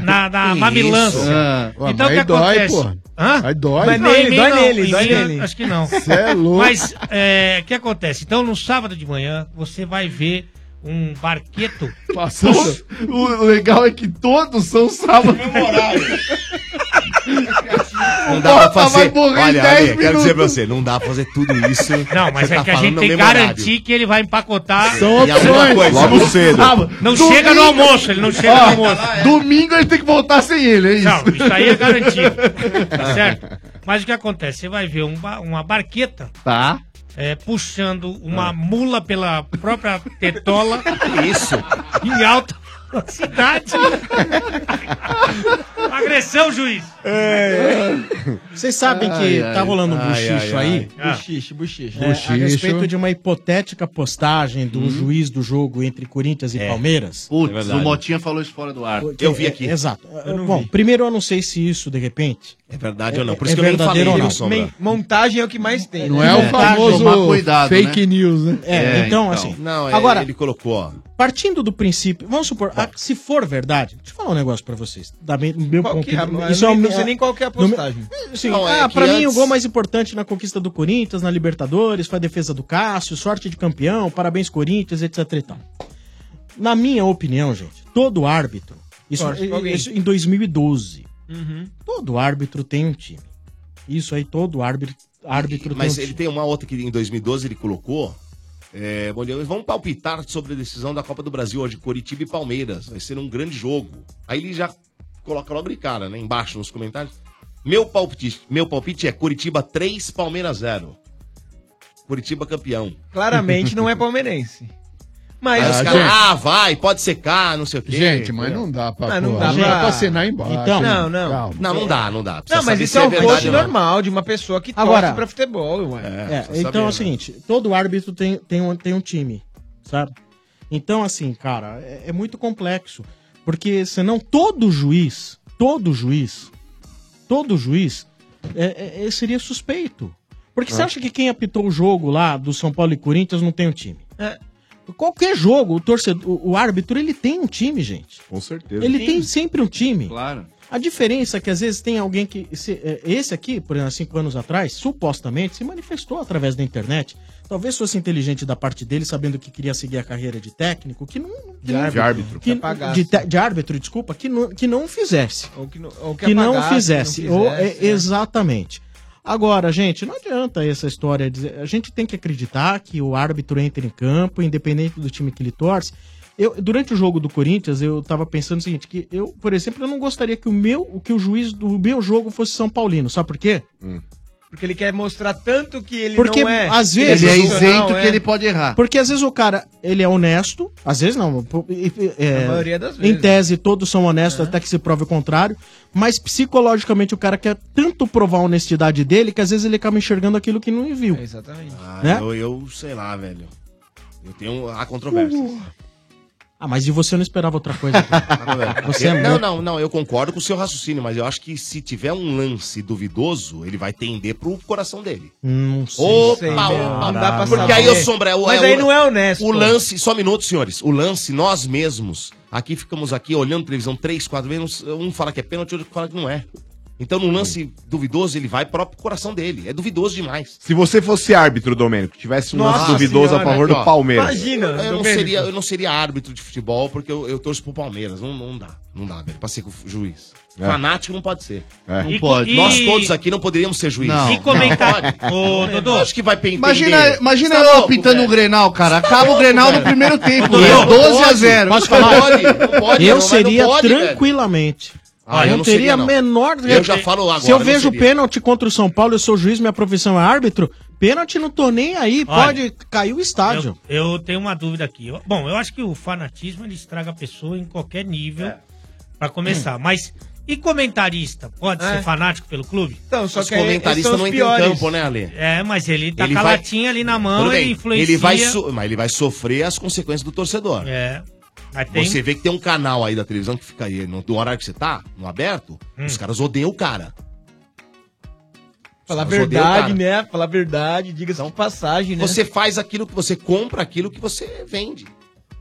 Speaker 17: Na, na, na
Speaker 18: Que
Speaker 17: mamilância.
Speaker 18: isso? Ah. Ué,
Speaker 17: Então o
Speaker 18: mas
Speaker 17: que
Speaker 18: aí dói,
Speaker 17: acontece?
Speaker 18: pô.
Speaker 17: Hã?
Speaker 18: Aí dói.
Speaker 17: Mas
Speaker 18: Mas
Speaker 17: não,
Speaker 18: nele,
Speaker 17: em mim
Speaker 18: dói
Speaker 17: não,
Speaker 18: nele,
Speaker 17: em
Speaker 18: dói
Speaker 17: mim eu-
Speaker 18: nele.
Speaker 17: Acho que não.
Speaker 18: Cê é louco.
Speaker 17: Mas é, o que acontece? Então no sábado de manhã você vai ver um barqueto
Speaker 18: Todos- o legal é que todos são sábado.
Speaker 1: Não dá pra
Speaker 18: Bota, vai
Speaker 1: fazer.
Speaker 18: morrer em
Speaker 1: Olha,
Speaker 18: 10
Speaker 1: Ale, quero dizer pra
Speaker 18: minutos.
Speaker 1: você, não dá pra fazer tudo isso.
Speaker 17: Não, mas
Speaker 1: Você
Speaker 17: é
Speaker 1: tá
Speaker 17: que a
Speaker 1: falando
Speaker 17: gente
Speaker 1: no
Speaker 17: tem que
Speaker 1: mesmo
Speaker 17: garantir
Speaker 1: horário.
Speaker 17: que ele vai empacotar.
Speaker 1: São E alguma opções. coisa,
Speaker 17: Logo
Speaker 1: no
Speaker 17: cedo. Ah,
Speaker 1: sábado.
Speaker 17: Não
Speaker 18: Domingo-
Speaker 17: chega no almoço, ele não chega
Speaker 18: Ó, tá é.
Speaker 17: no almoço.
Speaker 18: Domingo ele tem que voltar sem ele, é isso?
Speaker 17: Não, isso aí é garantido. Tá certo? Mas o que acontece? Você vai ver um ba- uma barqueta
Speaker 18: Tá.
Speaker 17: é, puxando uma mula pela própria tetola. Isso. Em alta velocidade. Agressão, juiz.
Speaker 14: Vocês sabem que
Speaker 17: Ai,
Speaker 14: tá
Speaker 17: ai,
Speaker 14: rolando um
Speaker 17: ai,
Speaker 14: buchicho
Speaker 17: ai,
Speaker 14: aí.
Speaker 17: ai. Ah.
Speaker 19: Buchicho, buchicho.
Speaker 14: É, a respeito de uma hipotética postagem do juiz do jogo entre Corinthians e Palmeiras.
Speaker 18: É. Putz, o Motinha falou isso fora do ar.
Speaker 14: Que- é- é- Exato. Bom, primeiro eu não sei se isso, de repente.
Speaker 1: É verdade
Speaker 14: ou não, por isso que eu nem falei, viu, Sombra?
Speaker 19: Men- Montagem é o que mais tem.
Speaker 14: Não é o famoso fake
Speaker 16: news, né?
Speaker 14: É, então, assim.
Speaker 1: Não, é,
Speaker 14: agora,
Speaker 1: ele colocou, ó.
Speaker 14: partindo do princípio, vamos supor, ah, se for verdade, deixa eu falar um negócio pra vocês. Da me- do meu
Speaker 19: Qual
Speaker 14: ponto
Speaker 19: que é?
Speaker 14: de-
Speaker 19: Eu não-
Speaker 14: o
Speaker 19: não
Speaker 14: meu-
Speaker 19: sei nem qual que é a
Speaker 14: do meu-
Speaker 19: postagem.
Speaker 14: Sim,
Speaker 19: Não, é
Speaker 14: ah,
Speaker 19: que
Speaker 14: pra mim,
Speaker 19: antes-
Speaker 14: o gol mais importante na conquista do Corinthians, na Libertadores, foi a defesa do Cássio, sorte de campeão, parabéns Corinthians, etc e tal. Na minha opinião, gente, todo árbitro, isso,
Speaker 19: Torce pra alguém.
Speaker 14: isso em 2012,
Speaker 19: Uhum.
Speaker 14: todo árbitro tem um time. Isso aí, todo árbitro, árbitro
Speaker 1: Mas
Speaker 14: tem um
Speaker 1: ele
Speaker 14: time.
Speaker 1: tem uma outra que em 2012 ele colocou. É, bom dia, vamos palpitar sobre a decisão da Copa do Brasil hoje, Coritiba e Palmeiras. Vai ser um grande jogo. Aí ele já coloca logo de cara, né? Embaixo nos comentários. Meu palpite, meu palpite é Coritiba 3, Palmeiras 0. Curitiba campeão.
Speaker 19: Claramente não é palmeirense. Mas
Speaker 1: Aí os
Speaker 19: os
Speaker 1: caras,
Speaker 19: caras-
Speaker 1: ah, vai, pode secar, não sei o quê.
Speaker 19: Gente, mas não
Speaker 16: dá pra-
Speaker 19: Ah, não
Speaker 16: pô,
Speaker 19: dá
Speaker 16: a gente
Speaker 19: pra-
Speaker 16: dá pra assinar embaixo.
Speaker 19: Então- Não, não.
Speaker 16: Calma.
Speaker 1: Não, não dá, não dá.
Speaker 19: Não, mas isso é um post normal de uma pessoa que
Speaker 14: Agora-
Speaker 19: torce pra futebol, ué.
Speaker 14: É, então é
Speaker 19: né?
Speaker 14: o seguinte, todo árbitro tem, tem, um, tem um time, sabe? Então, assim, cara, é, é muito complexo. Porque senão todo juiz, todo juiz, todo juiz é, é- é- seria suspeito. Porque você
Speaker 19: Ah.
Speaker 14: acha que quem apitou o jogo lá do São Paulo e Corinthians não tem um time?
Speaker 19: É.
Speaker 14: Qualquer jogo, o torcedor, o- o árbitro, ele tem um time, gente.
Speaker 12: Com certeza.
Speaker 14: Ele tem sempre um time.
Speaker 18: Claro.
Speaker 14: A diferença é que às vezes tem alguém que. se- é, esse aqui, por exemplo, há cinco anos atrás, supostamente se manifestou através da internet. Talvez fosse inteligente da parte dele, sabendo que queria seguir a carreira de técnico, que não. que
Speaker 19: De
Speaker 14: não-
Speaker 19: árbitro. De árbitro.
Speaker 14: que-
Speaker 19: Que apagasse.
Speaker 14: de, te- de árbitro, desculpa, que não, que não fizesse.
Speaker 19: Ou que não- ou que
Speaker 14: que não
Speaker 19: apagasse,
Speaker 14: fizesse.
Speaker 19: não
Speaker 14: Ou-
Speaker 19: fizesse,
Speaker 14: é, Exatamente. Agora, gente, não adianta essa história. de- A gente tem que acreditar que o árbitro entra em campo, independente do time que ele torce. Eu, durante o jogo do Corinthians, eu tava pensando o seguinte, que eu, por exemplo, eu não gostaria que o meu, o que o juiz do meu jogo fosse São Paulino, sabe por quê?
Speaker 19: Porque ele quer mostrar tanto que ele
Speaker 14: Porque
Speaker 19: não é.
Speaker 14: às vezes
Speaker 19: Ele é isento que ele
Speaker 18: pode errar.
Speaker 14: Porque às vezes o cara, ele é honesto, às vezes não. pô, e- e- é,
Speaker 19: Na maioria das vezes. É.
Speaker 14: Em tese, todos são honestos até que se prove o contrário, mas psicologicamente o cara quer tanto provar a honestidade dele que às vezes ele acaba enxergando aquilo que não
Speaker 19: É.
Speaker 14: viu.
Speaker 19: exatamente.
Speaker 1: Ah,
Speaker 14: Né?
Speaker 1: eu, eu sei lá, velho. Eu tenho a controvérsia.
Speaker 19: Uh.
Speaker 14: Ah, mas e você não esperava outra
Speaker 19: <laughs>
Speaker 14: coisa? cara. você é
Speaker 1: não,
Speaker 14: muito-
Speaker 1: não, não, eu concordo com o seu raciocínio, mas eu acho que se tiver um lance duvidoso, ele vai tender pro coração dele.
Speaker 14: Não
Speaker 1: sei. Opa, opa, porque aí eu sombra. o-
Speaker 19: Mas
Speaker 1: o-
Speaker 19: aí não é honesto.
Speaker 1: O lance, só um minuto, senhores. O lance, nós mesmos, aqui ficamos aqui olhando televisão três, quatro vezes, um fala que é pênalti, outro fala que não é. Então, num lance duvidoso, ele vai pro coração dele. É duvidoso demais.
Speaker 12: Se você fosse árbitro, Domênico, tivesse um lance duvidoso a favor do
Speaker 1: Ó,
Speaker 12: Palmeiras.
Speaker 1: Eu, eu não
Speaker 12: Domênico.
Speaker 1: seria, eu não seria árbitro de futebol porque eu, eu torço pro Palmeiras. Não, não dá. Não dá, velho. Pra ser cu- juiz.
Speaker 12: É.
Speaker 1: Fanático não pode ser.
Speaker 12: É.
Speaker 1: Não
Speaker 12: E-
Speaker 1: pode.
Speaker 12: e-
Speaker 1: Nós todos aqui não poderíamos ser juízes.
Speaker 18: Não. E comentar-
Speaker 1: Ô, Dodô. Acho que vai pender.
Speaker 18: Imagina, imagina eu apitando um Grenal, cara.
Speaker 1: Você tá
Speaker 18: Acaba o
Speaker 1: louco,
Speaker 18: Grenal no
Speaker 1: velho.
Speaker 18: primeiro tempo.
Speaker 14: Dodô,
Speaker 18: É 12 a
Speaker 14: pode,
Speaker 18: 0.
Speaker 14: posso falar? eu
Speaker 18: não, mas não
Speaker 14: seria
Speaker 18: pode, velho.
Speaker 14: tranquilamente.
Speaker 1: Ah,
Speaker 14: eu,
Speaker 1: eu
Speaker 14: não
Speaker 1: não
Speaker 14: teria
Speaker 1: seria,
Speaker 14: a
Speaker 1: não.
Speaker 14: menor.
Speaker 1: Eu já falo agora,
Speaker 14: Se eu
Speaker 1: eu não
Speaker 14: vejo
Speaker 1: seria.
Speaker 14: pênalti contra o São Paulo, eu sou juiz, minha profissão é árbitro. Pênalti não tô nem aí,
Speaker 17: Olha,
Speaker 14: pode cair o estádio.
Speaker 17: Eu tenho uma dúvida aqui. Eu- bom, eu acho que o fanatismo ele estraga a pessoa em qualquer nível,
Speaker 14: É.
Speaker 17: pra começar. Mas e comentarista? Pode
Speaker 19: É.
Speaker 17: ser fanático pelo clube?
Speaker 19: Então, só
Speaker 1: Os
Speaker 19: que aí, esses
Speaker 1: comentaristas
Speaker 19: são os
Speaker 1: não entram em
Speaker 19: piores.
Speaker 1: campo, né, Ale?
Speaker 17: É, mas ele tá
Speaker 1: Ele
Speaker 17: com a
Speaker 1: vai-
Speaker 17: latinha ali na mão,
Speaker 1: Tudo
Speaker 17: ele
Speaker 1: bem.
Speaker 17: influencia.
Speaker 1: Ele vai so- Mas ele vai sofrer as consequências do torcedor.
Speaker 17: É. Mas tem...
Speaker 1: Você vê que tem um canal aí da televisão que fica aí, no, do horário que você tá, no aberto, os caras odeiam o cara.
Speaker 19: Falar a
Speaker 1: Mas odeio o
Speaker 19: verdade,
Speaker 1: cara. tá.
Speaker 19: né? Falar a verdade, diga-se de passagem, né?
Speaker 1: Você faz aquilo que você compra, aquilo que você vende.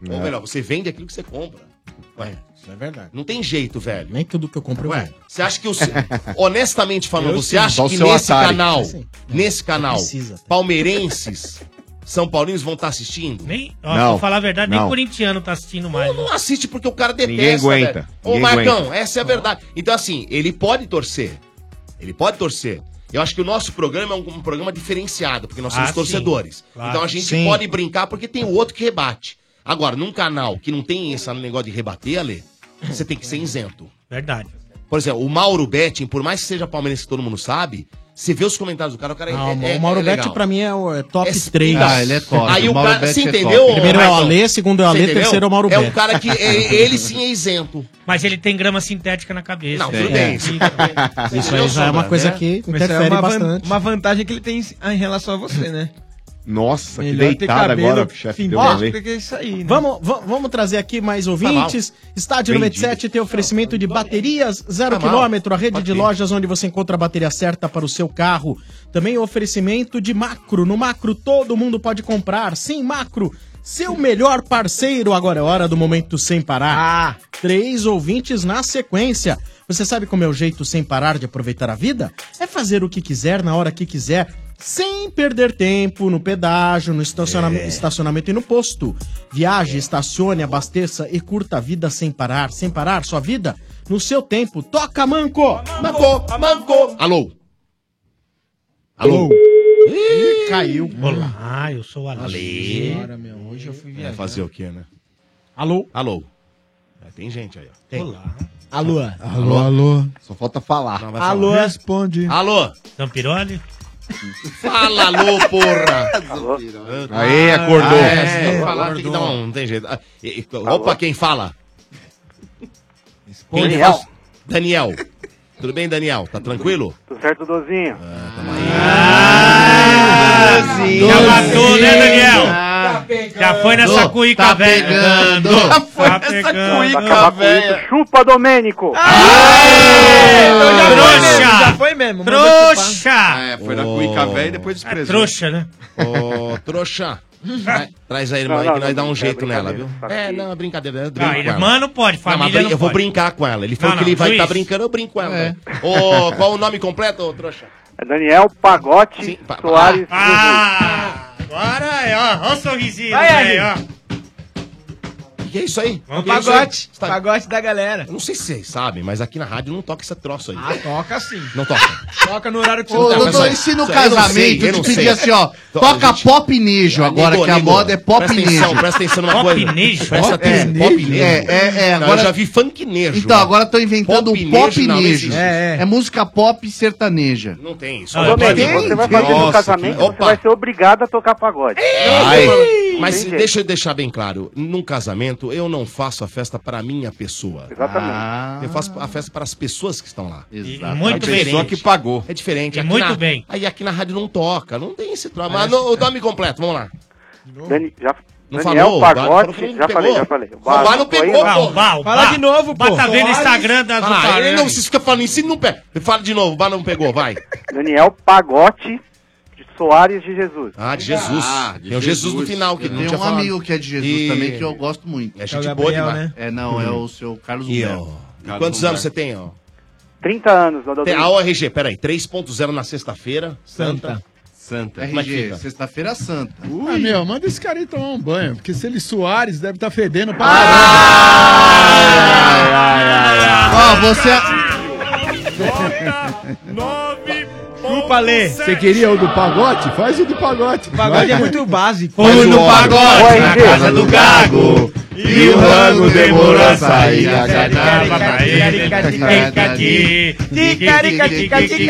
Speaker 1: Ou melhor, você vende aquilo que você compra. Ué,
Speaker 14: É. Isso é verdade.
Speaker 1: não tem jeito, velho.
Speaker 14: Nem tudo que eu compro
Speaker 1: Ué, você acha que
Speaker 14: <laughs>
Speaker 1: o seu- honestamente falando,
Speaker 14: Eu
Speaker 1: você
Speaker 14: sim. Só
Speaker 1: acha
Speaker 14: o
Speaker 1: que
Speaker 14: seu
Speaker 1: nesse
Speaker 14: Atari.
Speaker 1: canal,
Speaker 14: Sim.
Speaker 1: nesse canal,
Speaker 14: precisa,
Speaker 1: palmeirenses, São Paulinos vão estar assistindo?
Speaker 17: Nem, ó,
Speaker 1: Não,
Speaker 17: pra falar a verdade, nem
Speaker 1: não.
Speaker 17: corintiano tá assistindo mais.
Speaker 1: Não assiste porque o cara detesta.
Speaker 12: Ninguém aguenta,
Speaker 1: velho. Ô,
Speaker 12: ninguém
Speaker 1: Marcão,
Speaker 12: aguenta.
Speaker 1: essa é a verdade. Então, assim, ele pode torcer. Ele pode torcer. Eu acho que o nosso programa é um, um programa diferenciado, porque nós
Speaker 17: Ah,
Speaker 1: somos
Speaker 17: sim,
Speaker 1: torcedores.
Speaker 17: claro.
Speaker 1: Então a gente
Speaker 17: Sim.
Speaker 1: pode brincar porque tem o outro que rebate. Agora, num canal que não tem esse negócio de rebater, Ale, você tem que ser isento.
Speaker 17: Verdade.
Speaker 1: Por exemplo, o Mauro Betting, por mais que seja palmeirense que todo mundo sabe, você vê os comentários do cara, o cara é-
Speaker 14: Ah,
Speaker 1: é,
Speaker 14: o Mauro
Speaker 1: é
Speaker 14: Betti
Speaker 1: legal.
Speaker 14: pra mim é o é top 3.
Speaker 1: Ah, ele é top. Aí O o Mauro cara- Betti você é top. entendeu,
Speaker 14: Primeiro é o
Speaker 1: Marcão?
Speaker 14: Alê, segundo é o
Speaker 1: Você
Speaker 14: Alê,
Speaker 1: entendeu?
Speaker 14: terceiro é o Mauro
Speaker 1: É
Speaker 14: Betti.
Speaker 1: um cara que é- ele sim é isento.
Speaker 17: Mas ele tem grama sintética na cabeça. É.
Speaker 1: Não, tudo bem.
Speaker 14: isso-
Speaker 19: "Ah,
Speaker 1: Isso
Speaker 14: aí já é uma
Speaker 17: né?
Speaker 14: coisa que
Speaker 19: Mas isso é
Speaker 14: interfere
Speaker 19: uma van-
Speaker 14: bastante.
Speaker 19: uma vantagem que ele tem em relação a você, né?
Speaker 12: Nossa, que
Speaker 19: Melhor ter
Speaker 12: deitada
Speaker 19: cabelo
Speaker 12: agora, chefe. Deu
Speaker 19: sintético
Speaker 12: uma lei.
Speaker 19: do que isso aí, né?
Speaker 14: Vamos, va- vamos trazer aqui mais
Speaker 12: Tá
Speaker 14: ouvintes. Estádio
Speaker 12: Vendido.
Speaker 14: 97 tem oferecimento de baterias zero
Speaker 12: Tá mal.
Speaker 14: quilômetro, a rede de
Speaker 12: Bateria.
Speaker 14: lojas onde você encontra a bateria certa para o seu carro. Também oferecimento de macro. No macro todo mundo pode comprar. Sim, macro. Seu melhor parceiro. Agora é hora do momento sem
Speaker 12: Ah.
Speaker 14: parar. Três ouvintes na sequência. Você sabe como é o jeito sem parar de aproveitar a vida? É fazer o que quiser na hora que quiser sem perder tempo no pedágio, no estaciona- estacionamento e no posto. Viaje, estacione, abasteça e curta a vida sem parar. Sem parar sua vida no seu tempo. Toca, Manco!
Speaker 1: Manco, Manco! Alô? Alô?
Speaker 14: Ih, caiu.
Speaker 17: Olá, Ah, eu sou o
Speaker 1: Ale.
Speaker 17: Ale.
Speaker 19: Hoje eu fui
Speaker 1: É, fazer o quê, né?
Speaker 14: Alô?
Speaker 1: Alô? É, tem gente aí, ó.
Speaker 14: Tem.
Speaker 17: Olá.
Speaker 14: Alô?
Speaker 16: Alô, alô.
Speaker 12: Só falta falar.
Speaker 1: Não, vai falar.
Speaker 12: Responde.
Speaker 1: Alô?
Speaker 17: Zampiroli?
Speaker 1: Fala, alô, porra!
Speaker 17: Ah,
Speaker 1: Aê, acordou. É, se não falar, tem que dar um. Não tem jeito. Ah, e- e- Opa, quem fala? Quem
Speaker 20: Daniel.
Speaker 1: fala? Daniel. Tudo bem, Daniel? Tá tranquilo?
Speaker 20: Tudo certo, Dozinho?
Speaker 17: Já matou, né, Daniel?
Speaker 1: Ah,
Speaker 17: Já foi nessa
Speaker 16: tá
Speaker 17: cuíca, velho.
Speaker 20: Já foi
Speaker 17: Tá pegando.
Speaker 20: Acabar com isso. Chupa, Domênico!
Speaker 17: Trouxa!
Speaker 20: Já
Speaker 17: Então foi mesmo.
Speaker 20: mandou
Speaker 17: Trouxa!
Speaker 15: É, foi na cuica velha e depois desprezou.
Speaker 17: É trouxa, né?
Speaker 1: Ô, trouxa. Tra- Traz a irmã
Speaker 17: Não,
Speaker 1: aí
Speaker 17: não,
Speaker 1: que nós
Speaker 17: não,
Speaker 1: dá
Speaker 17: não,
Speaker 1: um
Speaker 17: é
Speaker 1: jeito nela, viu?
Speaker 17: brincadeira,
Speaker 1: É, não, é brincadeira. eu brinco
Speaker 17: Não,
Speaker 1: com
Speaker 17: Ah, irmã
Speaker 1: ela.
Speaker 17: não pode,
Speaker 1: Não, mas
Speaker 17: família não
Speaker 1: eu vou
Speaker 17: pode.
Speaker 1: brincar com ela. Ele falou
Speaker 17: Não,
Speaker 1: que ele
Speaker 17: não,
Speaker 1: vai tá- estar
Speaker 17: juiz.
Speaker 1: brincando, eu brinco com ela. né?
Speaker 17: É.
Speaker 1: Ô, qual o nome completo, ô, trouxa?
Speaker 20: É Daniel Pagotti Soares.
Speaker 15: Ah,
Speaker 17: Agora é, ó, ó o sorrisinho.
Speaker 20: Vai,
Speaker 17: velho,
Speaker 20: Henrique.
Speaker 17: ó.
Speaker 1: O que é isso aí?
Speaker 17: Vamos
Speaker 1: Que é isso
Speaker 17: pagode,
Speaker 1: aí? Tá-
Speaker 19: da galera.
Speaker 1: Eu Não sei se vocês sabem, mas aqui na rádio não toca esse troço aí.
Speaker 19: Ah, toca sim.
Speaker 1: Não toca.
Speaker 19: Toca no horário que tá
Speaker 18: Ô,
Speaker 1: Não, mas
Speaker 18: doutor,
Speaker 1: olha,
Speaker 18: e se no
Speaker 1: isso aí eu não
Speaker 18: casamento
Speaker 1: sei, eu
Speaker 18: te
Speaker 1: não
Speaker 18: pedir
Speaker 1: sei.
Speaker 18: assim, ó,
Speaker 1: Então,
Speaker 18: toca
Speaker 1: gente,
Speaker 18: pop nejo agora,
Speaker 1: Nego,
Speaker 18: que a
Speaker 1: nego,
Speaker 18: moda é pop
Speaker 1: presta
Speaker 18: nejo.
Speaker 1: Atenção, presta atenção numa coisa. Presta atenção.
Speaker 18: É,
Speaker 1: Pop nejo.
Speaker 18: É, é, é,
Speaker 1: Não,
Speaker 18: agora-
Speaker 1: eu já vi funk nejo.
Speaker 18: Então, agora estão inventando
Speaker 1: Pop
Speaker 18: um pop
Speaker 1: nejo, não, não
Speaker 18: nejo.
Speaker 1: existe.
Speaker 18: É, é. É música pop sertaneja.
Speaker 1: Não tem isso.
Speaker 18: Ah,
Speaker 1: Não
Speaker 18: Domênico,
Speaker 1: tem.
Speaker 18: você vai fazer no
Speaker 1: Nossa,
Speaker 18: casamento,
Speaker 1: que-
Speaker 18: você
Speaker 1: Opa.
Speaker 20: Vai ser obrigado a tocar pagode.
Speaker 1: Ai.
Speaker 20: Tem
Speaker 1: Mas
Speaker 20: jeito.
Speaker 1: deixa eu deixar bem claro, num casamento eu não faço a festa para minha pessoa.
Speaker 20: Exatamente.
Speaker 19: Ah.
Speaker 1: Eu faço a festa para as pessoas que estão lá.
Speaker 18: Exato.
Speaker 1: É
Speaker 15: Muito bem.
Speaker 1: diferente.
Speaker 15: Pessoa que pagou.
Speaker 1: É diferente.
Speaker 15: E
Speaker 1: Aqui
Speaker 15: muito
Speaker 1: na-
Speaker 15: bem.
Speaker 1: Aí aqui na rádio não toca, não tem esse trauma. Mas no- o
Speaker 15: tá.
Speaker 1: nome completo, vamos lá.
Speaker 20: Dani, já,
Speaker 1: Não
Speaker 20: Daniel
Speaker 1: falou, Bar- falou
Speaker 20: Pagotti,
Speaker 1: que ele
Speaker 20: já
Speaker 1: pegou.
Speaker 20: falei, já falei.
Speaker 1: O Bar não pegou,
Speaker 20: aí,
Speaker 1: pô.
Speaker 20: ó.
Speaker 1: Bar.
Speaker 20: Bata
Speaker 17: Tá vendo o Instagram da
Speaker 1: Fala,
Speaker 17: Zucarelli?
Speaker 1: ele não se fica falando isso, ele não pega. Fala de novo, o Bar não pegou, vai.
Speaker 20: Daniel Pagotti de Soares de Jesus.
Speaker 1: Ah, de Jesus. tem o Jesus no final que
Speaker 18: Eu
Speaker 1: não
Speaker 18: tenho
Speaker 1: tinha
Speaker 18: um
Speaker 1: falado.
Speaker 18: amigo que é de Jesus
Speaker 1: E-
Speaker 18: também, que eu gosto muito.
Speaker 1: É gente É o boa Gabriel, demais. né?
Speaker 18: É, não, é
Speaker 1: Uhum.
Speaker 18: o seu Carlos
Speaker 1: E, ó,
Speaker 18: Humberto.
Speaker 1: e quantos anos você tem, ó?
Speaker 20: 30 anos, Dodô.
Speaker 1: Tem a ORG, peraí, 3.0 na sexta-feira. Santa.
Speaker 18: Santa.
Speaker 1: Santa. Como é que
Speaker 18: RG,
Speaker 1: fica?
Speaker 18: sexta-feira santa.
Speaker 16: Ah, meu, manda esse cara ir tomar um banho, porque se ele Soares deve estar fedendo pra
Speaker 18: Ó,
Speaker 1: Ah!
Speaker 18: você.
Speaker 16: é- Chupa, Lê. Você queria o do pagode? Faz o do pagode. O
Speaker 19: pagode é muito básico.
Speaker 16: Fui no pagode,
Speaker 19: Oi,
Speaker 16: na
Speaker 19: gente.
Speaker 16: casa do Gago.
Speaker 19: E o rango demorou a sair. A
Speaker 16: assim,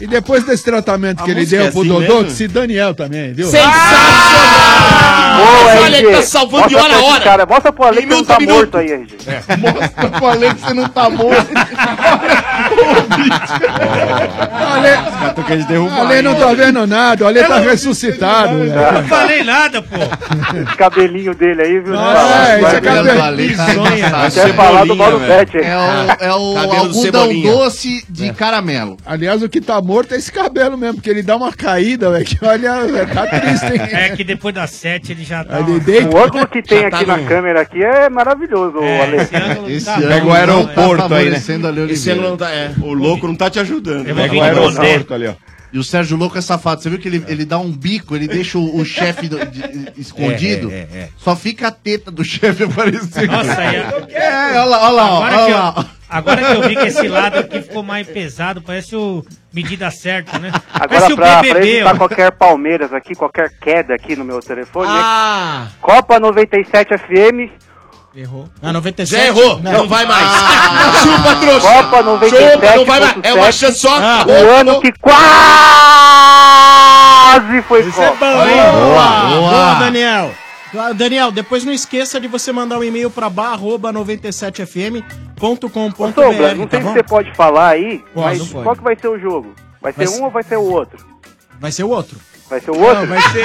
Speaker 16: E depois desse tratamento que ele
Speaker 15: música
Speaker 16: deu
Speaker 15: é
Speaker 16: pro
Speaker 15: assim
Speaker 16: Dodô,
Speaker 15: mesmo?
Speaker 16: que se Daniel também, viu?
Speaker 20: Boa,
Speaker 16: Olha, ele
Speaker 20: RG.
Speaker 16: tá salvando de hora a
Speaker 20: pra esse
Speaker 16: hora.
Speaker 20: Cara, mostra pro Ale que não tá morto aí, RG.
Speaker 16: É,
Speaker 18: Mostra
Speaker 16: <laughs>
Speaker 18: pro Ale que você não tá morto.
Speaker 16: Ale, Ale não tá vendo nada, o Ale tá ressuscitado.
Speaker 17: Eu não
Speaker 16: velho.
Speaker 17: falei nada, pô.
Speaker 20: Esse cabelinho dele aí, viu? né?
Speaker 16: Nossa, é, esse cabelo-
Speaker 18: Sonha.
Speaker 16: Tá
Speaker 20: Quer falar do Mauro Pet aí.
Speaker 18: É o, é o
Speaker 16: Cabelo do
Speaker 18: algodão
Speaker 16: Cebolinha. É.
Speaker 18: doce de caramelo.
Speaker 16: Aliás, o que tá morto é esse cabelo mesmo, porque ele dá uma caída, velho, que olha, velho, tá triste, hein?
Speaker 17: É que depois das sete ele já tá.
Speaker 16: Ele deita-
Speaker 20: O ângulo que tem
Speaker 16: Já tá
Speaker 20: aqui na
Speaker 16: no-
Speaker 20: câmera aqui é maravilhoso,
Speaker 17: é,
Speaker 20: Ale.
Speaker 15: Esse
Speaker 20: ano
Speaker 15: Pega o
Speaker 20: não
Speaker 15: aeroporto
Speaker 18: tá
Speaker 15: aí, né?
Speaker 18: favorecendo a Leo
Speaker 15: Esse
Speaker 18: Oliveira.
Speaker 15: ano não tá, é. O louco não tá te ajudando.
Speaker 18: Eu vou
Speaker 15: né? Pega
Speaker 18: vir
Speaker 15: o
Speaker 18: com
Speaker 15: aeroporto
Speaker 18: você.
Speaker 15: ali, ó.
Speaker 18: E o Sérgio Louco é safado. Você viu que ele, ele dá um bico, ele deixa o, o chefe do- de- de- escondido.
Speaker 15: É, é, é, é.
Speaker 18: Só fica a teta do chefe aparecendo.
Speaker 17: Nossa, aí
Speaker 18: É, olha lá, olha lá,
Speaker 17: Agora, que
Speaker 18: olha
Speaker 17: eu-
Speaker 18: lá.
Speaker 17: agora que eu vi que esse lado aqui ficou mais pesado, parece o medida certa, né?
Speaker 20: Agora,
Speaker 17: parece
Speaker 20: pra, tá
Speaker 17: o
Speaker 20: pra
Speaker 17: BBB,
Speaker 20: evitar
Speaker 17: ó.
Speaker 20: qualquer Palmeiras aqui, qualquer queda aqui no meu telefone, né?
Speaker 17: Ah!
Speaker 20: Copa 97 FM.
Speaker 19: Errou.
Speaker 14: Ah, 97.
Speaker 20: Já errou,
Speaker 14: Não, Ah,
Speaker 20: não vai mais. Chupa, trouxa. Copa 97.
Speaker 14: Chupa, não vai mais.
Speaker 20: É uma
Speaker 1: chance só.
Speaker 20: o ano que quase foi Copa.
Speaker 14: é Boa, boa, Daniel. Ah, Daniel, depois não esqueça de você mandar um e-mail para
Speaker 20: Ô, Sombra, não sei
Speaker 14: bar@97fm.com.br, tá
Speaker 20: se
Speaker 14: bom?
Speaker 20: você pode falar aí,
Speaker 14: Pode, não
Speaker 20: mas
Speaker 14: pode.
Speaker 20: qual que vai ser o jogo? Vai ser
Speaker 14: Vai
Speaker 20: um ou vai ser o outro?
Speaker 14: Vai ser o outro.
Speaker 20: Vai ser o outro?
Speaker 14: Não, vai
Speaker 20: <laughs> ser.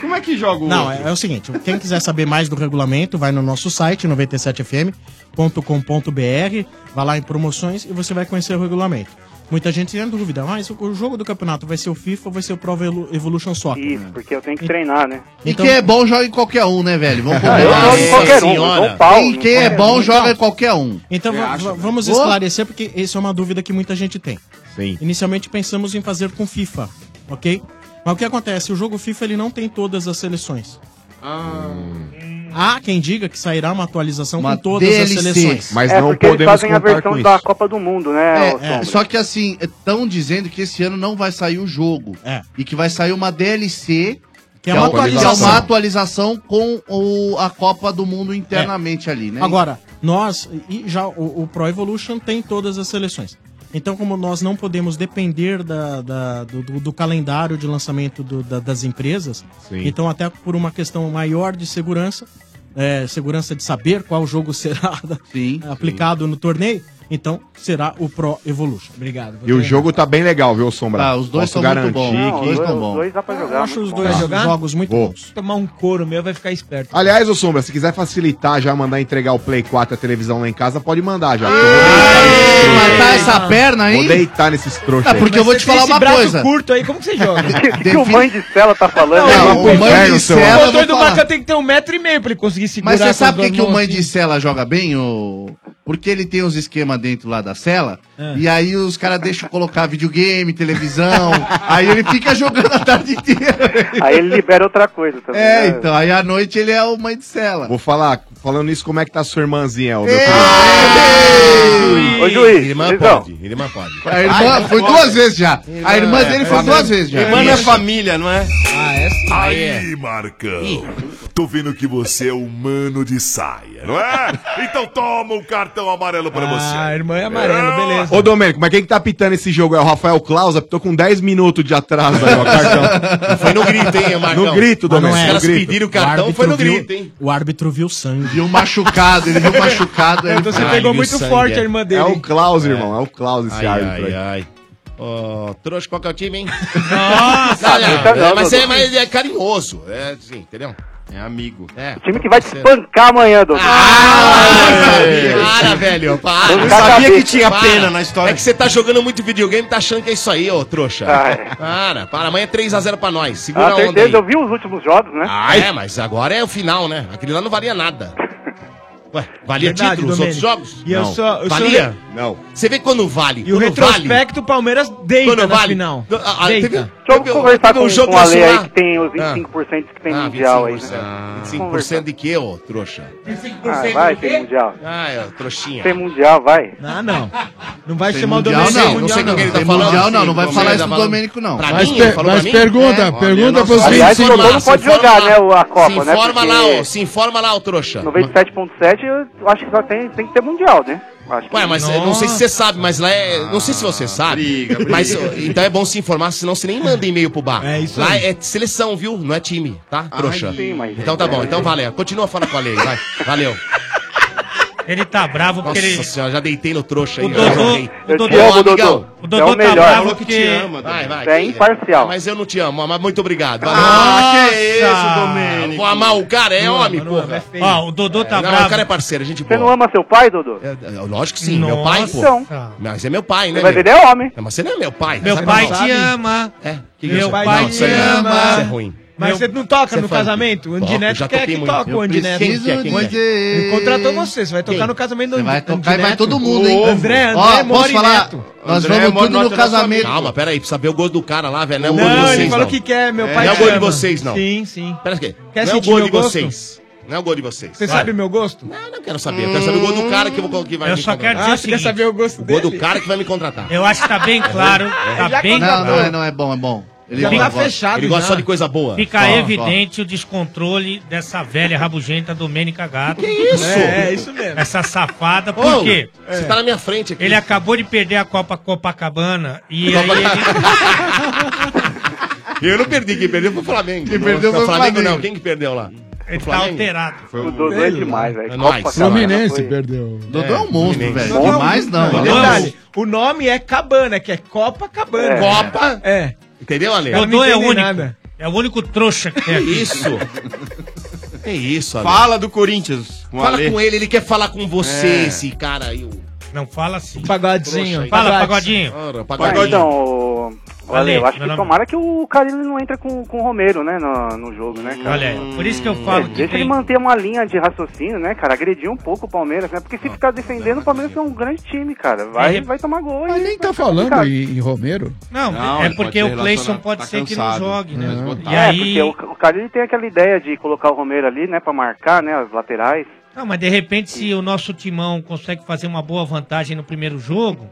Speaker 15: Como é que joga o
Speaker 14: Não, é, é o seguinte, quem quiser saber mais do regulamento, vai no nosso site 97fm.com.br, vai lá em promoções e você vai conhecer o regulamento. Muita gente tem dúvida, mas o, o jogo do campeonato vai ser o FIFA ou vai ser o Pro Evolu- Evolution Soccer? Então-
Speaker 20: Isso, porque eu tenho que treinar, né?
Speaker 18: E quem é bom joga em qualquer um, né, velho? Vamos combinar.
Speaker 20: eu jogo em
Speaker 18: Nossa
Speaker 20: qualquer um,
Speaker 18: senhora.
Speaker 20: São Paulo,
Speaker 18: Quem, quem é
Speaker 20: qualquer
Speaker 18: bom
Speaker 20: um.
Speaker 18: joga em qualquer um.
Speaker 14: Então va- va-
Speaker 12: né?
Speaker 14: vamos esclarecer, porque isso é uma dúvida que muita gente tem.
Speaker 12: Sim.
Speaker 14: Inicialmente pensamos em fazer com FIFA, ok? Mas o que acontece? O jogo FIFA ele não tem todas as seleções.
Speaker 12: Hum.
Speaker 14: Há quem diga que sairá uma atualização
Speaker 18: Uma
Speaker 14: com todas
Speaker 18: DLC.
Speaker 14: as seleções.
Speaker 12: Mas
Speaker 20: é porque eles fazem a versão da Copa do Mundo, né? ô
Speaker 18: É,
Speaker 20: Sombra?
Speaker 18: só que assim, estão dizendo que esse ano não vai sair o jogo. E que vai sair uma DLC.
Speaker 14: Que é uma
Speaker 18: o-
Speaker 14: atualização.
Speaker 18: que é uma atualização com o- a Copa do Mundo internamente ali, né?
Speaker 14: Agora, nós, e já o, o Pro Evolution tem todas as seleções. Então, como nós não podemos depender da- da- do, do- do calendário de lançamento do- da- das empresas,
Speaker 12: Sim.
Speaker 14: então até por uma questão maior de segurança, é, segurança de saber qual jogo <laughs> será aplicado no torneio, então será o Pro Evolution. Obrigado.
Speaker 12: E o jogo tá bem legal, viu, Sombra?
Speaker 14: Ah, os dois
Speaker 12: Posso
Speaker 14: são muito
Speaker 12: garantir
Speaker 14: bons. Não,
Speaker 12: que...
Speaker 14: os dois são bons. Os dois dá pra jogar,
Speaker 12: Eu
Speaker 14: muito bom. Vai jogar?
Speaker 12: Vou.
Speaker 19: Se tomar um couro meu, vai ficar esperto.
Speaker 12: Aliás, ô Sombra, se quiser facilitar já, mandar entregar o Play 4 e a televisão lá em casa, pode mandar já.
Speaker 18: Matar essa perna aí?
Speaker 12: Vou deitar nesses trouxas
Speaker 19: É,
Speaker 18: Ah, porque eu vou te falar
Speaker 19: Esse
Speaker 18: uma
Speaker 19: braço
Speaker 18: coisa. <laughs>
Speaker 19: curto aí, como <laughs> que você joga?
Speaker 18: que o mãe
Speaker 20: de Stella tá falando?
Speaker 18: Não, o mãe de
Speaker 19: O
Speaker 18: Stella,
Speaker 19: motor do
Speaker 18: vou falar.
Speaker 19: Macan tem que ter um metro e meio pra ele conseguir segurar.
Speaker 18: Mas você
Speaker 19: com
Speaker 18: sabe por
Speaker 19: as
Speaker 18: que, que
Speaker 19: duas
Speaker 18: o mãe
Speaker 19: mãos
Speaker 18: de cela joga bem? ô? Porque ele tem uns esquemas dentro lá da cela,
Speaker 19: Ah.
Speaker 18: e aí os caras deixam colocar videogame, televisão, aí ele fica jogando a tarde inteira.
Speaker 20: Aí ele libera outra coisa também.
Speaker 18: É,
Speaker 20: né?
Speaker 18: então, aí à noite ele é o mãe de cela.
Speaker 12: Vou falar, falando nisso, como é que tá sua irmãzinha, ô É.
Speaker 18: Ei! Ô, juiz,
Speaker 12: Irmã
Speaker 18: juizão.
Speaker 12: pode, irmã pode.
Speaker 18: A irmã
Speaker 12: Ai,
Speaker 18: foi
Speaker 12: pode.
Speaker 18: duas vezes já. a irmã
Speaker 12: é,
Speaker 18: dele
Speaker 12: é,
Speaker 18: foi
Speaker 12: é,
Speaker 18: duas
Speaker 12: é,
Speaker 18: vezes já.
Speaker 12: irmã
Speaker 18: Isso.
Speaker 15: família, não é?
Speaker 19: Ah, é sim.
Speaker 10: Aí, Marcão. Tô vendo que você é humano de saia, não é? Então toma um cartão amarelo pra você.
Speaker 19: Ah, irmã é amarelo, beleza.
Speaker 12: Ô, Domênico, mas quem que tá pitando esse jogo? É o Rafael Claus, apitou com 10 minutos de atraso aí, ó, cartão.
Speaker 1: Foi no grito, hein, Marcão?
Speaker 12: No grito,
Speaker 14: Mas não
Speaker 12: Domênico.
Speaker 14: é,
Speaker 12: no
Speaker 14: elas
Speaker 12: grito.
Speaker 14: pediram o
Speaker 1: cartão,
Speaker 14: árbitro
Speaker 1: foi no
Speaker 14: viu-
Speaker 1: grito, hein?
Speaker 14: O árbitro viu sangue.
Speaker 18: Viu machucado, ele viu machucado.
Speaker 12: <laughs>
Speaker 19: É,
Speaker 12: Então
Speaker 19: você pegou muito forte a irmã dele.
Speaker 12: É o Klaus, irmão. É o Klaus esse
Speaker 1: Ai,
Speaker 12: árbitro
Speaker 1: ai,
Speaker 12: aí.
Speaker 1: ai. Ô, trouxa, qual que é
Speaker 19: <laughs>
Speaker 1: o time, hein?
Speaker 12: Nossa,
Speaker 1: Não, não,
Speaker 12: nunca
Speaker 1: é,
Speaker 12: não,
Speaker 1: mas,
Speaker 12: Dodô.
Speaker 1: é, mas é carinhoso. É assim, entendeu? É amigo. É.
Speaker 20: O time que vai te espancar amanhã, Dodô.
Speaker 1: Ah. Para, velho. Para.
Speaker 20: Eu sabia que tinha
Speaker 15: pena na história.
Speaker 1: É que você tá jogando muito videogame, tá achando que é isso aí, ô trouxa.
Speaker 20: Ah, é.
Speaker 1: Para, para. Amanhã é 3x0 pra nós. Segura
Speaker 20: Ah,
Speaker 1: a onda aí.
Speaker 20: certeza, eu vi os últimos jogos, né?
Speaker 1: Ah, é, mas agora é o final, né? Aquele lá não valia <laughs> nada. Ué, valia
Speaker 19: Verdade,
Speaker 1: título, os outros
Speaker 19: Domênico.
Speaker 1: jogos?
Speaker 19: E eu só- eu só-
Speaker 1: valia?
Speaker 12: Não.
Speaker 1: Você vê quando vale.
Speaker 19: E o
Speaker 1: quando vale.
Speaker 19: retrospecto, o Palmeiras deita
Speaker 1: Quando
Speaker 19: na
Speaker 1: vale.
Speaker 19: final.
Speaker 1: Do- ah, ah, teve-
Speaker 19: Deita.
Speaker 1: Deixa eu
Speaker 20: Então, Conversar
Speaker 19: um
Speaker 20: com, com o Ale aí,
Speaker 1: lá.
Speaker 20: que tem os
Speaker 1: Ah.
Speaker 20: 25% que tem
Speaker 1: Ah,
Speaker 20: mundial aí,
Speaker 1: 25%.
Speaker 20: né?
Speaker 1: 25% de quê, ô trouxa?
Speaker 20: Ah, vai, tem mundial.
Speaker 1: Ah, é, trouxinha.
Speaker 20: Tem mundial, vai.
Speaker 19: Ah, não. Não vai
Speaker 20: Tem
Speaker 19: chamar o
Speaker 20: mundial,
Speaker 19: Domênico.
Speaker 20: não. Não sei com quem ele tá
Speaker 18: Tem
Speaker 20: falando,
Speaker 18: mundial,
Speaker 20: sim,
Speaker 18: não, não
Speaker 1: é
Speaker 18: vai
Speaker 20: como
Speaker 18: falar
Speaker 20: ele
Speaker 18: isso
Speaker 20: tá
Speaker 18: do
Speaker 20: falando.
Speaker 18: Domênico, não.
Speaker 1: Pra
Speaker 18: Mas
Speaker 1: mim,
Speaker 18: per-
Speaker 1: ele falou pra
Speaker 18: mas
Speaker 1: mim?
Speaker 18: pergunta,
Speaker 1: É.
Speaker 18: pergunta pra
Speaker 1: Olha, nossa,
Speaker 18: você.
Speaker 1: se
Speaker 18: Aliás,
Speaker 1: informa
Speaker 18: jogou,
Speaker 1: lá,
Speaker 18: não
Speaker 1: se
Speaker 18: pode
Speaker 1: informa
Speaker 18: jogar,
Speaker 1: lá.
Speaker 18: né, o- a Copa,
Speaker 1: Se
Speaker 18: né,
Speaker 1: informa lá,
Speaker 18: porque-
Speaker 1: ô, se informa lá, ô trouxa.
Speaker 20: 97.7, eu acho que só tem, tem que ter mundial, né? Acho que- Ah,
Speaker 1: Ué, mas eu não sei se você sabe, mas lá é. Não sei se você sabe. Mas ó, então é bom se informar, senão você nem manda e-mail pro bar. É isso Lá é seleção, viu? Não é time, tá? Trouxa.
Speaker 20: Ah, sim, mas- é.
Speaker 1: Então tá bom, então valeu. Continua falando com a lei, vai. Valeu.
Speaker 17: Ele tá bravo
Speaker 1: Nossa
Speaker 17: porque ele.
Speaker 1: senhora, já deitei no trouxa aí.
Speaker 17: O
Speaker 1: já
Speaker 17: Dodô-
Speaker 1: joguei.
Speaker 17: o Eu Dodô-
Speaker 20: te amo, Dodô.
Speaker 1: Amigão.
Speaker 17: O Dodô É o tá melhor. bravo
Speaker 1: Falou que
Speaker 17: porque-
Speaker 1: te ama, vai, vai.
Speaker 20: É imparcial.
Speaker 1: Mas eu não te amo, mas muito obrigado. Valeu.
Speaker 17: Ah, que
Speaker 1: isso, Domênico. Vou amar o cara, é homem, porra.
Speaker 17: Ó, o Dodô tá
Speaker 1: não,
Speaker 17: bravo.
Speaker 1: o cara é parceiro, a gente
Speaker 20: Você não ama seu pai, Dodô?
Speaker 1: É, Lógico que sim, meu pai, pô.
Speaker 20: Então.
Speaker 1: Mas é meu pai, né?
Speaker 20: Mas
Speaker 1: meu?
Speaker 20: ele é homem.
Speaker 1: Não, mas você não é meu pai.
Speaker 17: Meu
Speaker 1: sabe?
Speaker 17: pai
Speaker 1: Não.
Speaker 17: te
Speaker 1: Sabe?
Speaker 17: ama.
Speaker 1: É. Que
Speaker 19: Meu
Speaker 1: isso?
Speaker 19: pai
Speaker 1: Não,
Speaker 19: te
Speaker 1: isso aí não.
Speaker 19: ama.
Speaker 1: Isso é ruim.
Speaker 19: Mas você não toca
Speaker 1: Você
Speaker 19: no
Speaker 1: fala-
Speaker 19: casamento? O
Speaker 1: Toco, já
Speaker 19: Andineto quer
Speaker 1: toquei
Speaker 19: que
Speaker 1: muito.
Speaker 19: toca
Speaker 1: Eu
Speaker 19: o Andineto.
Speaker 1: preciso Quem quer, quem quer?
Speaker 19: Me contratou você, você vai tocar no casamento do
Speaker 18: Você vai
Speaker 19: Andineto.
Speaker 18: tocar e vai todo mundo, hein?
Speaker 19: André, André,
Speaker 18: Ó,
Speaker 19: Mori
Speaker 18: posso falar?
Speaker 19: Neto.
Speaker 18: Nós vamos tudo no casamento.
Speaker 1: Calma, peraí, precisa ver o gosto do cara lá, velho. Não é o
Speaker 19: Não,
Speaker 1: gosto de
Speaker 19: ele
Speaker 1: vocês,
Speaker 19: falou
Speaker 1: não.
Speaker 19: que quer, meu
Speaker 1: É,
Speaker 19: pai
Speaker 1: Não é o
Speaker 19: te
Speaker 1: gosto de
Speaker 19: ama.
Speaker 1: vocês, não.
Speaker 19: Sim, sim.
Speaker 1: Pera aqui.
Speaker 19: Quer
Speaker 1: não é o
Speaker 19: sentir
Speaker 1: gosto
Speaker 19: meu
Speaker 1: de
Speaker 19: gosto?
Speaker 1: vocês. Não é o gosto de vocês.
Speaker 19: Você sabe o meu gosto?
Speaker 1: Não, não quero saber. Eu quero saber o gosto do
Speaker 18: Hum.
Speaker 1: cara que, eu vou- que vai
Speaker 17: Eu
Speaker 1: me
Speaker 17: só quero
Speaker 1: contratar.
Speaker 18: Ah,
Speaker 17: dizer o seguinte.
Speaker 19: saber o gosto
Speaker 1: O gosto do cara que vai me contratar.
Speaker 17: Eu acho que tá bem
Speaker 18: <laughs>
Speaker 17: claro. Tá bem
Speaker 18: Não, não, é,
Speaker 17: claro.
Speaker 18: não, é bom, é bom.
Speaker 17: Já
Speaker 18: gosta,
Speaker 17: tá
Speaker 18: gosta.
Speaker 17: fechado
Speaker 1: Ele gosta só de coisa boa.
Speaker 17: Fica
Speaker 1: Só, só.
Speaker 17: evidente o descontrole dessa velha rabugenta Domênica Gato. Que
Speaker 1: isso? É, é isso
Speaker 17: mesmo. Essa safada, por
Speaker 1: Ô,
Speaker 17: quê?
Speaker 1: Você tá na minha frente aqui.
Speaker 17: Ele acabou de perder a Copa Copacabana e aí
Speaker 1: Copa-
Speaker 17: ele...
Speaker 1: <laughs> Eu não perdi, quem perdeu foi o Flamengo.
Speaker 18: Quem perdeu
Speaker 1: Não,
Speaker 18: foi o Flamengo. um
Speaker 1: não. Quem que perdeu lá? Foi o
Speaker 17: Ele tá
Speaker 1: Flamengo?
Speaker 17: alterado.
Speaker 1: Foi
Speaker 20: O Dodô é demais,
Speaker 1: É
Speaker 20: velho. Copa,
Speaker 1: nóis.
Speaker 20: cara.
Speaker 16: Fluminense perdeu.
Speaker 18: Dodô é um monstro, velho.
Speaker 19: Dodô é um-
Speaker 18: Demais não.
Speaker 19: Não,
Speaker 18: ele é um monstro.
Speaker 19: Detalhe, o nome é Cabana, que é Copa Cabana.
Speaker 1: Copa?
Speaker 19: É.
Speaker 1: Entendeu, Ale?
Speaker 19: Eu não
Speaker 17: Dodô é
Speaker 19: entendi
Speaker 17: único.
Speaker 19: nada.
Speaker 17: É o único trouxa que tem
Speaker 1: É
Speaker 17: aqui.
Speaker 18: <laughs>
Speaker 1: isso. É isso, Ale.
Speaker 15: Fala do Corinthians.
Speaker 1: Fala
Speaker 15: Ale.
Speaker 1: com ele, ele quer falar com você,
Speaker 15: É.
Speaker 1: esse cara aí. o-
Speaker 17: Não fala assim.
Speaker 19: Pagodinho.
Speaker 17: Fala, Pagodinho.
Speaker 1: Ora,
Speaker 20: Ah,
Speaker 1: pagodinho.
Speaker 20: então, ô, ô, Ale, eu
Speaker 17: Ale,
Speaker 20: acho
Speaker 17: meu
Speaker 20: que
Speaker 17: nome-
Speaker 20: tomara que o Carilho não entre com, com o Romero, né, no, no jogo, né, cara?
Speaker 17: Olha aí, por isso que eu falo
Speaker 20: É,
Speaker 17: que
Speaker 20: deixa
Speaker 17: tem-
Speaker 20: ele manter uma linha de raciocínio, né, cara? Agredir um pouco o Palmeiras, né? Porque se ficar defendendo, o Palmeiras é um grande time, cara. Vai,
Speaker 17: Ele-
Speaker 20: vai tomar gol.
Speaker 16: Mas
Speaker 20: e-
Speaker 16: nem tá falando em, em Romero.
Speaker 17: Não,
Speaker 16: Não,
Speaker 17: é
Speaker 16: ele
Speaker 17: porque
Speaker 16: pode
Speaker 17: o
Speaker 16: ser
Speaker 17: Cleison
Speaker 16: relacionado,
Speaker 17: pode
Speaker 16: tá
Speaker 17: ser que não
Speaker 16: cansado,
Speaker 17: jogue, né?
Speaker 16: esgotado.
Speaker 17: E
Speaker 20: é,
Speaker 17: aí...
Speaker 20: porque o, o Carilho tem aquela ideia de colocar o Romero ali, né, pra marcar, né, as laterais.
Speaker 17: Não, mas de repente, se o nosso timão consegue fazer uma boa vantagem no primeiro jogo,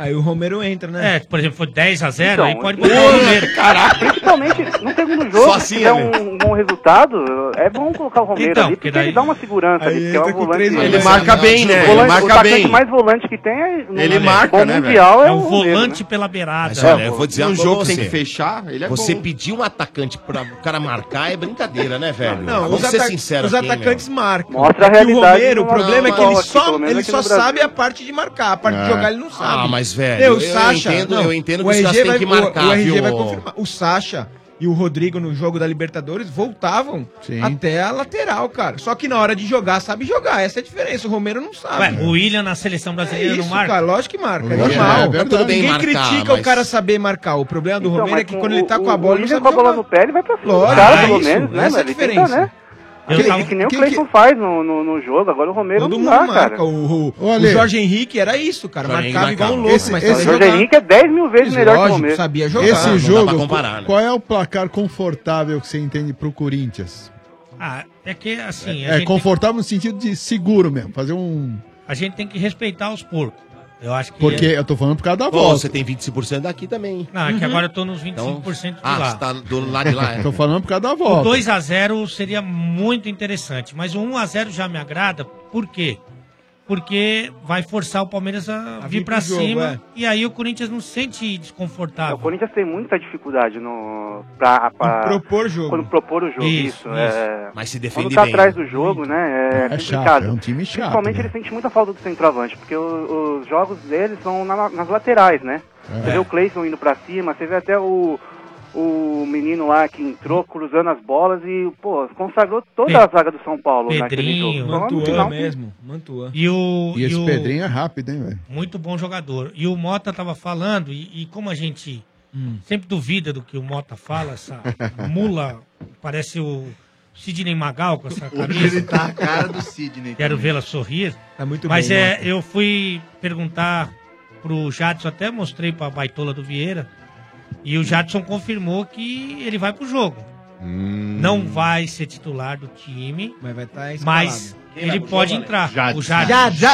Speaker 9: Aí o Romero entra, né?
Speaker 17: É, por exemplo, foi 10 a 0
Speaker 9: Então,
Speaker 17: aí pode botar
Speaker 9: Ô,
Speaker 17: o Romero.
Speaker 9: caraca.
Speaker 20: Principalmente no segundo jogo,
Speaker 17: Só assim,
Speaker 20: se tiver
Speaker 17: Ale.
Speaker 20: um, bom resultado, é bom colocar o Romero
Speaker 17: Então,
Speaker 20: ali, porque
Speaker 17: porque daí-
Speaker 20: ele dá uma segurança ali, porque é
Speaker 9: tá
Speaker 20: um volante.
Speaker 17: três Ele volantes. marca bem, né?
Speaker 20: O
Speaker 17: Ele
Speaker 20: volante-
Speaker 17: marca
Speaker 20: o atacante
Speaker 17: bem.
Speaker 20: mais volante que tem é, no
Speaker 15: Ele
Speaker 20: no
Speaker 15: marca,
Speaker 20: futebol
Speaker 15: né,
Speaker 20: mundial
Speaker 15: velho?
Speaker 20: é,
Speaker 15: É um
Speaker 20: o Romero,
Speaker 15: volante
Speaker 20: né?
Speaker 17: pela beirada.
Speaker 1: Mas olha, eu vou dizer
Speaker 15: Um
Speaker 1: uma coisa
Speaker 15: jogo
Speaker 1: pra
Speaker 15: que tem
Speaker 1: você.
Speaker 15: que fechar, ele é
Speaker 1: Você
Speaker 15: bom.
Speaker 1: pedir um atacante pra o cara marcar é brincadeira, né, velho?
Speaker 9: Não,
Speaker 1: Vamos
Speaker 9: os,
Speaker 1: ser
Speaker 9: ata-
Speaker 1: sincero
Speaker 9: os
Speaker 1: aqui, hein,
Speaker 9: atacantes
Speaker 1: meu?
Speaker 9: marcam.
Speaker 1: Mostra a
Speaker 9: É que
Speaker 1: realidade
Speaker 9: O Romero, o
Speaker 1: do
Speaker 9: problema é que
Speaker 1: futebol
Speaker 9: ele
Speaker 1: aqui,
Speaker 9: só,
Speaker 1: pelo menos
Speaker 9: ele
Speaker 1: aqui
Speaker 9: só
Speaker 1: no Brasil.
Speaker 9: sabe a parte de marcar. A parte de
Speaker 1: É.
Speaker 9: jogar ele não sabe.
Speaker 1: Ah, mas, velho,
Speaker 9: Meu,
Speaker 1: eu entendo- eu entendo que
Speaker 9: o
Speaker 1: os caras
Speaker 9: RG
Speaker 1: têm
Speaker 9: vai-
Speaker 1: que marcar,
Speaker 9: o, o RG
Speaker 1: viu,
Speaker 9: vai
Speaker 1: ô?
Speaker 9: confirmar. O Sacha e o Rodrigo no jogo da Libertadores voltavam até a lateral, cara. Só que na hora de jogar, sabe jogar. Essa é a diferença. O Romero não
Speaker 1: Ah,
Speaker 17: Ué,
Speaker 9: sabe.
Speaker 17: o William na seleção
Speaker 9: É
Speaker 17: brasileira
Speaker 9: isso,
Speaker 17: não marca?
Speaker 9: cara. Lógico que marca. É
Speaker 17: Lógico, é
Speaker 9: normal.
Speaker 17: verdade. Tudo bem
Speaker 9: Ninguém
Speaker 17: marcar,
Speaker 9: critica o
Speaker 17: mas-
Speaker 9: cara saber marcar. O problema do
Speaker 20: Então,
Speaker 9: Romero
Speaker 20: mas
Speaker 9: é que
Speaker 20: com
Speaker 9: quando ele tá
Speaker 20: o-
Speaker 9: com a
Speaker 20: o
Speaker 9: bola, ele não
Speaker 20: William
Speaker 9: sabe
Speaker 20: com a bola
Speaker 9: jogar.
Speaker 20: no pé, ele vai pra cima.
Speaker 9: Lógico,
Speaker 20: o cara, pelo
Speaker 9: isso,
Speaker 20: menos, né?
Speaker 9: essa é a
Speaker 20: velho? Ele tenta,
Speaker 9: diferença.
Speaker 20: né?
Speaker 9: Eu
Speaker 20: Que,
Speaker 9: tava-
Speaker 20: que nem o
Speaker 9: quem
Speaker 20: Cleiton faz no, no, no jogo, agora o Romero
Speaker 9: Todo
Speaker 20: não
Speaker 9: mundo
Speaker 20: dá,
Speaker 9: marca.
Speaker 20: cara.
Speaker 9: O, o- o
Speaker 20: Ale.
Speaker 9: Jorge Henrique era isso, cara.
Speaker 20: Jorge
Speaker 9: marcava
Speaker 20: Henrique
Speaker 9: igual um
Speaker 20: marcava.
Speaker 9: louco,
Speaker 20: Esse-
Speaker 9: mas
Speaker 20: esse Jorge Henrique é 10 mil vezes melhor que o Romero.
Speaker 9: sabia jogar.
Speaker 16: Esse
Speaker 9: Não dá
Speaker 16: jogo,
Speaker 9: pra comparar, né?
Speaker 16: qual é o placar confortável que você entende pro Corinthians?
Speaker 17: Ah, é que assim, a,
Speaker 16: É,
Speaker 17: gente
Speaker 16: confortável no sentido de seguro mesmo, fazer um...
Speaker 17: tem, a gente tem que respeitar os porcos. Eu acho que.
Speaker 16: Porque eu tô falando por causa da
Speaker 17: Pô,
Speaker 16: volta.
Speaker 1: Você tem 25% daqui também.
Speaker 17: é. Não, é que
Speaker 1: Uhum.
Speaker 17: agora eu tô nos 25% de
Speaker 1: Ah,
Speaker 17: lá.
Speaker 1: você tá do lado de lá. é.
Speaker 16: <laughs> Tô falando por causa da
Speaker 17: O
Speaker 16: volta.
Speaker 17: 2x0 seria muito interessante, mas o 1x0 já me agrada, por quê? Porque vai forçar o Palmeiras a, vir
Speaker 20: vir
Speaker 17: pra
Speaker 20: pro jogo,
Speaker 17: cima
Speaker 20: é.
Speaker 17: e aí o Corinthians não se sente
Speaker 20: O
Speaker 17: desconfortável.
Speaker 20: Corinthians tem muita dificuldade no, pra, pra-
Speaker 17: propor jogo.
Speaker 20: Quando propor o jogo, isso.
Speaker 17: Isso,
Speaker 20: é.
Speaker 17: isso. Mas se
Speaker 20: Quando
Speaker 17: defende
Speaker 20: tá
Speaker 17: bem.
Speaker 20: atrás do jogo, né, é,
Speaker 16: É
Speaker 20: complicado.
Speaker 16: chato, é um time chato.
Speaker 20: Principalmente
Speaker 16: né?
Speaker 20: ele sente muita falta do centroavante, porque o- os jogos deles são na- nas laterais, né?
Speaker 16: É.
Speaker 20: Você vê o Cleison indo pra cima, você vê até o, o menino lá que entrou cruzando as bolas e, pô, consagrou toda a zaga do São Paulo naquele
Speaker 17: Pedrinho,
Speaker 20: jogo. Então, no
Speaker 9: Mantuan
Speaker 16: é.
Speaker 20: final,
Speaker 9: mesmo. Mantuan.
Speaker 17: E o.
Speaker 16: E esse
Speaker 17: o-
Speaker 16: Pedrinho é rápido, hein, velho?
Speaker 17: Muito bom jogador. E o Mota tava falando, e, e como a gente
Speaker 18: Hum.
Speaker 17: sempre duvida do que o Mota fala,
Speaker 18: <laughs>
Speaker 17: essa mula parece o Sidney Magal
Speaker 18: <laughs>
Speaker 17: com essa camisa.
Speaker 18: Ele tá a cara do Sidney.
Speaker 17: Quero
Speaker 18: também.
Speaker 17: vê-la sorrir.
Speaker 9: Tá muito
Speaker 17: Mas
Speaker 9: bem,
Speaker 17: é,
Speaker 9: Mota.
Speaker 17: eu fui perguntar pro Jadson, até mostrei pra Baitola do Vieira, e o Jadson confirmou que ele vai pro jogo. Não vai ser titular do time,
Speaker 9: Mas vai tá estar
Speaker 17: mas ele pode entrar. O Jadson.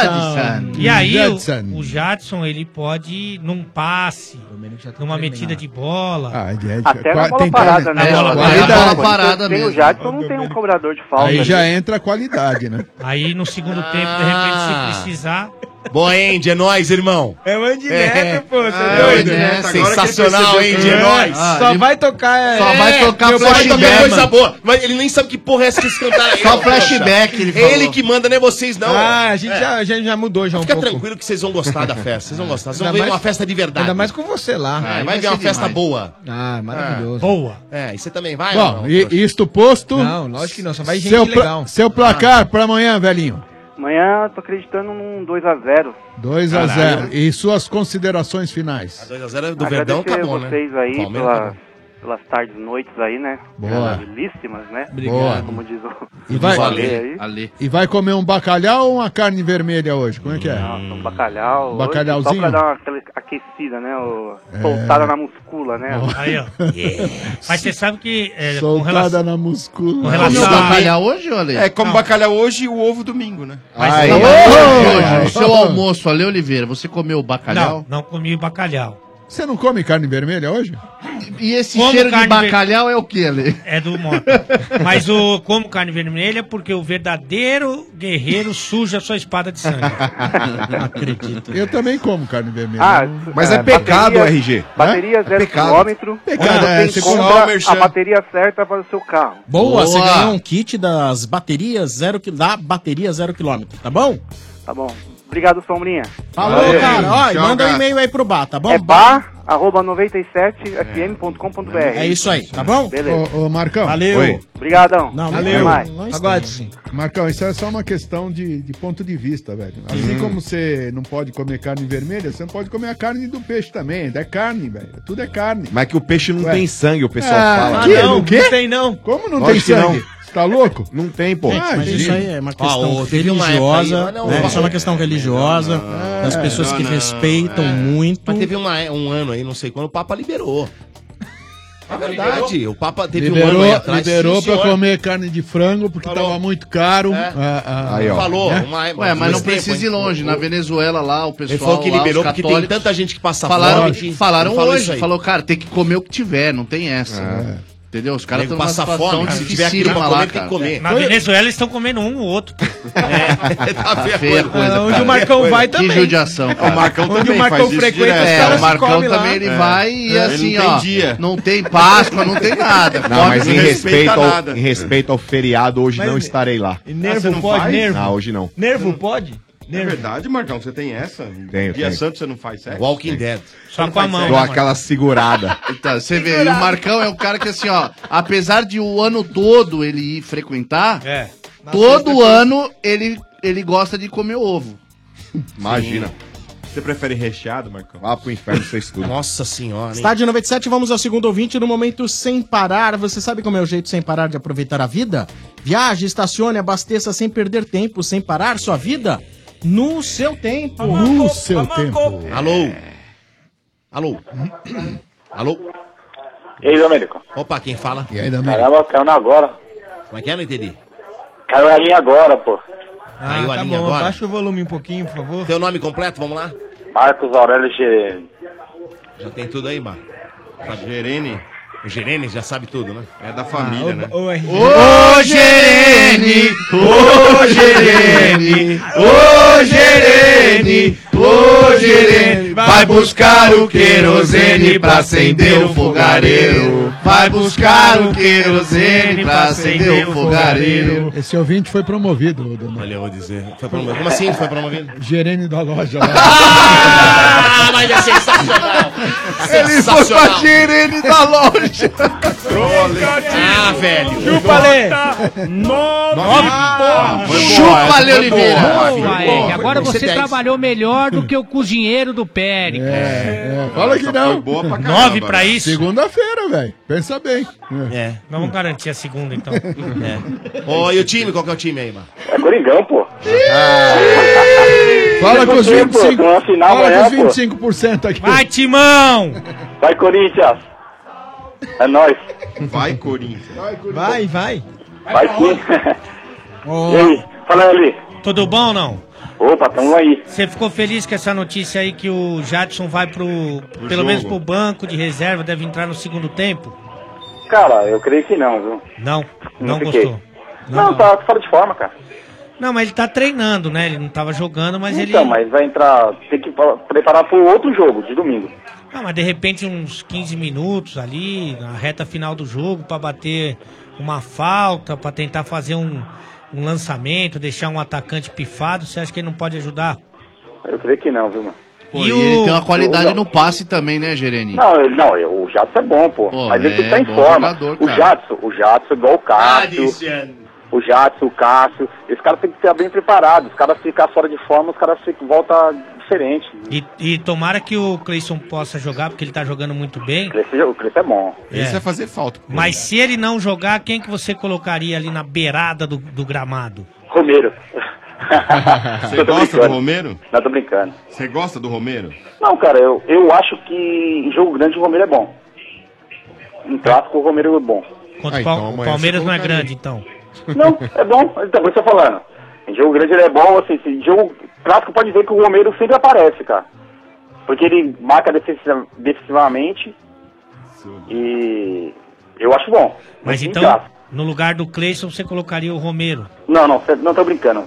Speaker 9: Jadson.
Speaker 17: E aí,
Speaker 16: Jadson.
Speaker 17: O, o Jadson, ele pode, ir num passe,
Speaker 9: tá
Speaker 17: numa metida de bola.
Speaker 16: Ah, é, é,
Speaker 20: Até na
Speaker 16: qua-
Speaker 20: bola
Speaker 16: tem
Speaker 20: parada,
Speaker 16: talento.
Speaker 20: né?
Speaker 16: É,
Speaker 20: Na
Speaker 16: qualidade.
Speaker 20: bola parada Tem o Jadson, não tem um cobrador de falta.
Speaker 16: Aí
Speaker 20: né?
Speaker 16: já é. entra a qualidade, né?
Speaker 17: Aí no segundo
Speaker 20: Ah.
Speaker 17: tempo, de repente, se precisar,
Speaker 1: Boa, Andy, é nóis, irmão.
Speaker 9: É o Andy
Speaker 1: É.
Speaker 9: Neto, pô. Você
Speaker 1: Ah,
Speaker 9: é doido?
Speaker 1: Andy Neto, sensacional, é hein, de nós.
Speaker 9: Ah, Só vai tocar... é,
Speaker 1: Só vai tocar
Speaker 9: meu
Speaker 1: flash-
Speaker 9: pai
Speaker 1: vai tocar
Speaker 9: também,
Speaker 1: coisa
Speaker 9: mano.
Speaker 1: boa. Mas ele nem sabe que porra é essa que
Speaker 9: <laughs>
Speaker 1: esse cantar aí.
Speaker 9: Só
Speaker 1: ó,
Speaker 9: flashback,
Speaker 1: poxa.
Speaker 9: ele
Speaker 1: Ele,
Speaker 9: falou.
Speaker 1: que manda, não é vocês, não.
Speaker 9: Ah, a gente,
Speaker 1: É.
Speaker 9: já, a gente já mudou já um
Speaker 1: Fica
Speaker 9: pouco.
Speaker 1: tranquilo que vocês vão gostar da festa. Vocês vão gostar. Vocês vão
Speaker 9: Ainda
Speaker 1: ver
Speaker 9: mais-
Speaker 1: uma festa de verdade.
Speaker 9: Ainda mais com você lá.
Speaker 1: Ah, vai ver uma festa boa.
Speaker 9: Ah, maravilhoso.
Speaker 17: Boa.
Speaker 1: É, e você também vai? ou
Speaker 16: Bom,
Speaker 1: não?
Speaker 16: e, isto posto.
Speaker 9: Não, lógico que não, só vai gente
Speaker 16: seu pla-
Speaker 9: legal.
Speaker 16: Seu placar
Speaker 1: Ah.
Speaker 16: pra amanhã, velhinho.
Speaker 20: Amanhã eu tô acreditando num 2x0.
Speaker 16: 2 a 0 E suas considerações finais.
Speaker 1: 2x0 é do
Speaker 20: Agradecer
Speaker 1: Verdão acabou, né?
Speaker 20: vocês aí
Speaker 1: Palmeiras
Speaker 20: pela-
Speaker 1: acabou.
Speaker 20: pelas tardes, noites aí, né?
Speaker 16: Boa.
Speaker 20: Maravilhíssimas, né?
Speaker 16: Boa.
Speaker 20: Como diz o...
Speaker 16: E vai-
Speaker 20: o Ale aí.
Speaker 16: E vai comer um bacalhau ou uma carne vermelha hoje? Como é que é?
Speaker 20: Um bacalhau. hoje,
Speaker 16: Bacalhauzinho?
Speaker 20: Só pra dar uma aquela aquecida, né? o-
Speaker 16: É.
Speaker 20: Soltada na muscula, né?
Speaker 17: Aí,
Speaker 16: <laughs>
Speaker 17: ó. Mas você sabe que. É, com
Speaker 16: Soltada
Speaker 17: relação...
Speaker 16: na muscula.
Speaker 17: com relação
Speaker 16: Comeu
Speaker 17: a-
Speaker 18: bacalhau hoje, Ale?
Speaker 15: É, como
Speaker 18: Não.
Speaker 15: bacalhau hoje e o ovo domingo, né?
Speaker 18: Mas
Speaker 15: Aí.
Speaker 18: tá bom.
Speaker 1: é
Speaker 15: Ô!
Speaker 18: Hoje, o seu almoço, Ale Oliveira, você comeu bacalhau?
Speaker 17: Não, não comi bacalhau.
Speaker 16: Você não come carne vermelha hoje?
Speaker 18: E esse
Speaker 17: Como
Speaker 18: cheiro de
Speaker 17: carne ver-
Speaker 18: bacalhau é o que, Ale?
Speaker 17: É do Mota. <laughs> Mas o como carne vermelha, porque o verdadeiro guerreiro suja sua espada de sangue.
Speaker 16: Acredito. Eu também como carne vermelha.
Speaker 20: Ah,
Speaker 12: Mas é pecado, RG.
Speaker 20: Bateria
Speaker 12: Hã?
Speaker 20: zero
Speaker 12: pecado.
Speaker 20: quilômetro.
Speaker 12: Pecado,
Speaker 20: Onde
Speaker 12: é,
Speaker 20: você
Speaker 12: segundo o
Speaker 20: encontra a
Speaker 12: Merchan.
Speaker 20: bateria certa para o seu carro.
Speaker 14: Boa, você ganhou um kit das baterias zero, qui- da bateria zero quilômetro, tá bom?
Speaker 20: Tá bom. Obrigado, Sombrinha.
Speaker 14: Falou, cara. Ó, e manda um e-mail aí pro bar, tá bom?
Speaker 20: É bar, arroba 97fm.com.br.
Speaker 14: É isso aí, tá bom?
Speaker 20: Beleza.
Speaker 16: Ô, ô, Marcão.
Speaker 14: Valeu.
Speaker 16: Oi.
Speaker 20: Obrigadão.
Speaker 14: Não,
Speaker 20: Até
Speaker 16: Valeu.
Speaker 20: mais.
Speaker 16: Agora sim. Marcão, isso é só uma questão de, de ponto de vista, velho. Assim
Speaker 12: Hum.
Speaker 16: como você não pode comer carne vermelha, você não pode comer a carne do peixe também. É carne, velho. Tudo é carne.
Speaker 12: Mas que o peixe não
Speaker 16: Ué.
Speaker 12: tem sangue, o pessoal
Speaker 16: Ah,
Speaker 12: fala.
Speaker 16: que?
Speaker 12: O
Speaker 16: Não,
Speaker 12: quê?
Speaker 16: não tem, não. Como não
Speaker 12: Lógico
Speaker 16: tem
Speaker 12: que
Speaker 16: sangue? Você tá louco?
Speaker 12: Não tem, pô.
Speaker 14: Gente, mas isso aí é uma
Speaker 12: Ah,
Speaker 14: questão
Speaker 12: ô, teve uma época aí, um
Speaker 14: religiosa.
Speaker 12: mas não,
Speaker 14: né?
Speaker 12: não.
Speaker 14: Isso é uma questão religiosa.
Speaker 1: Ah,
Speaker 14: das pessoas é.
Speaker 1: É.
Speaker 14: que respeitam muito.
Speaker 1: Mas teve uma- um ano aí, não sei quando, o Papa liberou. É verdade, o Papa teve
Speaker 2: Liberou,
Speaker 1: um ano aí atrás.
Speaker 2: liberou
Speaker 1: sim,
Speaker 2: pra
Speaker 1: senhor.
Speaker 2: comer carne de frango porque tava muito caro.
Speaker 18: É.
Speaker 1: Ah, Falou,
Speaker 18: Né?
Speaker 1: uma-
Speaker 18: Ué, mas
Speaker 1: mas
Speaker 18: não
Speaker 1: tempo,
Speaker 18: precisa ir
Speaker 1: hein?
Speaker 18: longe. né? Na Venezuela lá, o pessoal.
Speaker 1: Ele falou que
Speaker 18: lá, os
Speaker 1: liberou porque tem
Speaker 18: católicos,
Speaker 1: tanta gente que passa
Speaker 18: Falaram,
Speaker 1: fome.
Speaker 18: falaram
Speaker 1: Não fala isso
Speaker 18: hoje,
Speaker 1: aí. É.
Speaker 18: falou, cara, tem que comer o que tiver, não tem essa. né? Entendeu? Os caras
Speaker 1: Nego
Speaker 18: estão numa
Speaker 1: passa
Speaker 18: situação
Speaker 1: fome, cara. Se tiver aquilo
Speaker 18: dificílima
Speaker 1: pra
Speaker 18: lá,
Speaker 1: comer, tem que
Speaker 18: cara.
Speaker 1: comer.
Speaker 17: Na Venezuela eles estão comendo um ou outro.
Speaker 18: É, tá feia a coisa,
Speaker 17: Onde
Speaker 18: cara.
Speaker 17: o Marcão
Speaker 18: Que
Speaker 17: vai também.
Speaker 18: judiação, cara.
Speaker 17: O Marcão
Speaker 18: Onde
Speaker 17: também
Speaker 18: o Marcão
Speaker 17: faz isso
Speaker 18: frequenta,
Speaker 17: direto.
Speaker 18: é,
Speaker 17: Os caras
Speaker 18: o
Speaker 17: se
Speaker 18: Marcão
Speaker 17: comem lá.
Speaker 18: também ele
Speaker 17: É.
Speaker 18: vai e
Speaker 17: Ele
Speaker 18: assim,
Speaker 17: não tem
Speaker 18: ó.
Speaker 17: dia.
Speaker 18: Não tem Páscoa, não tem nada.
Speaker 12: Não,
Speaker 18: Come,
Speaker 12: mas em
Speaker 18: não
Speaker 12: respeito,
Speaker 18: respeita
Speaker 12: ao,
Speaker 18: nada.
Speaker 12: em respeito ao feriado, hoje não estarei lá.
Speaker 15: Ah,
Speaker 9: nervo Ah, você não pode? faz? Nervo?
Speaker 12: Não, hoje não.
Speaker 9: Nervo pode?
Speaker 15: É verdade, Marcão, você tem essa?
Speaker 12: Tenho,
Speaker 15: Dia
Speaker 12: tenho.
Speaker 15: santo você não faz sexo?
Speaker 12: Walking
Speaker 15: Dead.
Speaker 17: Só
Speaker 18: com a mão,
Speaker 12: Dou aquela segurada.
Speaker 18: Então, você vê, e o Marcão é um cara que assim, ó, apesar de o ano todo ele ir frequentar, todo ano ele, ele gosta de comer ovo.
Speaker 12: Imagina.
Speaker 15: Você prefere recheado, Marcão?
Speaker 12: Vá pro inferno, vocês tudo.
Speaker 1: Nossa senhora.
Speaker 14: Estádio 97, vamos ao segundo ouvinte no momento sem parar. Você sabe como é o jeito sem parar de aproveitar a vida? Viaje, estacione, abasteça sem perder tempo, sem parar sua vida no seu tempo. No seu tempo. Hum?
Speaker 1: Alô? Alô? Alô?
Speaker 24: E aí, Domênico?
Speaker 1: Opa, quem fala?
Speaker 2: E aí,
Speaker 24: Caramba, caiu na agora.
Speaker 1: Como é que é? Não entendi.
Speaker 24: Caiu a linha agora, pô.
Speaker 1: Ah, Caiu a linha agora.
Speaker 9: Abaixa o volume um pouquinho, por favor.
Speaker 1: Teu nome completo, vamos lá?
Speaker 24: Marcos Aurélio Gerene.
Speaker 1: Já tem tudo aí, Marco. Gerene. O Gerene já sabe tudo, né? É da família,
Speaker 2: Ah,
Speaker 1: né?
Speaker 9: Ô, Gerene!
Speaker 1: ô,
Speaker 9: Gerene! Ô, Gerene!
Speaker 13: Ô gerente, vai buscar o querosene pra acender o fogareiro. Vai buscar o querosene pra acender o fogareiro.
Speaker 2: Esse ouvinte foi promovido, Dona.
Speaker 1: Olha, eu vou dizer. Foi promovido. Como assim foi promovido?
Speaker 2: <laughs> Gerente da loja lá.
Speaker 1: <laughs> Ah, mas é sensacional!
Speaker 13: Ele foi pra gerene da loja.
Speaker 1: Ah, velho!
Speaker 13: Chupa, Lê.
Speaker 25: Chupa, Lê
Speaker 13: Oliveira.
Speaker 25: Eric, agora
Speaker 13: Foi
Speaker 25: você
Speaker 13: dez.
Speaker 25: trabalhou melhor do que o cozinheiro do Péricles.
Speaker 2: É, fala que não.
Speaker 25: Nove pra isso?
Speaker 2: Segunda-feira, velho. Pensa bem.
Speaker 1: É.
Speaker 17: Vamos garantir a segunda, então.
Speaker 1: É. Ô, e o time? Qual que é o time aí, mano?
Speaker 24: É Coringão, pô.
Speaker 2: Fala com os
Speaker 24: Sim, pô,
Speaker 2: 25%.
Speaker 24: tem uma final
Speaker 2: Fala
Speaker 24: amanhã,
Speaker 2: com os 25% aqui.
Speaker 17: Vai, Timão!
Speaker 24: Vai, Corinthians. É nóis.
Speaker 15: Vai, Corinthians.
Speaker 9: Vai, vai.
Speaker 24: Vai sim. <laughs> E aí? Fala ali.
Speaker 17: Tudo bom ou não?
Speaker 24: Opa, tamo aí.
Speaker 17: Você ficou feliz com essa notícia aí que o Jadson vai pro. pelo menos pro banco de reserva, deve entrar no segundo tempo?
Speaker 24: Cara, eu creio que não, viu?
Speaker 17: Não, não,
Speaker 24: fiquei.
Speaker 17: gostou.
Speaker 24: Não, tá fora de forma, cara.
Speaker 17: Não, mas ele tá treinando, né? Ele não tava jogando, mas
Speaker 24: então,
Speaker 17: ele.
Speaker 24: mas vai entrar, tem que pa- preparar pro outro jogo, de domingo.
Speaker 17: Não, mas de repente uns 15 minutos ali, na reta final do jogo, pra bater uma falta, pra tentar fazer um, um lançamento, deixar um atacante pifado, você acha que ele não pode ajudar?
Speaker 24: Eu creio que não, viu, mano?
Speaker 18: Pô, e ele tem uma qualidade no passe também, né, Gereni?
Speaker 24: Não, ele- não, eu- o Jadson é bom, pô. Mas ele tem que tá
Speaker 18: é
Speaker 24: em
Speaker 18: bom
Speaker 24: forma.
Speaker 18: jogador,
Speaker 24: o
Speaker 18: cara.
Speaker 24: Jadson, o Jadson, igual o Cássio. o Jadson, o Cássio. Esse cara tem que ser bem preparado. Os caras ficam fora de forma, os caras ficam, voltam diferente.
Speaker 17: E, e tomara que o Cleison possa jogar, porque ele tá jogando muito bem.
Speaker 24: Esse, o Cleiton é bom.
Speaker 17: Esse vai
Speaker 24: fazer falta.
Speaker 17: Mas se ele não jogar, quem que você colocaria ali na beirada do,
Speaker 24: <laughs>
Speaker 17: do gramado?
Speaker 24: Romero. <laughs>
Speaker 15: Você
Speaker 24: Eu tô
Speaker 15: gosta do
Speaker 24: brincando.
Speaker 15: Romero?
Speaker 24: Não, tô brincando.
Speaker 15: Você gosta do Romero?
Speaker 24: Não, cara, eu, eu acho que em jogo grande o Romero é bom. Em clássico o Romero é bom.
Speaker 17: Contra o Pal- o Palmeiras não é grande, então.
Speaker 24: Não, é bom. Então, por isso eu tô falando. Em jogo grande ele é bom, assim, se jogo clássico pode ver que o Romero sempre aparece, cara. Porque ele marca defensiva- defensivamente e eu acho bom.
Speaker 17: <laughs> Mas
Speaker 24: Em
Speaker 17: então,
Speaker 24: clássico.
Speaker 17: no lugar do Cleison, você colocaria o Romero.
Speaker 24: Não, não, cê- não tô brincando.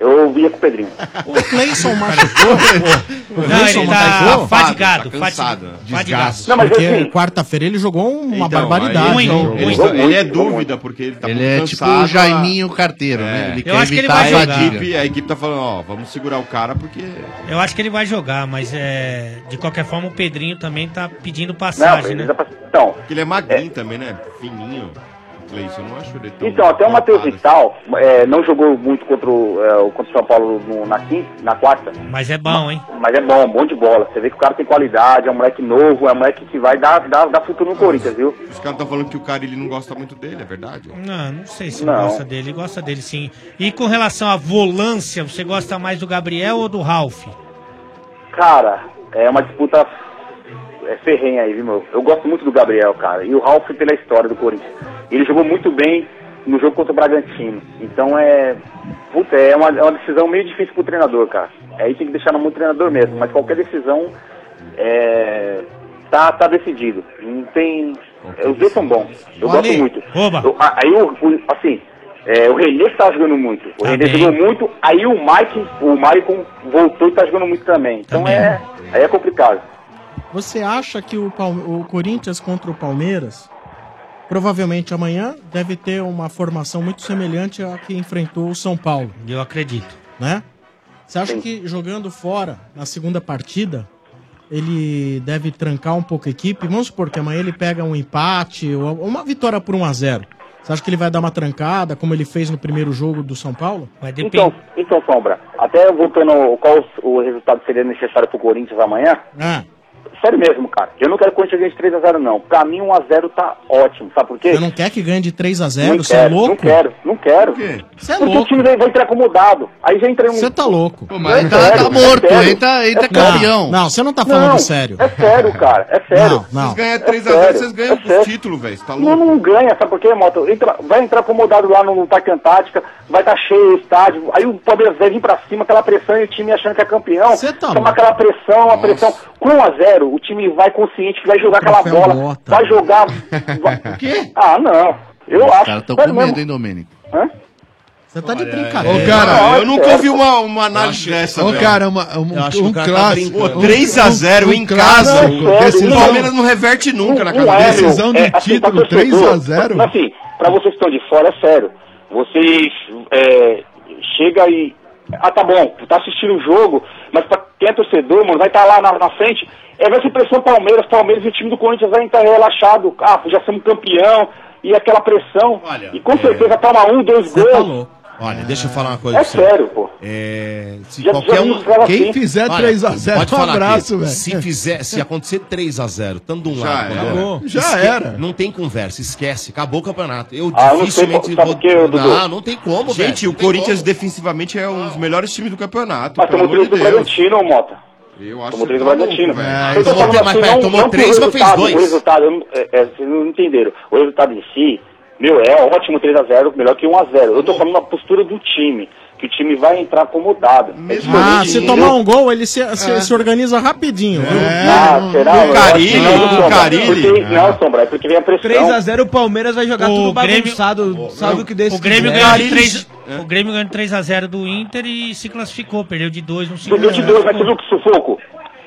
Speaker 24: Eu ia com o Pedrinho.
Speaker 14: O <laughs> Cleison machucou. pô. O
Speaker 24: Não,
Speaker 14: Cleison
Speaker 24: ele tá
Speaker 14: machucou?
Speaker 24: fadigado, Tá cansado.
Speaker 14: Fadigado.
Speaker 15: Desgaste.
Speaker 14: Desgaste.
Speaker 15: Não, mas
Speaker 14: Porque
Speaker 15: assim-
Speaker 14: quarta-feira ele jogou uma
Speaker 15: Então,
Speaker 14: barbaridade.
Speaker 15: aí-
Speaker 14: né?
Speaker 15: Ele, ele- ele é dúvida, porque ele tá
Speaker 18: Ele
Speaker 15: muito
Speaker 18: é
Speaker 15: cansado,
Speaker 18: tipo o
Speaker 15: a-
Speaker 18: Jaiminho Carteiro,
Speaker 16: É.
Speaker 18: né? Ele quer evitar a
Speaker 15: a
Speaker 18: fadiga.
Speaker 15: equipe, a equipe tá falando, ó, vamos segurar o cara porque...
Speaker 17: Eu acho que ele vai jogar, mas é. De qualquer forma, o Pedrinho também tá pedindo
Speaker 15: Não,
Speaker 17: passagem,
Speaker 15: ele tá-
Speaker 17: né?
Speaker 15: já
Speaker 24: Então,
Speaker 15: Porque ele é magrinho também, né? Fininho. O Cleison, eu não acho ele tão...
Speaker 24: Então, até o Matheus Vital é, não jogou muito contra o, é, o- contra o São Paulo no- na, quinta, na quarta,
Speaker 17: Mas é bom, hein?
Speaker 24: mas é bom, bom de bola. Você vê que o cara tem qualidade, é um moleque novo, é um moleque que vai dar, dar, dar futuro no Corinthians, viu?
Speaker 15: Os caras estão falando que o cara ele não gosta muito dele, é verdade?
Speaker 17: Não, não sei se
Speaker 24: Não.
Speaker 17: gosta dele. Gosta dele sim. E com relação à volância, você gosta mais do Gabriel ou do Ralf?
Speaker 24: Cara, é uma disputa é ferrenha aí, viu, meu? Eu gosto muito do Gabriel, cara. E o Ralf pela história do Corinthians. Ele jogou muito bem no jogo contra o Bragantino. Então é. Puta, é uma, é uma decisão meio difícil pro treinador, cara. Aí tem que deixar na mão do treinador mesmo. Mas qualquer decisão é. Tá, tá decidido. Não tem. Os dois são bons. Eu
Speaker 17: Olha
Speaker 24: gosto
Speaker 17: aí.
Speaker 24: muito.
Speaker 17: Oba.
Speaker 24: Eu- a- aí o, o- assim, é, o Renê tá jogando muito. O Renê jogou muito, aí o Mike, o Maicon voltou e tá jogando muito também. Então é. Aí é complicado.
Speaker 14: Você acha que o, Pal- o Corinthians contra o Palmeiras, provavelmente amanhã, deve ter uma formação muito semelhante à que enfrentou o São Paulo?
Speaker 17: Eu acredito.
Speaker 14: Né? Você acha que jogando fora, na segunda partida, ele deve trancar um pouco a equipe? Vamos supor que amanhã ele pega um empate ou uma vitória por 1 a 0 Você acha que ele vai dar uma trancada, como ele fez no primeiro jogo do São Paulo?
Speaker 24: Então, então, Sombra, até voltando ao- qual os- o resultado seria necessário pro Corinthians amanhã,
Speaker 14: Ah,
Speaker 24: sério mesmo, cara, eu não quero que o Corinthians ganhe de 3x0 não. Pra mim 1x0 tá ótimo, sabe por quê?
Speaker 14: você não quer que ganhe de 3 a 0
Speaker 24: Não
Speaker 14: Você é
Speaker 24: quero,
Speaker 14: louco?
Speaker 24: Não quero, não quero.
Speaker 14: Você é
Speaker 24: Porque
Speaker 14: louco.
Speaker 24: o time vai, vai entrar acomodado. Aí já entra um.
Speaker 14: Você tá louco.
Speaker 24: Não, é sério, é sério.
Speaker 15: tá,
Speaker 24: É sério.
Speaker 14: Não, você não tá falando
Speaker 24: Não,
Speaker 14: sério.
Speaker 24: É sério, cara. É sério.
Speaker 14: Não, não. Vocês
Speaker 24: ganham
Speaker 15: 3x0, vocês ganham os títulos, velho. Você tá louco?
Speaker 24: Não, não ganha, sabe por quê, Moto? Entra- vai entrar acomodado lá no Parque Antártica, vai estar cheio o estádio, aí o Palmeiras vai vir pra cima, aquela pressão e o time achando que é campeão.
Speaker 14: tá
Speaker 24: Toma aquela pressão, a pressão. Com 1 a 0 o time vai consciente que vai jogar aquela bola, vai jogar. vai- O
Speaker 18: <laughs>
Speaker 24: quê? Ah, não. Eu
Speaker 18: Os
Speaker 24: acho.
Speaker 18: caras tão
Speaker 24: sério
Speaker 18: com
Speaker 24: mesmo.
Speaker 18: medo, hein, Domênico? é.
Speaker 14: Você tá de
Speaker 18: brincadeira.
Speaker 15: Ô, cara,
Speaker 18: Não,
Speaker 15: eu
Speaker 24: é
Speaker 15: nunca
Speaker 18: sério.
Speaker 15: ouvi uma, uma análise dessa,
Speaker 16: Ô,
Speaker 15: velho.
Speaker 16: cara, uma, um,
Speaker 15: Eu acho que
Speaker 16: um
Speaker 15: o cara tá
Speaker 16: clássico.
Speaker 15: brincando.
Speaker 16: um-
Speaker 15: 3 a 0
Speaker 16: um
Speaker 15: em
Speaker 16: clássico,
Speaker 15: casa, velho.
Speaker 16: decisão-
Speaker 15: O Palmeiras não reverte nunca
Speaker 24: um
Speaker 15: na
Speaker 16: Não
Speaker 15: casa
Speaker 16: é,
Speaker 15: dele.
Speaker 16: meu. Decisão de
Speaker 15: É,
Speaker 16: título,
Speaker 24: assim, pra torcedor,
Speaker 16: 3 a 0.
Speaker 24: mas, Assim, pra vocês que estão de fora, é sério. Vocês é, chega e. Ah, tá bom, tá assistindo o jogo, mas pra quem é torcedor, mano, vai estar lá na, na frente. É, vai ser pressão Palmeiras, Palmeiras e o time do Corinthians vai entrar relaxado. Ah, já somos campeão. E aquela pressão. e
Speaker 16: é.
Speaker 24: com certeza toma um, dois gols.
Speaker 1: Olha, deixa eu falar uma coisa
Speaker 24: É
Speaker 1: pra você.
Speaker 24: sério, pô.
Speaker 1: É, se
Speaker 24: Já-
Speaker 1: qualquer
Speaker 24: já
Speaker 1: um,
Speaker 24: falava assim. Olha,
Speaker 1: pode
Speaker 24: um
Speaker 1: falar aqui. Se
Speaker 24: Se
Speaker 1: fizer, se acontecer 3 a 0, tanto de um
Speaker 24: Já
Speaker 1: lado,
Speaker 24: era.
Speaker 1: quanto do
Speaker 24: Acabou.
Speaker 1: outro,
Speaker 24: Já
Speaker 1: esque-
Speaker 24: era.
Speaker 1: Não tem conversa, esquece, acabou o campeonato. Eu
Speaker 15: Ah, eu não sei
Speaker 1: dificilmente
Speaker 15: qual- sabe
Speaker 1: vou
Speaker 15: o que, Dudu?
Speaker 1: Não, não tem como, velho.
Speaker 15: Gente, o
Speaker 1: Não tem
Speaker 15: Corinthians
Speaker 1: como.
Speaker 15: defensivamente é um dos melhores times do campeonato.
Speaker 24: Mas
Speaker 15: pelo
Speaker 24: tomou três
Speaker 15: amor
Speaker 24: do
Speaker 15: de Deus.
Speaker 24: Bragantino, Mota.
Speaker 15: Eu acho
Speaker 24: Tomou
Speaker 15: que
Speaker 24: três do
Speaker 15: tá louco,
Speaker 24: Bragantino.
Speaker 15: velho.
Speaker 14: Ah,
Speaker 24: Eu tô falando assim, não- não pelo resultado, O resultado, eu não- é, é, vocês não entenderam. O resultado em si, meu, é ótimo 3x0, melhor que 1x0. Eu tô falando a postura do time, que o time vai entrar acomodado. É diferente,
Speaker 14: Ah, se
Speaker 24: entendeu?
Speaker 14: tomar um gol, ele se, se- se organiza rapidinho. viu?
Speaker 19: É.
Speaker 24: Ah, será?
Speaker 14: O
Speaker 24: Eu acho que
Speaker 14: Carille,
Speaker 24: não,
Speaker 14: o
Speaker 24: Sombra.
Speaker 14: Carille.
Speaker 24: Porque- Não, Sombra, é porque vem a pressão.
Speaker 9: 3x0 o Palmeiras vai jogar tudo bagunçado, sabe o que desse
Speaker 17: O Grêmio
Speaker 9: quiser.
Speaker 17: ganhou de
Speaker 9: Carille-
Speaker 17: 3 O Grêmio ganhou de 3x0 do Inter e se classificou. Perdeu de 2 no segundo.
Speaker 24: Perdeu de dois, mas tudo que sufoco.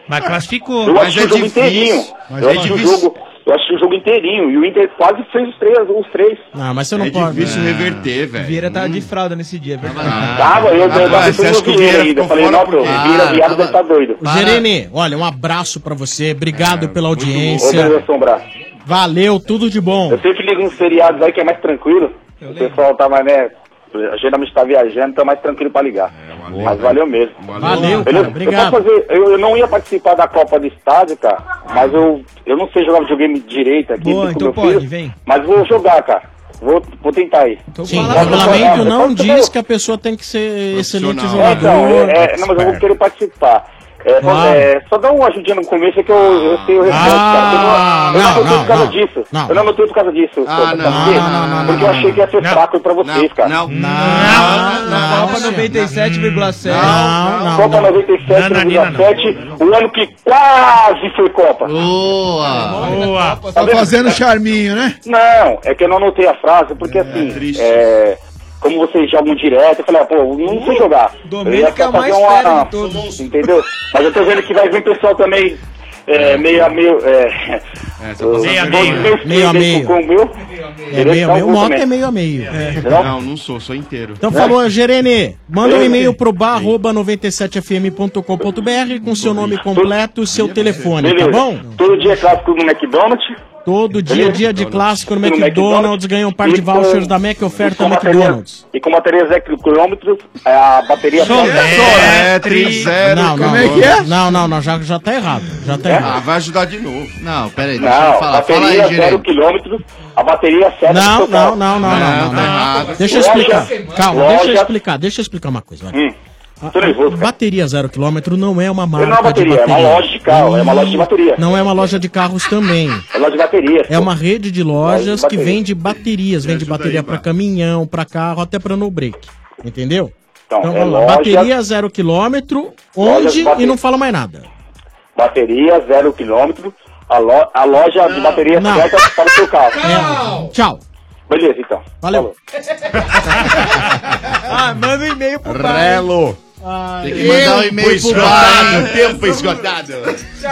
Speaker 17: Mas classificou.
Speaker 24: Eu
Speaker 14: é
Speaker 24: assisti o jogo inteirinho. Eu assisti o jogo. Eu assisti o jogo inteirinho. E o Inter quase fez os três. Os três.
Speaker 14: Ah, mas você não
Speaker 15: é
Speaker 14: pode.
Speaker 15: difícil reverter, velho.
Speaker 9: Vieira tava de fralda nesse dia, é verdade.
Speaker 24: Tava, eu
Speaker 14: Ah,
Speaker 24: tava
Speaker 14: você
Speaker 24: pensando
Speaker 14: acha que o
Speaker 24: no Vieira
Speaker 14: Vieira
Speaker 24: ainda.
Speaker 14: ficou
Speaker 24: Falei,
Speaker 14: fora
Speaker 24: não,
Speaker 14: por
Speaker 24: pô,
Speaker 14: quê?
Speaker 24: Vieira,
Speaker 14: Ah,
Speaker 24: viado, deve estar é doido.
Speaker 14: Gerene, olha, um abraço pra você. Obrigado pela
Speaker 24: Obrigado,
Speaker 14: audiência.
Speaker 24: Sombra.
Speaker 14: Valeu, tudo de bom.
Speaker 24: Eu sempre ligo nos feriados aí que é mais tranquilo. O pessoal tá mais, né? Geralmente tá viajando, então é mais tranquilo pra ligar. Mas valeu mesmo.
Speaker 14: Valeu, cara,
Speaker 24: Beleza?
Speaker 14: obrigado.
Speaker 24: Eu, posso fazer, eu, eu não ia participar da Copa do Estádio, cara, mas eu, eu não sei jogar videogame direito aqui.
Speaker 9: Boa,
Speaker 24: com
Speaker 9: então
Speaker 24: meu
Speaker 9: pode,
Speaker 24: filho,
Speaker 9: vem.
Speaker 24: Mas vou jogar, cara. Vou, vou tentar aí.
Speaker 14: Sim, o regulamento Então não diz que a pessoa tem que ser excelente
Speaker 24: É, então,
Speaker 14: jogador.
Speaker 24: é, é, não, mas eu vou querer participar. É,
Speaker 14: Claro.
Speaker 24: é, só dá uma ajudinha no começo é que eu, eu sei o restante, cara. Eu Ah, não, eu não, anotei por causa disso. Eu não anotei por causa disso. Ah, não, porque eu achei que ia ser fraco pra vocês, cara. Não,
Speaker 9: Copa 97,7.
Speaker 24: Copa 97,7, o ano que quase foi Copa.
Speaker 18: Boa!
Speaker 24: Boa!
Speaker 16: Tá fazendo charminho, né?
Speaker 24: Não, é que eu não anotei a frase, porque assim, é, como vocês jogam direto, eu falei, ah, pô, eu não sei jogar.
Speaker 9: Domênico
Speaker 24: Eu ia só
Speaker 9: é o mais
Speaker 24: fazer uma-
Speaker 9: fera de
Speaker 24: Entendeu? Mas eu tô vendo que vai vir pessoal também, é, meio a meio, é...
Speaker 15: Meio a meio.
Speaker 24: Meio a meio. Com o meu.
Speaker 14: É meio a
Speaker 24: um
Speaker 14: meio. O moto é meio a meio. É.
Speaker 15: Não, não sou, sou inteiro.
Speaker 24: É.
Speaker 14: Então falou, Gerene, manda um e-mail pro bar97fm.com.br com seu nome completo e seu telefone, tá
Speaker 24: Beleza.
Speaker 14: bom?
Speaker 24: Todo dia é clássico no McDonald's.
Speaker 14: Todo dia, dia de clássico no
Speaker 24: No
Speaker 14: McDonald's,
Speaker 24: McDonald's. então,
Speaker 14: ganha um par de
Speaker 24: E com-
Speaker 14: vouchers da Mac Oferta
Speaker 24: com bateria-
Speaker 14: McDonald's.
Speaker 24: E com bateria 0 quilômetros, a bateria...
Speaker 15: Soletri, zero,
Speaker 14: Não, não,
Speaker 15: como é que é?
Speaker 14: Não, não, não, já, já tá errado, já tá
Speaker 15: Ah,
Speaker 14: errado.
Speaker 15: vai ajudar de novo.
Speaker 18: Não, peraí,
Speaker 24: Não, bateria 0 quilômetros, a bateria é 7
Speaker 14: Não, tá
Speaker 1: tá
Speaker 14: não, não, não, não, não, não. Deixa eu explicar. Calma, deixa eu explicar, deixa eu explicar uma coisa. olha.
Speaker 24: Hum. Tô nervoso, cara.
Speaker 14: Bateria zero quilômetro não é uma marca
Speaker 24: Não é uma bateria, é uma loja de carro, é uma loja de bateria.
Speaker 14: Não é uma loja de carros também.
Speaker 24: É loja de bateria.
Speaker 14: É uma rede de lojas
Speaker 24: Loja de
Speaker 14: que
Speaker 24: bateria.
Speaker 14: vende baterias. Vende bateria pra caminhão, pra carro, até pra no break. Entendeu?
Speaker 24: Então,
Speaker 14: Então
Speaker 24: é
Speaker 14: vamos lá.
Speaker 24: loja-
Speaker 14: Bateria zero quilômetro,
Speaker 24: Loja de
Speaker 14: onde e
Speaker 24: bateria.
Speaker 14: não fala mais nada.
Speaker 24: Bateria, zero quilômetro. A, lo- a loja de bateria certa para o seu carro.
Speaker 14: Tchau.
Speaker 24: Beleza, então. Valeu.
Speaker 9: Ah, manda um e-mail pro
Speaker 1: Relo.
Speaker 14: Ai,
Speaker 1: Tem que mandar um e-mail pro bar.
Speaker 14: hein?
Speaker 19: um
Speaker 1: Tempo esgotado.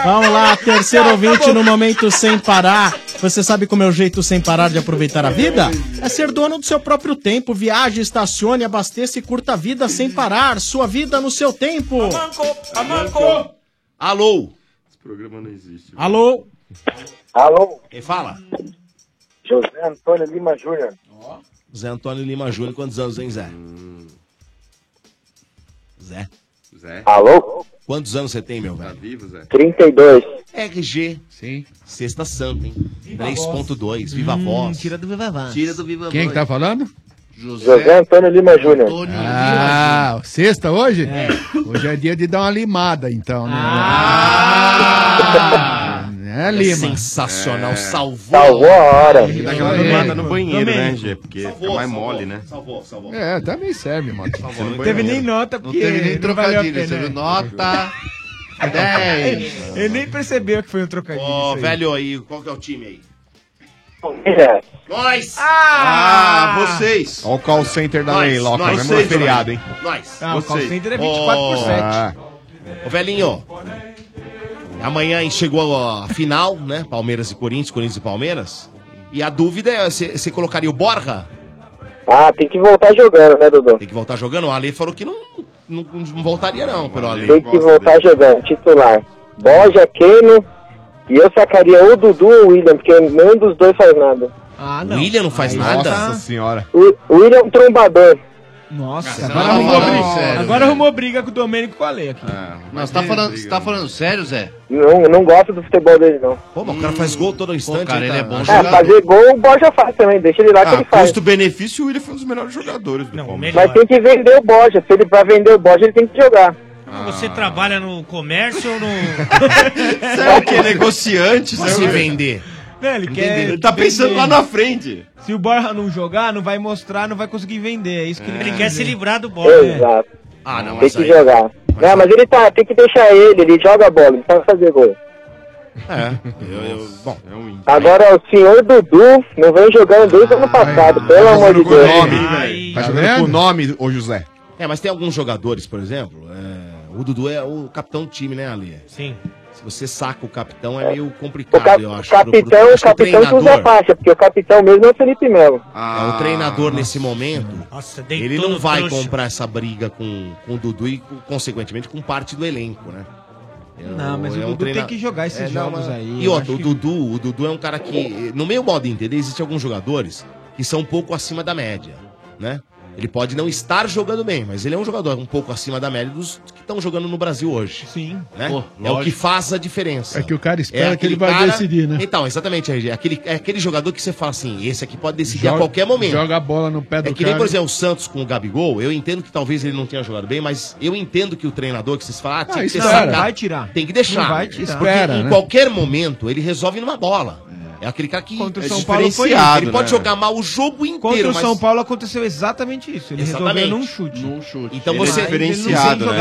Speaker 14: Vamos lá, terceiro ouvinte no momento sem parar. Você sabe como é o jeito sem parar de aproveitar a vida? É ser dono do seu próprio tempo. Viaje, estacione, abasteça e curta a vida sem parar. Sua vida no seu tempo.
Speaker 1: Alô?
Speaker 15: Esse programa não existe.
Speaker 14: Alô?
Speaker 3: Alô?
Speaker 1: Quem fala?
Speaker 3: José Antônio Lima Júnior.
Speaker 1: Zé Antônio Lima Júnior, quantos anos, hein, Zé? Zé? Zé?
Speaker 3: Alô?
Speaker 1: Quantos anos você tem, meu velho? Tá vivo, Zé?
Speaker 3: 32.
Speaker 1: RG. Sim. Sexta Santa, hein? 3.2. Viva a
Speaker 3: Hum,
Speaker 1: voz. Tira do Viva Voz. Tira do Viva
Speaker 16: Quem que tá falando?
Speaker 3: José Antônio Lima Júnior.
Speaker 16: Ah, sexta hoje? Hoje é dia de dar uma limada, então, né? É, Lima.
Speaker 1: sensacional, tá
Speaker 16: É.
Speaker 1: salvou.
Speaker 16: Salvou a hora.
Speaker 15: Tem que dar aquela limada no banheiro,
Speaker 16: Também.
Speaker 15: né, Gê? Porque fica mais mole, né?
Speaker 1: Salvou, salvou.
Speaker 16: É, também serve, mano.
Speaker 15: Não teve nem nota,
Speaker 9: porque Não teve nem não valeu a trocadilho, pena, você viu? é.
Speaker 1: Nota.
Speaker 9: Ele, ele nem percebeu que foi um trocadilho.
Speaker 1: Ó,
Speaker 9: isso aí.
Speaker 1: velho aí, qual que é o time aí?
Speaker 3: Palmeiras.
Speaker 1: Nós!
Speaker 15: Ah, vocês.
Speaker 12: Olha o call center da
Speaker 1: Nós,
Speaker 12: Leiloca,
Speaker 1: nós,
Speaker 12: mesmo
Speaker 1: vocês,
Speaker 12: feriado, hein?
Speaker 1: Nós.
Speaker 12: Ah, o call
Speaker 1: Vocês.
Speaker 12: center é 24%.
Speaker 1: Ah. Ô, velhinho, amanhã aí chegou a final, né? Palmeiras e Corinthians, Corinthians e Palmeiras. E a dúvida é, você você colocaria o Borja?
Speaker 3: Ah, tem que voltar jogando, né, Dudu?
Speaker 1: Tem que voltar jogando? O Ale falou que não, não, não voltaria não, pelo Ale.
Speaker 3: Tem que voltar jogando, titular. Borja, Keno. E eu sacaria ou o Dudu ou o William, porque nenhum dos dois faz nada.
Speaker 1: Ah, não. William não faz nada?
Speaker 12: Nossa senhora.
Speaker 3: O o William é um trombador.
Speaker 9: Nossa,
Speaker 3: Não,
Speaker 9: agora arrumou
Speaker 3: não,
Speaker 9: briga.
Speaker 3: sério,
Speaker 9: agora arrumou briga com o Domênico e com o Ale aqui.
Speaker 3: mas tá falando-
Speaker 18: Você tá falando sério, Zé?
Speaker 3: Não, eu não gosto do futebol dele, não.
Speaker 1: Pô, mas o cara tá faz gol todo instante.
Speaker 18: cara,
Speaker 1: hein,
Speaker 18: ele é bom
Speaker 3: Ah, fazer gol o Borja faz também, deixa ele lá
Speaker 1: Ah,
Speaker 3: que ele faz.
Speaker 15: Custo-benefício, Ah, o William foi um dos melhores jogadores do Palmeiras.
Speaker 3: Mas tem que vender o Borja. Se ele pra vender o Borja, ele tem que jogar.
Speaker 17: Ah. Você trabalha no comércio ou no.
Speaker 15: Sabe o que é negociante?
Speaker 17: Posso
Speaker 15: sabe?
Speaker 17: vender?
Speaker 9: Não, ele quer.
Speaker 15: Entendeu? Ele tá pensando lá na frente.
Speaker 9: Se o Borja não jogar, não vai mostrar, não vai conseguir vender. É isso que ele,
Speaker 17: Ele quer se livrar do Borja.
Speaker 3: Exato.
Speaker 1: Ah, não,
Speaker 3: tem que jogar. não, mas ele tá, tem que deixar ele, ele joga a bola, ele sabe fazer gol.
Speaker 1: É, eu, eu- bom, é um
Speaker 3: Agora o senhor Dudu não vem jogando desde o ano passado, pelo amor de Deus.
Speaker 12: Tá jogando com o nome, ô José.
Speaker 1: É, mas tem alguns jogadores, por exemplo, é, o Dudu é o capitão do time, né, Ali?
Speaker 17: Sim.
Speaker 1: Se você saca o capitão, é meio
Speaker 3: O
Speaker 1: complicado,
Speaker 3: cap-
Speaker 1: eu acho. pro- pro-
Speaker 3: capitão, o
Speaker 1: é acho que
Speaker 3: capitão que usa a faixa, porque o capitão mesmo é o Felipe Melo.
Speaker 1: é, o treinador
Speaker 3: Ah,
Speaker 1: nesse momento, ele não
Speaker 3: no
Speaker 1: vai
Speaker 3: trouxa.
Speaker 1: comprar essa briga com, com o Dudu e, com- consequentemente, com parte do elenco, né? É
Speaker 9: Não,
Speaker 1: um-
Speaker 9: mas o
Speaker 1: é um
Speaker 9: Dudu
Speaker 1: treina-
Speaker 9: tem que jogar esses
Speaker 1: É, não,
Speaker 9: jogos
Speaker 1: mas-
Speaker 9: aí.
Speaker 1: E
Speaker 9: eu
Speaker 1: outra,
Speaker 9: acho
Speaker 1: o
Speaker 9: que-
Speaker 1: Dudu, o Dudu é um cara que, no meu modo de entender, existem alguns jogadores que são um pouco acima da média, né? Ele pode não estar jogando bem, mas ele é um jogador um pouco acima da média dos que estão jogando no Brasil hoje.
Speaker 9: Sim.
Speaker 1: Né?
Speaker 16: Pô,
Speaker 1: é o
Speaker 16: lógico.
Speaker 1: que faz a diferença.
Speaker 16: É que o cara espera que
Speaker 1: aquele
Speaker 16: ele vai decidir, né?
Speaker 1: Então, exatamente, RG. É aquele, é aquele jogador que você fala assim, esse aqui pode decidir
Speaker 16: Joga-
Speaker 1: a qualquer momento.
Speaker 16: Joga a bola no pé do
Speaker 1: É que
Speaker 16: cara.
Speaker 1: nem, por exemplo, o Santos com o Gabigol, eu entendo que talvez ele não tenha jogado bem, mas eu entendo que o treinador que vocês falam, ah, tinha
Speaker 9: Ah,
Speaker 1: que
Speaker 9: isso
Speaker 1: ser
Speaker 9: não,
Speaker 1: sacado.
Speaker 9: não vai tirar.
Speaker 1: Tem que deixar.
Speaker 9: Não vai tirar.
Speaker 1: Porque
Speaker 9: Espera,
Speaker 1: em
Speaker 9: né?
Speaker 1: qualquer momento ele resolve numa bola. É aquele cara que
Speaker 9: Contra o
Speaker 1: é
Speaker 9: São Paulo foi
Speaker 1: diferenciado.
Speaker 9: isso,
Speaker 1: Ele
Speaker 9: né?
Speaker 16: É.
Speaker 1: pode jogar mal o jogo inteiro,
Speaker 9: Contra o
Speaker 1: mas...
Speaker 9: São Paulo aconteceu exatamente isso. Ele
Speaker 1: Exatamente.
Speaker 9: resolveu num chute.
Speaker 16: Um
Speaker 9: Num
Speaker 1: chute. Então
Speaker 16: é
Speaker 1: você
Speaker 16: né?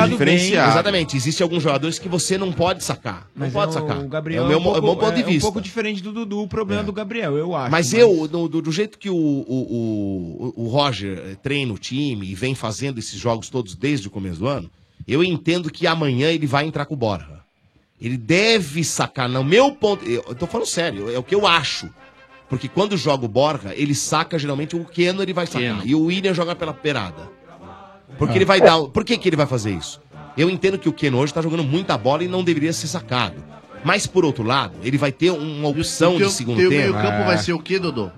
Speaker 1: Exatamente. Existem alguns jogadores que você não pode sacar. Não
Speaker 9: Mas
Speaker 1: pode
Speaker 9: é
Speaker 1: sacar.
Speaker 9: O Gabriel
Speaker 1: é o meu mo- é o meu
Speaker 9: pouco-
Speaker 1: ponto de
Speaker 9: é
Speaker 1: vista.
Speaker 9: um pouco diferente do Dudu, o problema do Gabriel, eu acho.
Speaker 1: Mas eu, no- do, do jeito que o, o, o, o Roger eh, treina o time e vem fazendo esses jogos todos desde o começo do ano, eu entendo que amanhã ele vai entrar com o Borja. Ele deve sacar, no meu ponto. Eu, eu tô falando sério, é o que eu acho. Porque quando joga o Borja, ele saca geralmente o Keno, ele vai sacar. E o William joga pela perada. Porque
Speaker 5: Ah.
Speaker 1: ele vai dar. Por que, que ele vai fazer isso? Eu entendo que o Keno hoje tá jogando muita bola e não deveria ser sacado. Mas por outro lado, ele vai ter uma opção
Speaker 18: Porque
Speaker 1: de
Speaker 18: o
Speaker 1: segundo
Speaker 18: teu
Speaker 1: tempo.
Speaker 18: meio-campo vai ser
Speaker 1: o que, Dodô?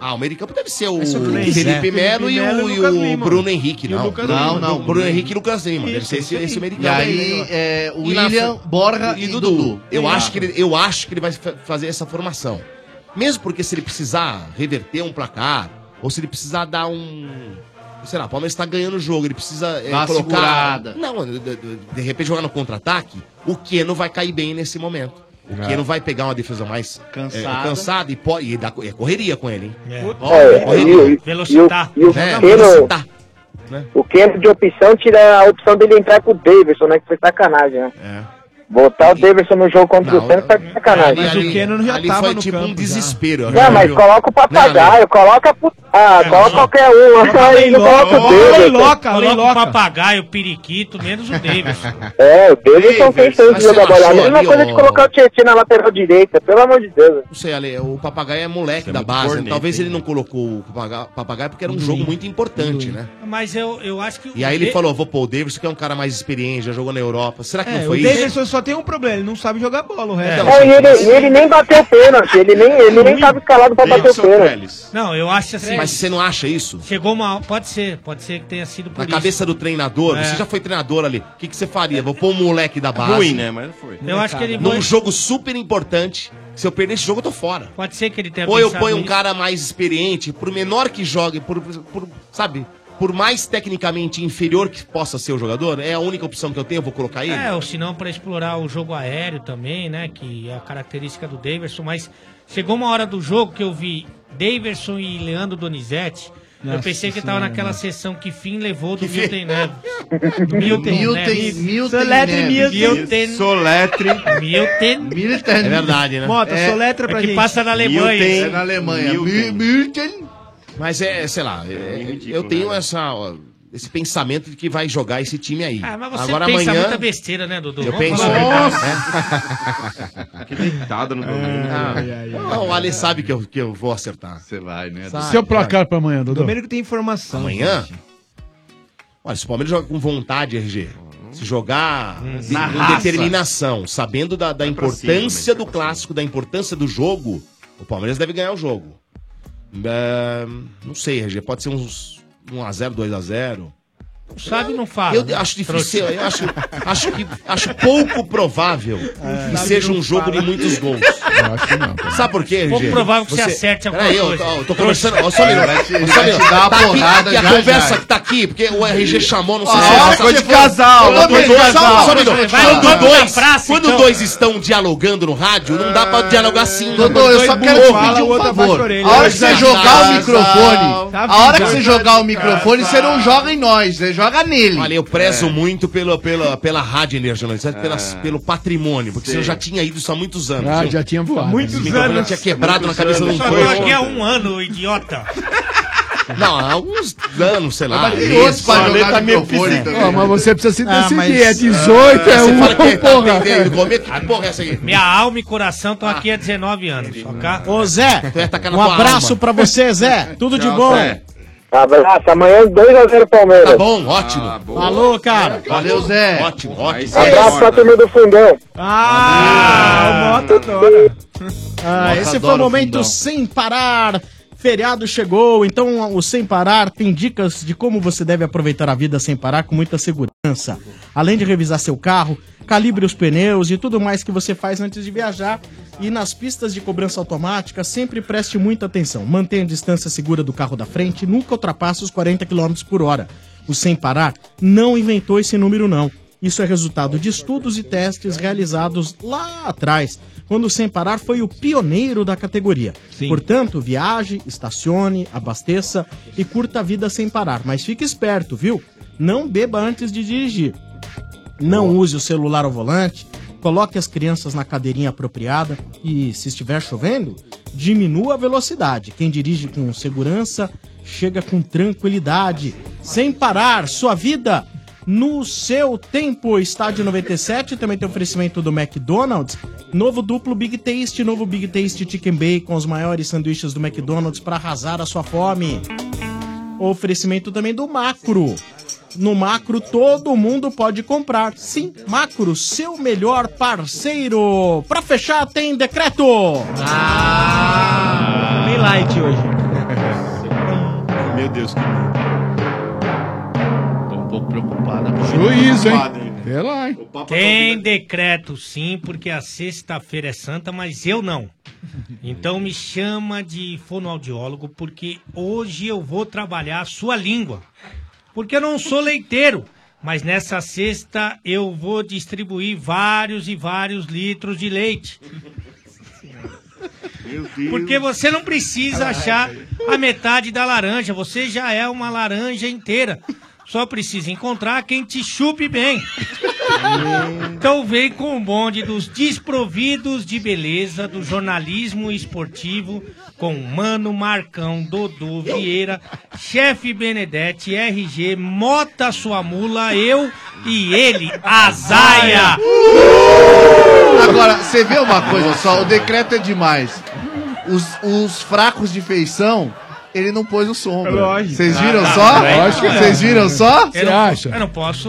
Speaker 1: Ah, o meio campo deve ser o
Speaker 18: Vai ser o Fluminense,
Speaker 1: Felipe
Speaker 18: é.
Speaker 1: Melo e
Speaker 18: Felipe
Speaker 1: o,
Speaker 18: Melo e
Speaker 1: e
Speaker 18: Lucas
Speaker 1: o
Speaker 18: Lima.
Speaker 1: Bruno Henrique,
Speaker 18: E o
Speaker 1: não.
Speaker 18: Lucas
Speaker 1: Não,
Speaker 18: Lima.
Speaker 1: não. Bruno Henrique e Lucas Lima.
Speaker 18: Isso,
Speaker 1: Deve ser esse,
Speaker 18: isso aí.
Speaker 1: esse meio
Speaker 18: E aí, é, o William, Borja e
Speaker 1: Dudu.
Speaker 18: Dudu.
Speaker 1: Eu,
Speaker 18: Exato.
Speaker 1: acho que ele, eu acho que ele vai fa- fazer essa formação. Mesmo porque se ele precisar reverter um placar, ou se ele precisar dar um, Sei lá, o Palmeiras tá ganhando o jogo, ele precisa é,
Speaker 18: Dá uma
Speaker 1: colocar.
Speaker 18: segurada.
Speaker 1: Não, de, de- de repente jogar no contra-ataque, o Keno vai cair bem nesse momento. O
Speaker 18: É.
Speaker 1: Keno vai pegar uma defesa mais é,
Speaker 18: Cansada.
Speaker 1: cansada e, pode, e dá, é correria com ele, hein?
Speaker 3: Olha, É, e o- e o- E o
Speaker 1: É,
Speaker 3: Keno,
Speaker 1: Né?
Speaker 3: o Keno de opção tira a opção dele entrar com o Davidson, né? Que foi sacanagem, né?
Speaker 1: É.
Speaker 3: Botar o Davidson no jogo contra o Santos tá de
Speaker 9: Ah,
Speaker 3: sacanagem.
Speaker 1: Mas o Keno já ali
Speaker 3: tava
Speaker 1: foi tipo um desespero.
Speaker 3: Não, mas coloca o papagaio, coloca a pu- ah, coloca qualquer um,
Speaker 24: tá
Speaker 3: aí não coloca o Davidson.
Speaker 17: Coloca o papagaio, o periquito, menos o Davis.
Speaker 3: É, o Davidson tem
Speaker 1: Davidson,
Speaker 3: chance
Speaker 1: mas
Speaker 3: de
Speaker 1: você
Speaker 3: jogar
Speaker 1: não
Speaker 3: bola. A
Speaker 1: achou
Speaker 24: né?
Speaker 3: mesma
Speaker 1: ali,
Speaker 3: coisa de
Speaker 1: ó.
Speaker 3: colocar o Tietchan na lateral direita, pelo amor de Deus.
Speaker 1: Não sei, Ale, o papagaio é moleque da base. né?
Speaker 3: corneta,
Speaker 1: Talvez ele não colocou o Papaga- papagaio porque era um jogo muito importante, né?
Speaker 17: Mas eu, eu acho que.
Speaker 1: E aí ele
Speaker 17: De-
Speaker 1: falou: vou pôr o Davidson, que é um cara mais experiente, já jogou na Europa. Será que
Speaker 9: É,
Speaker 1: não
Speaker 9: o
Speaker 1: foi isso?
Speaker 9: Davidson só tem um problema, ele não sabe jogar bola, o resto.
Speaker 1: É,
Speaker 3: e ele, e ele nem bateu pênalti, ele nem, ele nem tava escalado pra bater o pênalti.
Speaker 17: Não, eu acho assim.
Speaker 1: Mas você não acha isso?
Speaker 17: Chegou uma. Pode ser, pode ser que tenha sido por
Speaker 1: Na
Speaker 17: isso.
Speaker 1: cabeça do treinador,
Speaker 17: É.
Speaker 1: você já foi treinador ali. O que, que você faria? Vou pôr um moleque da base.
Speaker 17: Ruim, né? Mas foi. Eu acho que ele
Speaker 1: Num
Speaker 17: foi-
Speaker 1: jogo super importante. Se eu perder esse jogo, eu tô fora.
Speaker 17: Pode ser que ele tenha
Speaker 1: Ou eu
Speaker 17: pensado
Speaker 1: ponho um
Speaker 17: nisso.
Speaker 1: cara mais experiente, por menor que jogue, por, por- sabe, por mais tecnicamente inferior que possa ser o jogador, é a única opção que eu tenho, eu vou colocar ele.
Speaker 17: É, ou se não para explorar o jogo aéreo também, né? Que é a característica do Daverson. Mas chegou uma hora do jogo que eu vi Daverson e Leandro Donizete. eu
Speaker 25: Nossa
Speaker 17: pensei que tava
Speaker 25: Senhora.
Speaker 17: naquela sessão que fim levou do
Speaker 25: fim?
Speaker 17: Milton Neves.
Speaker 18: Milton,
Speaker 17: Neves.
Speaker 18: Milton,
Speaker 17: Soletre
Speaker 18: Neves.
Speaker 17: Milton.
Speaker 15: Soletre.
Speaker 17: Milton.
Speaker 18: Milton.
Speaker 1: É verdade, né?
Speaker 17: Mota,
Speaker 1: é,
Speaker 17: soletra pra gente. Milton.
Speaker 18: É na Alemanha.
Speaker 1: Milton.
Speaker 18: Milton.
Speaker 1: Mas é, sei lá, é, eu
Speaker 15: né,
Speaker 1: tenho essa, ó, esse pensamento de que vai jogar esse time aí.
Speaker 17: Ah, mas você
Speaker 1: Agora
Speaker 17: pensa
Speaker 1: amanhã.
Speaker 17: muita besteira, né, Dudu?
Speaker 1: Eu
Speaker 17: Vamos
Speaker 1: penso.
Speaker 17: falar a É. verdade.
Speaker 1: <laughs>
Speaker 15: que deitada no né? domínio.
Speaker 1: Ah, não, o Ale sabe que eu, que eu vou acertar. Você vai, né?
Speaker 16: Seu placar pra amanhã, Dudu.
Speaker 9: Domênico tem informação.
Speaker 1: Amanhã? Olha, se o Palmeiras joga com vontade, RG. Se jogar de-
Speaker 15: Hum. na
Speaker 1: com
Speaker 15: raça.
Speaker 1: determinação, sabendo da, da
Speaker 15: cima,
Speaker 1: importância do clássico, da importância do jogo, o Palmeiras deve ganhar o jogo. Ah, não sei, RG. Pode ser uns 1x0, 2x0.
Speaker 17: Não sabe, não fala.
Speaker 1: Eu
Speaker 17: né?
Speaker 1: acho
Speaker 17: Trouxa.
Speaker 1: difícil, eu acho, acho, que, acho pouco provável que
Speaker 17: É.
Speaker 1: seja um jogo de muitos gols. Sabe por quê, RG?
Speaker 17: Pouco provável que você acerte alguma
Speaker 1: Peraí, eu-
Speaker 17: coisa.
Speaker 1: ó, Eu, tô conversando, ó, só um minuto.
Speaker 17: Vai te-
Speaker 1: ó, Só um
Speaker 17: vai te
Speaker 1: minuto.
Speaker 17: dar uma
Speaker 1: Tá aqui,
Speaker 17: porrada
Speaker 1: aqui a
Speaker 17: já,
Speaker 1: conversa
Speaker 17: já.
Speaker 1: que tá aqui, porque o RG chamou, não sei
Speaker 17: Ó,
Speaker 1: se
Speaker 17: ó, coisa de casal, é
Speaker 1: Quando
Speaker 17: coisa de
Speaker 1: dois-
Speaker 17: casal.
Speaker 1: só- só um minuto.
Speaker 17: Vai, vai,
Speaker 1: Quando dois,
Speaker 17: vai na praça,
Speaker 1: quando
Speaker 17: então.
Speaker 1: dois estão dialogando no rádio, não dá pra dialogar assim.
Speaker 18: Dodô, eu só quero te pedir um favor. A hora que você jogar o microfone, a hora que você jogar o microfone, você não joga em nós, você joga nele.
Speaker 1: Olha, eu prezo muito pelo, pela, pela rádio Energia Universitária, pelas- pelo patrimônio, porque eu já tinha ido isso há muitos anos.
Speaker 16: Ah,
Speaker 1: Eu-
Speaker 16: já tinha voado.
Speaker 1: Esse microfone tinha quebrado na cabeça do
Speaker 17: Eu só
Speaker 18: é
Speaker 17: tô aqui há um ano, idiota.
Speaker 1: Não, há alguns anos, sei lá.
Speaker 17: Mas tem outros pra jogar
Speaker 1: Planeta
Speaker 17: microfone
Speaker 1: Mephisto.
Speaker 16: Ó, mas você precisa se
Speaker 17: Ah,
Speaker 16: decidir.
Speaker 17: mas-
Speaker 16: É 18, é
Speaker 17: Você
Speaker 14: um,
Speaker 17: fala que
Speaker 16: 1,
Speaker 17: tá
Speaker 16: porra.
Speaker 1: entendendo como é que- que porra é essa aí?
Speaker 17: Minha alma e coração estão aqui há 19 anos. Só cá.
Speaker 14: Ô, Zé,
Speaker 1: atacar
Speaker 14: um abraço pra você,
Speaker 1: <laughs>
Speaker 14: Zé. Tudo de bom.
Speaker 3: Abraço, amanhã 2x0 Palmeiras.
Speaker 1: Tá bom, ótimo.
Speaker 14: Falou, cara.
Speaker 18: Valeu, Zé.
Speaker 1: Ótimo, ótimo.
Speaker 3: Abraço pra turma do fundão.
Speaker 14: Ah, o Mota adora. Ah,
Speaker 18: Mota
Speaker 14: esse foi
Speaker 18: adora
Speaker 14: o
Speaker 18: o
Speaker 14: momento
Speaker 18: fundão.
Speaker 14: sem parar. Feriado chegou, então o Sem Parar tem dicas de como você deve aproveitar a vida sem parar com muita segurança. Além de revisar seu carro, calibre os pneus e tudo mais que você faz antes de viajar. E nas pistas de cobrança automática, sempre preste muita atenção. Mantenha a distância segura do carro da frente, nunca ultrapasse os 40 km por hora. O Sem Parar não inventou esse número, não. Isso é resultado de estudos e testes realizados lá atrás, quando o Sem Parar foi o pioneiro da categoria. Portanto, viaje, estacione, abasteça e curta a vida sem parar. Mas fique esperto, viu? Não beba antes de dirigir. Não use o celular ao volante. Coloque as crianças na cadeirinha apropriada e, se estiver chovendo, diminua a velocidade. Quem dirige com segurança chega com tranquilidade, sem parar sua vida no seu tempo. Estádio 97 também tem oferecimento do McDonald's. Novo duplo Big Taste, novo Big Taste Chicken Bacon, os maiores sanduíches do McDonald's para arrasar a sua fome. Oferecimento também do Macro. No Macro todo mundo pode comprar. Sim, Macro, seu melhor parceiro. Pra fechar tem decreto. Ah, meio light
Speaker 1: <laughs>
Speaker 14: hoje.
Speaker 15: Meu Deus, que
Speaker 18: Tô um pouco preocupada.
Speaker 16: Juízo, hein? Vê lá, hein?
Speaker 17: Tem decreto sim, porque a sexta-feira é santa, mas eu não. Então me chama de fonoaudiólogo, porque hoje eu vou trabalhar a sua língua. Porque eu não sou leiteiro, mas nessa sexta eu vou distribuir vários e vários litros de leite. Porque você não precisa achar a metade da laranja, você já é uma laranja inteira. Só precisa encontrar quem te chupe bem. Então vem com o bonde dos desprovidos de beleza do jornalismo esportivo com Mano Marcão, Dodô, Vieira, Chefe Benedetti, RG, Mota Sua Mula, eu e ele, Azaia.
Speaker 18: Agora, você vê uma coisa só, o decreto é demais. Os, os fracos de feição, ele não pôs o sombra. Vocês viram
Speaker 16: Ah,
Speaker 18: só?
Speaker 16: não, lógico que não.
Speaker 18: Vocês viram só?
Speaker 16: Você acha?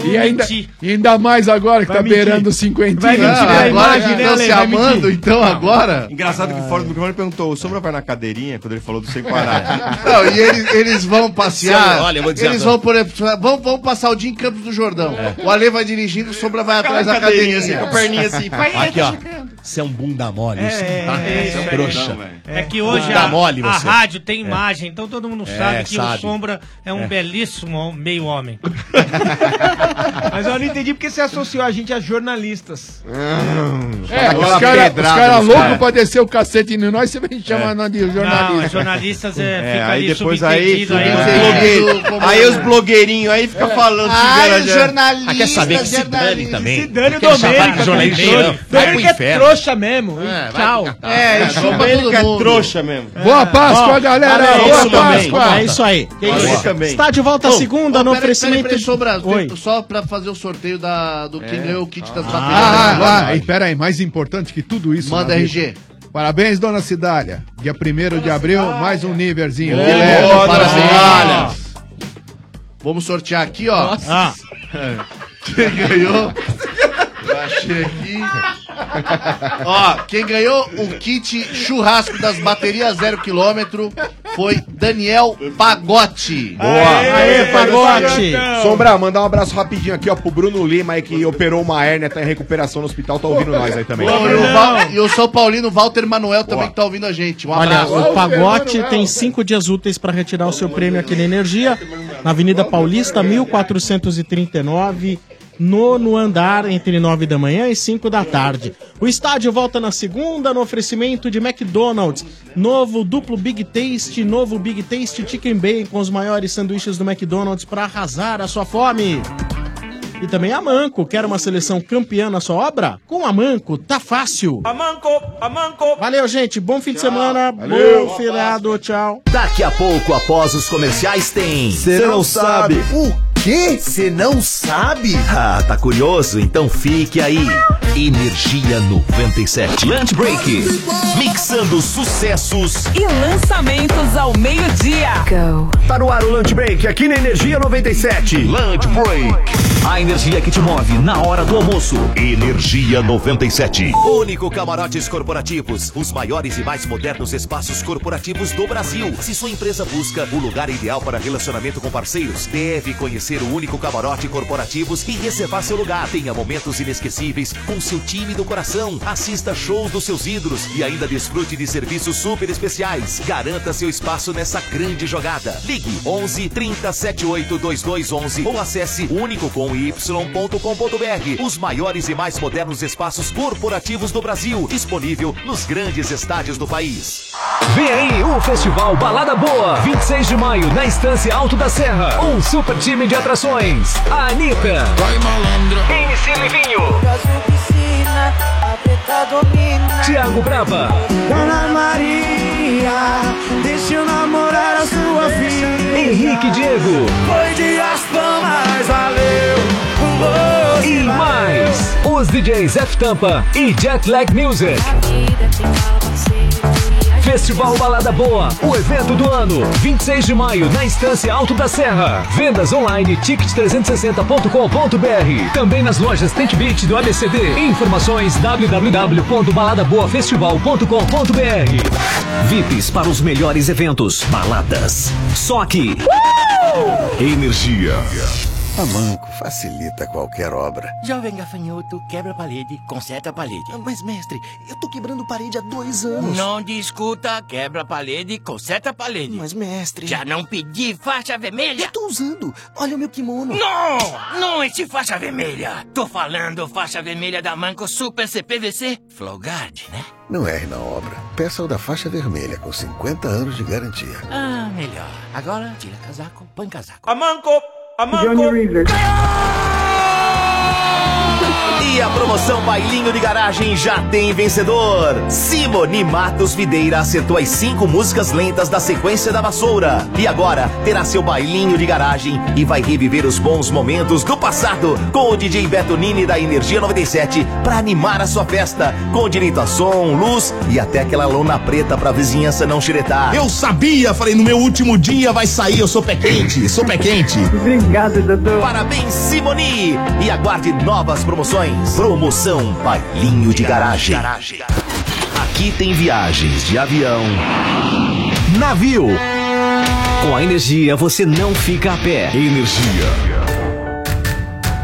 Speaker 16: e ainda,
Speaker 18: mentir.
Speaker 16: e ainda mais agora que
Speaker 18: Vai
Speaker 16: tá
Speaker 18: mentir.
Speaker 16: beirando Ah, 50
Speaker 18: Vai mentir pra imagem, né, Ale? Vai mentir.
Speaker 16: então,
Speaker 18: Não,
Speaker 15: Engraçado que fora do microfone ele perguntou: o Sombra vai na cadeirinha quando ele falou do separar.
Speaker 18: <laughs> Não, e eles, eles vão passear.
Speaker 15: Sim, olha, eu vou dizer
Speaker 18: eles
Speaker 15: uma
Speaker 18: vão, por exemplo, vão, vão passar o dia em Campos do Jordão. O Ale vai dirigindo, o Sombra vai atrás da cadeirinha.
Speaker 26: assim, né? <laughs>
Speaker 1: assim,
Speaker 18: <laughs>
Speaker 26: Aqui, ó. Você é um bunda mole. isso, tá? Você é um trouxa.
Speaker 17: É que hoje
Speaker 26: Bunda
Speaker 17: a,
Speaker 26: Tá mole,
Speaker 17: a
Speaker 26: você.
Speaker 17: rádio tem
Speaker 26: É.
Speaker 17: imagem, então todo mundo
Speaker 26: É,
Speaker 17: sabe que
Speaker 26: sabe.
Speaker 17: o Sombra é um
Speaker 26: É.
Speaker 17: belíssimo meio-homem.
Speaker 9: <laughs> Mas eu não entendi porque você associou a gente a jornalistas.
Speaker 15: Ah.
Speaker 16: É, os caras cara loucos pra descer o cacete em nós, você vem chamar nós de jornalista.
Speaker 17: Não, jornalistas é,
Speaker 15: É,
Speaker 17: fica
Speaker 15: aí
Speaker 17: ali
Speaker 15: depois aí,
Speaker 17: subentendido
Speaker 15: fica os
Speaker 17: aí.
Speaker 15: blogueiros- aí os blogueirinhos aí fica falando
Speaker 17: Ai,
Speaker 15: sujeira
Speaker 17: os
Speaker 15: de-
Speaker 17: jornalistas,
Speaker 15: É. Ah, quer saber que se
Speaker 17: jornalistas.
Speaker 15: dane também.
Speaker 9: Se dane o
Speaker 15: Quer chamar de
Speaker 9: Domênico.
Speaker 15: jornalista, não. Vai pro
Speaker 9: Domênico é
Speaker 15: inferno.
Speaker 9: trouxa mesmo. e tchau.
Speaker 15: É, é, chupa todo é trouxa mesmo.
Speaker 19: É.
Speaker 16: Boa Páscoa, galera!
Speaker 15: valeu,
Speaker 16: Boa
Speaker 15: isso também.
Speaker 16: Páscoa!
Speaker 14: É isso aí.
Speaker 15: Que isso.
Speaker 14: Boa.
Speaker 15: Você também.
Speaker 14: Está de volta à segunda no oferecimento.
Speaker 18: Peraí, peraí, Sombra,
Speaker 14: Oi.
Speaker 18: tem- só pra fazer o sorteio da, do que ganhou o kit das baterias.
Speaker 16: Ah,
Speaker 18: Agora, é
Speaker 16: ah, ah, e pera aí, mais importante que tudo isso.
Speaker 18: Manda,
Speaker 16: na vida.
Speaker 18: RG.
Speaker 16: Parabéns, dona Cidália. Dia 1 de abril, mais um níverzinho.
Speaker 18: Boa,
Speaker 16: Guilherme.
Speaker 18: boa, dona Cidália. Vamos sortear aqui, ó.
Speaker 16: Nossa.
Speaker 18: Ah. Quem ganhou? Eu achei aqui. Ó, quem ganhou o kit churrasco das baterias zero quilômetro foi Daniel Pagotti.
Speaker 12: Boa! Sombra, mandar um abraço rapidinho aqui, ó, pro Bruno Lima aí, que operou uma hérnia, tá em recuperação no hospital, tá ouvindo nós aí também.
Speaker 18: Boa, Bruno Val- e o São Paulino Walter Manuel também que tá ouvindo a gente. Um
Speaker 14: Olha,
Speaker 18: abraço.
Speaker 14: o Pagote tem cinco dias úteis para retirar o seu prêmio aqui na Energia, na Avenida Paulista, 1439, nono andar, entre nove da manhã e cinco da tarde. O estádio volta na segunda, no oferecimento de McDonald's. Novo duplo Big Taste, novo Big Taste Chicken Bacon, com os maiores sanduíches do McDonald's para arrasar a sua fome. E também a Manco, quer uma seleção campeã na sua obra? Com a Manco, tá fácil. A Manco, a Manco. Valeu, gente. Bom fim de semana.
Speaker 1: Valeu.
Speaker 14: Bom feriado. Tchau.
Speaker 1: Daqui a pouco, após os comerciais, tem.
Speaker 14: Cê não sabe.
Speaker 1: O quê? Você não sabe? Ah, tá curioso? Então fique aí. Energia 97. Lunch Break. Mixando sucessos
Speaker 27: E lançamentos ao meio-dia.
Speaker 1: Tá no ar o Lunch Break aqui na Energia 97. Lunch Break. A energia que te move na hora do almoço. Energia 97. Único Camarotes Corporativos, os maiores e mais modernos espaços corporativos do Brasil. Se sua empresa busca o lugar ideal para relacionamento com parceiros, deve conhecer o Único Camarote Corporativos e reservar seu lugar. Tenha momentos inesquecíveis com seu time do coração. Assista shows dos seus ídolos e ainda desfrute de serviços super especiais. Garanta seu espaço nessa grande jogada. Ligue 11 30 78 2211 ou acesse unicocomy.com.br. Os maiores e mais modernos espaços corporativos do Brasil, disponível nos grandes estádios do país.
Speaker 5: Vem aí o Festival Balada Boa, 26 de maio, na Estância Alto da Serra. Um super time de atrações. A Anitta. MC Livinho. Tiago Brava. Ana Maria, deixa eu namorar a sua filha. Henrique Diego. Foi de aspa, mas valeu. E mais, os DJs F Tampa e Jet Lag Music. Festival Balada Boa, o evento do ano. 26 de maio, na Estância Alto da Serra. Vendas online, ticket360.com.br. Também nas lojas Tent Beat do ABCD. Informações www.baladaboafestival.com.br. VIPs para os melhores eventos, baladas. Só aqui. Energia.
Speaker 7: A Manco facilita qualquer obra.
Speaker 8: Jovem gafanhoto, quebra a parede, conserta a parede. Mas, mestre, eu tô quebrando parede há dois anos. Não discuta, quebra a parede, conserta a parede. Mas, mestre. Já não pedi faixa vermelha? Eu tô usando. Olha o meu kimono. Não! Não esse faixa vermelha. Tô falando faixa vermelha da Manco Super CPVC Flowguard, né?
Speaker 7: Não erre na obra. Peça o da faixa vermelha com 50 anos de garantia.
Speaker 8: Ah, melhor. Agora, tira casaco, põe casaco.
Speaker 7: A Manco! A Manco!
Speaker 1: E a promoção Bailinho de Garagem já tem vencedor. Simone Matos Videira acertou as cinco músicas lentas da sequência da vassoura. E agora terá seu bailinho de garagem e vai reviver os bons momentos do passado com o DJ Beto Nini da Energia 97 para animar a sua festa. Com direito a som, luz e até aquela lona preta pra vizinhança não xeretar. Eu sabia, falei, no meu último dia vai sair, eu sou pé quente, sou pé quente.
Speaker 28: Obrigado, doutor.
Speaker 1: Parabéns, Simone! E aguarde novas promoções. Promoção Bailinho de Garagem. Aqui tem viagens de avião. Navio.
Speaker 29: Com a energia você não fica a pé. Energia.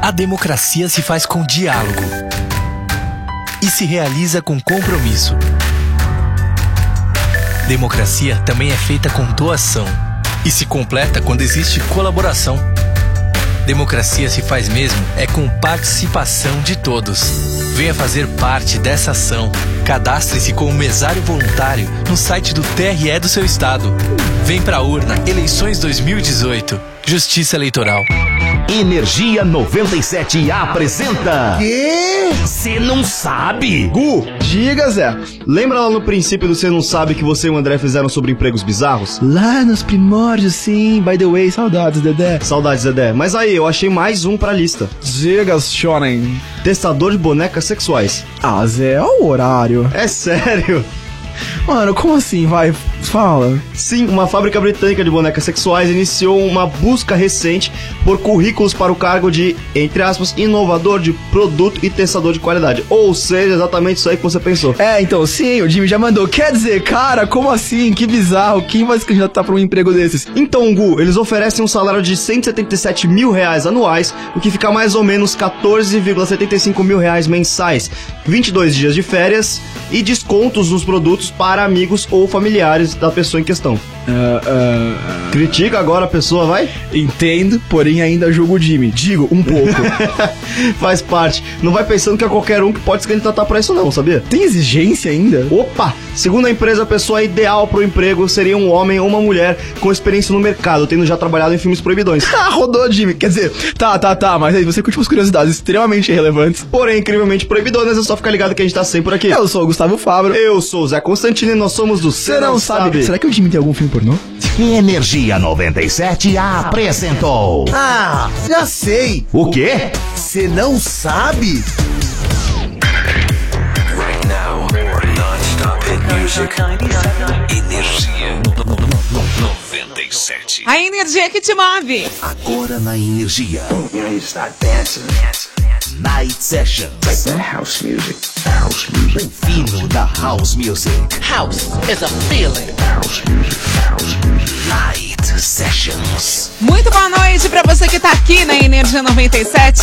Speaker 30: A democracia se faz com diálogo e se realiza com compromisso. Democracia também é feita com doação e se completa quando existe colaboração. Democracia se faz mesmo é com participação de todos. Venha fazer parte dessa ação. Cadastre-se como mesário voluntário no site do TRE do seu estado. Vem pra urna Eleições 2018. Justiça Eleitoral.
Speaker 1: Energia 97 apresenta.
Speaker 31: Quê? Você não sabe? Gu, diga, Zé. Lembra lá no princípio do Você Não Sabe que você e o André fizeram sobre empregos bizarros? Lá nos primórdios, sim. By the way, saudades, Dedé. Saudades, Dedé. Mas aí, eu achei mais um pra lista. Diga, Shonen. Testador de bonecas sexuais. Ah, Zé, olha o horário. É sério. Mano, como assim? Vai, fala. Sim, uma fábrica britânica de bonecas sexuais iniciou uma busca recente por currículos para o cargo de, entre aspas, inovador de produto e testador de qualidade. Ou seja, exatamente isso aí que você pensou.
Speaker 18: É, então, sim, o Jimmy já mandou. Quer dizer, cara, como assim? Que bizarro. Quem vai se candidatar para um emprego desses?
Speaker 31: Então, Gu, eles oferecem um salário de 177 mil reais anuais, o que fica mais ou menos 14,75 mil reais mensais, 22 dias de férias e descontos nos produtos para amigos ou familiares da pessoa em questão.
Speaker 18: Ah,
Speaker 31: Critica agora a pessoa, vai?
Speaker 18: Entendo, porém ainda julgo o Jimmy. Digo, um pouco.
Speaker 31: <laughs> Faz parte. Não vai pensando que é qualquer um que pode se candidatar pra isso não, sabia?
Speaker 18: Tem exigência ainda?
Speaker 31: Opa! Segundo a empresa, a pessoa ideal pro emprego seria um homem ou uma mulher com experiência no mercado, tendo já trabalhado em filmes proibidões.
Speaker 18: <laughs> Ah, rodou, Jimmy. Quer dizer, tá, tá, tá, mas aí você curte umas curiosidades extremamente relevantes.
Speaker 31: Porém, incrivelmente proibidonas, é só ficar ligado que a gente tá sempre por aqui.
Speaker 18: Eu sou o Gustavo Fabro.
Speaker 31: Eu sou o Zé Constantino e nós somos do
Speaker 18: Você não sabe. Será que o Jimmy tem algum filme pornô?
Speaker 1: Energia 97 apresentou.
Speaker 31: Ah, já sei.
Speaker 1: O quê?
Speaker 31: Você não sabe?
Speaker 5: Right now, non-stop hit music. Energia 97.
Speaker 10: A energia que te move.
Speaker 1: Agora na energia. Night Session. house music. House music. O fino da house music.
Speaker 10: House is a feeling.
Speaker 1: Night Sessions.
Speaker 10: Muito boa noite pra você que tá aqui na Energia 97.